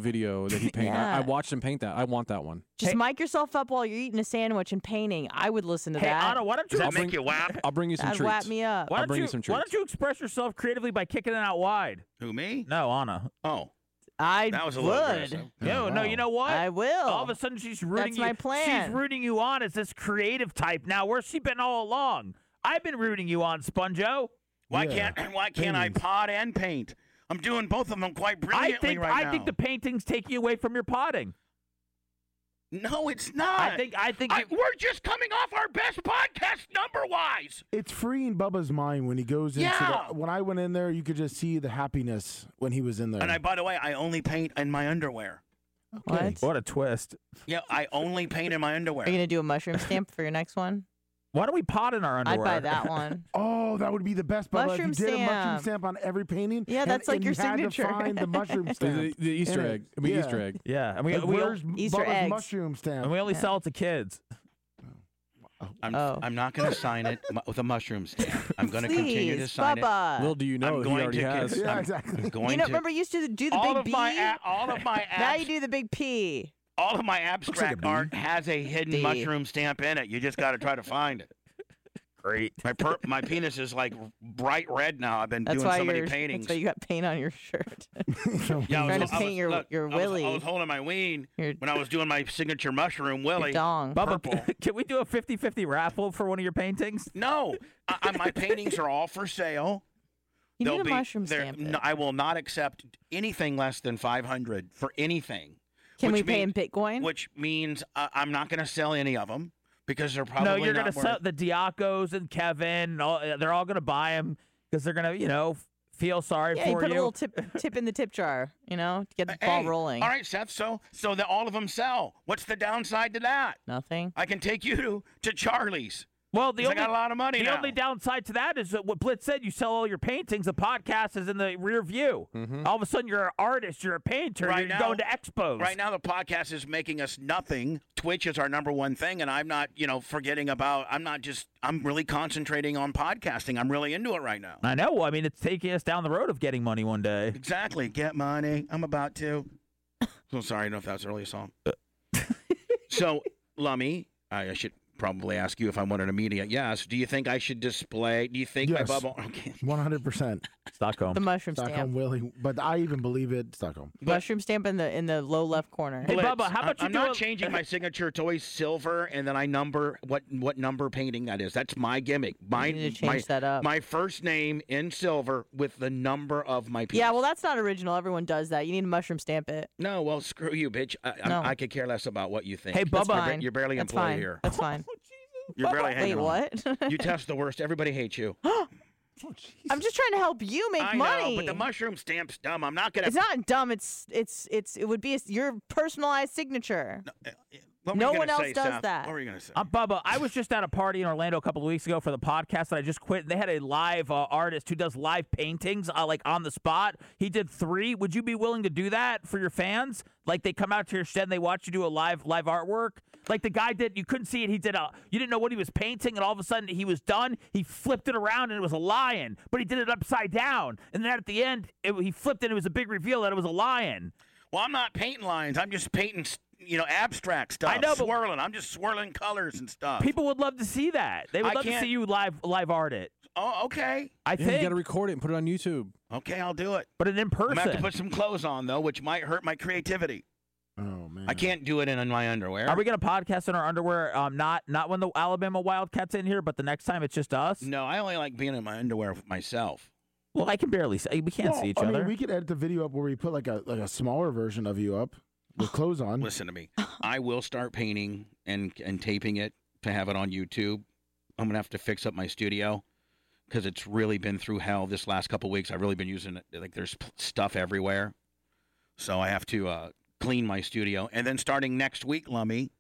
Speaker 9: video that he painted. I, I
Speaker 10: Yeah.
Speaker 9: watched him paint that. I want that one."
Speaker 10: just mic yourself up while you're eating a sandwich and painting. I would listen to
Speaker 5: Hey,
Speaker 10: that.
Speaker 5: Otto, why don't you
Speaker 9: I'll bring- I'll bring you some
Speaker 10: That'd
Speaker 9: treats.
Speaker 10: wrap me up.
Speaker 5: Why
Speaker 9: I'll
Speaker 5: don't
Speaker 9: bring
Speaker 5: you,
Speaker 9: you some
Speaker 5: Why
Speaker 9: treats.
Speaker 5: don't you express yourself creatively by kicking it out wide?
Speaker 4: Who me?
Speaker 5: No, Anna.
Speaker 4: Oh.
Speaker 10: I
Speaker 5: That was
Speaker 4: a little aggressive. Oh.
Speaker 5: No, no, you know what?
Speaker 10: I will.
Speaker 5: All of a sudden, she's rooting
Speaker 10: That's
Speaker 5: you.
Speaker 10: my plan.
Speaker 5: She's rooting you on as this creative type. Now, where's she been all along? I've been rooting you on, Sponjo.
Speaker 4: Why can't why can't I pot and paint? I'm doing both of them quite brilliantly
Speaker 5: I think
Speaker 4: right
Speaker 5: I
Speaker 4: now.
Speaker 5: think the paintings take you away from your potting.
Speaker 4: No, it's not.
Speaker 5: I think I think
Speaker 4: I- we're just coming off our best podcast number wise.
Speaker 6: It's freeing Bubba's mind when he goes into
Speaker 4: Yeah.
Speaker 6: the, when I went in there, you could just see the happiness when he was in there.
Speaker 4: And I, by the way, I only paint in my underwear.
Speaker 10: What?
Speaker 5: What a twist!
Speaker 4: Yeah, I only paint in my underwear.
Speaker 10: Are you gonna do a mushroom stamp for your next one?
Speaker 5: Why don't we pot in our
Speaker 10: I'd buy that one.
Speaker 6: Oh, that would be the best. Bubba,
Speaker 10: Mushroom
Speaker 6: if you did a mushroom
Speaker 10: stamp.
Speaker 6: stamp on every painting.
Speaker 10: Yeah,
Speaker 6: and-
Speaker 10: that's like
Speaker 6: and
Speaker 10: your
Speaker 6: you had to
Speaker 10: signature.
Speaker 6: find the mushroom
Speaker 5: The-
Speaker 6: stamp.
Speaker 9: the- the Easter
Speaker 6: in it.
Speaker 9: egg. I mean,
Speaker 6: yeah.
Speaker 9: Easter egg.
Speaker 5: Yeah, and we,
Speaker 6: Like,
Speaker 5: we
Speaker 6: where's
Speaker 10: Easter
Speaker 6: Bubba's
Speaker 10: eggs.
Speaker 6: mushroom stamp?
Speaker 5: and we only
Speaker 6: Yeah.
Speaker 5: sell it to kids.
Speaker 4: I'm,
Speaker 10: Oh.
Speaker 4: I'm not going to sign it mu- with a mushroom stamp. I'm going to continue to
Speaker 10: Please,
Speaker 4: sign
Speaker 10: Bubba.
Speaker 4: it.
Speaker 10: Little do
Speaker 9: you know,
Speaker 4: I'm
Speaker 9: he
Speaker 4: going
Speaker 9: already
Speaker 4: to,
Speaker 9: has.
Speaker 4: I'm-
Speaker 9: Yeah,
Speaker 4: I'm
Speaker 9: exactly.
Speaker 4: going
Speaker 10: you know,
Speaker 4: to-
Speaker 10: remember you used to do the
Speaker 4: all
Speaker 10: big
Speaker 4: of
Speaker 10: B.
Speaker 4: my a- all of my
Speaker 10: now
Speaker 4: abs-
Speaker 10: you do the big P.
Speaker 4: all of my abstract art has a hidden
Speaker 10: D.
Speaker 4: mushroom stamp in it. You just got to try to find it.
Speaker 5: Great.
Speaker 4: My per- my penis is like bright red now. I've been
Speaker 10: That's
Speaker 4: doing
Speaker 10: why
Speaker 4: so many
Speaker 10: you're.
Speaker 4: paintings.
Speaker 10: That's why you got paint on your shirt.
Speaker 4: Yeah, I
Speaker 10: trying
Speaker 4: was, I was-
Speaker 10: to paint your-
Speaker 4: look,
Speaker 10: your
Speaker 4: I was- I
Speaker 10: willy.
Speaker 4: was holding my ween when I was doing my signature mushroom willy.
Speaker 10: dong.
Speaker 5: Bubba,
Speaker 4: Purple.
Speaker 5: can we do a 50-50 raffle for one of your paintings?
Speaker 4: No, I, I, my paintings are all for sale.
Speaker 10: You need
Speaker 4: They'll
Speaker 10: a
Speaker 4: be-
Speaker 10: mushroom
Speaker 4: they're-
Speaker 10: stamp
Speaker 4: No, I will not accept anything less than five hundred for anything.
Speaker 10: Can
Speaker 4: which
Speaker 10: we pay in
Speaker 4: mean-
Speaker 10: Bitcoin?
Speaker 4: Which means uh, I'm not going to sell any of them because they're probably
Speaker 5: No, you're
Speaker 4: not
Speaker 5: gonna
Speaker 4: worth-
Speaker 5: sell the Diacos and Kevin. And all, they're all gonna buy them because they're gonna, you know, f- feel sorry
Speaker 10: Yeah, you
Speaker 5: for
Speaker 10: put a little tip tip in the tip jar, you know, to get the ball
Speaker 4: Hey,
Speaker 10: rolling.
Speaker 4: All right, Seth. So so that all of them sell. What's the downside to that?
Speaker 10: Nothing.
Speaker 4: I can take you to, to Charlie's.
Speaker 5: Well, the
Speaker 4: 'Cause
Speaker 5: only,
Speaker 4: I got a lot of money
Speaker 5: The
Speaker 4: now.
Speaker 5: only downside to that is that what Blitz said: you sell all your paintings. The podcast is in the rear view. All of a sudden, you're an artist. You're a painter.
Speaker 4: Mm-hmm. Right
Speaker 5: you're
Speaker 4: now-
Speaker 5: going to expos.
Speaker 4: Right now, the podcast is making us nothing. Twitch is our number one thing, and I'm not, you know, forgetting about. I'm not just. I'm really concentrating on podcasting. I'm really into it right now.
Speaker 5: I know. I mean, it's taking us down the road of getting money one day.
Speaker 4: Exactly. Get money. I'm about to. So sorry. I don't know if that was early song. so, Lummy, I, I should probably ask you if I wanted a media. Yes. Do you think I should display? Do you think my
Speaker 6: Yes.
Speaker 4: bubble? Okay.
Speaker 6: One hundred percent.
Speaker 5: Stockholm.
Speaker 10: The mushroom
Speaker 6: Stockholm
Speaker 10: stamp.
Speaker 6: Willie, but I even believe it. Stockholm.
Speaker 10: mushroom stamp in the in the low left corner.
Speaker 4: Blitz, I- I'm not changing my signature to always silver, and then I number what what number painting that is. That's my gimmick. My,
Speaker 10: need to
Speaker 4: my-
Speaker 10: change that up.
Speaker 4: My first name in silver with the number of my piece.
Speaker 10: Yeah, well, that's not original. Everyone does that. You need to mushroom stamp it.
Speaker 4: No, well, screw you, bitch. I, I-
Speaker 10: No.
Speaker 4: I, could care less about what you think.
Speaker 10: Hey, Bubba.
Speaker 4: You're ba-
Speaker 10: Fine.
Speaker 4: you're barely
Speaker 10: That's
Speaker 4: employed
Speaker 10: fine.
Speaker 4: here.
Speaker 10: That's fine.
Speaker 4: You're barely
Speaker 10: Wait,
Speaker 4: hanging on.
Speaker 10: what?
Speaker 4: you test the worst. Everybody hates you.
Speaker 10: I'm just trying to help you make
Speaker 4: I
Speaker 10: money.
Speaker 4: know, but the mushroom stamp's dumb. I'm not gonna.
Speaker 10: it's not dumb. It's it's it's it would be a, your personalized signature.
Speaker 4: eh, What were
Speaker 10: no
Speaker 4: you
Speaker 10: one
Speaker 4: gonna
Speaker 10: else
Speaker 4: say,
Speaker 10: does
Speaker 4: Seth?
Speaker 10: that.
Speaker 4: What were you gonna say?
Speaker 5: Uh, Bubba, I was just at a party in Orlando a couple of weeks ago for the podcast that I just quit. They had a live uh, artist who does live paintings, uh, like on the spot. He did three. Would you be willing to do that for your fans? Like they come out to your shed and they watch you do a live live artwork. Like the guy did, you couldn't see it. He did a, you didn't know what he was painting, and all of a sudden he was done. He flipped it around and it was a lion, but he did it upside down. And then at the end, it, he flipped it. and It was a big reveal that it was a lion.
Speaker 4: Well, I'm not painting lines. I'm just painting, you know, abstract stuff.
Speaker 5: I know, but-
Speaker 4: swirling. I'm just swirling colors and stuff.
Speaker 5: People would love to see that. They would
Speaker 4: I
Speaker 5: love to
Speaker 4: can't-
Speaker 5: see you live live art it.
Speaker 4: Oh, okay.
Speaker 9: I think you got to record it and put it on YouTube.
Speaker 4: Okay, I'll do it.
Speaker 5: But it in
Speaker 4: I'm
Speaker 5: person.
Speaker 4: gonna have to put some clothes on though, which might hurt my creativity.
Speaker 6: Oh man.
Speaker 4: I can't do it in, in my underwear.
Speaker 5: Are we gonna podcast in our underwear? Um, not not when the Alabama Wildcats in here, but the next time it's just us.
Speaker 4: No, I only like being in my underwear myself.
Speaker 5: Well, I can barely see. We can't
Speaker 6: Well,
Speaker 5: see each
Speaker 6: I mean,
Speaker 5: other.
Speaker 6: we could edit the video up where we put like a like a smaller version of you up with clothes on.
Speaker 4: Listen to me. I will start painting and and taping it to have it on YouTube. I'm gonna have to fix up my studio because it's really been through hell this last couple weeks. I've really been using it like there's p- stuff everywhere, so I have to uh, clean my studio. And then starting next week, Lummy,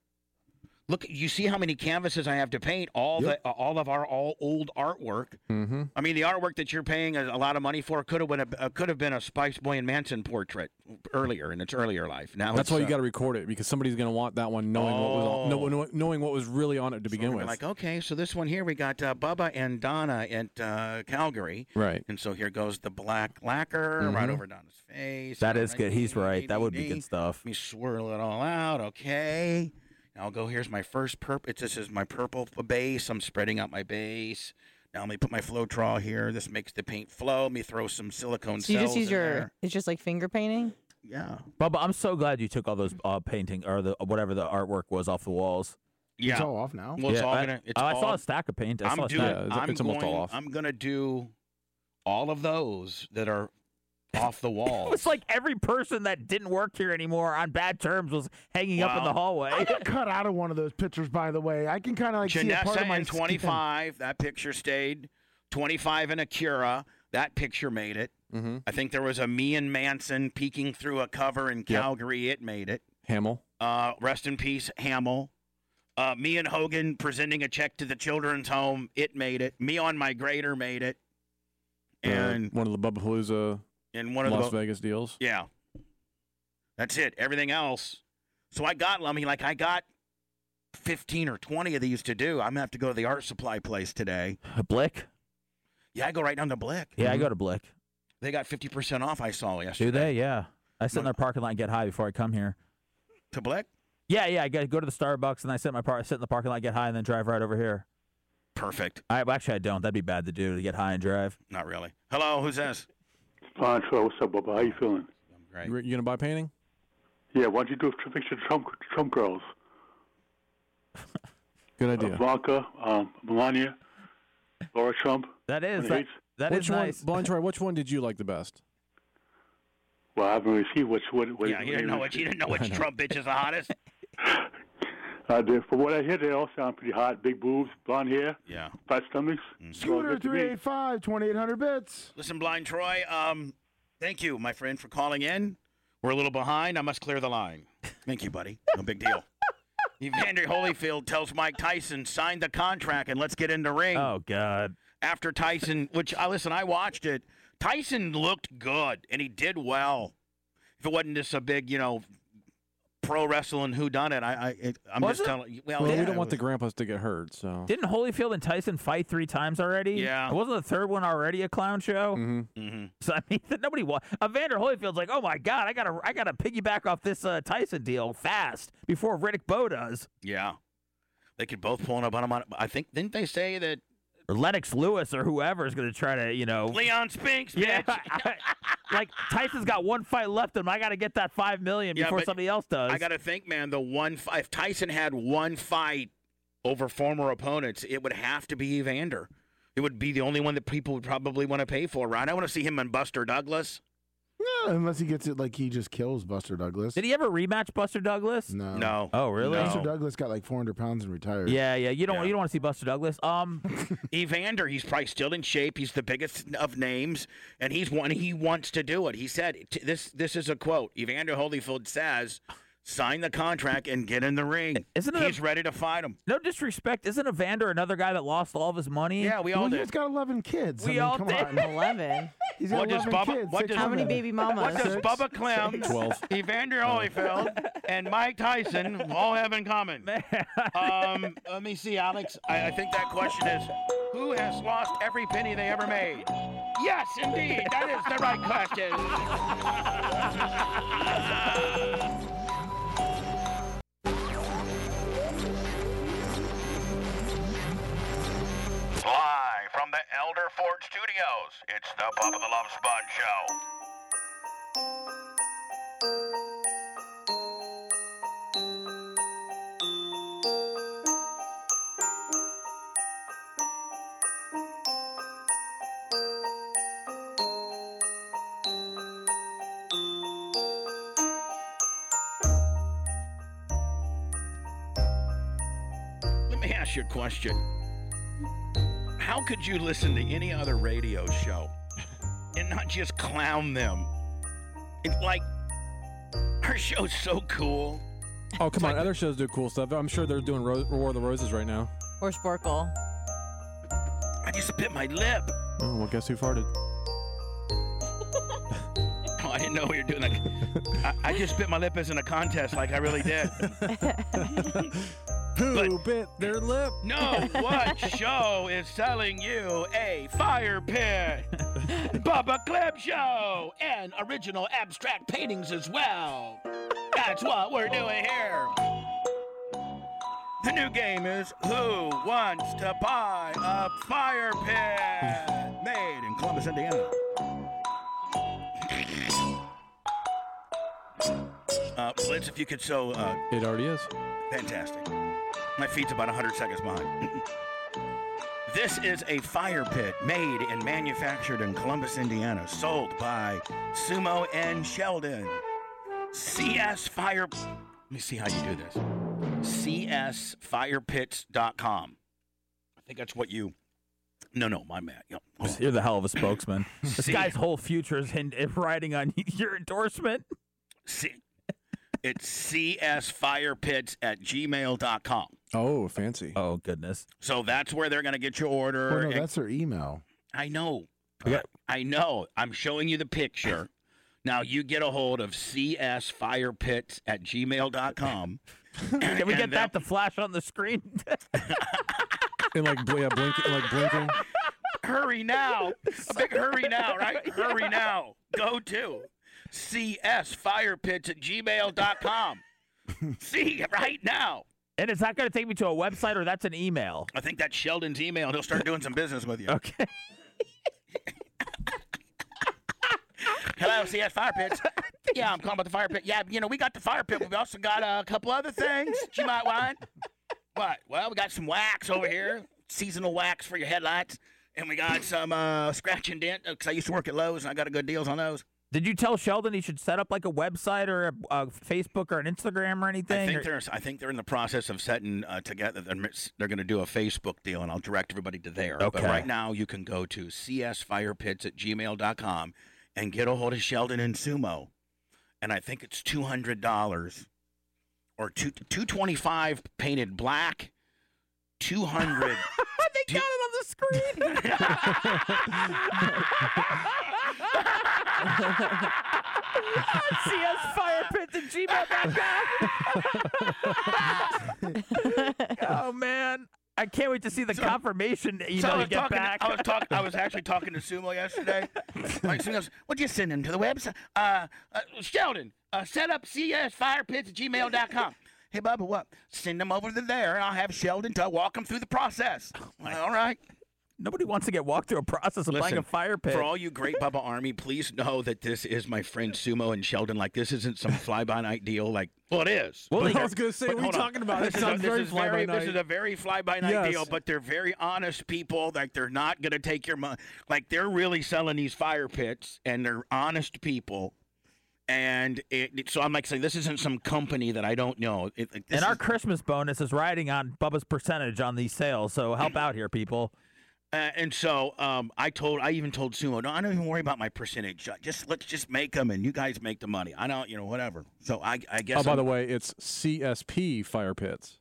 Speaker 4: look, you see how many canvases I have to paint? All the uh, all of our all old artwork.
Speaker 9: Mm-hmm.
Speaker 4: I mean, the artwork that you're paying a, a lot of money for could have been a uh, could have been a Spice Boy and Manson portrait earlier in its earlier life. Now
Speaker 9: That's
Speaker 4: it's,
Speaker 9: why you
Speaker 4: uh,
Speaker 9: got to record it because somebody's going to want that one knowing what was on,
Speaker 4: Oh.
Speaker 9: no, no- knowing what was really on it to begin
Speaker 4: We're
Speaker 9: with.
Speaker 4: Like, okay, so this one here, we got uh, Bubba and Donna at uh, Calgary.
Speaker 9: Right.
Speaker 4: And so here goes the black lacquer right
Speaker 5: Mhm.
Speaker 4: over Donna's face.
Speaker 5: That
Speaker 4: All
Speaker 5: is good. He's right. That would be
Speaker 4: dee-dee-dee.
Speaker 5: good stuff.
Speaker 4: Let me swirl it all out. Okay. Now I'll go. Here's my first purple. This is my purple p- base. I'm spreading out my base. Now let me put my Floetrol here. This makes the paint flow. Let me throw some silicone
Speaker 10: So you
Speaker 4: cells
Speaker 10: just use
Speaker 4: in
Speaker 10: your.
Speaker 4: there.
Speaker 10: It's just like finger painting.
Speaker 4: Yeah.
Speaker 5: Bubba, I'm so glad you took all those uh, painting or the whatever the artwork was off the walls.
Speaker 4: Yeah. It's all
Speaker 6: off now.
Speaker 4: Well, it's all
Speaker 5: I, oh,
Speaker 4: gonna- it's
Speaker 5: I saw
Speaker 4: all-
Speaker 5: a stack of paint. I
Speaker 4: I'm
Speaker 5: saw a
Speaker 4: doing.
Speaker 5: stack.
Speaker 4: I'm going, I'm gonna do all of those that are off the wall.
Speaker 5: It's like every person that didn't work here anymore on bad terms was hanging up in the hallway.
Speaker 6: I got cut out of one of those pictures, by the way. I can kind of like see a part
Speaker 4: Janessa
Speaker 6: of my
Speaker 4: and
Speaker 6: skin.
Speaker 4: 25. That picture stayed. 25 and Akira. That picture made it.
Speaker 6: Mm-hmm.
Speaker 4: I think there was a me and Manson peeking through a cover in Calgary. It made it.
Speaker 9: Hamill.
Speaker 4: Uh, rest in peace, Hamill. Uh, me and Hogan presenting a check to the children's home. It made it. Me on my grader made it.
Speaker 9: Uh,
Speaker 4: And-
Speaker 9: one of the Bubba Palooza
Speaker 4: And one of the
Speaker 9: Las
Speaker 4: bo-
Speaker 9: Vegas deals.
Speaker 4: Yeah. That's it. Everything else. So I got Lummy, like I got 15 or 20 of these to do. I'm going to have to go to the art supply place today.
Speaker 5: Blick.
Speaker 4: Yeah, I go right down to Blick. Mm-hmm.
Speaker 5: Yeah, I go to Blick.
Speaker 4: They got 50% off, I saw
Speaker 5: Do
Speaker 4: yesterday.
Speaker 5: they? Yeah. I sit in their parking lot and get high before I come here.
Speaker 4: To Blick?
Speaker 5: Yeah, yeah. I go go to the Starbucks and I sit in my par- sit in the parking lot, get high, and then drive right over here.
Speaker 4: Perfect.
Speaker 5: I well, actually I don't. That'd be bad to do to get high and drive.
Speaker 4: Not really. Hello, who's this?
Speaker 20: Pancho, what's up, Bubba? How you feeling?
Speaker 4: Right.
Speaker 9: You, you gonna buy painting?
Speaker 20: Yeah, why don't you do a picture of Trump, Trump girls?
Speaker 9: Good idea.
Speaker 4: Uh,
Speaker 20: Ivanka, um, Melania, Laura Trump.
Speaker 5: That is.
Speaker 20: That,
Speaker 5: that
Speaker 9: which one, Blind Troy, which one did you like the best?
Speaker 20: Well, I haven't really seen which what. what
Speaker 4: Yeah, you didn't know which, you didn't know which Trump bitch is the hottest.
Speaker 20: I did. From what I hear, they all sound pretty hot. Big boobs, blonde hair.
Speaker 4: Yeah. Mm-hmm.
Speaker 20: Fat stomachs.
Speaker 6: Scooter
Speaker 20: Sounds good to me.
Speaker 6: 385, 2800 bits.
Speaker 4: Listen, Blind Troy, um, thank you, my friend, for calling in. We're a little behind. I must clear the line. Thank you, buddy. No big deal. Evander Holyfield tells Mike Tyson, sign the contract and let's get in the ring.
Speaker 5: Oh God.
Speaker 4: After Tyson, which I listen, I watched it. Tyson looked good and he did well. If it wasn't just a big, you know, pro wrestling who done it, I, I it, I'm
Speaker 5: Was
Speaker 4: just
Speaker 5: it?
Speaker 4: telling you. Well,
Speaker 9: Well,
Speaker 4: yeah,
Speaker 9: we don't
Speaker 4: it
Speaker 9: want
Speaker 4: was-
Speaker 9: the grandpas to get hurt, so.
Speaker 5: Didn't Holyfield and Tyson fight three times already?
Speaker 4: Yeah.
Speaker 5: It wasn't the third one already a clown show?
Speaker 9: Mm-hmm.
Speaker 4: Mhm.
Speaker 5: So I mean, nobody. Wa- Evander Holyfield's like, oh my god, I gotta, I gotta piggyback off this uh, Tyson deal fast before Riddick Bowe does.
Speaker 4: Yeah. They could both pull up on him. On, I think didn't they say that
Speaker 5: Or Lennox Lewis or whoever is gonna try to, you know,
Speaker 4: Leon Spinks?
Speaker 5: Yeah,
Speaker 4: bitch.
Speaker 5: like Tyson's got one fight left, and I gotta get that five million before
Speaker 4: but
Speaker 5: somebody else does.
Speaker 4: I got to think, man. The one fi- if Tyson had one fight over former opponents, it would have to be Evander. It would be the only one that people would probably want to pay for, right? I want to see him and Buster Douglas.
Speaker 6: Yeah, unless he gets it like he just kills Buster Douglas.
Speaker 5: Did he ever rematch Buster Douglas?
Speaker 6: No.
Speaker 4: No.
Speaker 5: Oh really?
Speaker 6: Buster Douglas got like 400 pounds and retired.
Speaker 5: Yeah, yeah. You don't, you don't want to see Buster Douglas. Um,
Speaker 4: Evander, he's probably still in shape. He's the biggest of names, and he's one. He wants to do it. He said t- this. This is a quote. Evander Holyfield says, "Sign the contract and get in the ring."
Speaker 5: Isn't it a-
Speaker 4: he's ready to fight him.
Speaker 5: no disrespect. Isn't Evander another guy that lost all of his money? Yeah,
Speaker 4: we
Speaker 6: Well, he's got 11 kids. I mean, come on.
Speaker 10: Eleven.
Speaker 6: He's got
Speaker 5: What does
Speaker 6: 11
Speaker 5: Bubba-
Speaker 6: kids.
Speaker 5: what
Speaker 6: six
Speaker 5: does- How many
Speaker 6: women.
Speaker 5: baby mamas?
Speaker 4: What does
Speaker 5: Six.
Speaker 4: Bubba Clem,
Speaker 5: Twelve. Oh.
Speaker 4: Evander Holyfield, and Mike Tyson all have in common? Um, let me see, Alex. I, I think that question is who has lost every penny they ever made? Yes, indeed. That is the right question. Live from the Elder Studios. It's the Bubba the Love Sponge Show. Let me ask you a question. How could you listen to any other radio show and not just clown them? It's like our show's so cool.
Speaker 9: Oh, come on. Other shows do cool stuff. I'm sure they're doing Ro- War of the Roses right now.
Speaker 10: Or Sporkle.
Speaker 4: I just bit my lip.
Speaker 9: Oh, well, guess who farted?
Speaker 4: Oh, I didn't know we were doing that. I, I just bit my lip as in a contest, like I really did.
Speaker 9: Who bit their lip?
Speaker 4: No, what show is selling you a fire pit? Bubba Clip Show and original abstract paintings as well. That's what we're doing here. The new game is Who Wants to Buy a Fire Pit? Made in Columbus, Indiana. Uh, Blitz, if you could so. Uh,
Speaker 9: it already is.
Speaker 4: Fantastic. My feet's about 100 seconds behind. this is a fire pit made and manufactured in Columbus, Indiana, sold by Sumo and Sheldon. CS Fire. Let me see how you do this. CSFirepits.com. I think that's what you. No, no, my bad. Yeah.
Speaker 5: You're the hell of a spokesman. this
Speaker 4: See-
Speaker 5: guy's whole future is hin- riding on your endorsement.
Speaker 4: See, it's csfirepits at gmail.com.
Speaker 9: Oh, fancy.
Speaker 5: Oh, goodness.
Speaker 4: So that's where they're going to get your order.
Speaker 6: Well, Oh, no,
Speaker 4: and-
Speaker 6: that's their email.
Speaker 4: I know. I know. I'm showing you the picture. Now you get a hold of csfirepits at gmail.com.
Speaker 5: Can we get that to flash on the screen?
Speaker 9: And like, bl- yeah, blink, like blinking.
Speaker 4: Hurry now. A big hurry now, right? Hurry now. Go to csfirepits at gmail.com. See, right now.
Speaker 5: and it's not going to take me to a website or that's an email.
Speaker 4: I think that's Sheldon's email. He'll start doing some business with you.
Speaker 5: Okay.
Speaker 4: Hello, CS Fire Pits. Yeah, I'm calling about the fire pit. Yeah, you know, we got the fire pit, but we also got uh, a couple other things that you might want. What? Well, we got some wax over here, seasonal wax for your headlights, and we got some uh, scratch and dent because I used to work at Lowe's and I got a good deals on those.
Speaker 5: Did you tell Sheldon he should set up like a website or a, a Facebook or an Instagram or anything?
Speaker 4: I
Speaker 5: or-
Speaker 4: think they're I think they're in the process of setting uh, together. They're, they're going to do a Facebook deal, and I'll direct everybody to there. But
Speaker 5: Okay.
Speaker 4: right now, you can go to csfirepits at gmail.com and get a hold of Sheldon and Sumo, and I think it's two hundred dollars or two two twenty five painted black, two hundred.
Speaker 5: they got it on the screen. CS firepits at oh man, I can't wait to see the confirmation email
Speaker 4: So I
Speaker 5: you
Speaker 4: was
Speaker 5: get
Speaker 4: talking.
Speaker 5: back.
Speaker 4: I was talk, I was actually talking to Sumo yesterday. Like Sumo goes, "What you sending to the website?" Uh, uh, Sheldon, uh, set up csfirepits at gmail.com. Hey, Bubba, what? Send them over to there, and I'll have Sheldon to walk them through the process. Like, all right.
Speaker 5: Nobody wants to get walked through a process of buying
Speaker 4: Listen,
Speaker 5: a fire pit.
Speaker 4: For all you great Bubba Army, please know that this is my friend Sumo and Sheldon. Like, this isn't some fly by night deal. Like, well, it is.
Speaker 9: Well,
Speaker 4: But-
Speaker 9: I was gonna say,
Speaker 4: but
Speaker 9: what are you
Speaker 4: hold on.
Speaker 9: talking about?
Speaker 4: This
Speaker 9: That
Speaker 4: is a-
Speaker 9: sounds
Speaker 4: this
Speaker 9: very
Speaker 4: is very-
Speaker 9: fly-by-night.
Speaker 4: This is a very fly by night
Speaker 9: Yes.
Speaker 4: deal, but they're very honest people. Like, they're not going to take your money. Like, they're really selling these fire pits, and they're honest people. And it, it- so I'm like saying, this isn't some company that I don't know. It, like, this
Speaker 5: and our
Speaker 4: is-
Speaker 5: Christmas bonus is riding on Bubba's percentage on these sales, so help out here, people.
Speaker 4: Uh, and so um, I told, I even told Sumo, no, I don't even worry about my percentage. Uh, Just let's just make them, and you guys make the money. I don't, you know, whatever. So I, I guess.
Speaker 9: oh, by
Speaker 4: I'm-
Speaker 9: the way, it's CSP fire pits.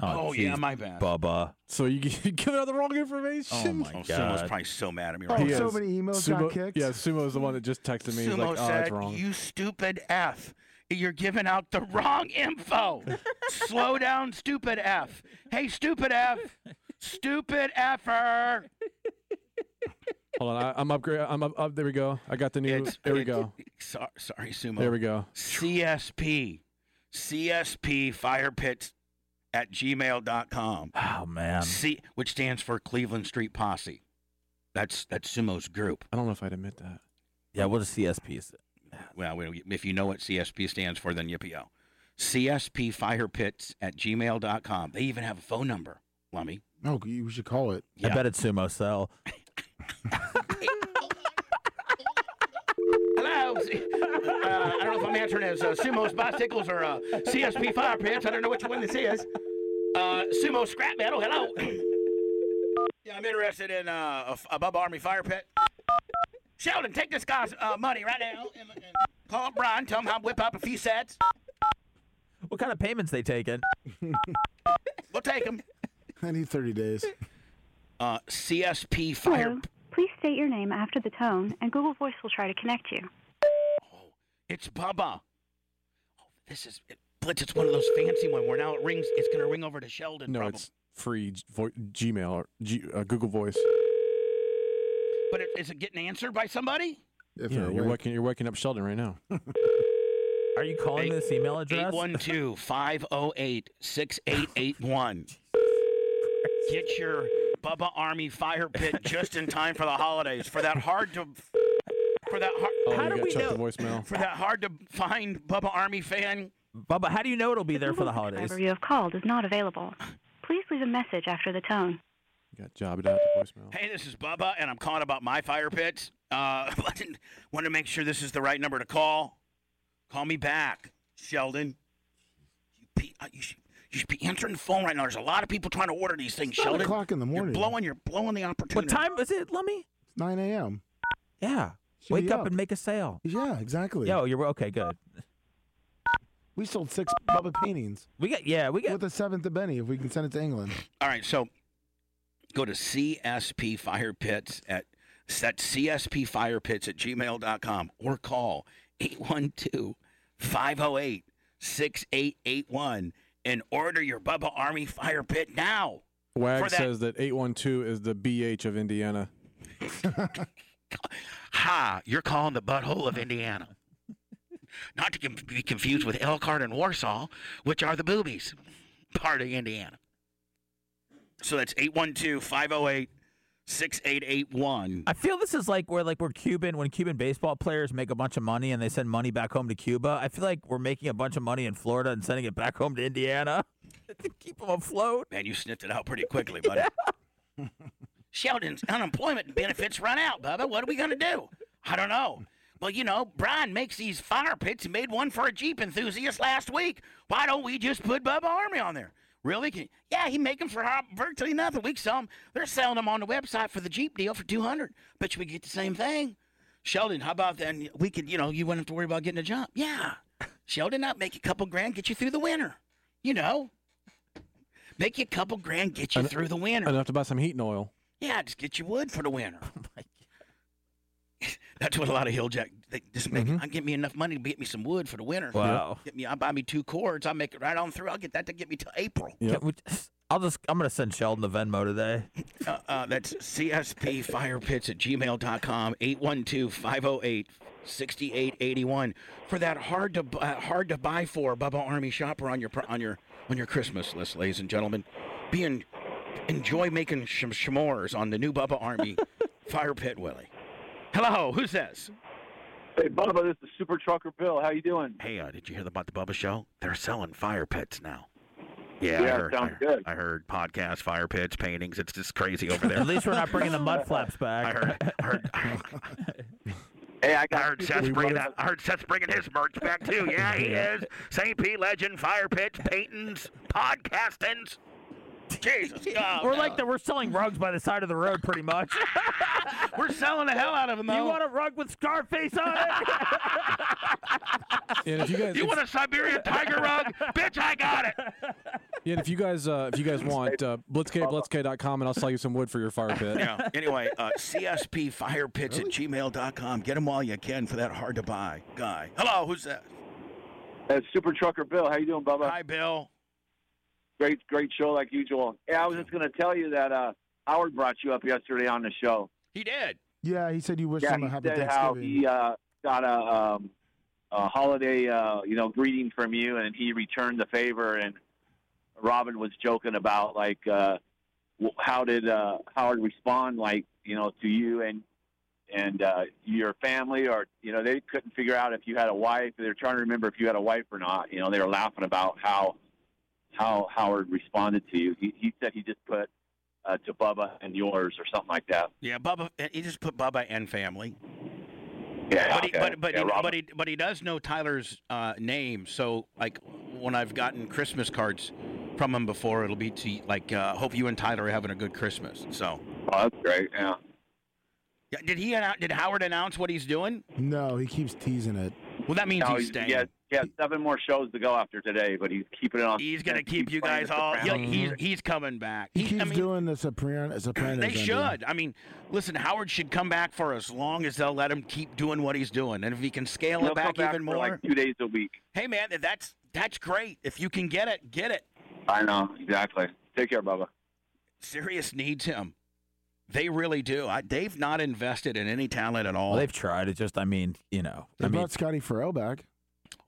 Speaker 4: Oh, Oh, yeah, geez, my bad.
Speaker 5: Bubba.
Speaker 9: So you g- you giving out the wrong information.
Speaker 4: Oh my Sumo's probably so mad at me. Right
Speaker 9: He
Speaker 4: now.
Speaker 9: is. Sumo, Yeah, Sumo's the one that just texted me. He's
Speaker 4: Sumo
Speaker 9: like, oh,
Speaker 4: said,
Speaker 9: that's wrong.
Speaker 4: "You stupid f, you're giving out the wrong info. Slow down, stupid f. Hey, stupid f, stupid effer."
Speaker 9: Hold on, I, I'm upgrade. I'm up, up. There we go. I got the new. there we
Speaker 4: it-
Speaker 9: go.
Speaker 4: Sorry, sorry, Sumo.
Speaker 9: There we go.
Speaker 4: CSP. CSP firepits at gmail.com.
Speaker 5: Oh, man.
Speaker 4: C, which stands for Cleveland Street Posse. That's that's Simo's group.
Speaker 9: I don't know if I'd admit that.
Speaker 5: Yeah, what does CSP is?
Speaker 4: Well, we- if you know what CSP stands for, then yippee oh. CSP firepits at gmail.com. They even have a phone number, Lummy.
Speaker 6: No, Oh, you should call it.
Speaker 5: I bet it's sumo cell.
Speaker 4: Hello. C- Uh, I don't know if I'm answering as uh, Sumo's Bicycles or uh, CSP Fire Pants. I don't know which one this is. Uh, Sumo Scrap Metal. Hello. yeah, I'm interested in uh, a, f- a Bubba Army Fire Pit. Sheldon, take this guy's uh, money right now and, and call up Brian. Tell him I'll whip up a few sets.
Speaker 5: What kind of payments they taking?
Speaker 4: We'll take him.
Speaker 6: I need 30 days.
Speaker 4: Uh, CSP Fire.
Speaker 21: Please state your name after the tone, and Google Voice will try to connect you.
Speaker 4: It's Bubba. Oh, this is it, Blitz. It's one of those fancy ones where now it rings. It's gonna ring over to Sheldon.
Speaker 9: No,
Speaker 4: probably.
Speaker 9: it's free G- vo- Gmail or G- uh, Google Voice.
Speaker 4: But it, is it getting answered by somebody?
Speaker 9: yeah, you're waking, you're waking up Sheldon right now. Oh,
Speaker 5: Are you calling this email address?
Speaker 4: 812 508 6881. Get your Bubba Army fire pit just in time for the holidays. For that hard to. For that hard.
Speaker 9: Oh,
Speaker 4: how
Speaker 9: you
Speaker 4: do
Speaker 9: got
Speaker 4: we
Speaker 9: checked
Speaker 4: know?
Speaker 9: the voicemail.
Speaker 4: For that hard to find Bubba Army fan.
Speaker 5: Bubba, how do you know it'll be there for the holidays?
Speaker 21: Whoever you have called is not available. Please leave a message after the tone.
Speaker 9: You got jobbed out the voicemail.
Speaker 4: Hey, this is Bubba, and I'm calling about my fire pits. Uh, want to make sure this is the right number to call. Call me back, Sheldon. You, pe- uh, you, should, you should be answering the phone right now. There's a lot of people trying to order these things,
Speaker 6: It's nine
Speaker 4: Sheldon.
Speaker 6: o'clock in the morning.
Speaker 4: You're blowing, you're blowing the
Speaker 5: What
Speaker 4: opportunity.
Speaker 5: time is it, Lummy?
Speaker 6: It's 9 a.m.
Speaker 5: Yeah.
Speaker 6: Should
Speaker 5: Wake
Speaker 6: be
Speaker 5: up,
Speaker 6: up.
Speaker 5: and make a sale.
Speaker 6: Yeah, exactly.
Speaker 5: Yo, you're okay. Good.
Speaker 6: We sold six Bubba paintings.
Speaker 5: We got yeah, we got
Speaker 6: with a seventh of Benny if we can send it to England.
Speaker 4: All right, so go to CSP Fire Pits at set CSP Fire Pits at gmail.com or call 812 508 6881 and order your Bubba Army Fire Pit now.
Speaker 9: Wag
Speaker 4: For that-
Speaker 9: says that 812 is the BH of Indiana.
Speaker 4: Ha, you're calling the butthole of Indiana. Not to com- be confused with Elkhart and Warsaw, which are the boobies, part of Indiana. So that's 812 508 6881.
Speaker 5: I feel this is like where like we're Cuban when Cuban baseball players make a bunch of money and they send money back home to Cuba. I feel like we're making a bunch of money in Florida and sending it back home to Indiana. Keep them afloat.
Speaker 4: Man, you sniffed it out pretty quickly, buddy. Sheldon's unemployment benefits run out, Bubba. What are we going to do? I don't know. Well, you know, Brian makes these fire pits. He made one for a Jeep enthusiast last week. Why don't we just put Bubba Army on there? Really? Can, yeah, he make them for hot- virtually nothing. We sell them. They're selling them on the website for the Jeep deal for 200 Bet you we get the same thing. Sheldon, how about then we could, you know, you wouldn't have to worry about getting a job. Yeah. Sheldon, I'll make you a couple grand, get you through the winter. You know, make you a couple grand, get you
Speaker 9: En-
Speaker 4: through the winter.
Speaker 9: Enough to buy some heating oil.
Speaker 4: Yeah, just get you wood for the winter. That's what a lot of hill jack. They just make. I get me enough money to get me some wood for the winter.
Speaker 5: Wow.
Speaker 4: Get me. I buy me two cords. I make it right on through. I'll get that to get me till April.
Speaker 5: Can we just- I'll just I'm gonna send Sheldon the Venmo today.
Speaker 4: Uh, uh, that's CSPFirepits at gmail.com, 812-508-6881 for that hard to bu- uh, hard to buy for Bubba Army shopper on your pr- on your on your Christmas list, ladies and gentlemen. Be in, enjoy making sh- s'mores on the new Bubba Army fire pit, Willie. Hello, who's this?
Speaker 3: Hey, Bubba, this is Super Trucker Bill. How you doing?
Speaker 4: Hey, uh, did you hear about the Bubba Show? They're selling fire pits now. I
Speaker 3: Yeah,
Speaker 4: heard,
Speaker 3: sounds
Speaker 4: I, good. I heard podcasts, fire pits, paintings. It's just crazy over there.
Speaker 5: At least we're not bringing the mud flaps back.
Speaker 4: I heard. I heard
Speaker 3: Hey, I
Speaker 4: I
Speaker 3: got.
Speaker 4: heard Seth's
Speaker 5: We
Speaker 4: bringing.
Speaker 5: will-
Speaker 4: I heard Seth's bringing his merch back too. Yeah, he
Speaker 5: Yeah.
Speaker 4: is. St. Pete legend, fire pits, paintings, podcastings. Jesus, God,
Speaker 5: we're
Speaker 4: Oh, no.
Speaker 5: like the, we're selling rugs by the side of the road, pretty much.
Speaker 4: we're selling the hell out of them.
Speaker 5: You want a rug with Scarface on it?
Speaker 9: And if you guys,
Speaker 4: You want a Siberian tiger rug, bitch? I got it.
Speaker 9: yeah, and if you guys, uh, if you guys want, uh, blitzk, blitzk.com, and I'll sell you some wood for your fire pit.
Speaker 4: Yeah. Anyway, uh, CSPFirepits at gmail.com. Get them while you can for that hard to buy guy. Hello, who's that?
Speaker 3: That's Super Trucker Bill. How you doing, Bubba?
Speaker 4: Hi, Bill.
Speaker 3: Great, great show like usual. Hey, I was just gonna tell you that uh, Howard brought you up yesterday on the show.
Speaker 4: He did.
Speaker 6: Yeah, he said you wish
Speaker 3: yeah,
Speaker 6: him a happy
Speaker 3: he said how
Speaker 6: Thanksgiving.
Speaker 3: he uh, got a, um, a holiday, uh, you know, greeting from you, and he returned the favor. And Robin was joking about like uh, w- how did uh, Howard respond? Like you know, to you and and uh, your family, or you know, they couldn't figure out if you had a wife. They're trying to remember if you had a wife or not. You know, they were laughing about how how Howard responded to you. He, he said he just put uh, to Bubba and yours or something like that.
Speaker 4: Yeah, Bubba. eh, He just put Bubba and family.
Speaker 3: Yeah,
Speaker 4: but he,
Speaker 3: okay.
Speaker 4: but but,
Speaker 3: Yeah,
Speaker 4: he,
Speaker 3: Robert.
Speaker 4: but he but he does know Tyler's uh, name. So like when I've gotten Christmas cards from him before, it'll be to like uh, hope you and Tyler are having a good Christmas. So
Speaker 3: Oh, that's great. Yeah.
Speaker 4: Yeah, did he announce, did Howard announce what he's doing?
Speaker 6: No, he keeps teasing it.
Speaker 4: Well, that means
Speaker 3: No,
Speaker 4: he's staying.
Speaker 3: He has, he has seven more shows to go after today, but he's keeping it on.
Speaker 4: He's gonna keep you guys all. yeah, he's he's coming back.
Speaker 6: He keeps doing the Sopran- Sopranos.
Speaker 4: They
Speaker 6: ending.
Speaker 4: should. I mean, listen, Howard should come back for as long as they'll let him keep doing what he's doing, and if he can scale
Speaker 3: He'll
Speaker 4: it back,
Speaker 3: come back
Speaker 4: even more.
Speaker 3: for like two days a week.
Speaker 4: hey, man, that's that's great. If you can get it, get it.
Speaker 3: I know exactly. Take care, Bubba.
Speaker 4: Sirius needs him. They really do. I, they've not invested in any talent at all.
Speaker 5: Well, they've tried. It just, I mean, you know,
Speaker 6: They brought Scotty Farrell back.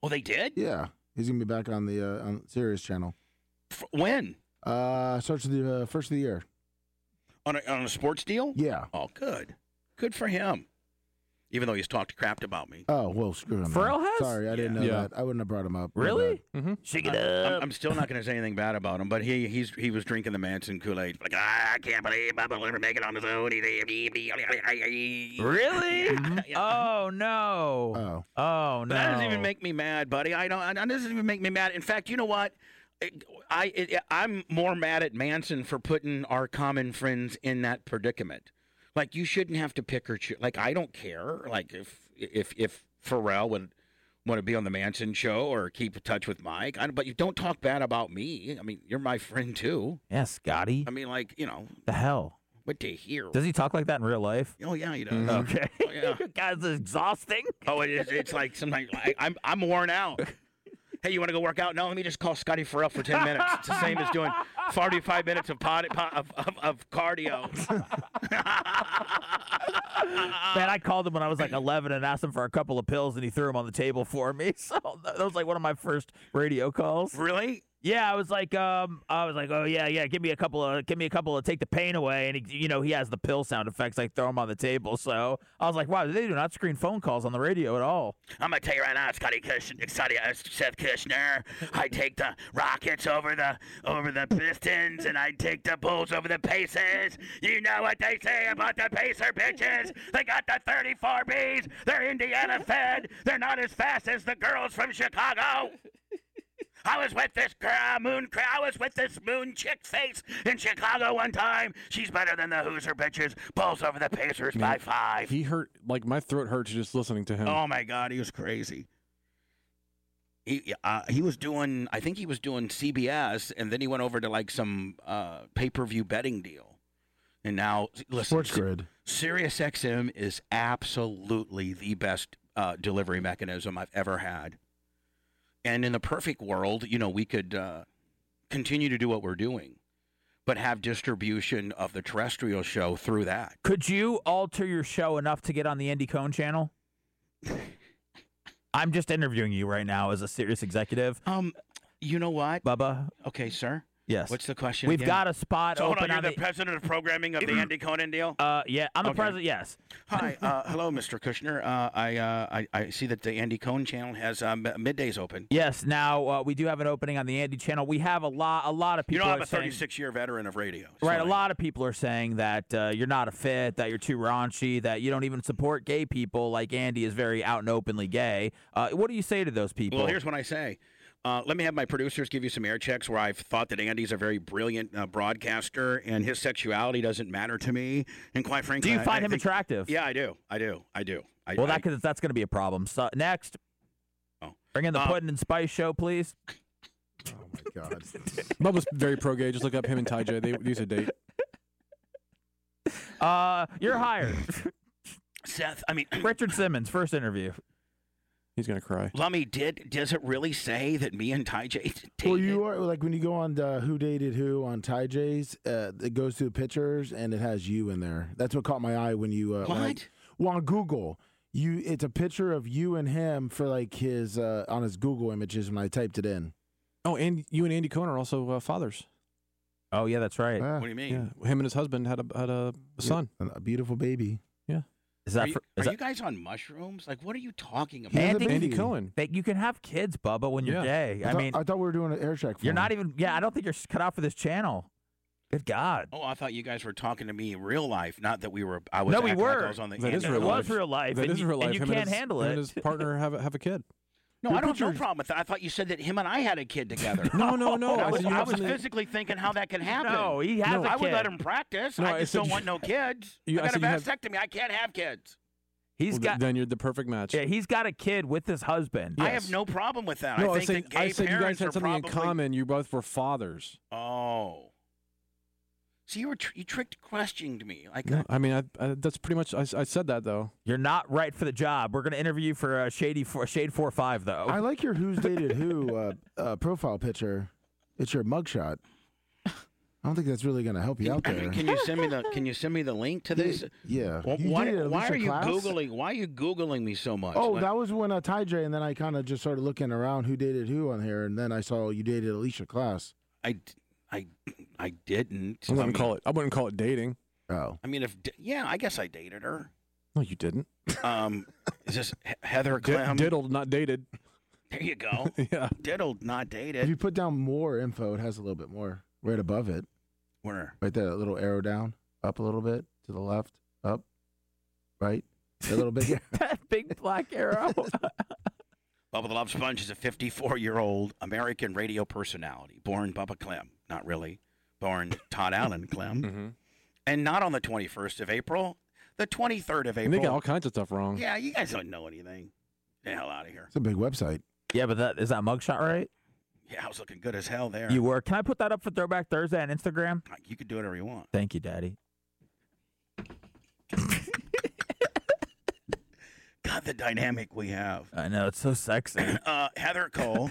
Speaker 4: Oh, they did.
Speaker 6: Yeah, he's gonna be back on the uh, on Sirius Channel.
Speaker 4: when?
Speaker 6: Uh, starts the uh, first of the year.
Speaker 4: on a, on a sports deal.
Speaker 6: Yeah.
Speaker 4: Oh, good. Good for him. Even though he's talked crap about me.
Speaker 6: Oh well, screw him.
Speaker 4: Farrell
Speaker 6: man.
Speaker 4: has?
Speaker 6: Sorry, I didn't know
Speaker 4: Yeah.
Speaker 6: that. I wouldn't have brought him up. My bad.
Speaker 4: Mm-hmm.
Speaker 5: Shake
Speaker 6: it
Speaker 4: I'm, I'm still not going to say anything bad about him, but he he's he was drinking the Manson Kool Aid. Like "Ah, I can't believe Bubba will ever make it on his own.
Speaker 5: Really? Oh no.
Speaker 6: Oh.
Speaker 5: Oh no.
Speaker 4: But that doesn't even make me mad, buddy. I don't. I- That doesn't even make me mad. In fact, you know what? It- I it, I'm more mad at Manson for putting our common friends in that predicament. Like you shouldn't have to pick or choose. Like I don't care. Like if if if Pharrell would want to be on the Manson show or keep in touch with Mike, I, but you don't talk bad about me. I mean, you're my friend too.
Speaker 5: Yeah, Scotty.
Speaker 4: I mean, like you know
Speaker 5: the hell.
Speaker 4: what do you hear?
Speaker 5: Does he talk like that in real life? Mm-hmm.
Speaker 4: Oh yeah, he does.
Speaker 5: Okay.
Speaker 4: Oh, yeah.
Speaker 5: Guys, it's exhausting.
Speaker 4: Oh, it is. It's like sometimes I, I'm I'm worn out. Hey, you want to go work out? No, let me just call Scotty Farrell for ten minutes. It's the same as doing forty-five minutes of pod, po- of, of, of cardio. Uh,
Speaker 5: Man, I called him when I was like 11 and asked him for a couple of pills, and he threw them on the table for me. So that was like one of my first radio calls.
Speaker 4: Really?
Speaker 5: Yeah, I was like, um, I was like, oh yeah, yeah, give me a couple of, give me a couple of, take the pain away, and he, you know he has the pill sound effects, like throw them on the table. So I was like, wow, they do not screen phone calls on the radio at all.
Speaker 4: I'm gonna tell you right now, Scotty Kushner, Scotty uh, Seth Kushner. I take the Rockets over the over the Pistons, and I take the Bulls over the Pacers. You know what they say about the Pacer bitches? They got the 34 Bs. They're Indiana fed. They're not as fast as the girls from Chicago. I was with this girl, moon. cra- I was with this moon chick face in Chicago one time. She's better than the Hoosier bitches. Bulls over the Pacers by
Speaker 9: Man,
Speaker 4: five.
Speaker 9: He hurt like my throat hurts just listening to him.
Speaker 4: Oh my God, he was crazy. He uh, he was doing. I think he was doing CBS, and then he went over to like some uh, pay per view betting deal. And now, listen,
Speaker 6: Sports Grid.
Speaker 4: Sirius XM is absolutely the best uh, delivery mechanism I've ever had. And in the perfect world, you know, we could uh, continue to do what we're doing, but have distribution of the terrestrial show through that.
Speaker 5: Could you alter your show enough to get on the Andy Cohen channel? I'm just interviewing you right now as a serious executive.
Speaker 4: Um, you know what,
Speaker 5: Bubba?
Speaker 4: Okay, sir.
Speaker 5: Yes.
Speaker 4: What's the question?
Speaker 5: We've
Speaker 4: again?
Speaker 5: got a spot
Speaker 4: So hold
Speaker 5: open
Speaker 4: on, you're
Speaker 5: on
Speaker 4: the, president of programming of the Andy Conan deal.
Speaker 5: Uh, yeah, I'm the
Speaker 4: Okay.
Speaker 5: president. Yes.
Speaker 4: Hi, uh, hello, Mr. Kushner. Uh, I, uh, I I see that the Andy Cohen channel has uh, m- middays open.
Speaker 5: Yes. Now uh, we do have an opening on the Andy channel. We have a lot, a lot of
Speaker 4: You
Speaker 5: people.
Speaker 4: know, I'm
Speaker 5: are
Speaker 4: a
Speaker 5: saying,
Speaker 4: 36 year veteran of radio.
Speaker 5: Right, a lot of people are saying that uh, you're not a fit, that you're too raunchy, that you don't even support gay people. Like Andy is very out and openly gay. Uh, what do you say to those people?
Speaker 4: Well, here's what I say. Uh, let me have my producers give you some air checks where I've thought that Andy's a very brilliant uh, broadcaster and his sexuality doesn't matter to me. And quite frankly,
Speaker 5: you
Speaker 4: I-
Speaker 5: find
Speaker 4: I
Speaker 5: him
Speaker 4: think-
Speaker 5: attractive?
Speaker 4: Yeah, I do. I do. I do. I,
Speaker 5: well,
Speaker 4: I-
Speaker 5: that could, that's going to be a problem. So, next, bring in the
Speaker 4: Uh,
Speaker 5: pudding and spice show, please.
Speaker 6: Oh, God.
Speaker 9: Bubba's very pro gay. Just look up him and Ty J. They used to date.
Speaker 5: Uh, you're hired,
Speaker 4: Seth. I mean,
Speaker 5: Richard Simmons, first interview.
Speaker 9: He's gonna cry.
Speaker 4: Lummy, did does it really say that me and Ty J?
Speaker 6: Well, you are like when you go on the Who Dated Who on Ty J's, uh, it goes through pictures and it has you in there. That's what caught my eye when you uh, when I-
Speaker 4: What?
Speaker 6: well, on Google, you it's a picture of you and him for like his uh, on his Google images when I typed it in.
Speaker 9: Oh, and you and Andy Cohen are also uh, fathers.
Speaker 5: Oh yeah, that's right.
Speaker 9: Yeah, yeah. Him and his husband had a had a son,
Speaker 6: a beautiful baby.
Speaker 9: Yeah.
Speaker 5: Is
Speaker 4: Are
Speaker 5: that
Speaker 4: you,
Speaker 5: for, is
Speaker 4: are
Speaker 5: that,
Speaker 4: you guys on mushrooms? Like, what are you talking about?
Speaker 5: Andy, That you can have kids, Bubba, when you're gay. I,
Speaker 6: thought-
Speaker 5: mean,
Speaker 6: I thought we were doing an air check. For
Speaker 5: you're
Speaker 6: him.
Speaker 5: not even. Yeah, I don't think you're cut out for this channel. Good God.
Speaker 4: Oh, I thought you guys were talking to me in real life, not that we were. I was.
Speaker 5: No, we
Speaker 4: acting like I
Speaker 5: were.
Speaker 4: was on the
Speaker 5: That is
Speaker 4: internet.
Speaker 5: real It was life. real life,
Speaker 9: That
Speaker 5: and
Speaker 9: is
Speaker 5: you-
Speaker 9: real
Speaker 5: and
Speaker 9: life.
Speaker 5: you
Speaker 9: Him and
Speaker 5: can't
Speaker 9: his-
Speaker 5: handle
Speaker 9: him
Speaker 5: it.
Speaker 9: And his partner have a, have a kid.
Speaker 4: No,
Speaker 9: Your
Speaker 4: I don't have no
Speaker 9: pictures-
Speaker 4: problem with that. I thought you said that him and I had a kid together.
Speaker 9: No, no, no, I
Speaker 4: I was,
Speaker 9: said you
Speaker 4: I
Speaker 9: have
Speaker 4: was
Speaker 9: something-
Speaker 4: physically thinking how that can happen.
Speaker 9: No, he has No. a
Speaker 4: I would let
Speaker 9: kid.
Speaker 4: him practice.
Speaker 9: No, I
Speaker 4: I just
Speaker 9: said
Speaker 4: don't
Speaker 9: you-
Speaker 4: want no kids.
Speaker 9: You- I
Speaker 4: I got a
Speaker 9: said you have-
Speaker 4: vasectomy. I can't have kids.
Speaker 5: He's
Speaker 9: Well, th-
Speaker 5: got.
Speaker 9: then you're the perfect match.
Speaker 5: Yeah, he's got a kid with his husband.
Speaker 4: I have no problem with that.
Speaker 9: No,
Speaker 4: I
Speaker 9: I,
Speaker 4: think
Speaker 9: said,
Speaker 4: that gay
Speaker 9: I said you guys
Speaker 4: parents
Speaker 9: had
Speaker 4: are
Speaker 9: something
Speaker 4: probably.
Speaker 9: in common. You both were fathers.
Speaker 4: Oh. So you were tr- you tricked questioned me. Like
Speaker 9: No, I mean, I, I, that's pretty much. I, I said that though.
Speaker 5: You're not right for the job. We're gonna interview you for a shady for shade four five though.
Speaker 6: I like your who's dated who uh, uh, profile picture. It's your mugshot. I don't think that's really going to help you out there.
Speaker 4: Can you send me the Can you send me the link to this?
Speaker 6: Yeah.
Speaker 4: Well,
Speaker 6: You
Speaker 4: why
Speaker 6: dated
Speaker 4: why
Speaker 6: Alicia
Speaker 4: are you
Speaker 6: Klass?
Speaker 4: googling? Why are you googling me so much?
Speaker 6: Oh,
Speaker 4: Like-
Speaker 6: that was when I tied J, and then I kind of just started looking around who dated who on here, and then I saw you dated Alicia Class.
Speaker 4: I, d- I, I didn't.
Speaker 9: I
Speaker 4: I
Speaker 9: wouldn't
Speaker 4: mean,
Speaker 9: call it. I wouldn't call it dating.
Speaker 6: Oh.
Speaker 4: I mean, if d- yeah, I guess I dated her.
Speaker 9: No, you didn't.
Speaker 4: Um, is this He- Heather
Speaker 9: Di-
Speaker 4: Clem?
Speaker 9: diddled, not dated.
Speaker 4: There you go.
Speaker 9: yeah.
Speaker 4: Diddled, not
Speaker 6: If you
Speaker 4: dated.
Speaker 6: put down more info, it has a little bit more right above it,
Speaker 4: Where?
Speaker 6: right there, that little arrow down, up a little bit to the left, up, right, a little bit.
Speaker 5: that big black arrow.
Speaker 4: Bubba the Love Sponge is a 54 year old American radio personality, born Bubba Clem, not really, born Todd Allen Clem, and not on the 21st of April, the 23rd of
Speaker 9: And they
Speaker 4: April.
Speaker 9: got all kinds of stuff wrong.
Speaker 4: yeah, you guys don't know anything. Get the hell out of here.
Speaker 6: It's a big website.
Speaker 5: Yeah, but that is that mugshot right?
Speaker 4: Yeah, I was looking good as hell there.
Speaker 5: You were. Can I put that up for Throwback Thursday on Instagram?
Speaker 4: You could do whatever you want.
Speaker 5: Thank you, Daddy.
Speaker 4: God, the dynamic we have.
Speaker 5: I know it's so sexy.
Speaker 4: Uh, Heather Cole.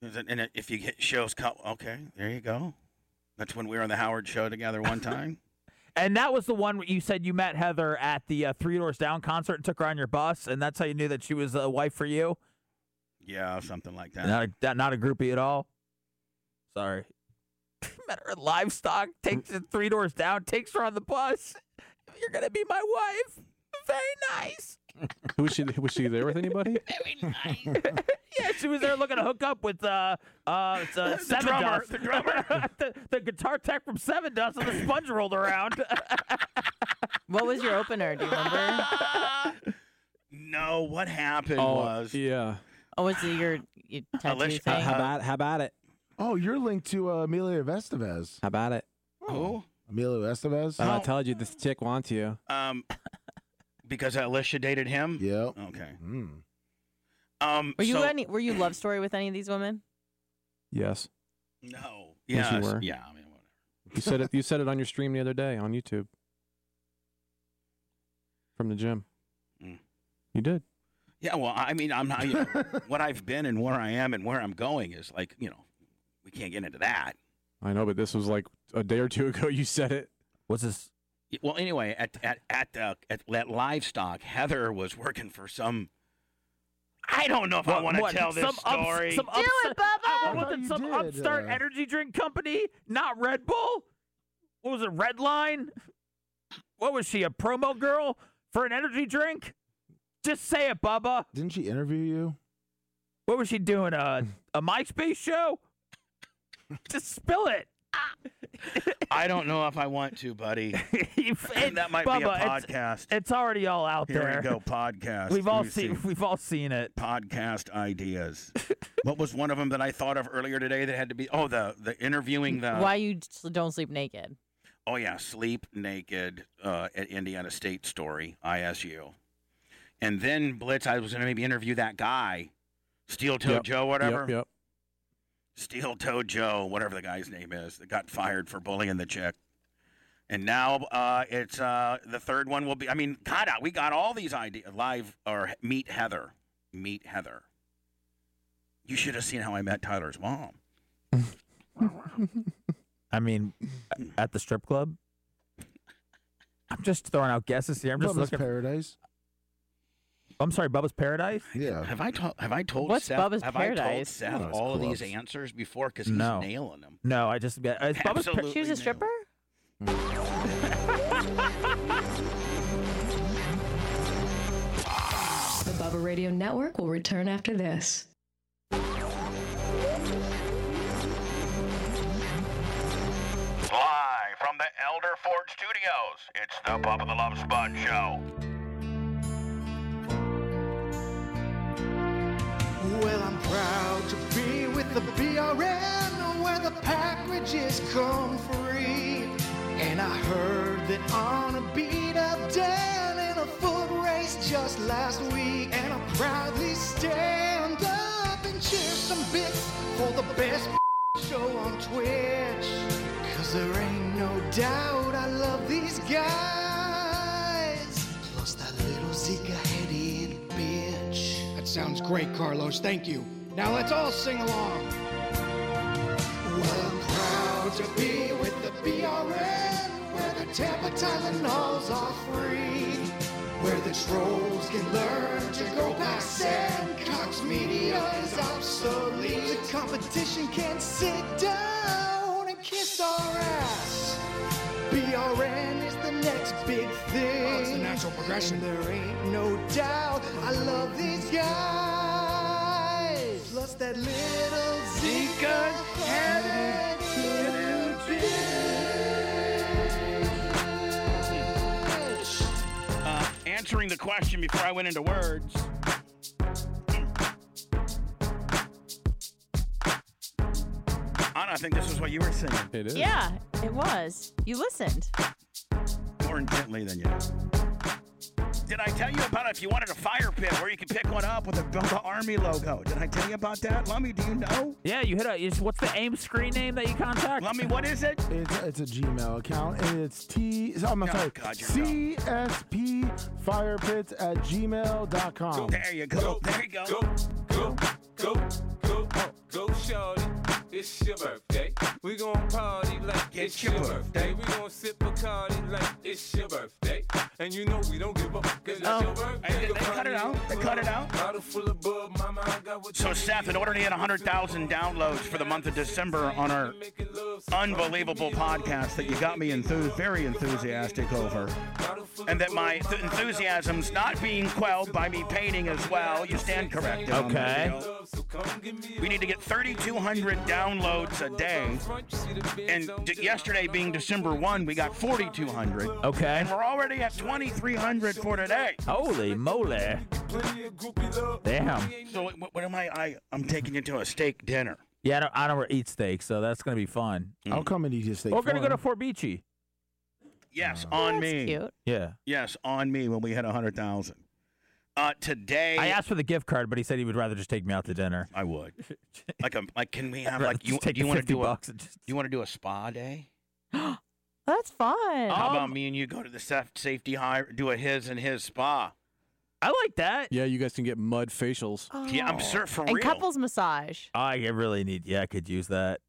Speaker 4: Is it- and if you get shows, co- okay, there you go. That's when we were on the Howard Show together one time.
Speaker 5: And that was the one where you said you met Heather at the uh, Three Doors Down concert and took her on your bus, and that's how you knew that she was a wife for you.
Speaker 4: yeah, something like that.
Speaker 5: Not a, that, not a groupie at all. Sorry. met her at livestock. Takes it Three Doors Down. Takes her on the bus. You're gonna be my wife. Very nice.
Speaker 9: was she? Was she there with anybody?
Speaker 5: Yeah, she was there looking to hook up with uh uh s- uh,
Speaker 4: The
Speaker 5: Seven
Speaker 4: drummer,
Speaker 5: Dust.
Speaker 4: the drummer.
Speaker 5: the, the guitar tech from Seven Dust, and the sponge rolled around.
Speaker 10: What was your opener? Do you remember?
Speaker 4: No, what happened
Speaker 9: Oh,
Speaker 4: was
Speaker 9: yeah.
Speaker 10: Oh, was it your, your tattoo
Speaker 4: Alicia-
Speaker 10: thing?
Speaker 4: How
Speaker 9: about how about it?
Speaker 6: Oh, you're linked to uh, Emilio Estevez. Oh.
Speaker 9: How about it?
Speaker 4: who?
Speaker 6: Emilio Estevez.
Speaker 9: I told you this chick wants you.
Speaker 4: Um, because Alicia dated him.
Speaker 6: Yep.
Speaker 4: Okay.
Speaker 6: Mm.
Speaker 4: Um,
Speaker 10: Were you
Speaker 4: so-
Speaker 10: any? Were you love story with any of these women?
Speaker 9: Yes.
Speaker 4: No.
Speaker 9: Yes, you
Speaker 4: Yeah.
Speaker 9: were.
Speaker 4: oh, yeah. I mean,
Speaker 9: You said it. You said it on your stream the other day on YouTube. From the gym.
Speaker 4: Mm.
Speaker 9: You did.
Speaker 4: yeah. Well, I mean, I'm not. You know, what I've been and where I am and where I'm going is like you know, we can't get into that.
Speaker 9: I know, but this was like a day or two ago. You said it.
Speaker 5: What's this?
Speaker 4: Well, anyway, at at at the at, at livestock, Heather was working for some. I don't know if I
Speaker 5: What-
Speaker 4: want to
Speaker 5: what,
Speaker 4: tell this
Speaker 5: some ups-
Speaker 4: story.
Speaker 5: some upstart, I
Speaker 6: I
Speaker 5: want
Speaker 6: thought you
Speaker 5: some
Speaker 6: did,
Speaker 5: upstart
Speaker 6: uh,
Speaker 5: energy drink company, not Red Bull. What was it, Red Line? What was she, a promo girl for an energy drink? Just say it, Bubba.
Speaker 6: Didn't she interview you?
Speaker 5: What was she doing? A a MySpace show? Just spill it.
Speaker 4: I don't know if I want to, buddy.
Speaker 5: You- it-
Speaker 4: that might be a
Speaker 5: Bubba, it's-
Speaker 4: podcast.
Speaker 5: It's already all out
Speaker 4: Here
Speaker 5: there.
Speaker 4: we go, podcast.
Speaker 5: We've
Speaker 4: Let
Speaker 5: all
Speaker 4: me
Speaker 5: seen.
Speaker 4: see.
Speaker 5: We've all seen it.
Speaker 4: podcast ideas. what was one of them that I thought of earlier today that had to be? Oh, the the interviewing the.
Speaker 10: Why you s- don't sleep naked?
Speaker 4: Oh yeah, sleep naked uh, at Indiana State story ISU, and then Blitz. I was going to maybe interview that guy, Steel Toe
Speaker 9: Yep,
Speaker 4: Joe, whatever.
Speaker 9: Yep. yep.
Speaker 4: Steel Toe Joe, whatever the guy's name is, that got fired for bullying the chick. And now uh, it's uh, the third one will be. I mean, God, we got all these ideas. Live or meet Heather, meet Heather. You should have seen how I met Tyler's mom.
Speaker 5: I mean, at the strip club. I'm just throwing out guesses here. I'm just
Speaker 6: Bubba's
Speaker 5: looking.
Speaker 6: Paradise.
Speaker 5: I'm sorry, Bubba's Paradise.
Speaker 6: Yeah.
Speaker 4: Have I told Have I told
Speaker 5: What's
Speaker 4: Seth?
Speaker 5: Bubba's
Speaker 4: have I told
Speaker 5: Paradise?
Speaker 4: Seth
Speaker 5: Oh, it's
Speaker 4: all of
Speaker 5: clubs.
Speaker 4: these answers before? Because he's
Speaker 5: No.
Speaker 4: nailing them.
Speaker 5: No, I just got. Is Bubba's Par-
Speaker 4: Absolutely She was a stripper?
Speaker 2: The Bubba Radio Network will return after this.
Speaker 4: Live from the Elder Ford Studios, it's the Bubba the Love Sponge Show.
Speaker 1: Well, I'm proud to be with the BRN where the packages come free. And I heard that on a beat up down in a foot race just last week. And I proudly stand up and cheer some bits for the best show on Twitch. Cause there ain't no doubt I love these guys. Plus that little Zika headed bitch. That sounds great, Carlos. Thank you. Now let's all sing along. Well, I'm proud to be with the BRN, where the Tampa Tylenols are free, where the trolls can learn to go past sand. Cox Media is obsolete. The competition can sit down and kiss our ass. BRN is the next big thing. Oh, it's the natural progression. there ain't no doubt. I love these guys. Plus that little Zika headed little bitch.
Speaker 4: Uh, answering the question before I went into words. Anna, I think this is what you were singing.
Speaker 9: It
Speaker 10: Yeah, it was. You listened.
Speaker 4: More intently than you. Did I tell you about if you wanted a fire pit where you could pick one up with a Bubba Army logo? Did I tell you about that? Lummy, do you know?
Speaker 5: Yeah, you hit a. Is, what's the AIM screen name that you contact?
Speaker 4: Lummy, what is it?
Speaker 6: It's, it's a Gmail account, and it's T. I'm
Speaker 4: Oh,
Speaker 6: sorry.
Speaker 4: God, you're
Speaker 6: CSP firepits at gmail.com.
Speaker 4: There you go. There you go.
Speaker 22: Go, go, go, go, shorty. It's your birthday. We gon' party like it's, your birthday. We gon' sip Bacardi like it's your birthday. And you know we don't give up cause it's your birthday. Oh. They cut it out. They cut it out. Bottle full of bub, mama, I got what
Speaker 4: So, Seth, in order to hit 100,000 downloads for the month of December on our unbelievable podcast that you got me enthused, very enthusiastic over, and that my th- enthusiasm's not being quelled by me painting as well, you stand corrected. on that
Speaker 5: Okay.
Speaker 4: deal. We need to get 3,200 downloads a day. And d- yesterday being December 1, we got 4,200.
Speaker 5: Okay.
Speaker 4: And we're already at 2,300 for today.
Speaker 5: Holy moly! Damn.
Speaker 4: So what, what am I, I? I'm taking you to a steak dinner. Mm.
Speaker 5: Yeah, I don't, I don't eat steak, so that's gonna be fun.
Speaker 6: I'll come and eat your steak
Speaker 5: We're gonna
Speaker 6: for
Speaker 5: go to
Speaker 6: him.
Speaker 5: Fort Beachy.
Speaker 4: Yes, on me.
Speaker 5: Yeah.
Speaker 4: Yes, on me when we hit 100,000. Uh, today,
Speaker 5: I asked for the gift card, but he said he would rather just take me out to dinner.
Speaker 4: I would. like, a, like, can we have
Speaker 5: Right,
Speaker 4: like you?
Speaker 5: just take
Speaker 4: you
Speaker 5: the
Speaker 4: want to
Speaker 5: 50
Speaker 4: do a?
Speaker 5: bucks
Speaker 4: You want to do a spa day?
Speaker 10: That's fun.
Speaker 4: How
Speaker 5: Um,
Speaker 4: about me and you go to the saf- safety high, do a his and his spa?
Speaker 5: I like that.
Speaker 9: Yeah, you guys can get mud facials.
Speaker 4: Yeah, I'm sure for
Speaker 10: Oh. and
Speaker 4: real.
Speaker 10: couples massage.
Speaker 5: I really need. Yeah, I could use that.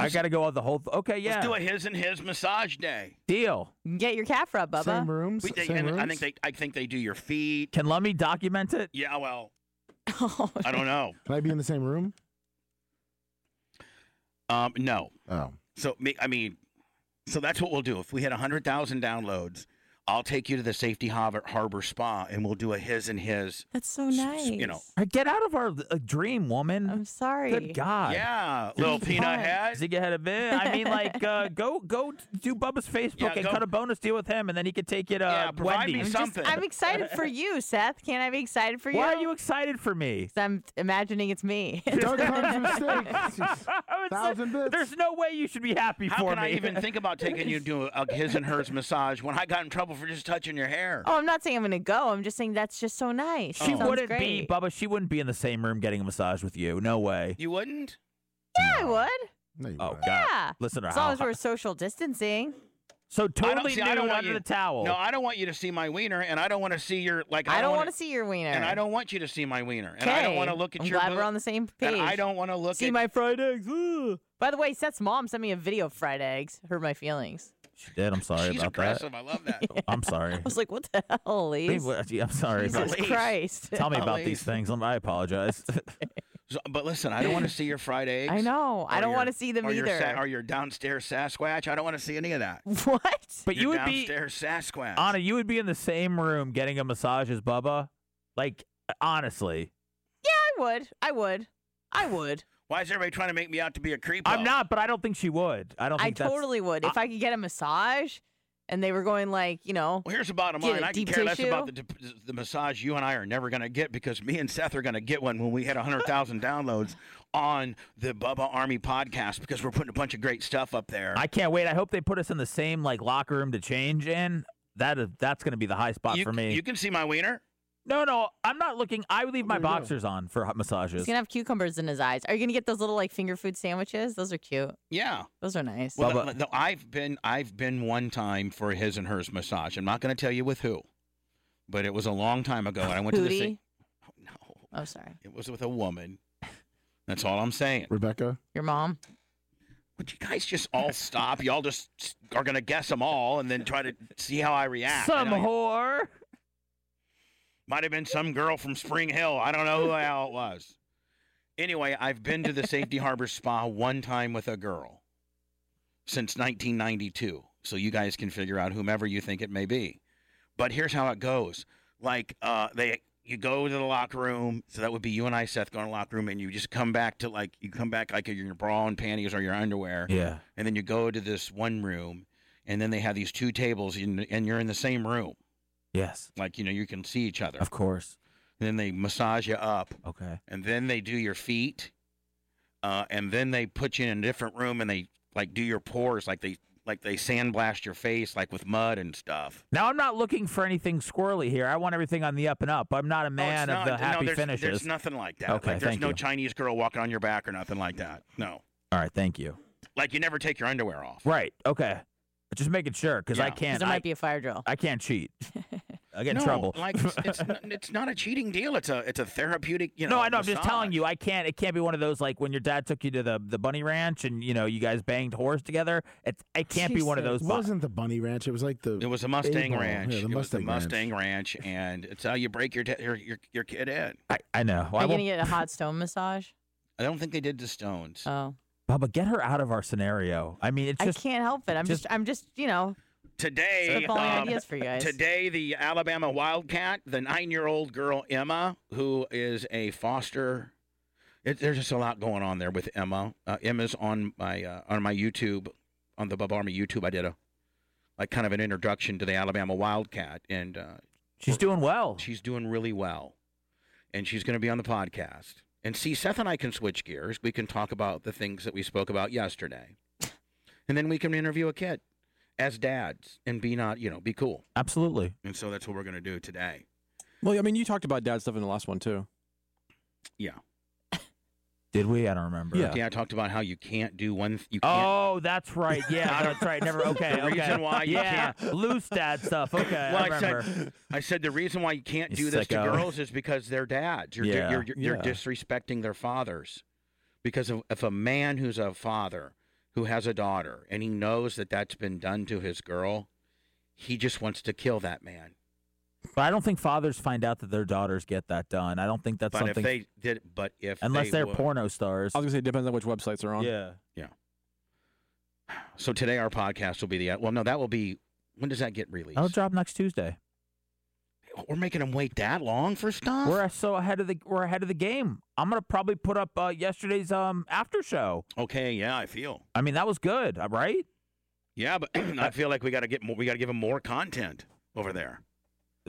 Speaker 5: I gotta go on the whole. okay, yeah.
Speaker 4: Let's do a his and his massage day.
Speaker 5: Deal.
Speaker 10: Get your calf rub, Bubba.
Speaker 4: We- they- and I think they. I think they do your feet.
Speaker 5: Can Lummy document it?
Speaker 4: Yeah. Well.
Speaker 10: Oh,
Speaker 4: I don't know.
Speaker 6: Can I be in the same room?
Speaker 4: Um, no.
Speaker 6: Oh.
Speaker 4: So me- I mean, so that's what we'll do. If we hit hundred thousand downloads, I'll take you to the Safety Harbor, Harbor Spa, and we'll do a his and his.
Speaker 10: That's so nice.
Speaker 4: You know.
Speaker 5: All right, get out of our uh, dream, woman. I'm
Speaker 10: sorry.
Speaker 5: Good God.
Speaker 4: Yeah, little peanut head.
Speaker 5: Zigga had a bit. I mean, like, uh, go go do Bubba's Facebook
Speaker 4: Yeah,
Speaker 5: and
Speaker 4: go-
Speaker 5: cut a bonus deal with him, and then he could take you to
Speaker 4: Yeah, provide me
Speaker 5: Wendy's.
Speaker 4: I'm just- something.
Speaker 10: I'm excited for you, Seth. Can I be excited for you?
Speaker 5: Why are you excited for me?
Speaker 10: 'Cause I'm imagining it's me.
Speaker 5: Thousand bits. There's no way you should be happy
Speaker 4: How
Speaker 5: for
Speaker 4: can
Speaker 5: me.
Speaker 4: I even think about taking you to a his and hers massage when I got in trouble for just touching your hair?
Speaker 10: Oh, I'm not saying I'm gonna go. I'm just saying that's just so nice.
Speaker 5: She
Speaker 4: Oh.
Speaker 10: Sounds
Speaker 5: wouldn't be,
Speaker 10: great.
Speaker 5: Bubba. She wouldn't be in the same room getting a massage with you. No way.
Speaker 4: You wouldn't?
Speaker 10: Yeah, I would.
Speaker 5: oh God.
Speaker 10: Yeah.
Speaker 5: Listen, to
Speaker 10: as
Speaker 5: how
Speaker 10: long as
Speaker 5: hot-
Speaker 10: we're social distancing.
Speaker 5: so
Speaker 4: I don't-
Speaker 5: totally
Speaker 4: see,
Speaker 5: nude
Speaker 4: I don't want
Speaker 5: under
Speaker 4: you-
Speaker 5: the towel.
Speaker 4: No, I don't want you to see my wiener, and I don't want to see your like.
Speaker 10: I don't
Speaker 4: wanna-
Speaker 10: want to see your wiener.
Speaker 4: And I don't want you to see my wiener, and I don't want to
Speaker 10: Okay.
Speaker 4: look at
Speaker 10: I'm
Speaker 4: your.
Speaker 10: glad we're
Speaker 4: boob,
Speaker 10: on the same
Speaker 4: and I
Speaker 10: page.
Speaker 4: don't want to look
Speaker 10: see
Speaker 4: at
Speaker 10: my fried eggs. Ugh. By the way, Seth's mom sent me a video of fried eggs. Hurt my feelings.
Speaker 5: She did. I'm sorry
Speaker 10: She's
Speaker 5: about
Speaker 10: aggressive.
Speaker 5: that.
Speaker 10: I love that.
Speaker 5: I'm sorry.
Speaker 10: I was like, what the hell,
Speaker 5: Hey,
Speaker 10: Elise?
Speaker 5: well, gee, I'm sorry.
Speaker 10: Jesus
Speaker 5: about-
Speaker 10: Christ.
Speaker 5: Tell me about
Speaker 10: Elise.
Speaker 5: these things. I'm- I apologize.
Speaker 4: So- but listen, I don't want to see your fried eggs.
Speaker 10: I know. I
Speaker 4: or
Speaker 10: don't
Speaker 4: your-
Speaker 10: wanna see them
Speaker 4: or Your, sa-
Speaker 10: either.
Speaker 4: or your downstairs Sasquatch. I don't want to see any of that.
Speaker 10: What?
Speaker 5: But you
Speaker 4: Your
Speaker 5: would be
Speaker 4: downstairs Sasquatch.
Speaker 5: Anna. You would be in the same room getting a massage as Bubba. Like honestly,
Speaker 10: Yeah, I would. I would. I would.
Speaker 4: Why is everybody trying to make me out to be a creep?
Speaker 5: I'm not. But I don't think she would. I don't.
Speaker 10: I
Speaker 5: Think that's-
Speaker 10: totally would. If I could get a massage and they were going like, you know.
Speaker 4: Well, here's the bottom
Speaker 10: get
Speaker 4: line.
Speaker 10: a
Speaker 4: I can
Speaker 10: deep
Speaker 4: care less
Speaker 10: tissue.
Speaker 4: about the, dep- the massage you and I are never going to get because me and Seth are going to get one when we hit 100,000 downloads on the Bubba Army podcast because we're putting a bunch of great stuff up there.
Speaker 5: I can't wait. I hope they put us in the same like locker room to change in. That is, that's going to be the high spot
Speaker 4: you,
Speaker 5: for me.
Speaker 4: You can see my wiener.
Speaker 5: no, no, I'm not looking. I leave my boxers on for hot
Speaker 10: He's
Speaker 5: massages.
Speaker 10: gonna have cucumbers in his eyes. Are you gonna get those little like finger food sandwiches? Those are cute.
Speaker 4: Yeah.
Speaker 10: Those are nice.
Speaker 4: Well, th- th- I've been I've been one time for his and hers massage. I'm not going to tell you with who, but it was a long time ago, and I went to the same.
Speaker 10: Hootie.
Speaker 4: Oh
Speaker 10: no. Oh, sorry.
Speaker 4: It was with a woman. That's all I'm saying.
Speaker 6: Rebecca.
Speaker 10: Your mom.
Speaker 4: Would you guys just all stop? Y'all just s- are going to guess them all and then try to see how I react. I
Speaker 5: Some
Speaker 4: know you-
Speaker 5: whore.
Speaker 4: Might have been some girl from Spring Hill. I don't know who the hell it was. Anyway, I've been to the Safety Harbor Spa one time with a girl since 1992. So you guys can figure out whomever you think it may be. But here's how it goes. Like uh, they you go to the locker room, so that would be you and I, Seth, going to the locker room, and you just come back to like you come back like you're in your bra and panties or your underwear.
Speaker 5: Yeah.
Speaker 4: And then you go to this one room, and then they have these two tables, and, and you're in the same room.
Speaker 5: Yes.
Speaker 4: Like you know you can see each other.
Speaker 5: Of course.
Speaker 4: Then they massage you up.
Speaker 5: Okay.
Speaker 4: And then they do your feet. Uh, and then they put you in a different room and they like do your pores, like they like they sandblast your face like with mud and stuff.
Speaker 5: Now I'm not looking for anything squirrely here. I want everything on the up and up. I'm not a
Speaker 4: No, it's
Speaker 5: man of
Speaker 4: not-
Speaker 5: the happy
Speaker 4: no, there's,
Speaker 5: finishes.
Speaker 4: There's nothing like that.
Speaker 5: Okay,
Speaker 4: like, there's
Speaker 5: thank
Speaker 4: no
Speaker 5: you.
Speaker 4: Chinese girl walking on your back or nothing like that. No.
Speaker 5: All right, thank you.
Speaker 4: Like you never take your underwear off.
Speaker 5: Right. Okay. Just making sure because I
Speaker 4: Yeah. 'Cause
Speaker 5: can't.
Speaker 4: there
Speaker 5: I,
Speaker 4: might
Speaker 10: be a fire drill.
Speaker 5: I can't cheat. I get in
Speaker 4: no,
Speaker 5: trouble.
Speaker 4: Like it's, it's, not, it's not a cheating deal. It's a it's a therapeutic, you know.
Speaker 5: no, I know. I'm just
Speaker 4: massage.
Speaker 5: telling you, I can't. It can't be one of those like when your dad took you to the the bunny ranch and you know you guys banged whores together. It it can't be one of those.
Speaker 6: It
Speaker 5: bo-
Speaker 6: wasn't the Bunny Ranch. It was like the.
Speaker 4: It was a Mustang
Speaker 6: A-ball.
Speaker 4: Ranch.
Speaker 6: Yeah, the
Speaker 4: it was the
Speaker 6: Mustang Ranch.
Speaker 4: Mustang Ranch, and it's how you break your t- your, your your kid in.
Speaker 5: I, I know.
Speaker 10: Are
Speaker 5: I
Speaker 10: you
Speaker 5: won't-
Speaker 10: gonna get a hot stone massage?
Speaker 4: I don't think they did the Stones.
Speaker 10: Oh,
Speaker 5: Bubba, get her out of our scenario. I mean, it's just
Speaker 10: I can't help it. I'm just, I'm just, you know.
Speaker 4: Today,
Speaker 10: Spitballing
Speaker 4: um,
Speaker 10: ideas for you guys.
Speaker 4: Today, the Alabama Wildcat, the nine-year-old girl Emma, who is a foster. It, there's just a lot going on there with Emma. Uh, Emma's on my uh, on my YouTube, on the Bub Army YouTube. I did a like kind of an introduction to the Alabama Wildcat, and uh,
Speaker 5: she's doing well.
Speaker 4: She's doing really well, and she's going to be on the podcast. And see, Seth and I can switch gears. We can talk about the things that we spoke about yesterday, and then we can interview a kid as dads and be not, you know, be cool.
Speaker 5: absolutely.
Speaker 4: And so that's what we're going to do today.
Speaker 9: Well, I mean, you talked about dad stuff in the last one too.
Speaker 4: Yeah.
Speaker 5: Did we? I don't remember.
Speaker 4: Yeah, I talked about how you can't do one. Th- you can't.
Speaker 5: Oh, that's right. Yeah, that's right. Never. Okay.
Speaker 4: The
Speaker 5: okay.
Speaker 4: reason why you
Speaker 5: yeah.
Speaker 4: can't-
Speaker 5: loose dad stuff. Okay.
Speaker 4: well,
Speaker 5: I
Speaker 4: I,
Speaker 5: remember.
Speaker 4: said, I said the reason why you can't
Speaker 5: You
Speaker 4: do this to
Speaker 5: sicko.
Speaker 4: girls is because they're dads. You're,
Speaker 5: Yeah,
Speaker 4: you're, you're, you're
Speaker 5: yeah.
Speaker 4: disrespecting their fathers. Because if, if a man who's a father who has a daughter and he knows that that's been done to his girl, he just wants to kill that man.
Speaker 5: But I don't think fathers find out that their daughters get that done. I don't think that's
Speaker 4: but
Speaker 5: something.
Speaker 4: if they did, but if
Speaker 5: unless
Speaker 4: they
Speaker 5: are
Speaker 4: would-
Speaker 5: porno stars. I
Speaker 9: was gonna say it depends on which websites they're on.
Speaker 5: Yeah.
Speaker 4: yeah. So today our podcast will be the well, no, that will be when does that get released?
Speaker 5: That'll drop next Tuesday.
Speaker 4: We're making them wait that long for stuff.
Speaker 5: We're so ahead of the we're ahead of the game. I'm gonna probably put up uh, yesterday's um after show.
Speaker 4: Okay, yeah, I feel.
Speaker 5: I mean that was good, uh, right? Uh,
Speaker 4: Yeah, but I feel like we got to get more. We got to give them more content over there.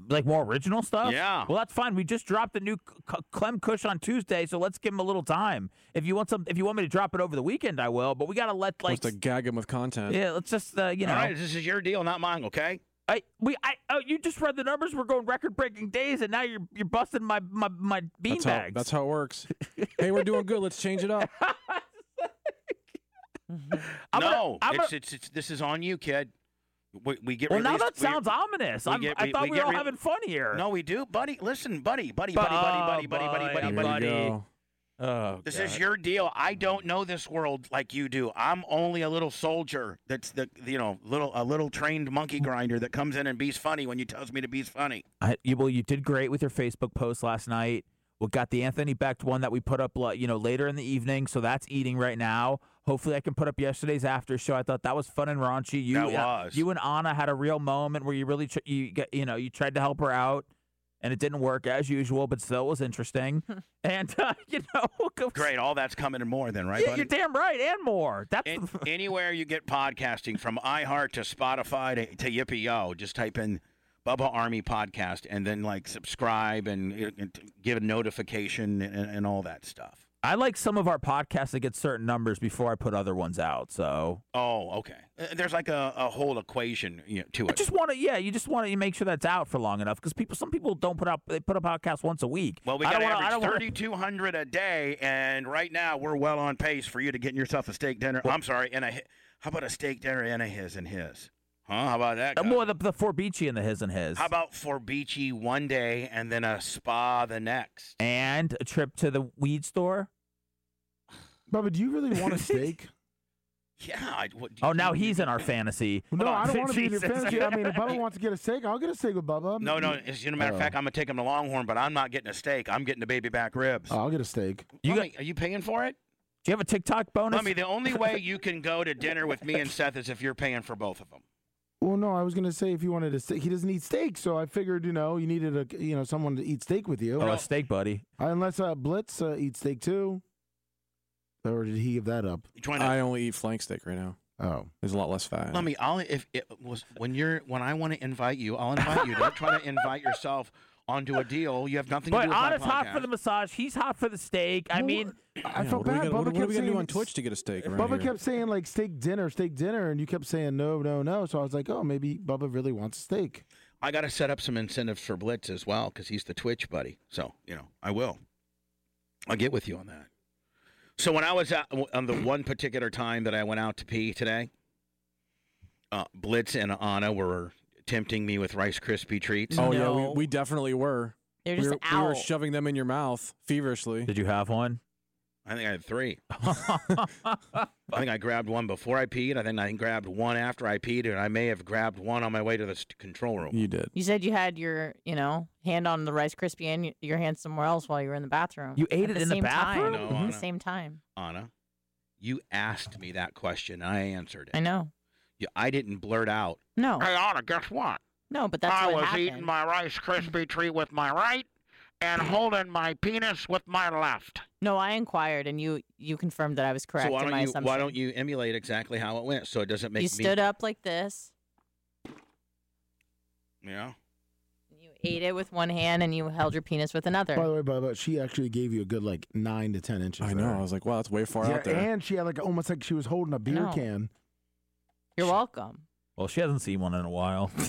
Speaker 5: Like more original stuff.
Speaker 4: Yeah.
Speaker 5: Well, that's fine. We just dropped the new C- C- Clem Cush on Tuesday, so let's give him a little time. If you want some, if you want me to drop it over the weekend, I will. But we gotta let like
Speaker 9: Supposed to gag him with content.
Speaker 5: yeah, let's just uh, you know.
Speaker 4: All right, this is your deal, not mine. Okay.
Speaker 5: I we I oh you just read the numbers. We're going record breaking days, and now you're you're busting my my my
Speaker 9: That's how,
Speaker 5: beanbags.
Speaker 9: that's how it works. hey, we're doing good. Let's change it up.
Speaker 5: I'm gonna-
Speaker 4: no,
Speaker 5: I'm
Speaker 4: it's,
Speaker 5: gonna-
Speaker 4: it's it's this is on you, kid. We, we get
Speaker 5: Well, now
Speaker 4: released-
Speaker 5: that
Speaker 4: we-
Speaker 5: sounds ominous.
Speaker 4: we
Speaker 5: I'm-
Speaker 4: get-
Speaker 5: I thought we were
Speaker 4: get
Speaker 5: all having fun here.
Speaker 4: No, we do, buddy. Listen, buddy, buddy, buddy,
Speaker 5: Oh,
Speaker 4: buddy, buddy, buddy, buddy, buddy, buddy.
Speaker 9: Here we go.
Speaker 5: Oh,
Speaker 4: This is your deal. I don't know this world like you do. I'm only a little soldier. That's the you know little a little trained monkey grinder that comes in and bees funny when you tells me to bees funny.
Speaker 5: I, you, well, you did great with your Facebook post last night. We got the Anthony Becht one that we put up, like, you know, later in the evening. So that's eating right now. Hopefully, I can put up yesterday's after show. I thought that was fun and raunchy. You,
Speaker 4: That
Speaker 5: uh,
Speaker 4: was.
Speaker 5: you and Anna had a real moment where you really, tr- you got, you know, you tried to help her out, and it didn't work as usual, but still was interesting. and uh, you know,
Speaker 4: Great, all that's coming and more then, right?
Speaker 5: yeah,
Speaker 4: buddy?
Speaker 5: you're damn right, and more. That's
Speaker 4: An- anywhere you get podcasting, from iHeart to Spotify to, to Yippee Yo, just type in Bubba Army Podcast and then like subscribe and, you know, and t- give a notification and, and all that stuff.
Speaker 5: I like some of our podcasts that get certain numbers before I put other ones out. So
Speaker 4: Oh, okay. Uh, There's like a, a whole equation you know, to
Speaker 5: I
Speaker 4: it.
Speaker 5: just want to, yeah, you just want to make sure that's out for long enough because people, some people don't put up, they put up podcasts once a week.
Speaker 4: Well, we
Speaker 5: I
Speaker 4: got
Speaker 5: don't
Speaker 4: to
Speaker 5: wanna- I
Speaker 4: average
Speaker 5: don't wanna-
Speaker 4: 3,200 a day, and right now we're well on pace for you to getting yourself a steak dinner. I'm sorry, and a hi- how about a steak dinner and a his and his? Huh? How about that?
Speaker 5: Uh,
Speaker 4: guy?
Speaker 5: More the, the Forbici and the his and his.
Speaker 4: How about for beachy one day and then a spa the next?
Speaker 5: and a trip to the weed store.
Speaker 6: Bubba, do you really want a steak?
Speaker 4: Yeah. I, what,
Speaker 5: Oh, now he's in our fantasy.
Speaker 6: no,
Speaker 5: Hold
Speaker 6: I
Speaker 5: on.
Speaker 6: don't want to be in your
Speaker 5: Jesus.
Speaker 6: fantasy. I mean, if Bubba wants to get a steak, I'll get a steak with Bubba.
Speaker 4: No,
Speaker 5: Mm-hmm.
Speaker 4: no. As a matter of
Speaker 6: Oh.
Speaker 4: fact, I'm gonna take him to Longhorn, but I'm not getting a steak. I'm getting the baby back
Speaker 5: Oh,
Speaker 4: ribs.
Speaker 6: I'll get a steak.
Speaker 4: You are you paying for it?
Speaker 5: Do you have a TikTok bonus?
Speaker 4: Lummy, the only way you can go to dinner with me and Seth is if you're paying for both of them.
Speaker 6: Well, no, I was gonna say if you wanted a steak, he doesn't eat steak, so I figured you know you needed a you know someone to eat steak with you.
Speaker 5: Oh, a steak buddy.
Speaker 6: Unless uh, Blitz uh, eats steak too, or did he give that up?
Speaker 9: I only eat flank steak right now.
Speaker 6: Oh,
Speaker 9: there's a lot less fat. in it.
Speaker 4: Lummy, I'll if it was when you're when I want to invite you, I'll invite you. Don't try to invite yourself onto a deal. You have nothing to
Speaker 5: But
Speaker 4: do with my
Speaker 5: Anna's hot
Speaker 4: podcast.
Speaker 5: for the massage. He's hot for the steak. I mean,
Speaker 6: I felt bad. Bubba
Speaker 9: What, what are
Speaker 6: kept
Speaker 9: we gonna do
Speaker 6: saying
Speaker 9: on
Speaker 6: it's-
Speaker 9: Twitch to get a steak? around
Speaker 6: Bubba
Speaker 9: here?
Speaker 6: kept saying like steak dinner, steak dinner, and you kept saying no, no, no. So I was like, oh, maybe Bubba really wants a steak.
Speaker 4: I got to set up some incentives for Blitz as well because he's the Twitch buddy. So you know, I will. I'll get with you on that. So when I was out, on the one particular time that I went out to pee today, uh, Blitz and Anna were tempting me with Rice Krispie treats.
Speaker 9: Oh yeah, we, we definitely were.
Speaker 4: They're
Speaker 9: we
Speaker 4: just
Speaker 9: were, we were
Speaker 4: out.
Speaker 9: shoving them in your mouth feverishly.
Speaker 5: Did you have one?
Speaker 4: I think I had three. I think I grabbed one before I peed. I think I grabbed one after I peed, and I may have grabbed one on my way to the st- control room.
Speaker 9: You did.
Speaker 10: You said you had your, you know, hand on the Rice Krispie and y- your hand somewhere else while you were in the bathroom.
Speaker 4: You ate
Speaker 10: At
Speaker 4: it in the
Speaker 10: same time.
Speaker 4: bathroom? No,
Speaker 10: At
Speaker 4: Anna.
Speaker 10: the same time.
Speaker 4: Anna, you asked me that question. and I answered it.
Speaker 10: I know.
Speaker 4: You, I didn't blurt out.
Speaker 10: No.
Speaker 4: Hey, Anna, guess what?
Speaker 10: No, but that's
Speaker 4: I
Speaker 10: what
Speaker 4: was
Speaker 10: happened.
Speaker 4: eating Uh, my Rice Krispie treat with my right and holding my penis with my left.
Speaker 10: No, I inquired and you you confirmed that I was correct
Speaker 4: so why
Speaker 10: in
Speaker 4: don't
Speaker 10: my
Speaker 4: you
Speaker 10: assumption.
Speaker 4: why don't you emulate exactly how it went so it doesn't make
Speaker 10: you
Speaker 4: me
Speaker 10: stood up like this,
Speaker 4: Yeah.
Speaker 10: you ate it with one hand, and you held your penis with another.
Speaker 6: By the way, Bubba, she actually gave you a good like nine to ten inches. I know. I
Speaker 9: was like, wow, that's way far
Speaker 6: yeah,
Speaker 9: out there.
Speaker 6: And she had like almost like she was holding a beer
Speaker 10: know.
Speaker 6: can.
Speaker 10: You're welcome.
Speaker 5: Well, she hasn't seen one in a while.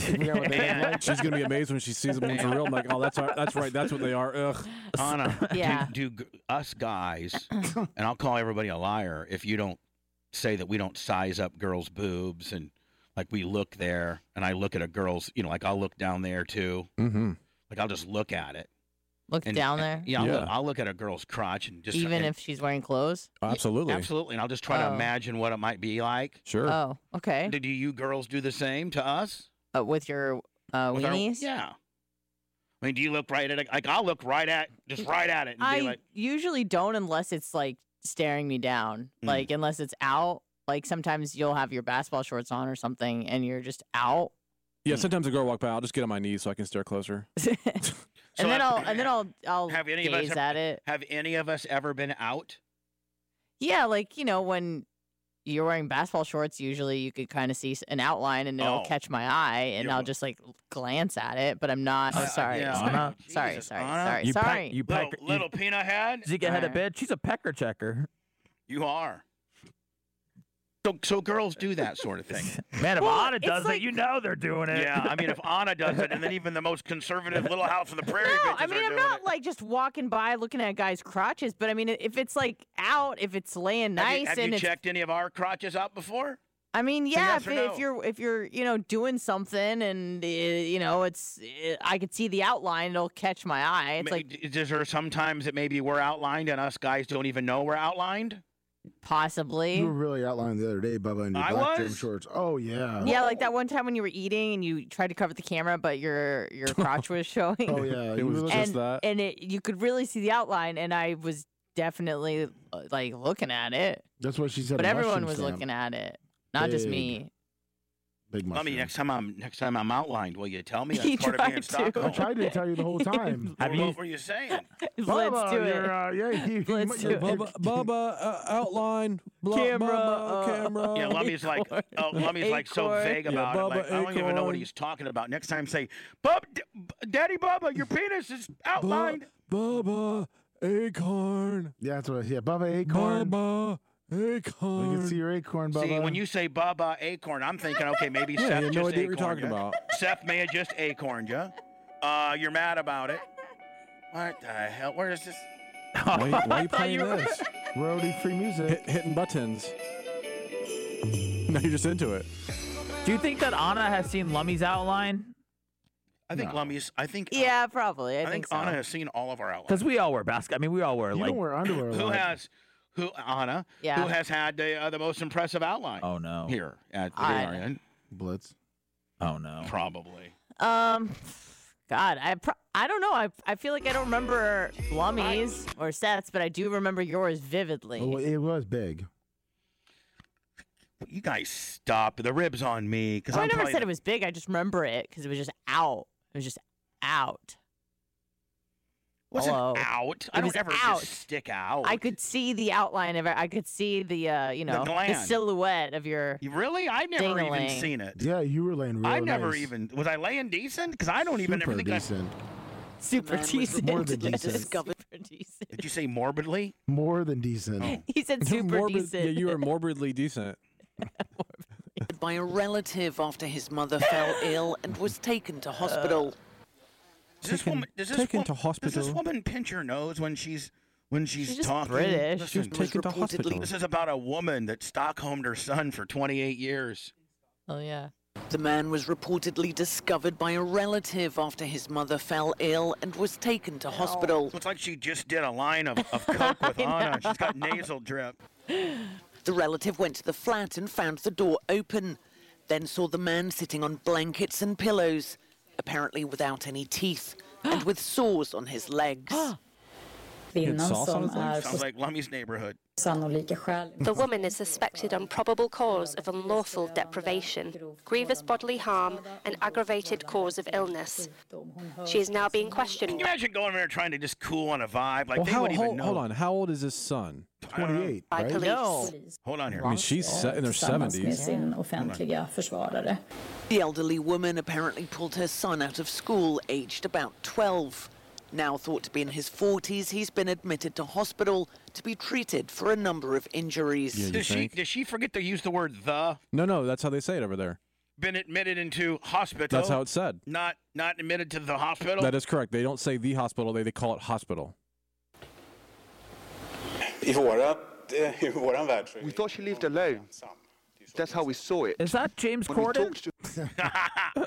Speaker 9: She's gonna be amazed when she sees them for real. I'm like, oh, that's right. That's right. That's what they are. Ugh.
Speaker 4: Anna,
Speaker 9: Yeah.
Speaker 4: do, do g- us guys, and I'll call everybody a liar if you don't say that we don't size up girls' boobs and like we look there, and I look at a girl's, you know, like I'll look down there too.
Speaker 9: Mm-hmm.
Speaker 4: Like I'll just look at it.
Speaker 10: Look down there?
Speaker 4: Yeah, I'll, Look,
Speaker 10: Yeah.
Speaker 4: I'll look at a girl's crotch and just
Speaker 10: Even
Speaker 4: and-
Speaker 10: if she's wearing clothes.
Speaker 9: Oh, absolutely,
Speaker 4: absolutely, and I'll just try
Speaker 10: Oh.
Speaker 4: to imagine what it might be like.
Speaker 9: Sure.
Speaker 10: Oh, okay.
Speaker 4: Do, do you girls do the same to us?
Speaker 10: Uh, with your uh,
Speaker 4: With our-
Speaker 10: weenies?
Speaker 4: yeah. I mean, do you look right at it? Like I'll look right at, just right at it, and
Speaker 10: Mm, I
Speaker 4: be like,
Speaker 10: usually don't unless it's like staring me down.
Speaker 4: Mm.
Speaker 10: Like unless it's out. Like sometimes you'll have your basketball shorts on or something, and you're just out.
Speaker 9: Yeah. Sometimes a girl walk by. I'll just get on my knees so I can stare closer.
Speaker 10: and then
Speaker 4: have-
Speaker 10: I'll and then I'll I'll
Speaker 4: have any of us
Speaker 10: gaze
Speaker 4: ever-
Speaker 10: at it.
Speaker 4: Have any of us ever been out?
Speaker 10: Yeah, like you know when you're wearing basketball shorts, usually you could kind of see s- an outline and it'll
Speaker 4: Oh.
Speaker 10: catch my eye, and I'll just like glance at it. But I'm
Speaker 4: Uh,
Speaker 10: not. Oh, sorry,
Speaker 5: yeah,
Speaker 10: sorry,
Speaker 4: uh-huh.
Speaker 5: Anna.
Speaker 10: sorry,
Speaker 5: Jesus,
Speaker 10: sorry,
Speaker 5: Anna.
Speaker 10: sorry,
Speaker 5: You peck-
Speaker 10: sorry.
Speaker 5: you Little- peck- you- little
Speaker 4: peanut head.
Speaker 5: Zika had a bit. She's a pecker checker.
Speaker 4: You are. So, so girls do that sort of thing.
Speaker 5: Man, if
Speaker 4: Well,
Speaker 5: Anna
Speaker 4: it's
Speaker 5: does
Speaker 4: like-
Speaker 5: it, you know they're doing it.
Speaker 4: Yeah, I mean, if Anna does it, and then even the most conservative little house on the prairie
Speaker 10: No,
Speaker 4: bitches
Speaker 10: I mean
Speaker 4: are
Speaker 10: I'm
Speaker 4: doing
Speaker 10: not
Speaker 4: it.
Speaker 10: like just walking by looking at guys' crotches, but I mean if it's like out, if it's laying
Speaker 4: Have you-
Speaker 10: nice
Speaker 4: have you,
Speaker 10: and it's
Speaker 4: checked any of our crotches out before?
Speaker 10: I mean,
Speaker 4: So
Speaker 10: yeah,
Speaker 4: yes
Speaker 10: if,
Speaker 4: or
Speaker 10: if
Speaker 4: no?
Speaker 10: you're if you're you know doing something and uh, you know it's uh, I could see the outline, it'll catch my eye. It's
Speaker 4: Ma-
Speaker 10: like
Speaker 4: d- is there sometimes that maybe we're outlined and us guys don't even know we're outlined?
Speaker 10: possibly.
Speaker 6: You were really outlined the other day, Bubba, in your
Speaker 4: I
Speaker 6: black gym
Speaker 4: was?
Speaker 6: shorts. Oh yeah.
Speaker 10: Yeah, like that one time when you were eating and you tried to cover the camera, but your your crotch was showing.
Speaker 6: Oh, yeah, It you was were looking-
Speaker 10: and,
Speaker 6: just that.
Speaker 10: And it, you could really see the outline, and I was definitely uh, like looking at it,
Speaker 6: That's why she said.
Speaker 10: but
Speaker 6: a
Speaker 10: everyone
Speaker 6: mushroom
Speaker 10: was
Speaker 6: stamp.
Speaker 10: looking at it, not just
Speaker 6: Big.
Speaker 10: me.
Speaker 6: Big
Speaker 4: Let me next time I'm next time I'm outlined. Will you tell me?
Speaker 10: He
Speaker 4: That's part of being in
Speaker 10: tried to.
Speaker 4: Stockholm.
Speaker 6: I tried to tell you the whole time.
Speaker 4: Well, what were you saying?
Speaker 10: Let's do it.
Speaker 6: you're, uh, yeah, you,
Speaker 10: Let's
Speaker 6: you're,
Speaker 10: do it.
Speaker 9: Bubba, Bubba uh, outline, blah,
Speaker 10: Camera,
Speaker 9: Bubba,
Speaker 10: uh,
Speaker 9: camera.
Speaker 4: Yeah, Lummy's like, oh, Lummy's like so
Speaker 9: Acorn.
Speaker 4: vague
Speaker 9: Yeah,
Speaker 4: about it. Like,
Speaker 9: Bubba
Speaker 4: I don't even know what
Speaker 9: Acorn.
Speaker 4: he's talking about. Next time, say, Bub, D- B- Daddy Bubba, your penis is outlined.
Speaker 6: Bubba Acorn. Yeah, that's what I Yeah, Bubba Acorn. Bubba Acorn. We can see your acorn, Bubba.
Speaker 4: See, when you say Bubba Acorn, I'm thinking, okay, maybe
Speaker 6: Yeah, you
Speaker 4: Seth
Speaker 6: had no
Speaker 4: just
Speaker 6: idea what you're
Speaker 4: acorned
Speaker 6: talking
Speaker 4: ya.
Speaker 6: about.
Speaker 4: Seth may have just acorned you. Uh, you're mad about it. What the hell? Where is this?
Speaker 9: Why, why are you
Speaker 4: I thought
Speaker 9: playing
Speaker 4: you were-
Speaker 9: this?
Speaker 6: Roadie free music.
Speaker 9: hitting buttons. No, you're just into it.
Speaker 5: Do you think that Anna has seen Lummy's outline?
Speaker 4: I think Lummy's. I think. uh,
Speaker 10: Yeah, probably. I,
Speaker 4: I think
Speaker 10: so.
Speaker 4: Anna has seen all of our outlets.
Speaker 5: Because we all wear basket. I mean, we all wear like.
Speaker 6: underwear.
Speaker 4: Who has? Who Anna?
Speaker 10: Yeah.
Speaker 4: Who has had the, uh, the most impressive outline?
Speaker 5: Oh no.
Speaker 4: Here at the
Speaker 10: I-
Speaker 4: DRN?
Speaker 6: Blitz.
Speaker 5: Oh no.
Speaker 4: Probably.
Speaker 10: Um, God, I pro- I don't know. I I feel like I don't remember Lummy's or Seth's, but I do remember yours vividly.
Speaker 6: Oh, it was big.
Speaker 4: You guys stop. The ribs on me. Because
Speaker 10: Oh, I
Speaker 4: I'm
Speaker 10: never
Speaker 4: probably
Speaker 10: said
Speaker 4: the-
Speaker 10: it was big. I just remember it because it was just out. It was just out.
Speaker 4: What's an
Speaker 10: Hello.
Speaker 4: out? I
Speaker 10: It
Speaker 4: don't
Speaker 10: was
Speaker 4: ever
Speaker 10: out.
Speaker 4: just stick out.
Speaker 10: I could see the outline of it. I could see the uh, you
Speaker 4: The
Speaker 10: know
Speaker 4: gland.
Speaker 10: silhouette of your.
Speaker 4: You really? I've never even
Speaker 10: Ding-a-ling.
Speaker 4: seen it.
Speaker 6: Yeah, you were laying real
Speaker 4: I never
Speaker 6: nice.
Speaker 4: even was I laying decent because I don't even ever
Speaker 6: Super
Speaker 4: think
Speaker 6: decent.
Speaker 10: Super
Speaker 4: Man was
Speaker 10: decent.
Speaker 6: morbid
Speaker 10: I
Speaker 6: decent.
Speaker 10: discovered super decent.
Speaker 4: I. Did you say morbidly?
Speaker 6: More than decent.
Speaker 10: He said
Speaker 9: You're
Speaker 10: super
Speaker 9: morbid-
Speaker 10: decent.
Speaker 9: Yeah, you are morbidly decent.
Speaker 23: by a relative after his mother fell ill and was taken to hospital.
Speaker 4: Uh, Does this woman? Does this
Speaker 9: taken
Speaker 4: wom-
Speaker 9: to
Speaker 4: Does
Speaker 9: hospital.
Speaker 4: this woman pinch her nose when she's when she's,
Speaker 9: She's just
Speaker 4: talking?
Speaker 9: British.
Speaker 4: Listen,
Speaker 9: She was taken to
Speaker 4: reportedly-
Speaker 9: hospital.
Speaker 4: This is about a woman that Stockholmed her son for 28 years.
Speaker 10: Oh yeah.
Speaker 23: The man was reportedly discovered by a relative after his mother fell ill and was taken to hospital.
Speaker 4: Looks like she just did a line of, of coke with Anna. and She's got nasal drip.
Speaker 23: The relative went to the flat and found the door open, then saw the man sitting on blankets and pillows, apparently without any teeth and with sores on his legs.
Speaker 24: Kvinnan som är
Speaker 4: Sounds like Lummy's neighborhood.
Speaker 24: sannolika skäl.
Speaker 25: The woman is suspected on probable cause of unlawful deprivation, grievous bodily harm, and aggravated cause of illness. She is now being
Speaker 4: Can
Speaker 25: questioned
Speaker 4: you imagine going there trying to just cool on a vibe? Like
Speaker 9: well,
Speaker 4: they
Speaker 9: how,
Speaker 4: wouldn't even
Speaker 9: hold,
Speaker 4: know.
Speaker 9: hold on. How old is his son?
Speaker 4: I don't know.
Speaker 23: By police.
Speaker 4: Hold on here.
Speaker 9: I mean, she's se- in her
Speaker 23: Tillsammans med
Speaker 9: 70s.
Speaker 23: sin
Speaker 9: offentliga
Speaker 23: försvarare. The elderly woman apparently pulled her son out of school, aged about 12. Now thought to be in his 40s, he's been admitted to hospital to be treated for a number of injuries.
Speaker 4: Does she, does she forget to use the word the?
Speaker 9: No, no, that's how they say it over there.
Speaker 4: Been admitted into hospital.
Speaker 9: That's how it's said.
Speaker 4: Not not admitted to the hospital.
Speaker 9: That is correct. They don't say the hospital, they, they call it hospital.
Speaker 26: I vårat, eh, i våran värld så är We thought she lived alone. That's how we saw it.
Speaker 5: Is that James
Speaker 26: When we
Speaker 5: Corden?
Speaker 26: talked to-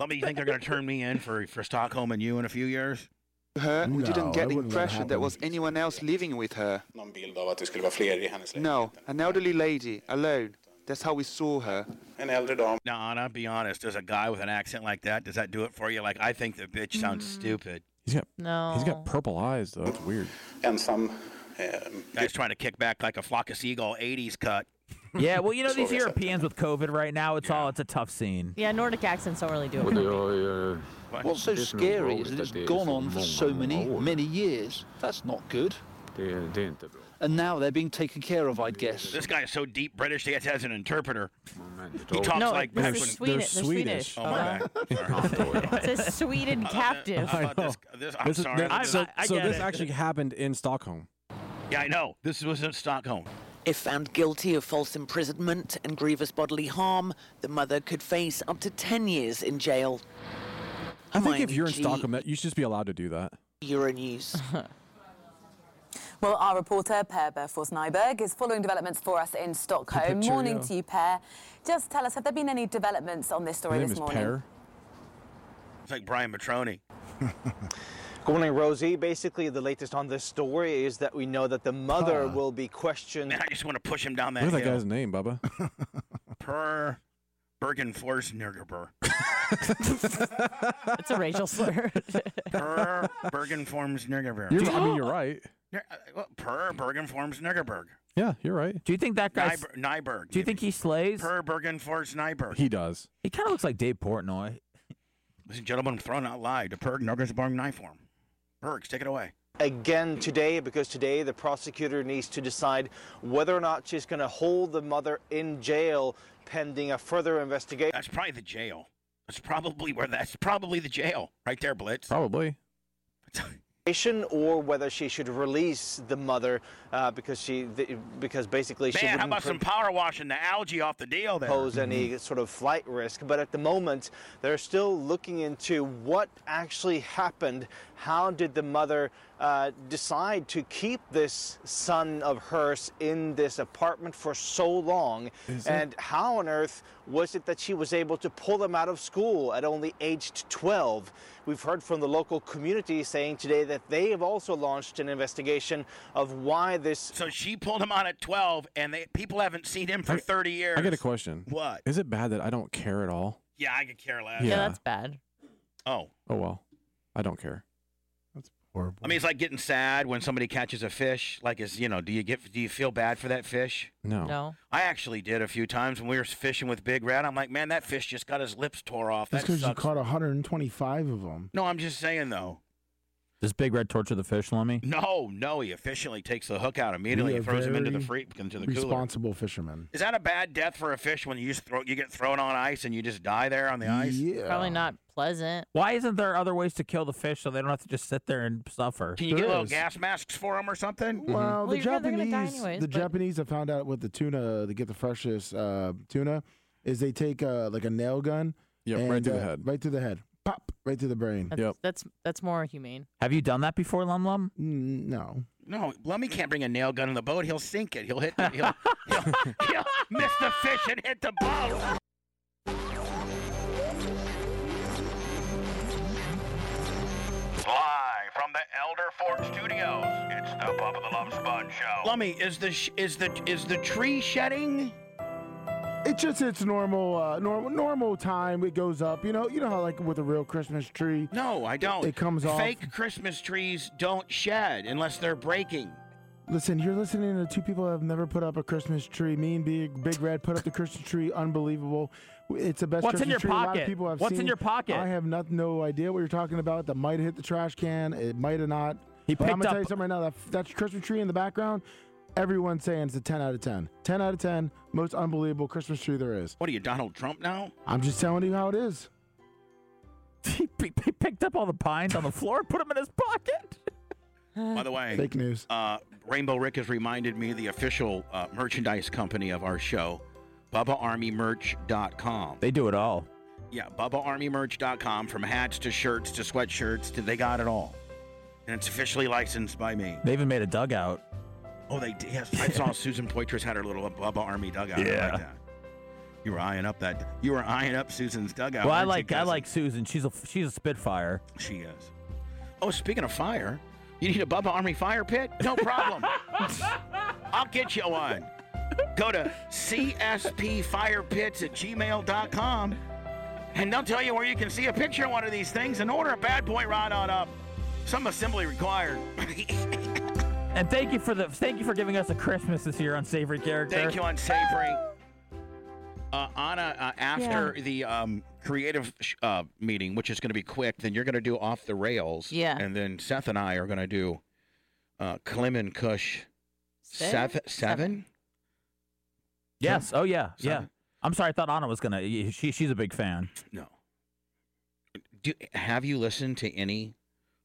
Speaker 4: Let me think they're going to turn me in for, for Stockholm and you in a few years.
Speaker 26: her, we
Speaker 4: No,
Speaker 26: didn't
Speaker 4: that
Speaker 26: get the
Speaker 4: wouldn't let
Speaker 26: impression there was anyone else living with her.
Speaker 4: Någon bild av att det skulle vara fler i hennes
Speaker 26: No, an elderly lady, alone. That's how we saw her.
Speaker 4: An elder dom. Now, Anna, be honest. Does a guy with an accent like that, does that do it for you? Like, I think the bitch sounds
Speaker 26: Mm.
Speaker 4: stupid.
Speaker 9: He's got
Speaker 10: No.
Speaker 9: he's got purple eyes though. It's weird.
Speaker 4: Ensam. eh, Guy's trying to kick back like a flock of seagull 80s cut.
Speaker 5: Yeah, well, you know these
Speaker 4: Sorry, I said
Speaker 5: Europeans with COVID right now. It's all it's a tough scene.
Speaker 10: Yeah, Nordic accents don't really do
Speaker 5: Well,
Speaker 10: it.
Speaker 5: they uh,
Speaker 10: for me.
Speaker 26: What's so scary is that it's gone on for so many, many years. That's not good. And now they're being taken care of, I guess.
Speaker 4: This guy is so deep British, he has an interpreter. He talks
Speaker 26: No,
Speaker 4: like
Speaker 26: this
Speaker 4: back
Speaker 26: is
Speaker 4: when-
Speaker 26: Sweden- They're they're Swedish. Swedish.
Speaker 4: Oh, my
Speaker 26: Uh-huh.
Speaker 4: bad.
Speaker 10: It's a Sweden captive.
Speaker 4: I thought Uh, this- this- I'm
Speaker 9: is-
Speaker 4: sorry.
Speaker 9: that-
Speaker 4: I-
Speaker 9: so
Speaker 4: I- I
Speaker 9: so
Speaker 4: get
Speaker 9: this
Speaker 4: it.
Speaker 9: actually happened in Stockholm.
Speaker 4: Yeah, I know. This was in Stockholm.
Speaker 23: If found guilty of false imprisonment and grievous bodily harm, the mother could face up to 10 years in jail.
Speaker 9: I think if
Speaker 23: Hermione
Speaker 9: you're in
Speaker 23: G.
Speaker 9: Stockholm, that you should just be allowed to do that.
Speaker 23: Euronews.
Speaker 18: Well, our reporter, Per Berfors Nyberg, is following developments for us in Stockholm.
Speaker 9: picture,
Speaker 18: Morning
Speaker 9: yeah.
Speaker 18: to you, Per. Just tell us, have there been any developments on this story
Speaker 4: name
Speaker 18: this
Speaker 4: is
Speaker 18: morning?
Speaker 4: Per. It's like Brian Matroni.
Speaker 27: Good morning, Rosie. Basically, the latest on this story is that we know that the mother will be questioned.
Speaker 4: I just want to push him down that
Speaker 9: What is that
Speaker 4: hill.
Speaker 9: guy's name, Bubba?
Speaker 4: Per Bergen Forsnergeber.
Speaker 10: It's a racial slur.
Speaker 4: per Bergen Forms Nurgerberg.
Speaker 9: You're- I mean, you're right.
Speaker 4: uh, Per Bergen Forms Nurgerberg.
Speaker 9: Yeah, you're right. Do you think that
Speaker 4: Nyberg. Nyberg.
Speaker 5: Do you think he slays?
Speaker 4: Per Bergen Forms Nyberg.
Speaker 9: He does.
Speaker 5: He kind of looks like Dave Portnoy.
Speaker 4: Ladies and gentlemen, thrown out live to Berg Nurgerberg knife form. Bergs, take it away.
Speaker 27: Again today, because today the prosecutor needs to decide whether or not she's going to hold the mother in jail pending a further investigation.
Speaker 4: That's probably the jail. That's probably where that's probably the jail. Right there, Blitz.
Speaker 9: Probably.
Speaker 27: Or whether she should release the mother uh, because she, th- because basically she
Speaker 4: Man,
Speaker 27: wouldn't
Speaker 4: how about
Speaker 27: pro-
Speaker 4: some power washing the algae off the deal there?
Speaker 27: pose any sort of flight risk. But at the moment, they're still looking into what actually happened. How did the mother uh, decide to keep this son of hers in this apartment for so long?
Speaker 11: Is it?
Speaker 27: And how on earth was it that she was able to pull him out of school at only aged 12? We've heard from the local community saying today that they have also launched an investigation of why this.
Speaker 4: So she pulled him out at 12, and they, people haven't seen him for 30 years.
Speaker 9: I got a question.
Speaker 4: What?
Speaker 9: Is it bad that I don't care at all?
Speaker 4: Yeah, I could care less.
Speaker 9: Yeah, Yeah. that's
Speaker 10: bad.
Speaker 4: Oh.
Speaker 9: Oh well, I don't care.
Speaker 4: I mean, it's like getting sad when somebody catches a fish. Like, is you know, do you get do you feel bad for that fish?
Speaker 9: No.
Speaker 10: No.
Speaker 4: I actually did a few times when we were fishing with Big Red. I'm like, man, that fish just got his lips tore off.
Speaker 6: That's
Speaker 4: That
Speaker 6: because you
Speaker 4: sucks.
Speaker 6: caught 125 of them.
Speaker 4: No, I'm just saying though.
Speaker 5: Does Big Red torture the fish, Lummy?
Speaker 4: No, no, he officially takes the hook out immediately
Speaker 6: We
Speaker 4: and
Speaker 6: are
Speaker 4: throws him into the free
Speaker 6: very
Speaker 4: into the cooler.
Speaker 6: Responsible fishermen.
Speaker 4: Is that a bad death for a fish when you just throw you get thrown on ice and you just die there on the ice?
Speaker 6: Yeah.
Speaker 10: Probably not pleasant.
Speaker 5: Why isn't there other ways to kill the fish so they don't have to just sit there and suffer?
Speaker 4: Can you get little gas masks for him or something?
Speaker 6: Well, the Japanese, the
Speaker 4: but-
Speaker 6: Japanese have found out with the tuna to get the freshest uh, tuna is they take uh, like a nail gun.
Speaker 9: Yeah, right
Speaker 6: and,
Speaker 9: through the
Speaker 6: uh,
Speaker 9: head.
Speaker 6: Right through the head. Pop right through the brain.
Speaker 10: That's, that's that's more humane.
Speaker 5: Have you done that before, Lum Lum?
Speaker 6: No.
Speaker 4: No, Lummy can't bring a nail gun in the boat. He'll sink it. He'll hit. The, he'll, he'll, he'll miss the fish and hit the boat. Live from the Elder Fork Studios, it's the Bubba the Love Sponge Show. Lummy, is the sh- is the is the tree shedding?
Speaker 6: It's just its normal, uh, normal, normal time. It goes up. You know, you know how like with a real Christmas tree.
Speaker 4: No, I don't.
Speaker 6: It comes off.
Speaker 4: Fake Christmas trees don't shed unless they're breaking.
Speaker 6: Listen, you're listening to two people that have never put up a Christmas tree. Me and Big, Big Red put up the Christmas tree. Unbelievable. It's the best
Speaker 5: What's in
Speaker 6: Christmas
Speaker 5: your
Speaker 6: tree a lot
Speaker 5: pocket?
Speaker 6: of people have
Speaker 5: What's in
Speaker 6: seen.
Speaker 5: your pocket?
Speaker 6: I have not, no idea what you're talking about. That might have hit the trash can. It might have not.
Speaker 5: He
Speaker 6: but I'm
Speaker 5: picked
Speaker 6: going to tell
Speaker 5: up-
Speaker 6: you something right now. That, that Christmas tree in the background, everyone's saying it's a 10 out of 10. 10 out of 10, most unbelievable Christmas tree there is.
Speaker 4: What are you, Donald Trump now?
Speaker 6: I'm just telling you how it is.
Speaker 5: he, p- he picked up all the pines on the floor, put them in his pocket.
Speaker 4: By the way,
Speaker 6: Fake news.
Speaker 4: Uh, Rainbow Rick has reminded me the official uh, merchandise company of our show, BubbaArmyMerch.com.
Speaker 5: They do it all.
Speaker 4: Yeah, BubbaArmyMerch.com from hats to shirts to sweatshirts to they got it all. And it's officially licensed by me.
Speaker 5: They even made a dugout.
Speaker 4: Oh, they did. Yes, I saw Susan Poitras had her little Bubba Army dugout. I like
Speaker 5: Yeah.
Speaker 4: that. You were eyeing up that. You were eyeing up Susan's dugout.
Speaker 5: well, I
Speaker 4: weren't you,
Speaker 5: like I
Speaker 4: cousin?
Speaker 5: like Susan. She's a she's a spitfire.
Speaker 4: She is. Oh, speaking of fire, you need a Bubba Army fire pit? No problem. I'll get you one. Go to cspfirepits at gmail.com and they'll tell you where you can see a picture of one of these things and order a bad boy right on up. Some assembly required.
Speaker 5: And thank you for the thank you for giving us a Christmas this year on Savory Character.
Speaker 4: Thank you, Unsavory. Uh, Anna, uh, after the um, creative sh- uh, meeting, which is going to be quick, then you're going to do off the rails.
Speaker 10: Yeah.
Speaker 4: And then Seth and I are going to do uh, Clem and Cush seven. seven?
Speaker 5: Yes. Oh yeah. Yeah.
Speaker 4: Seven.
Speaker 5: I'm sorry. I thought Anna was gonna. She she's a big fan.
Speaker 4: No. Do have you listened to any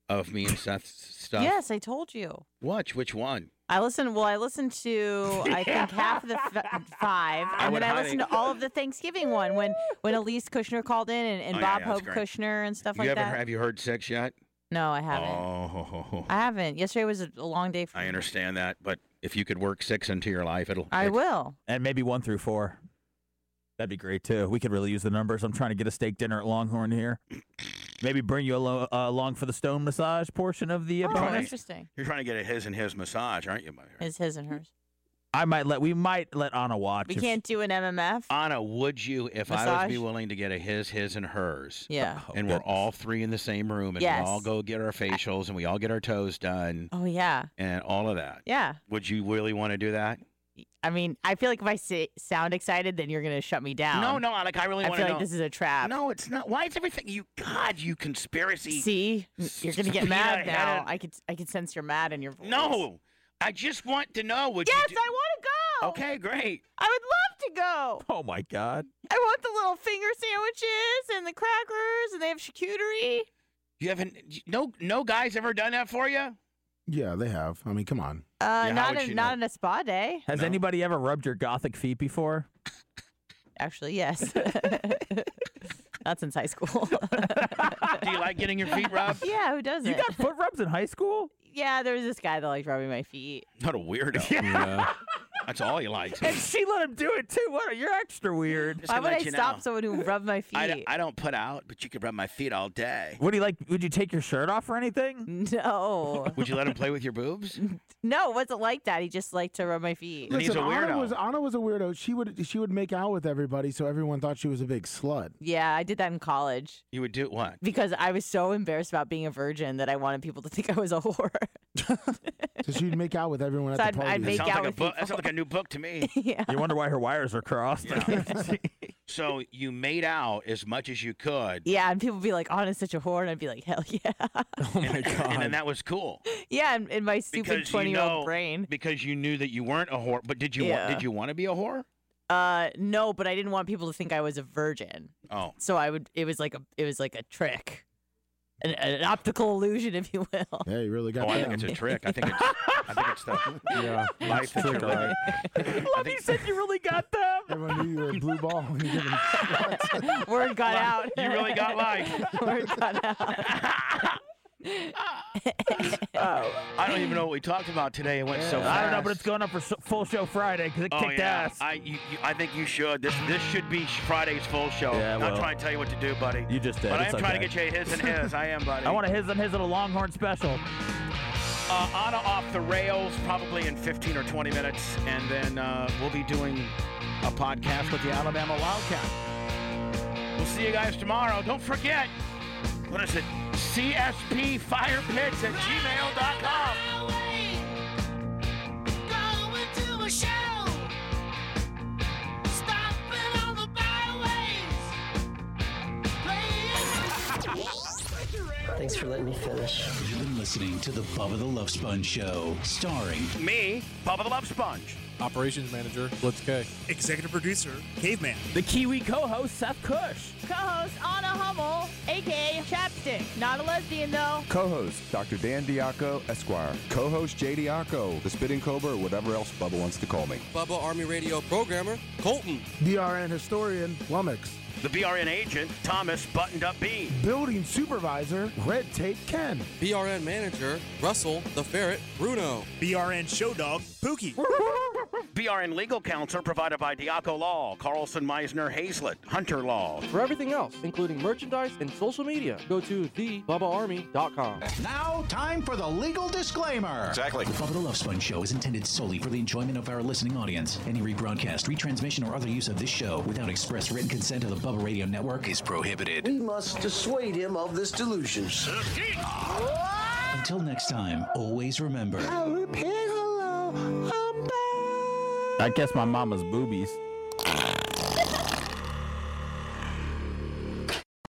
Speaker 4: of me and Seth's stuff?
Speaker 10: Yes, I told you.
Speaker 4: Watch which one.
Speaker 10: I listened. Well, I listened to I think half of the f- five,
Speaker 4: I
Speaker 10: and
Speaker 4: would
Speaker 10: then I
Speaker 4: highly-
Speaker 10: listened to all of the Thanksgiving one when when Elise Kushner called in and, and
Speaker 4: Oh, yeah,
Speaker 10: Bob
Speaker 4: yeah, that's
Speaker 10: Hope
Speaker 4: great.
Speaker 10: Kushner and stuff
Speaker 4: you
Speaker 10: like
Speaker 4: ever
Speaker 10: that.
Speaker 4: have you heard six yet?
Speaker 10: No, I haven't.
Speaker 4: Oh,
Speaker 10: I haven't. Yesterday was a a long day for
Speaker 4: I
Speaker 10: me.
Speaker 4: understand that, but if you could work six into your life, it'll.
Speaker 10: I will.
Speaker 5: And maybe one through four. That'd be great too. We could really use the numbers. I'm trying to get a steak dinner at Longhorn here. Maybe bring you alo- uh, along for the stone massage portion of the uh,
Speaker 10: Oh,
Speaker 5: bonus.
Speaker 10: interesting.
Speaker 4: You're trying to get a his and his massage, aren't you, my?
Speaker 10: It's his and hers.
Speaker 5: I might let. We might let Anna watch.
Speaker 10: We
Speaker 5: if-
Speaker 10: can't do an MMF.
Speaker 4: Anna, would you, if I was
Speaker 10: Massage?
Speaker 4: be willing to get a his, his, and hers?
Speaker 10: Yeah.
Speaker 5: Oh,
Speaker 4: and we're all three in the same room, and
Speaker 10: Yes.
Speaker 4: we all go get our facials, and we all get our toes done,
Speaker 10: Oh yeah,
Speaker 4: and all of that.
Speaker 10: yeah.
Speaker 4: Would you really want to do that?
Speaker 10: I mean, I feel like if I say, sound excited, then you're gonna shut me down.
Speaker 4: No, no, like I really
Speaker 10: I
Speaker 4: wanna
Speaker 10: feel like
Speaker 4: know.
Speaker 10: this is a trap.
Speaker 4: No, it's not. Why is everything you? God, you conspiracy.
Speaker 10: See, you're gonna get
Speaker 4: Speed ahead
Speaker 10: mad now.
Speaker 4: of-
Speaker 10: I could, I could sense you're mad in your voice.
Speaker 4: No, I just want to know. Would
Speaker 10: Yes,
Speaker 4: you?
Speaker 10: I want to go.
Speaker 4: Okay, great.
Speaker 10: I would love to go.
Speaker 5: Oh my God.
Speaker 10: I want the little finger sandwiches and the crackers, and they have charcuterie.
Speaker 4: You haven't. No, no guy's ever done that for you.
Speaker 6: Yeah, they have. I mean, come on.
Speaker 10: Uh,
Speaker 5: Yeah, how
Speaker 10: not
Speaker 5: would
Speaker 10: in,
Speaker 5: you
Speaker 10: not
Speaker 5: know?
Speaker 10: in a spa day.
Speaker 5: Has anybody ever rubbed your gothic feet before?
Speaker 10: Actually, yes. Not since high school.
Speaker 4: Do you like getting your feet rubbed?
Speaker 10: yeah, who doesn't?
Speaker 5: You got foot rubs in high school?
Speaker 10: yeah, there was this guy that liked rubbing my feet.
Speaker 4: Not a weirdo. That's all he likes.
Speaker 5: And she let him do it too. What? You're extra weird.
Speaker 4: Just gonna
Speaker 10: Why would
Speaker 4: let
Speaker 10: I
Speaker 4: you
Speaker 10: stop
Speaker 4: know.
Speaker 10: someone who rubbed my feet?
Speaker 4: I don't, I don't put out, but you could rub my feet all day.
Speaker 5: Would you like? Would you take your shirt off or anything?
Speaker 10: No.
Speaker 4: Would you let him play with your boobs?
Speaker 10: no, it wasn't like that. He just liked to rub my feet.
Speaker 6: Listen, Anna was Anna was a weirdo. She would she would make out with everybody, so everyone thought she was a big slut.
Speaker 10: yeah, I did that in college
Speaker 4: You would do what?
Speaker 10: because I was so embarrassed about being a virgin that I wanted people to think I was a whore.
Speaker 6: So she'd make out with everyone
Speaker 10: So
Speaker 6: at
Speaker 10: I'd-
Speaker 6: the party.
Speaker 10: I'd make
Speaker 4: sounds
Speaker 10: out
Speaker 4: like a
Speaker 10: with
Speaker 4: book. That sounds like a new book to me.
Speaker 10: yeah.
Speaker 5: You wonder why her wires are crossed.
Speaker 4: so you made out as much as you could,
Speaker 10: Yeah, and people would be like, "Anna's such a whore," and I'd be like, "Hell yeah,
Speaker 4: Oh and then that was cool
Speaker 10: yeah!" In, in my stupid
Speaker 4: because you
Speaker 10: twenty-year-old
Speaker 4: know
Speaker 10: brain.
Speaker 4: because you knew that you weren't a whore. But did you want,
Speaker 10: Yeah.
Speaker 4: did you want to be a whore?
Speaker 10: Uh, no, but I didn't want people to think I was a virgin.
Speaker 4: Oh,
Speaker 10: So I would. It was like a. It was like a trick, an, an optical illusion, if you will.
Speaker 6: Yeah, you really got
Speaker 4: oh I
Speaker 6: that.
Speaker 4: think it's a trick. I think it's I think it's the
Speaker 6: yeah,
Speaker 4: life that you're living.
Speaker 5: Lovey said you really got them.
Speaker 6: Everyone knew you were a blue ball. When you did it.
Speaker 10: Word got out.
Speaker 4: You really got life.
Speaker 10: Word got out.
Speaker 4: I don't even know what we talked about today. It went so fast.
Speaker 5: I don't know, but it's going up for s- full show Friday because it
Speaker 4: Oh,
Speaker 5: kicked
Speaker 4: yeah.
Speaker 5: ass.
Speaker 4: I, you, you- I think you should. This this should be sh- Friday's full show.
Speaker 5: Yeah,
Speaker 4: I'm
Speaker 5: well.
Speaker 4: not trying to tell you what to do, buddy.
Speaker 5: You just did.
Speaker 4: But I
Speaker 5: It's
Speaker 4: am trying to
Speaker 5: okay.
Speaker 4: get you a his and his. I am, buddy.
Speaker 5: I want a his and his and a Longhorn special.
Speaker 4: uh, Anna off the rails probably in 15 or 20 minutes, and then uh, we'll be doing a podcast with the Alabama Wildcat. We'll see you guys tomorrow. Don't forget, what is it? CSP Fire Pits at gmail.com.
Speaker 1: Going to a show, stopping on the byways, playing.
Speaker 11: Thanks for letting me finish. You've been listening to the Bubba the Love Sponge Show, starring
Speaker 4: Me, Bubba the Love Sponge.
Speaker 9: Operations manager, Blitz K.
Speaker 12: Executive producer, Caveman.
Speaker 5: The Kiwi co-host Seth Cush.
Speaker 10: Co-host Anna Hummel, aka Chapstick. Not a lesbian though.
Speaker 14: Co-host Dr. Dan Diaco, Esquire. Co-host Jay Diaco, the Spitting Cobra, or whatever else Bubba wants to call me.
Speaker 16: Bubba Army Radio programmer Colton.
Speaker 6: DRN historian Lummox.
Speaker 4: The BRN agent, Thomas Buttoned Up B.
Speaker 6: Building supervisor Red Tape Ken.
Speaker 16: BRN manager Russell the Ferret Bruno.
Speaker 12: BRN show dog Pookie.
Speaker 4: BRN legal counsel provided by Diaco Law, Carlson Meisner Hazlett, Hunter Law.
Speaker 16: For everything else, including merchandise and social media, go to thebubbaarmy.com.
Speaker 11: Now, time for the legal disclaimer.
Speaker 14: Exactly.
Speaker 11: The Bubba the Love Sponge Show is intended solely for the enjoyment of our listening audience. Any rebroadcast, retransmission, or other use of this show without express written consent of the Bubba Radio Network is prohibited.
Speaker 14: We must dissuade him of this delusion.
Speaker 11: Until next time, always remember.
Speaker 5: I guess my mama's boobies.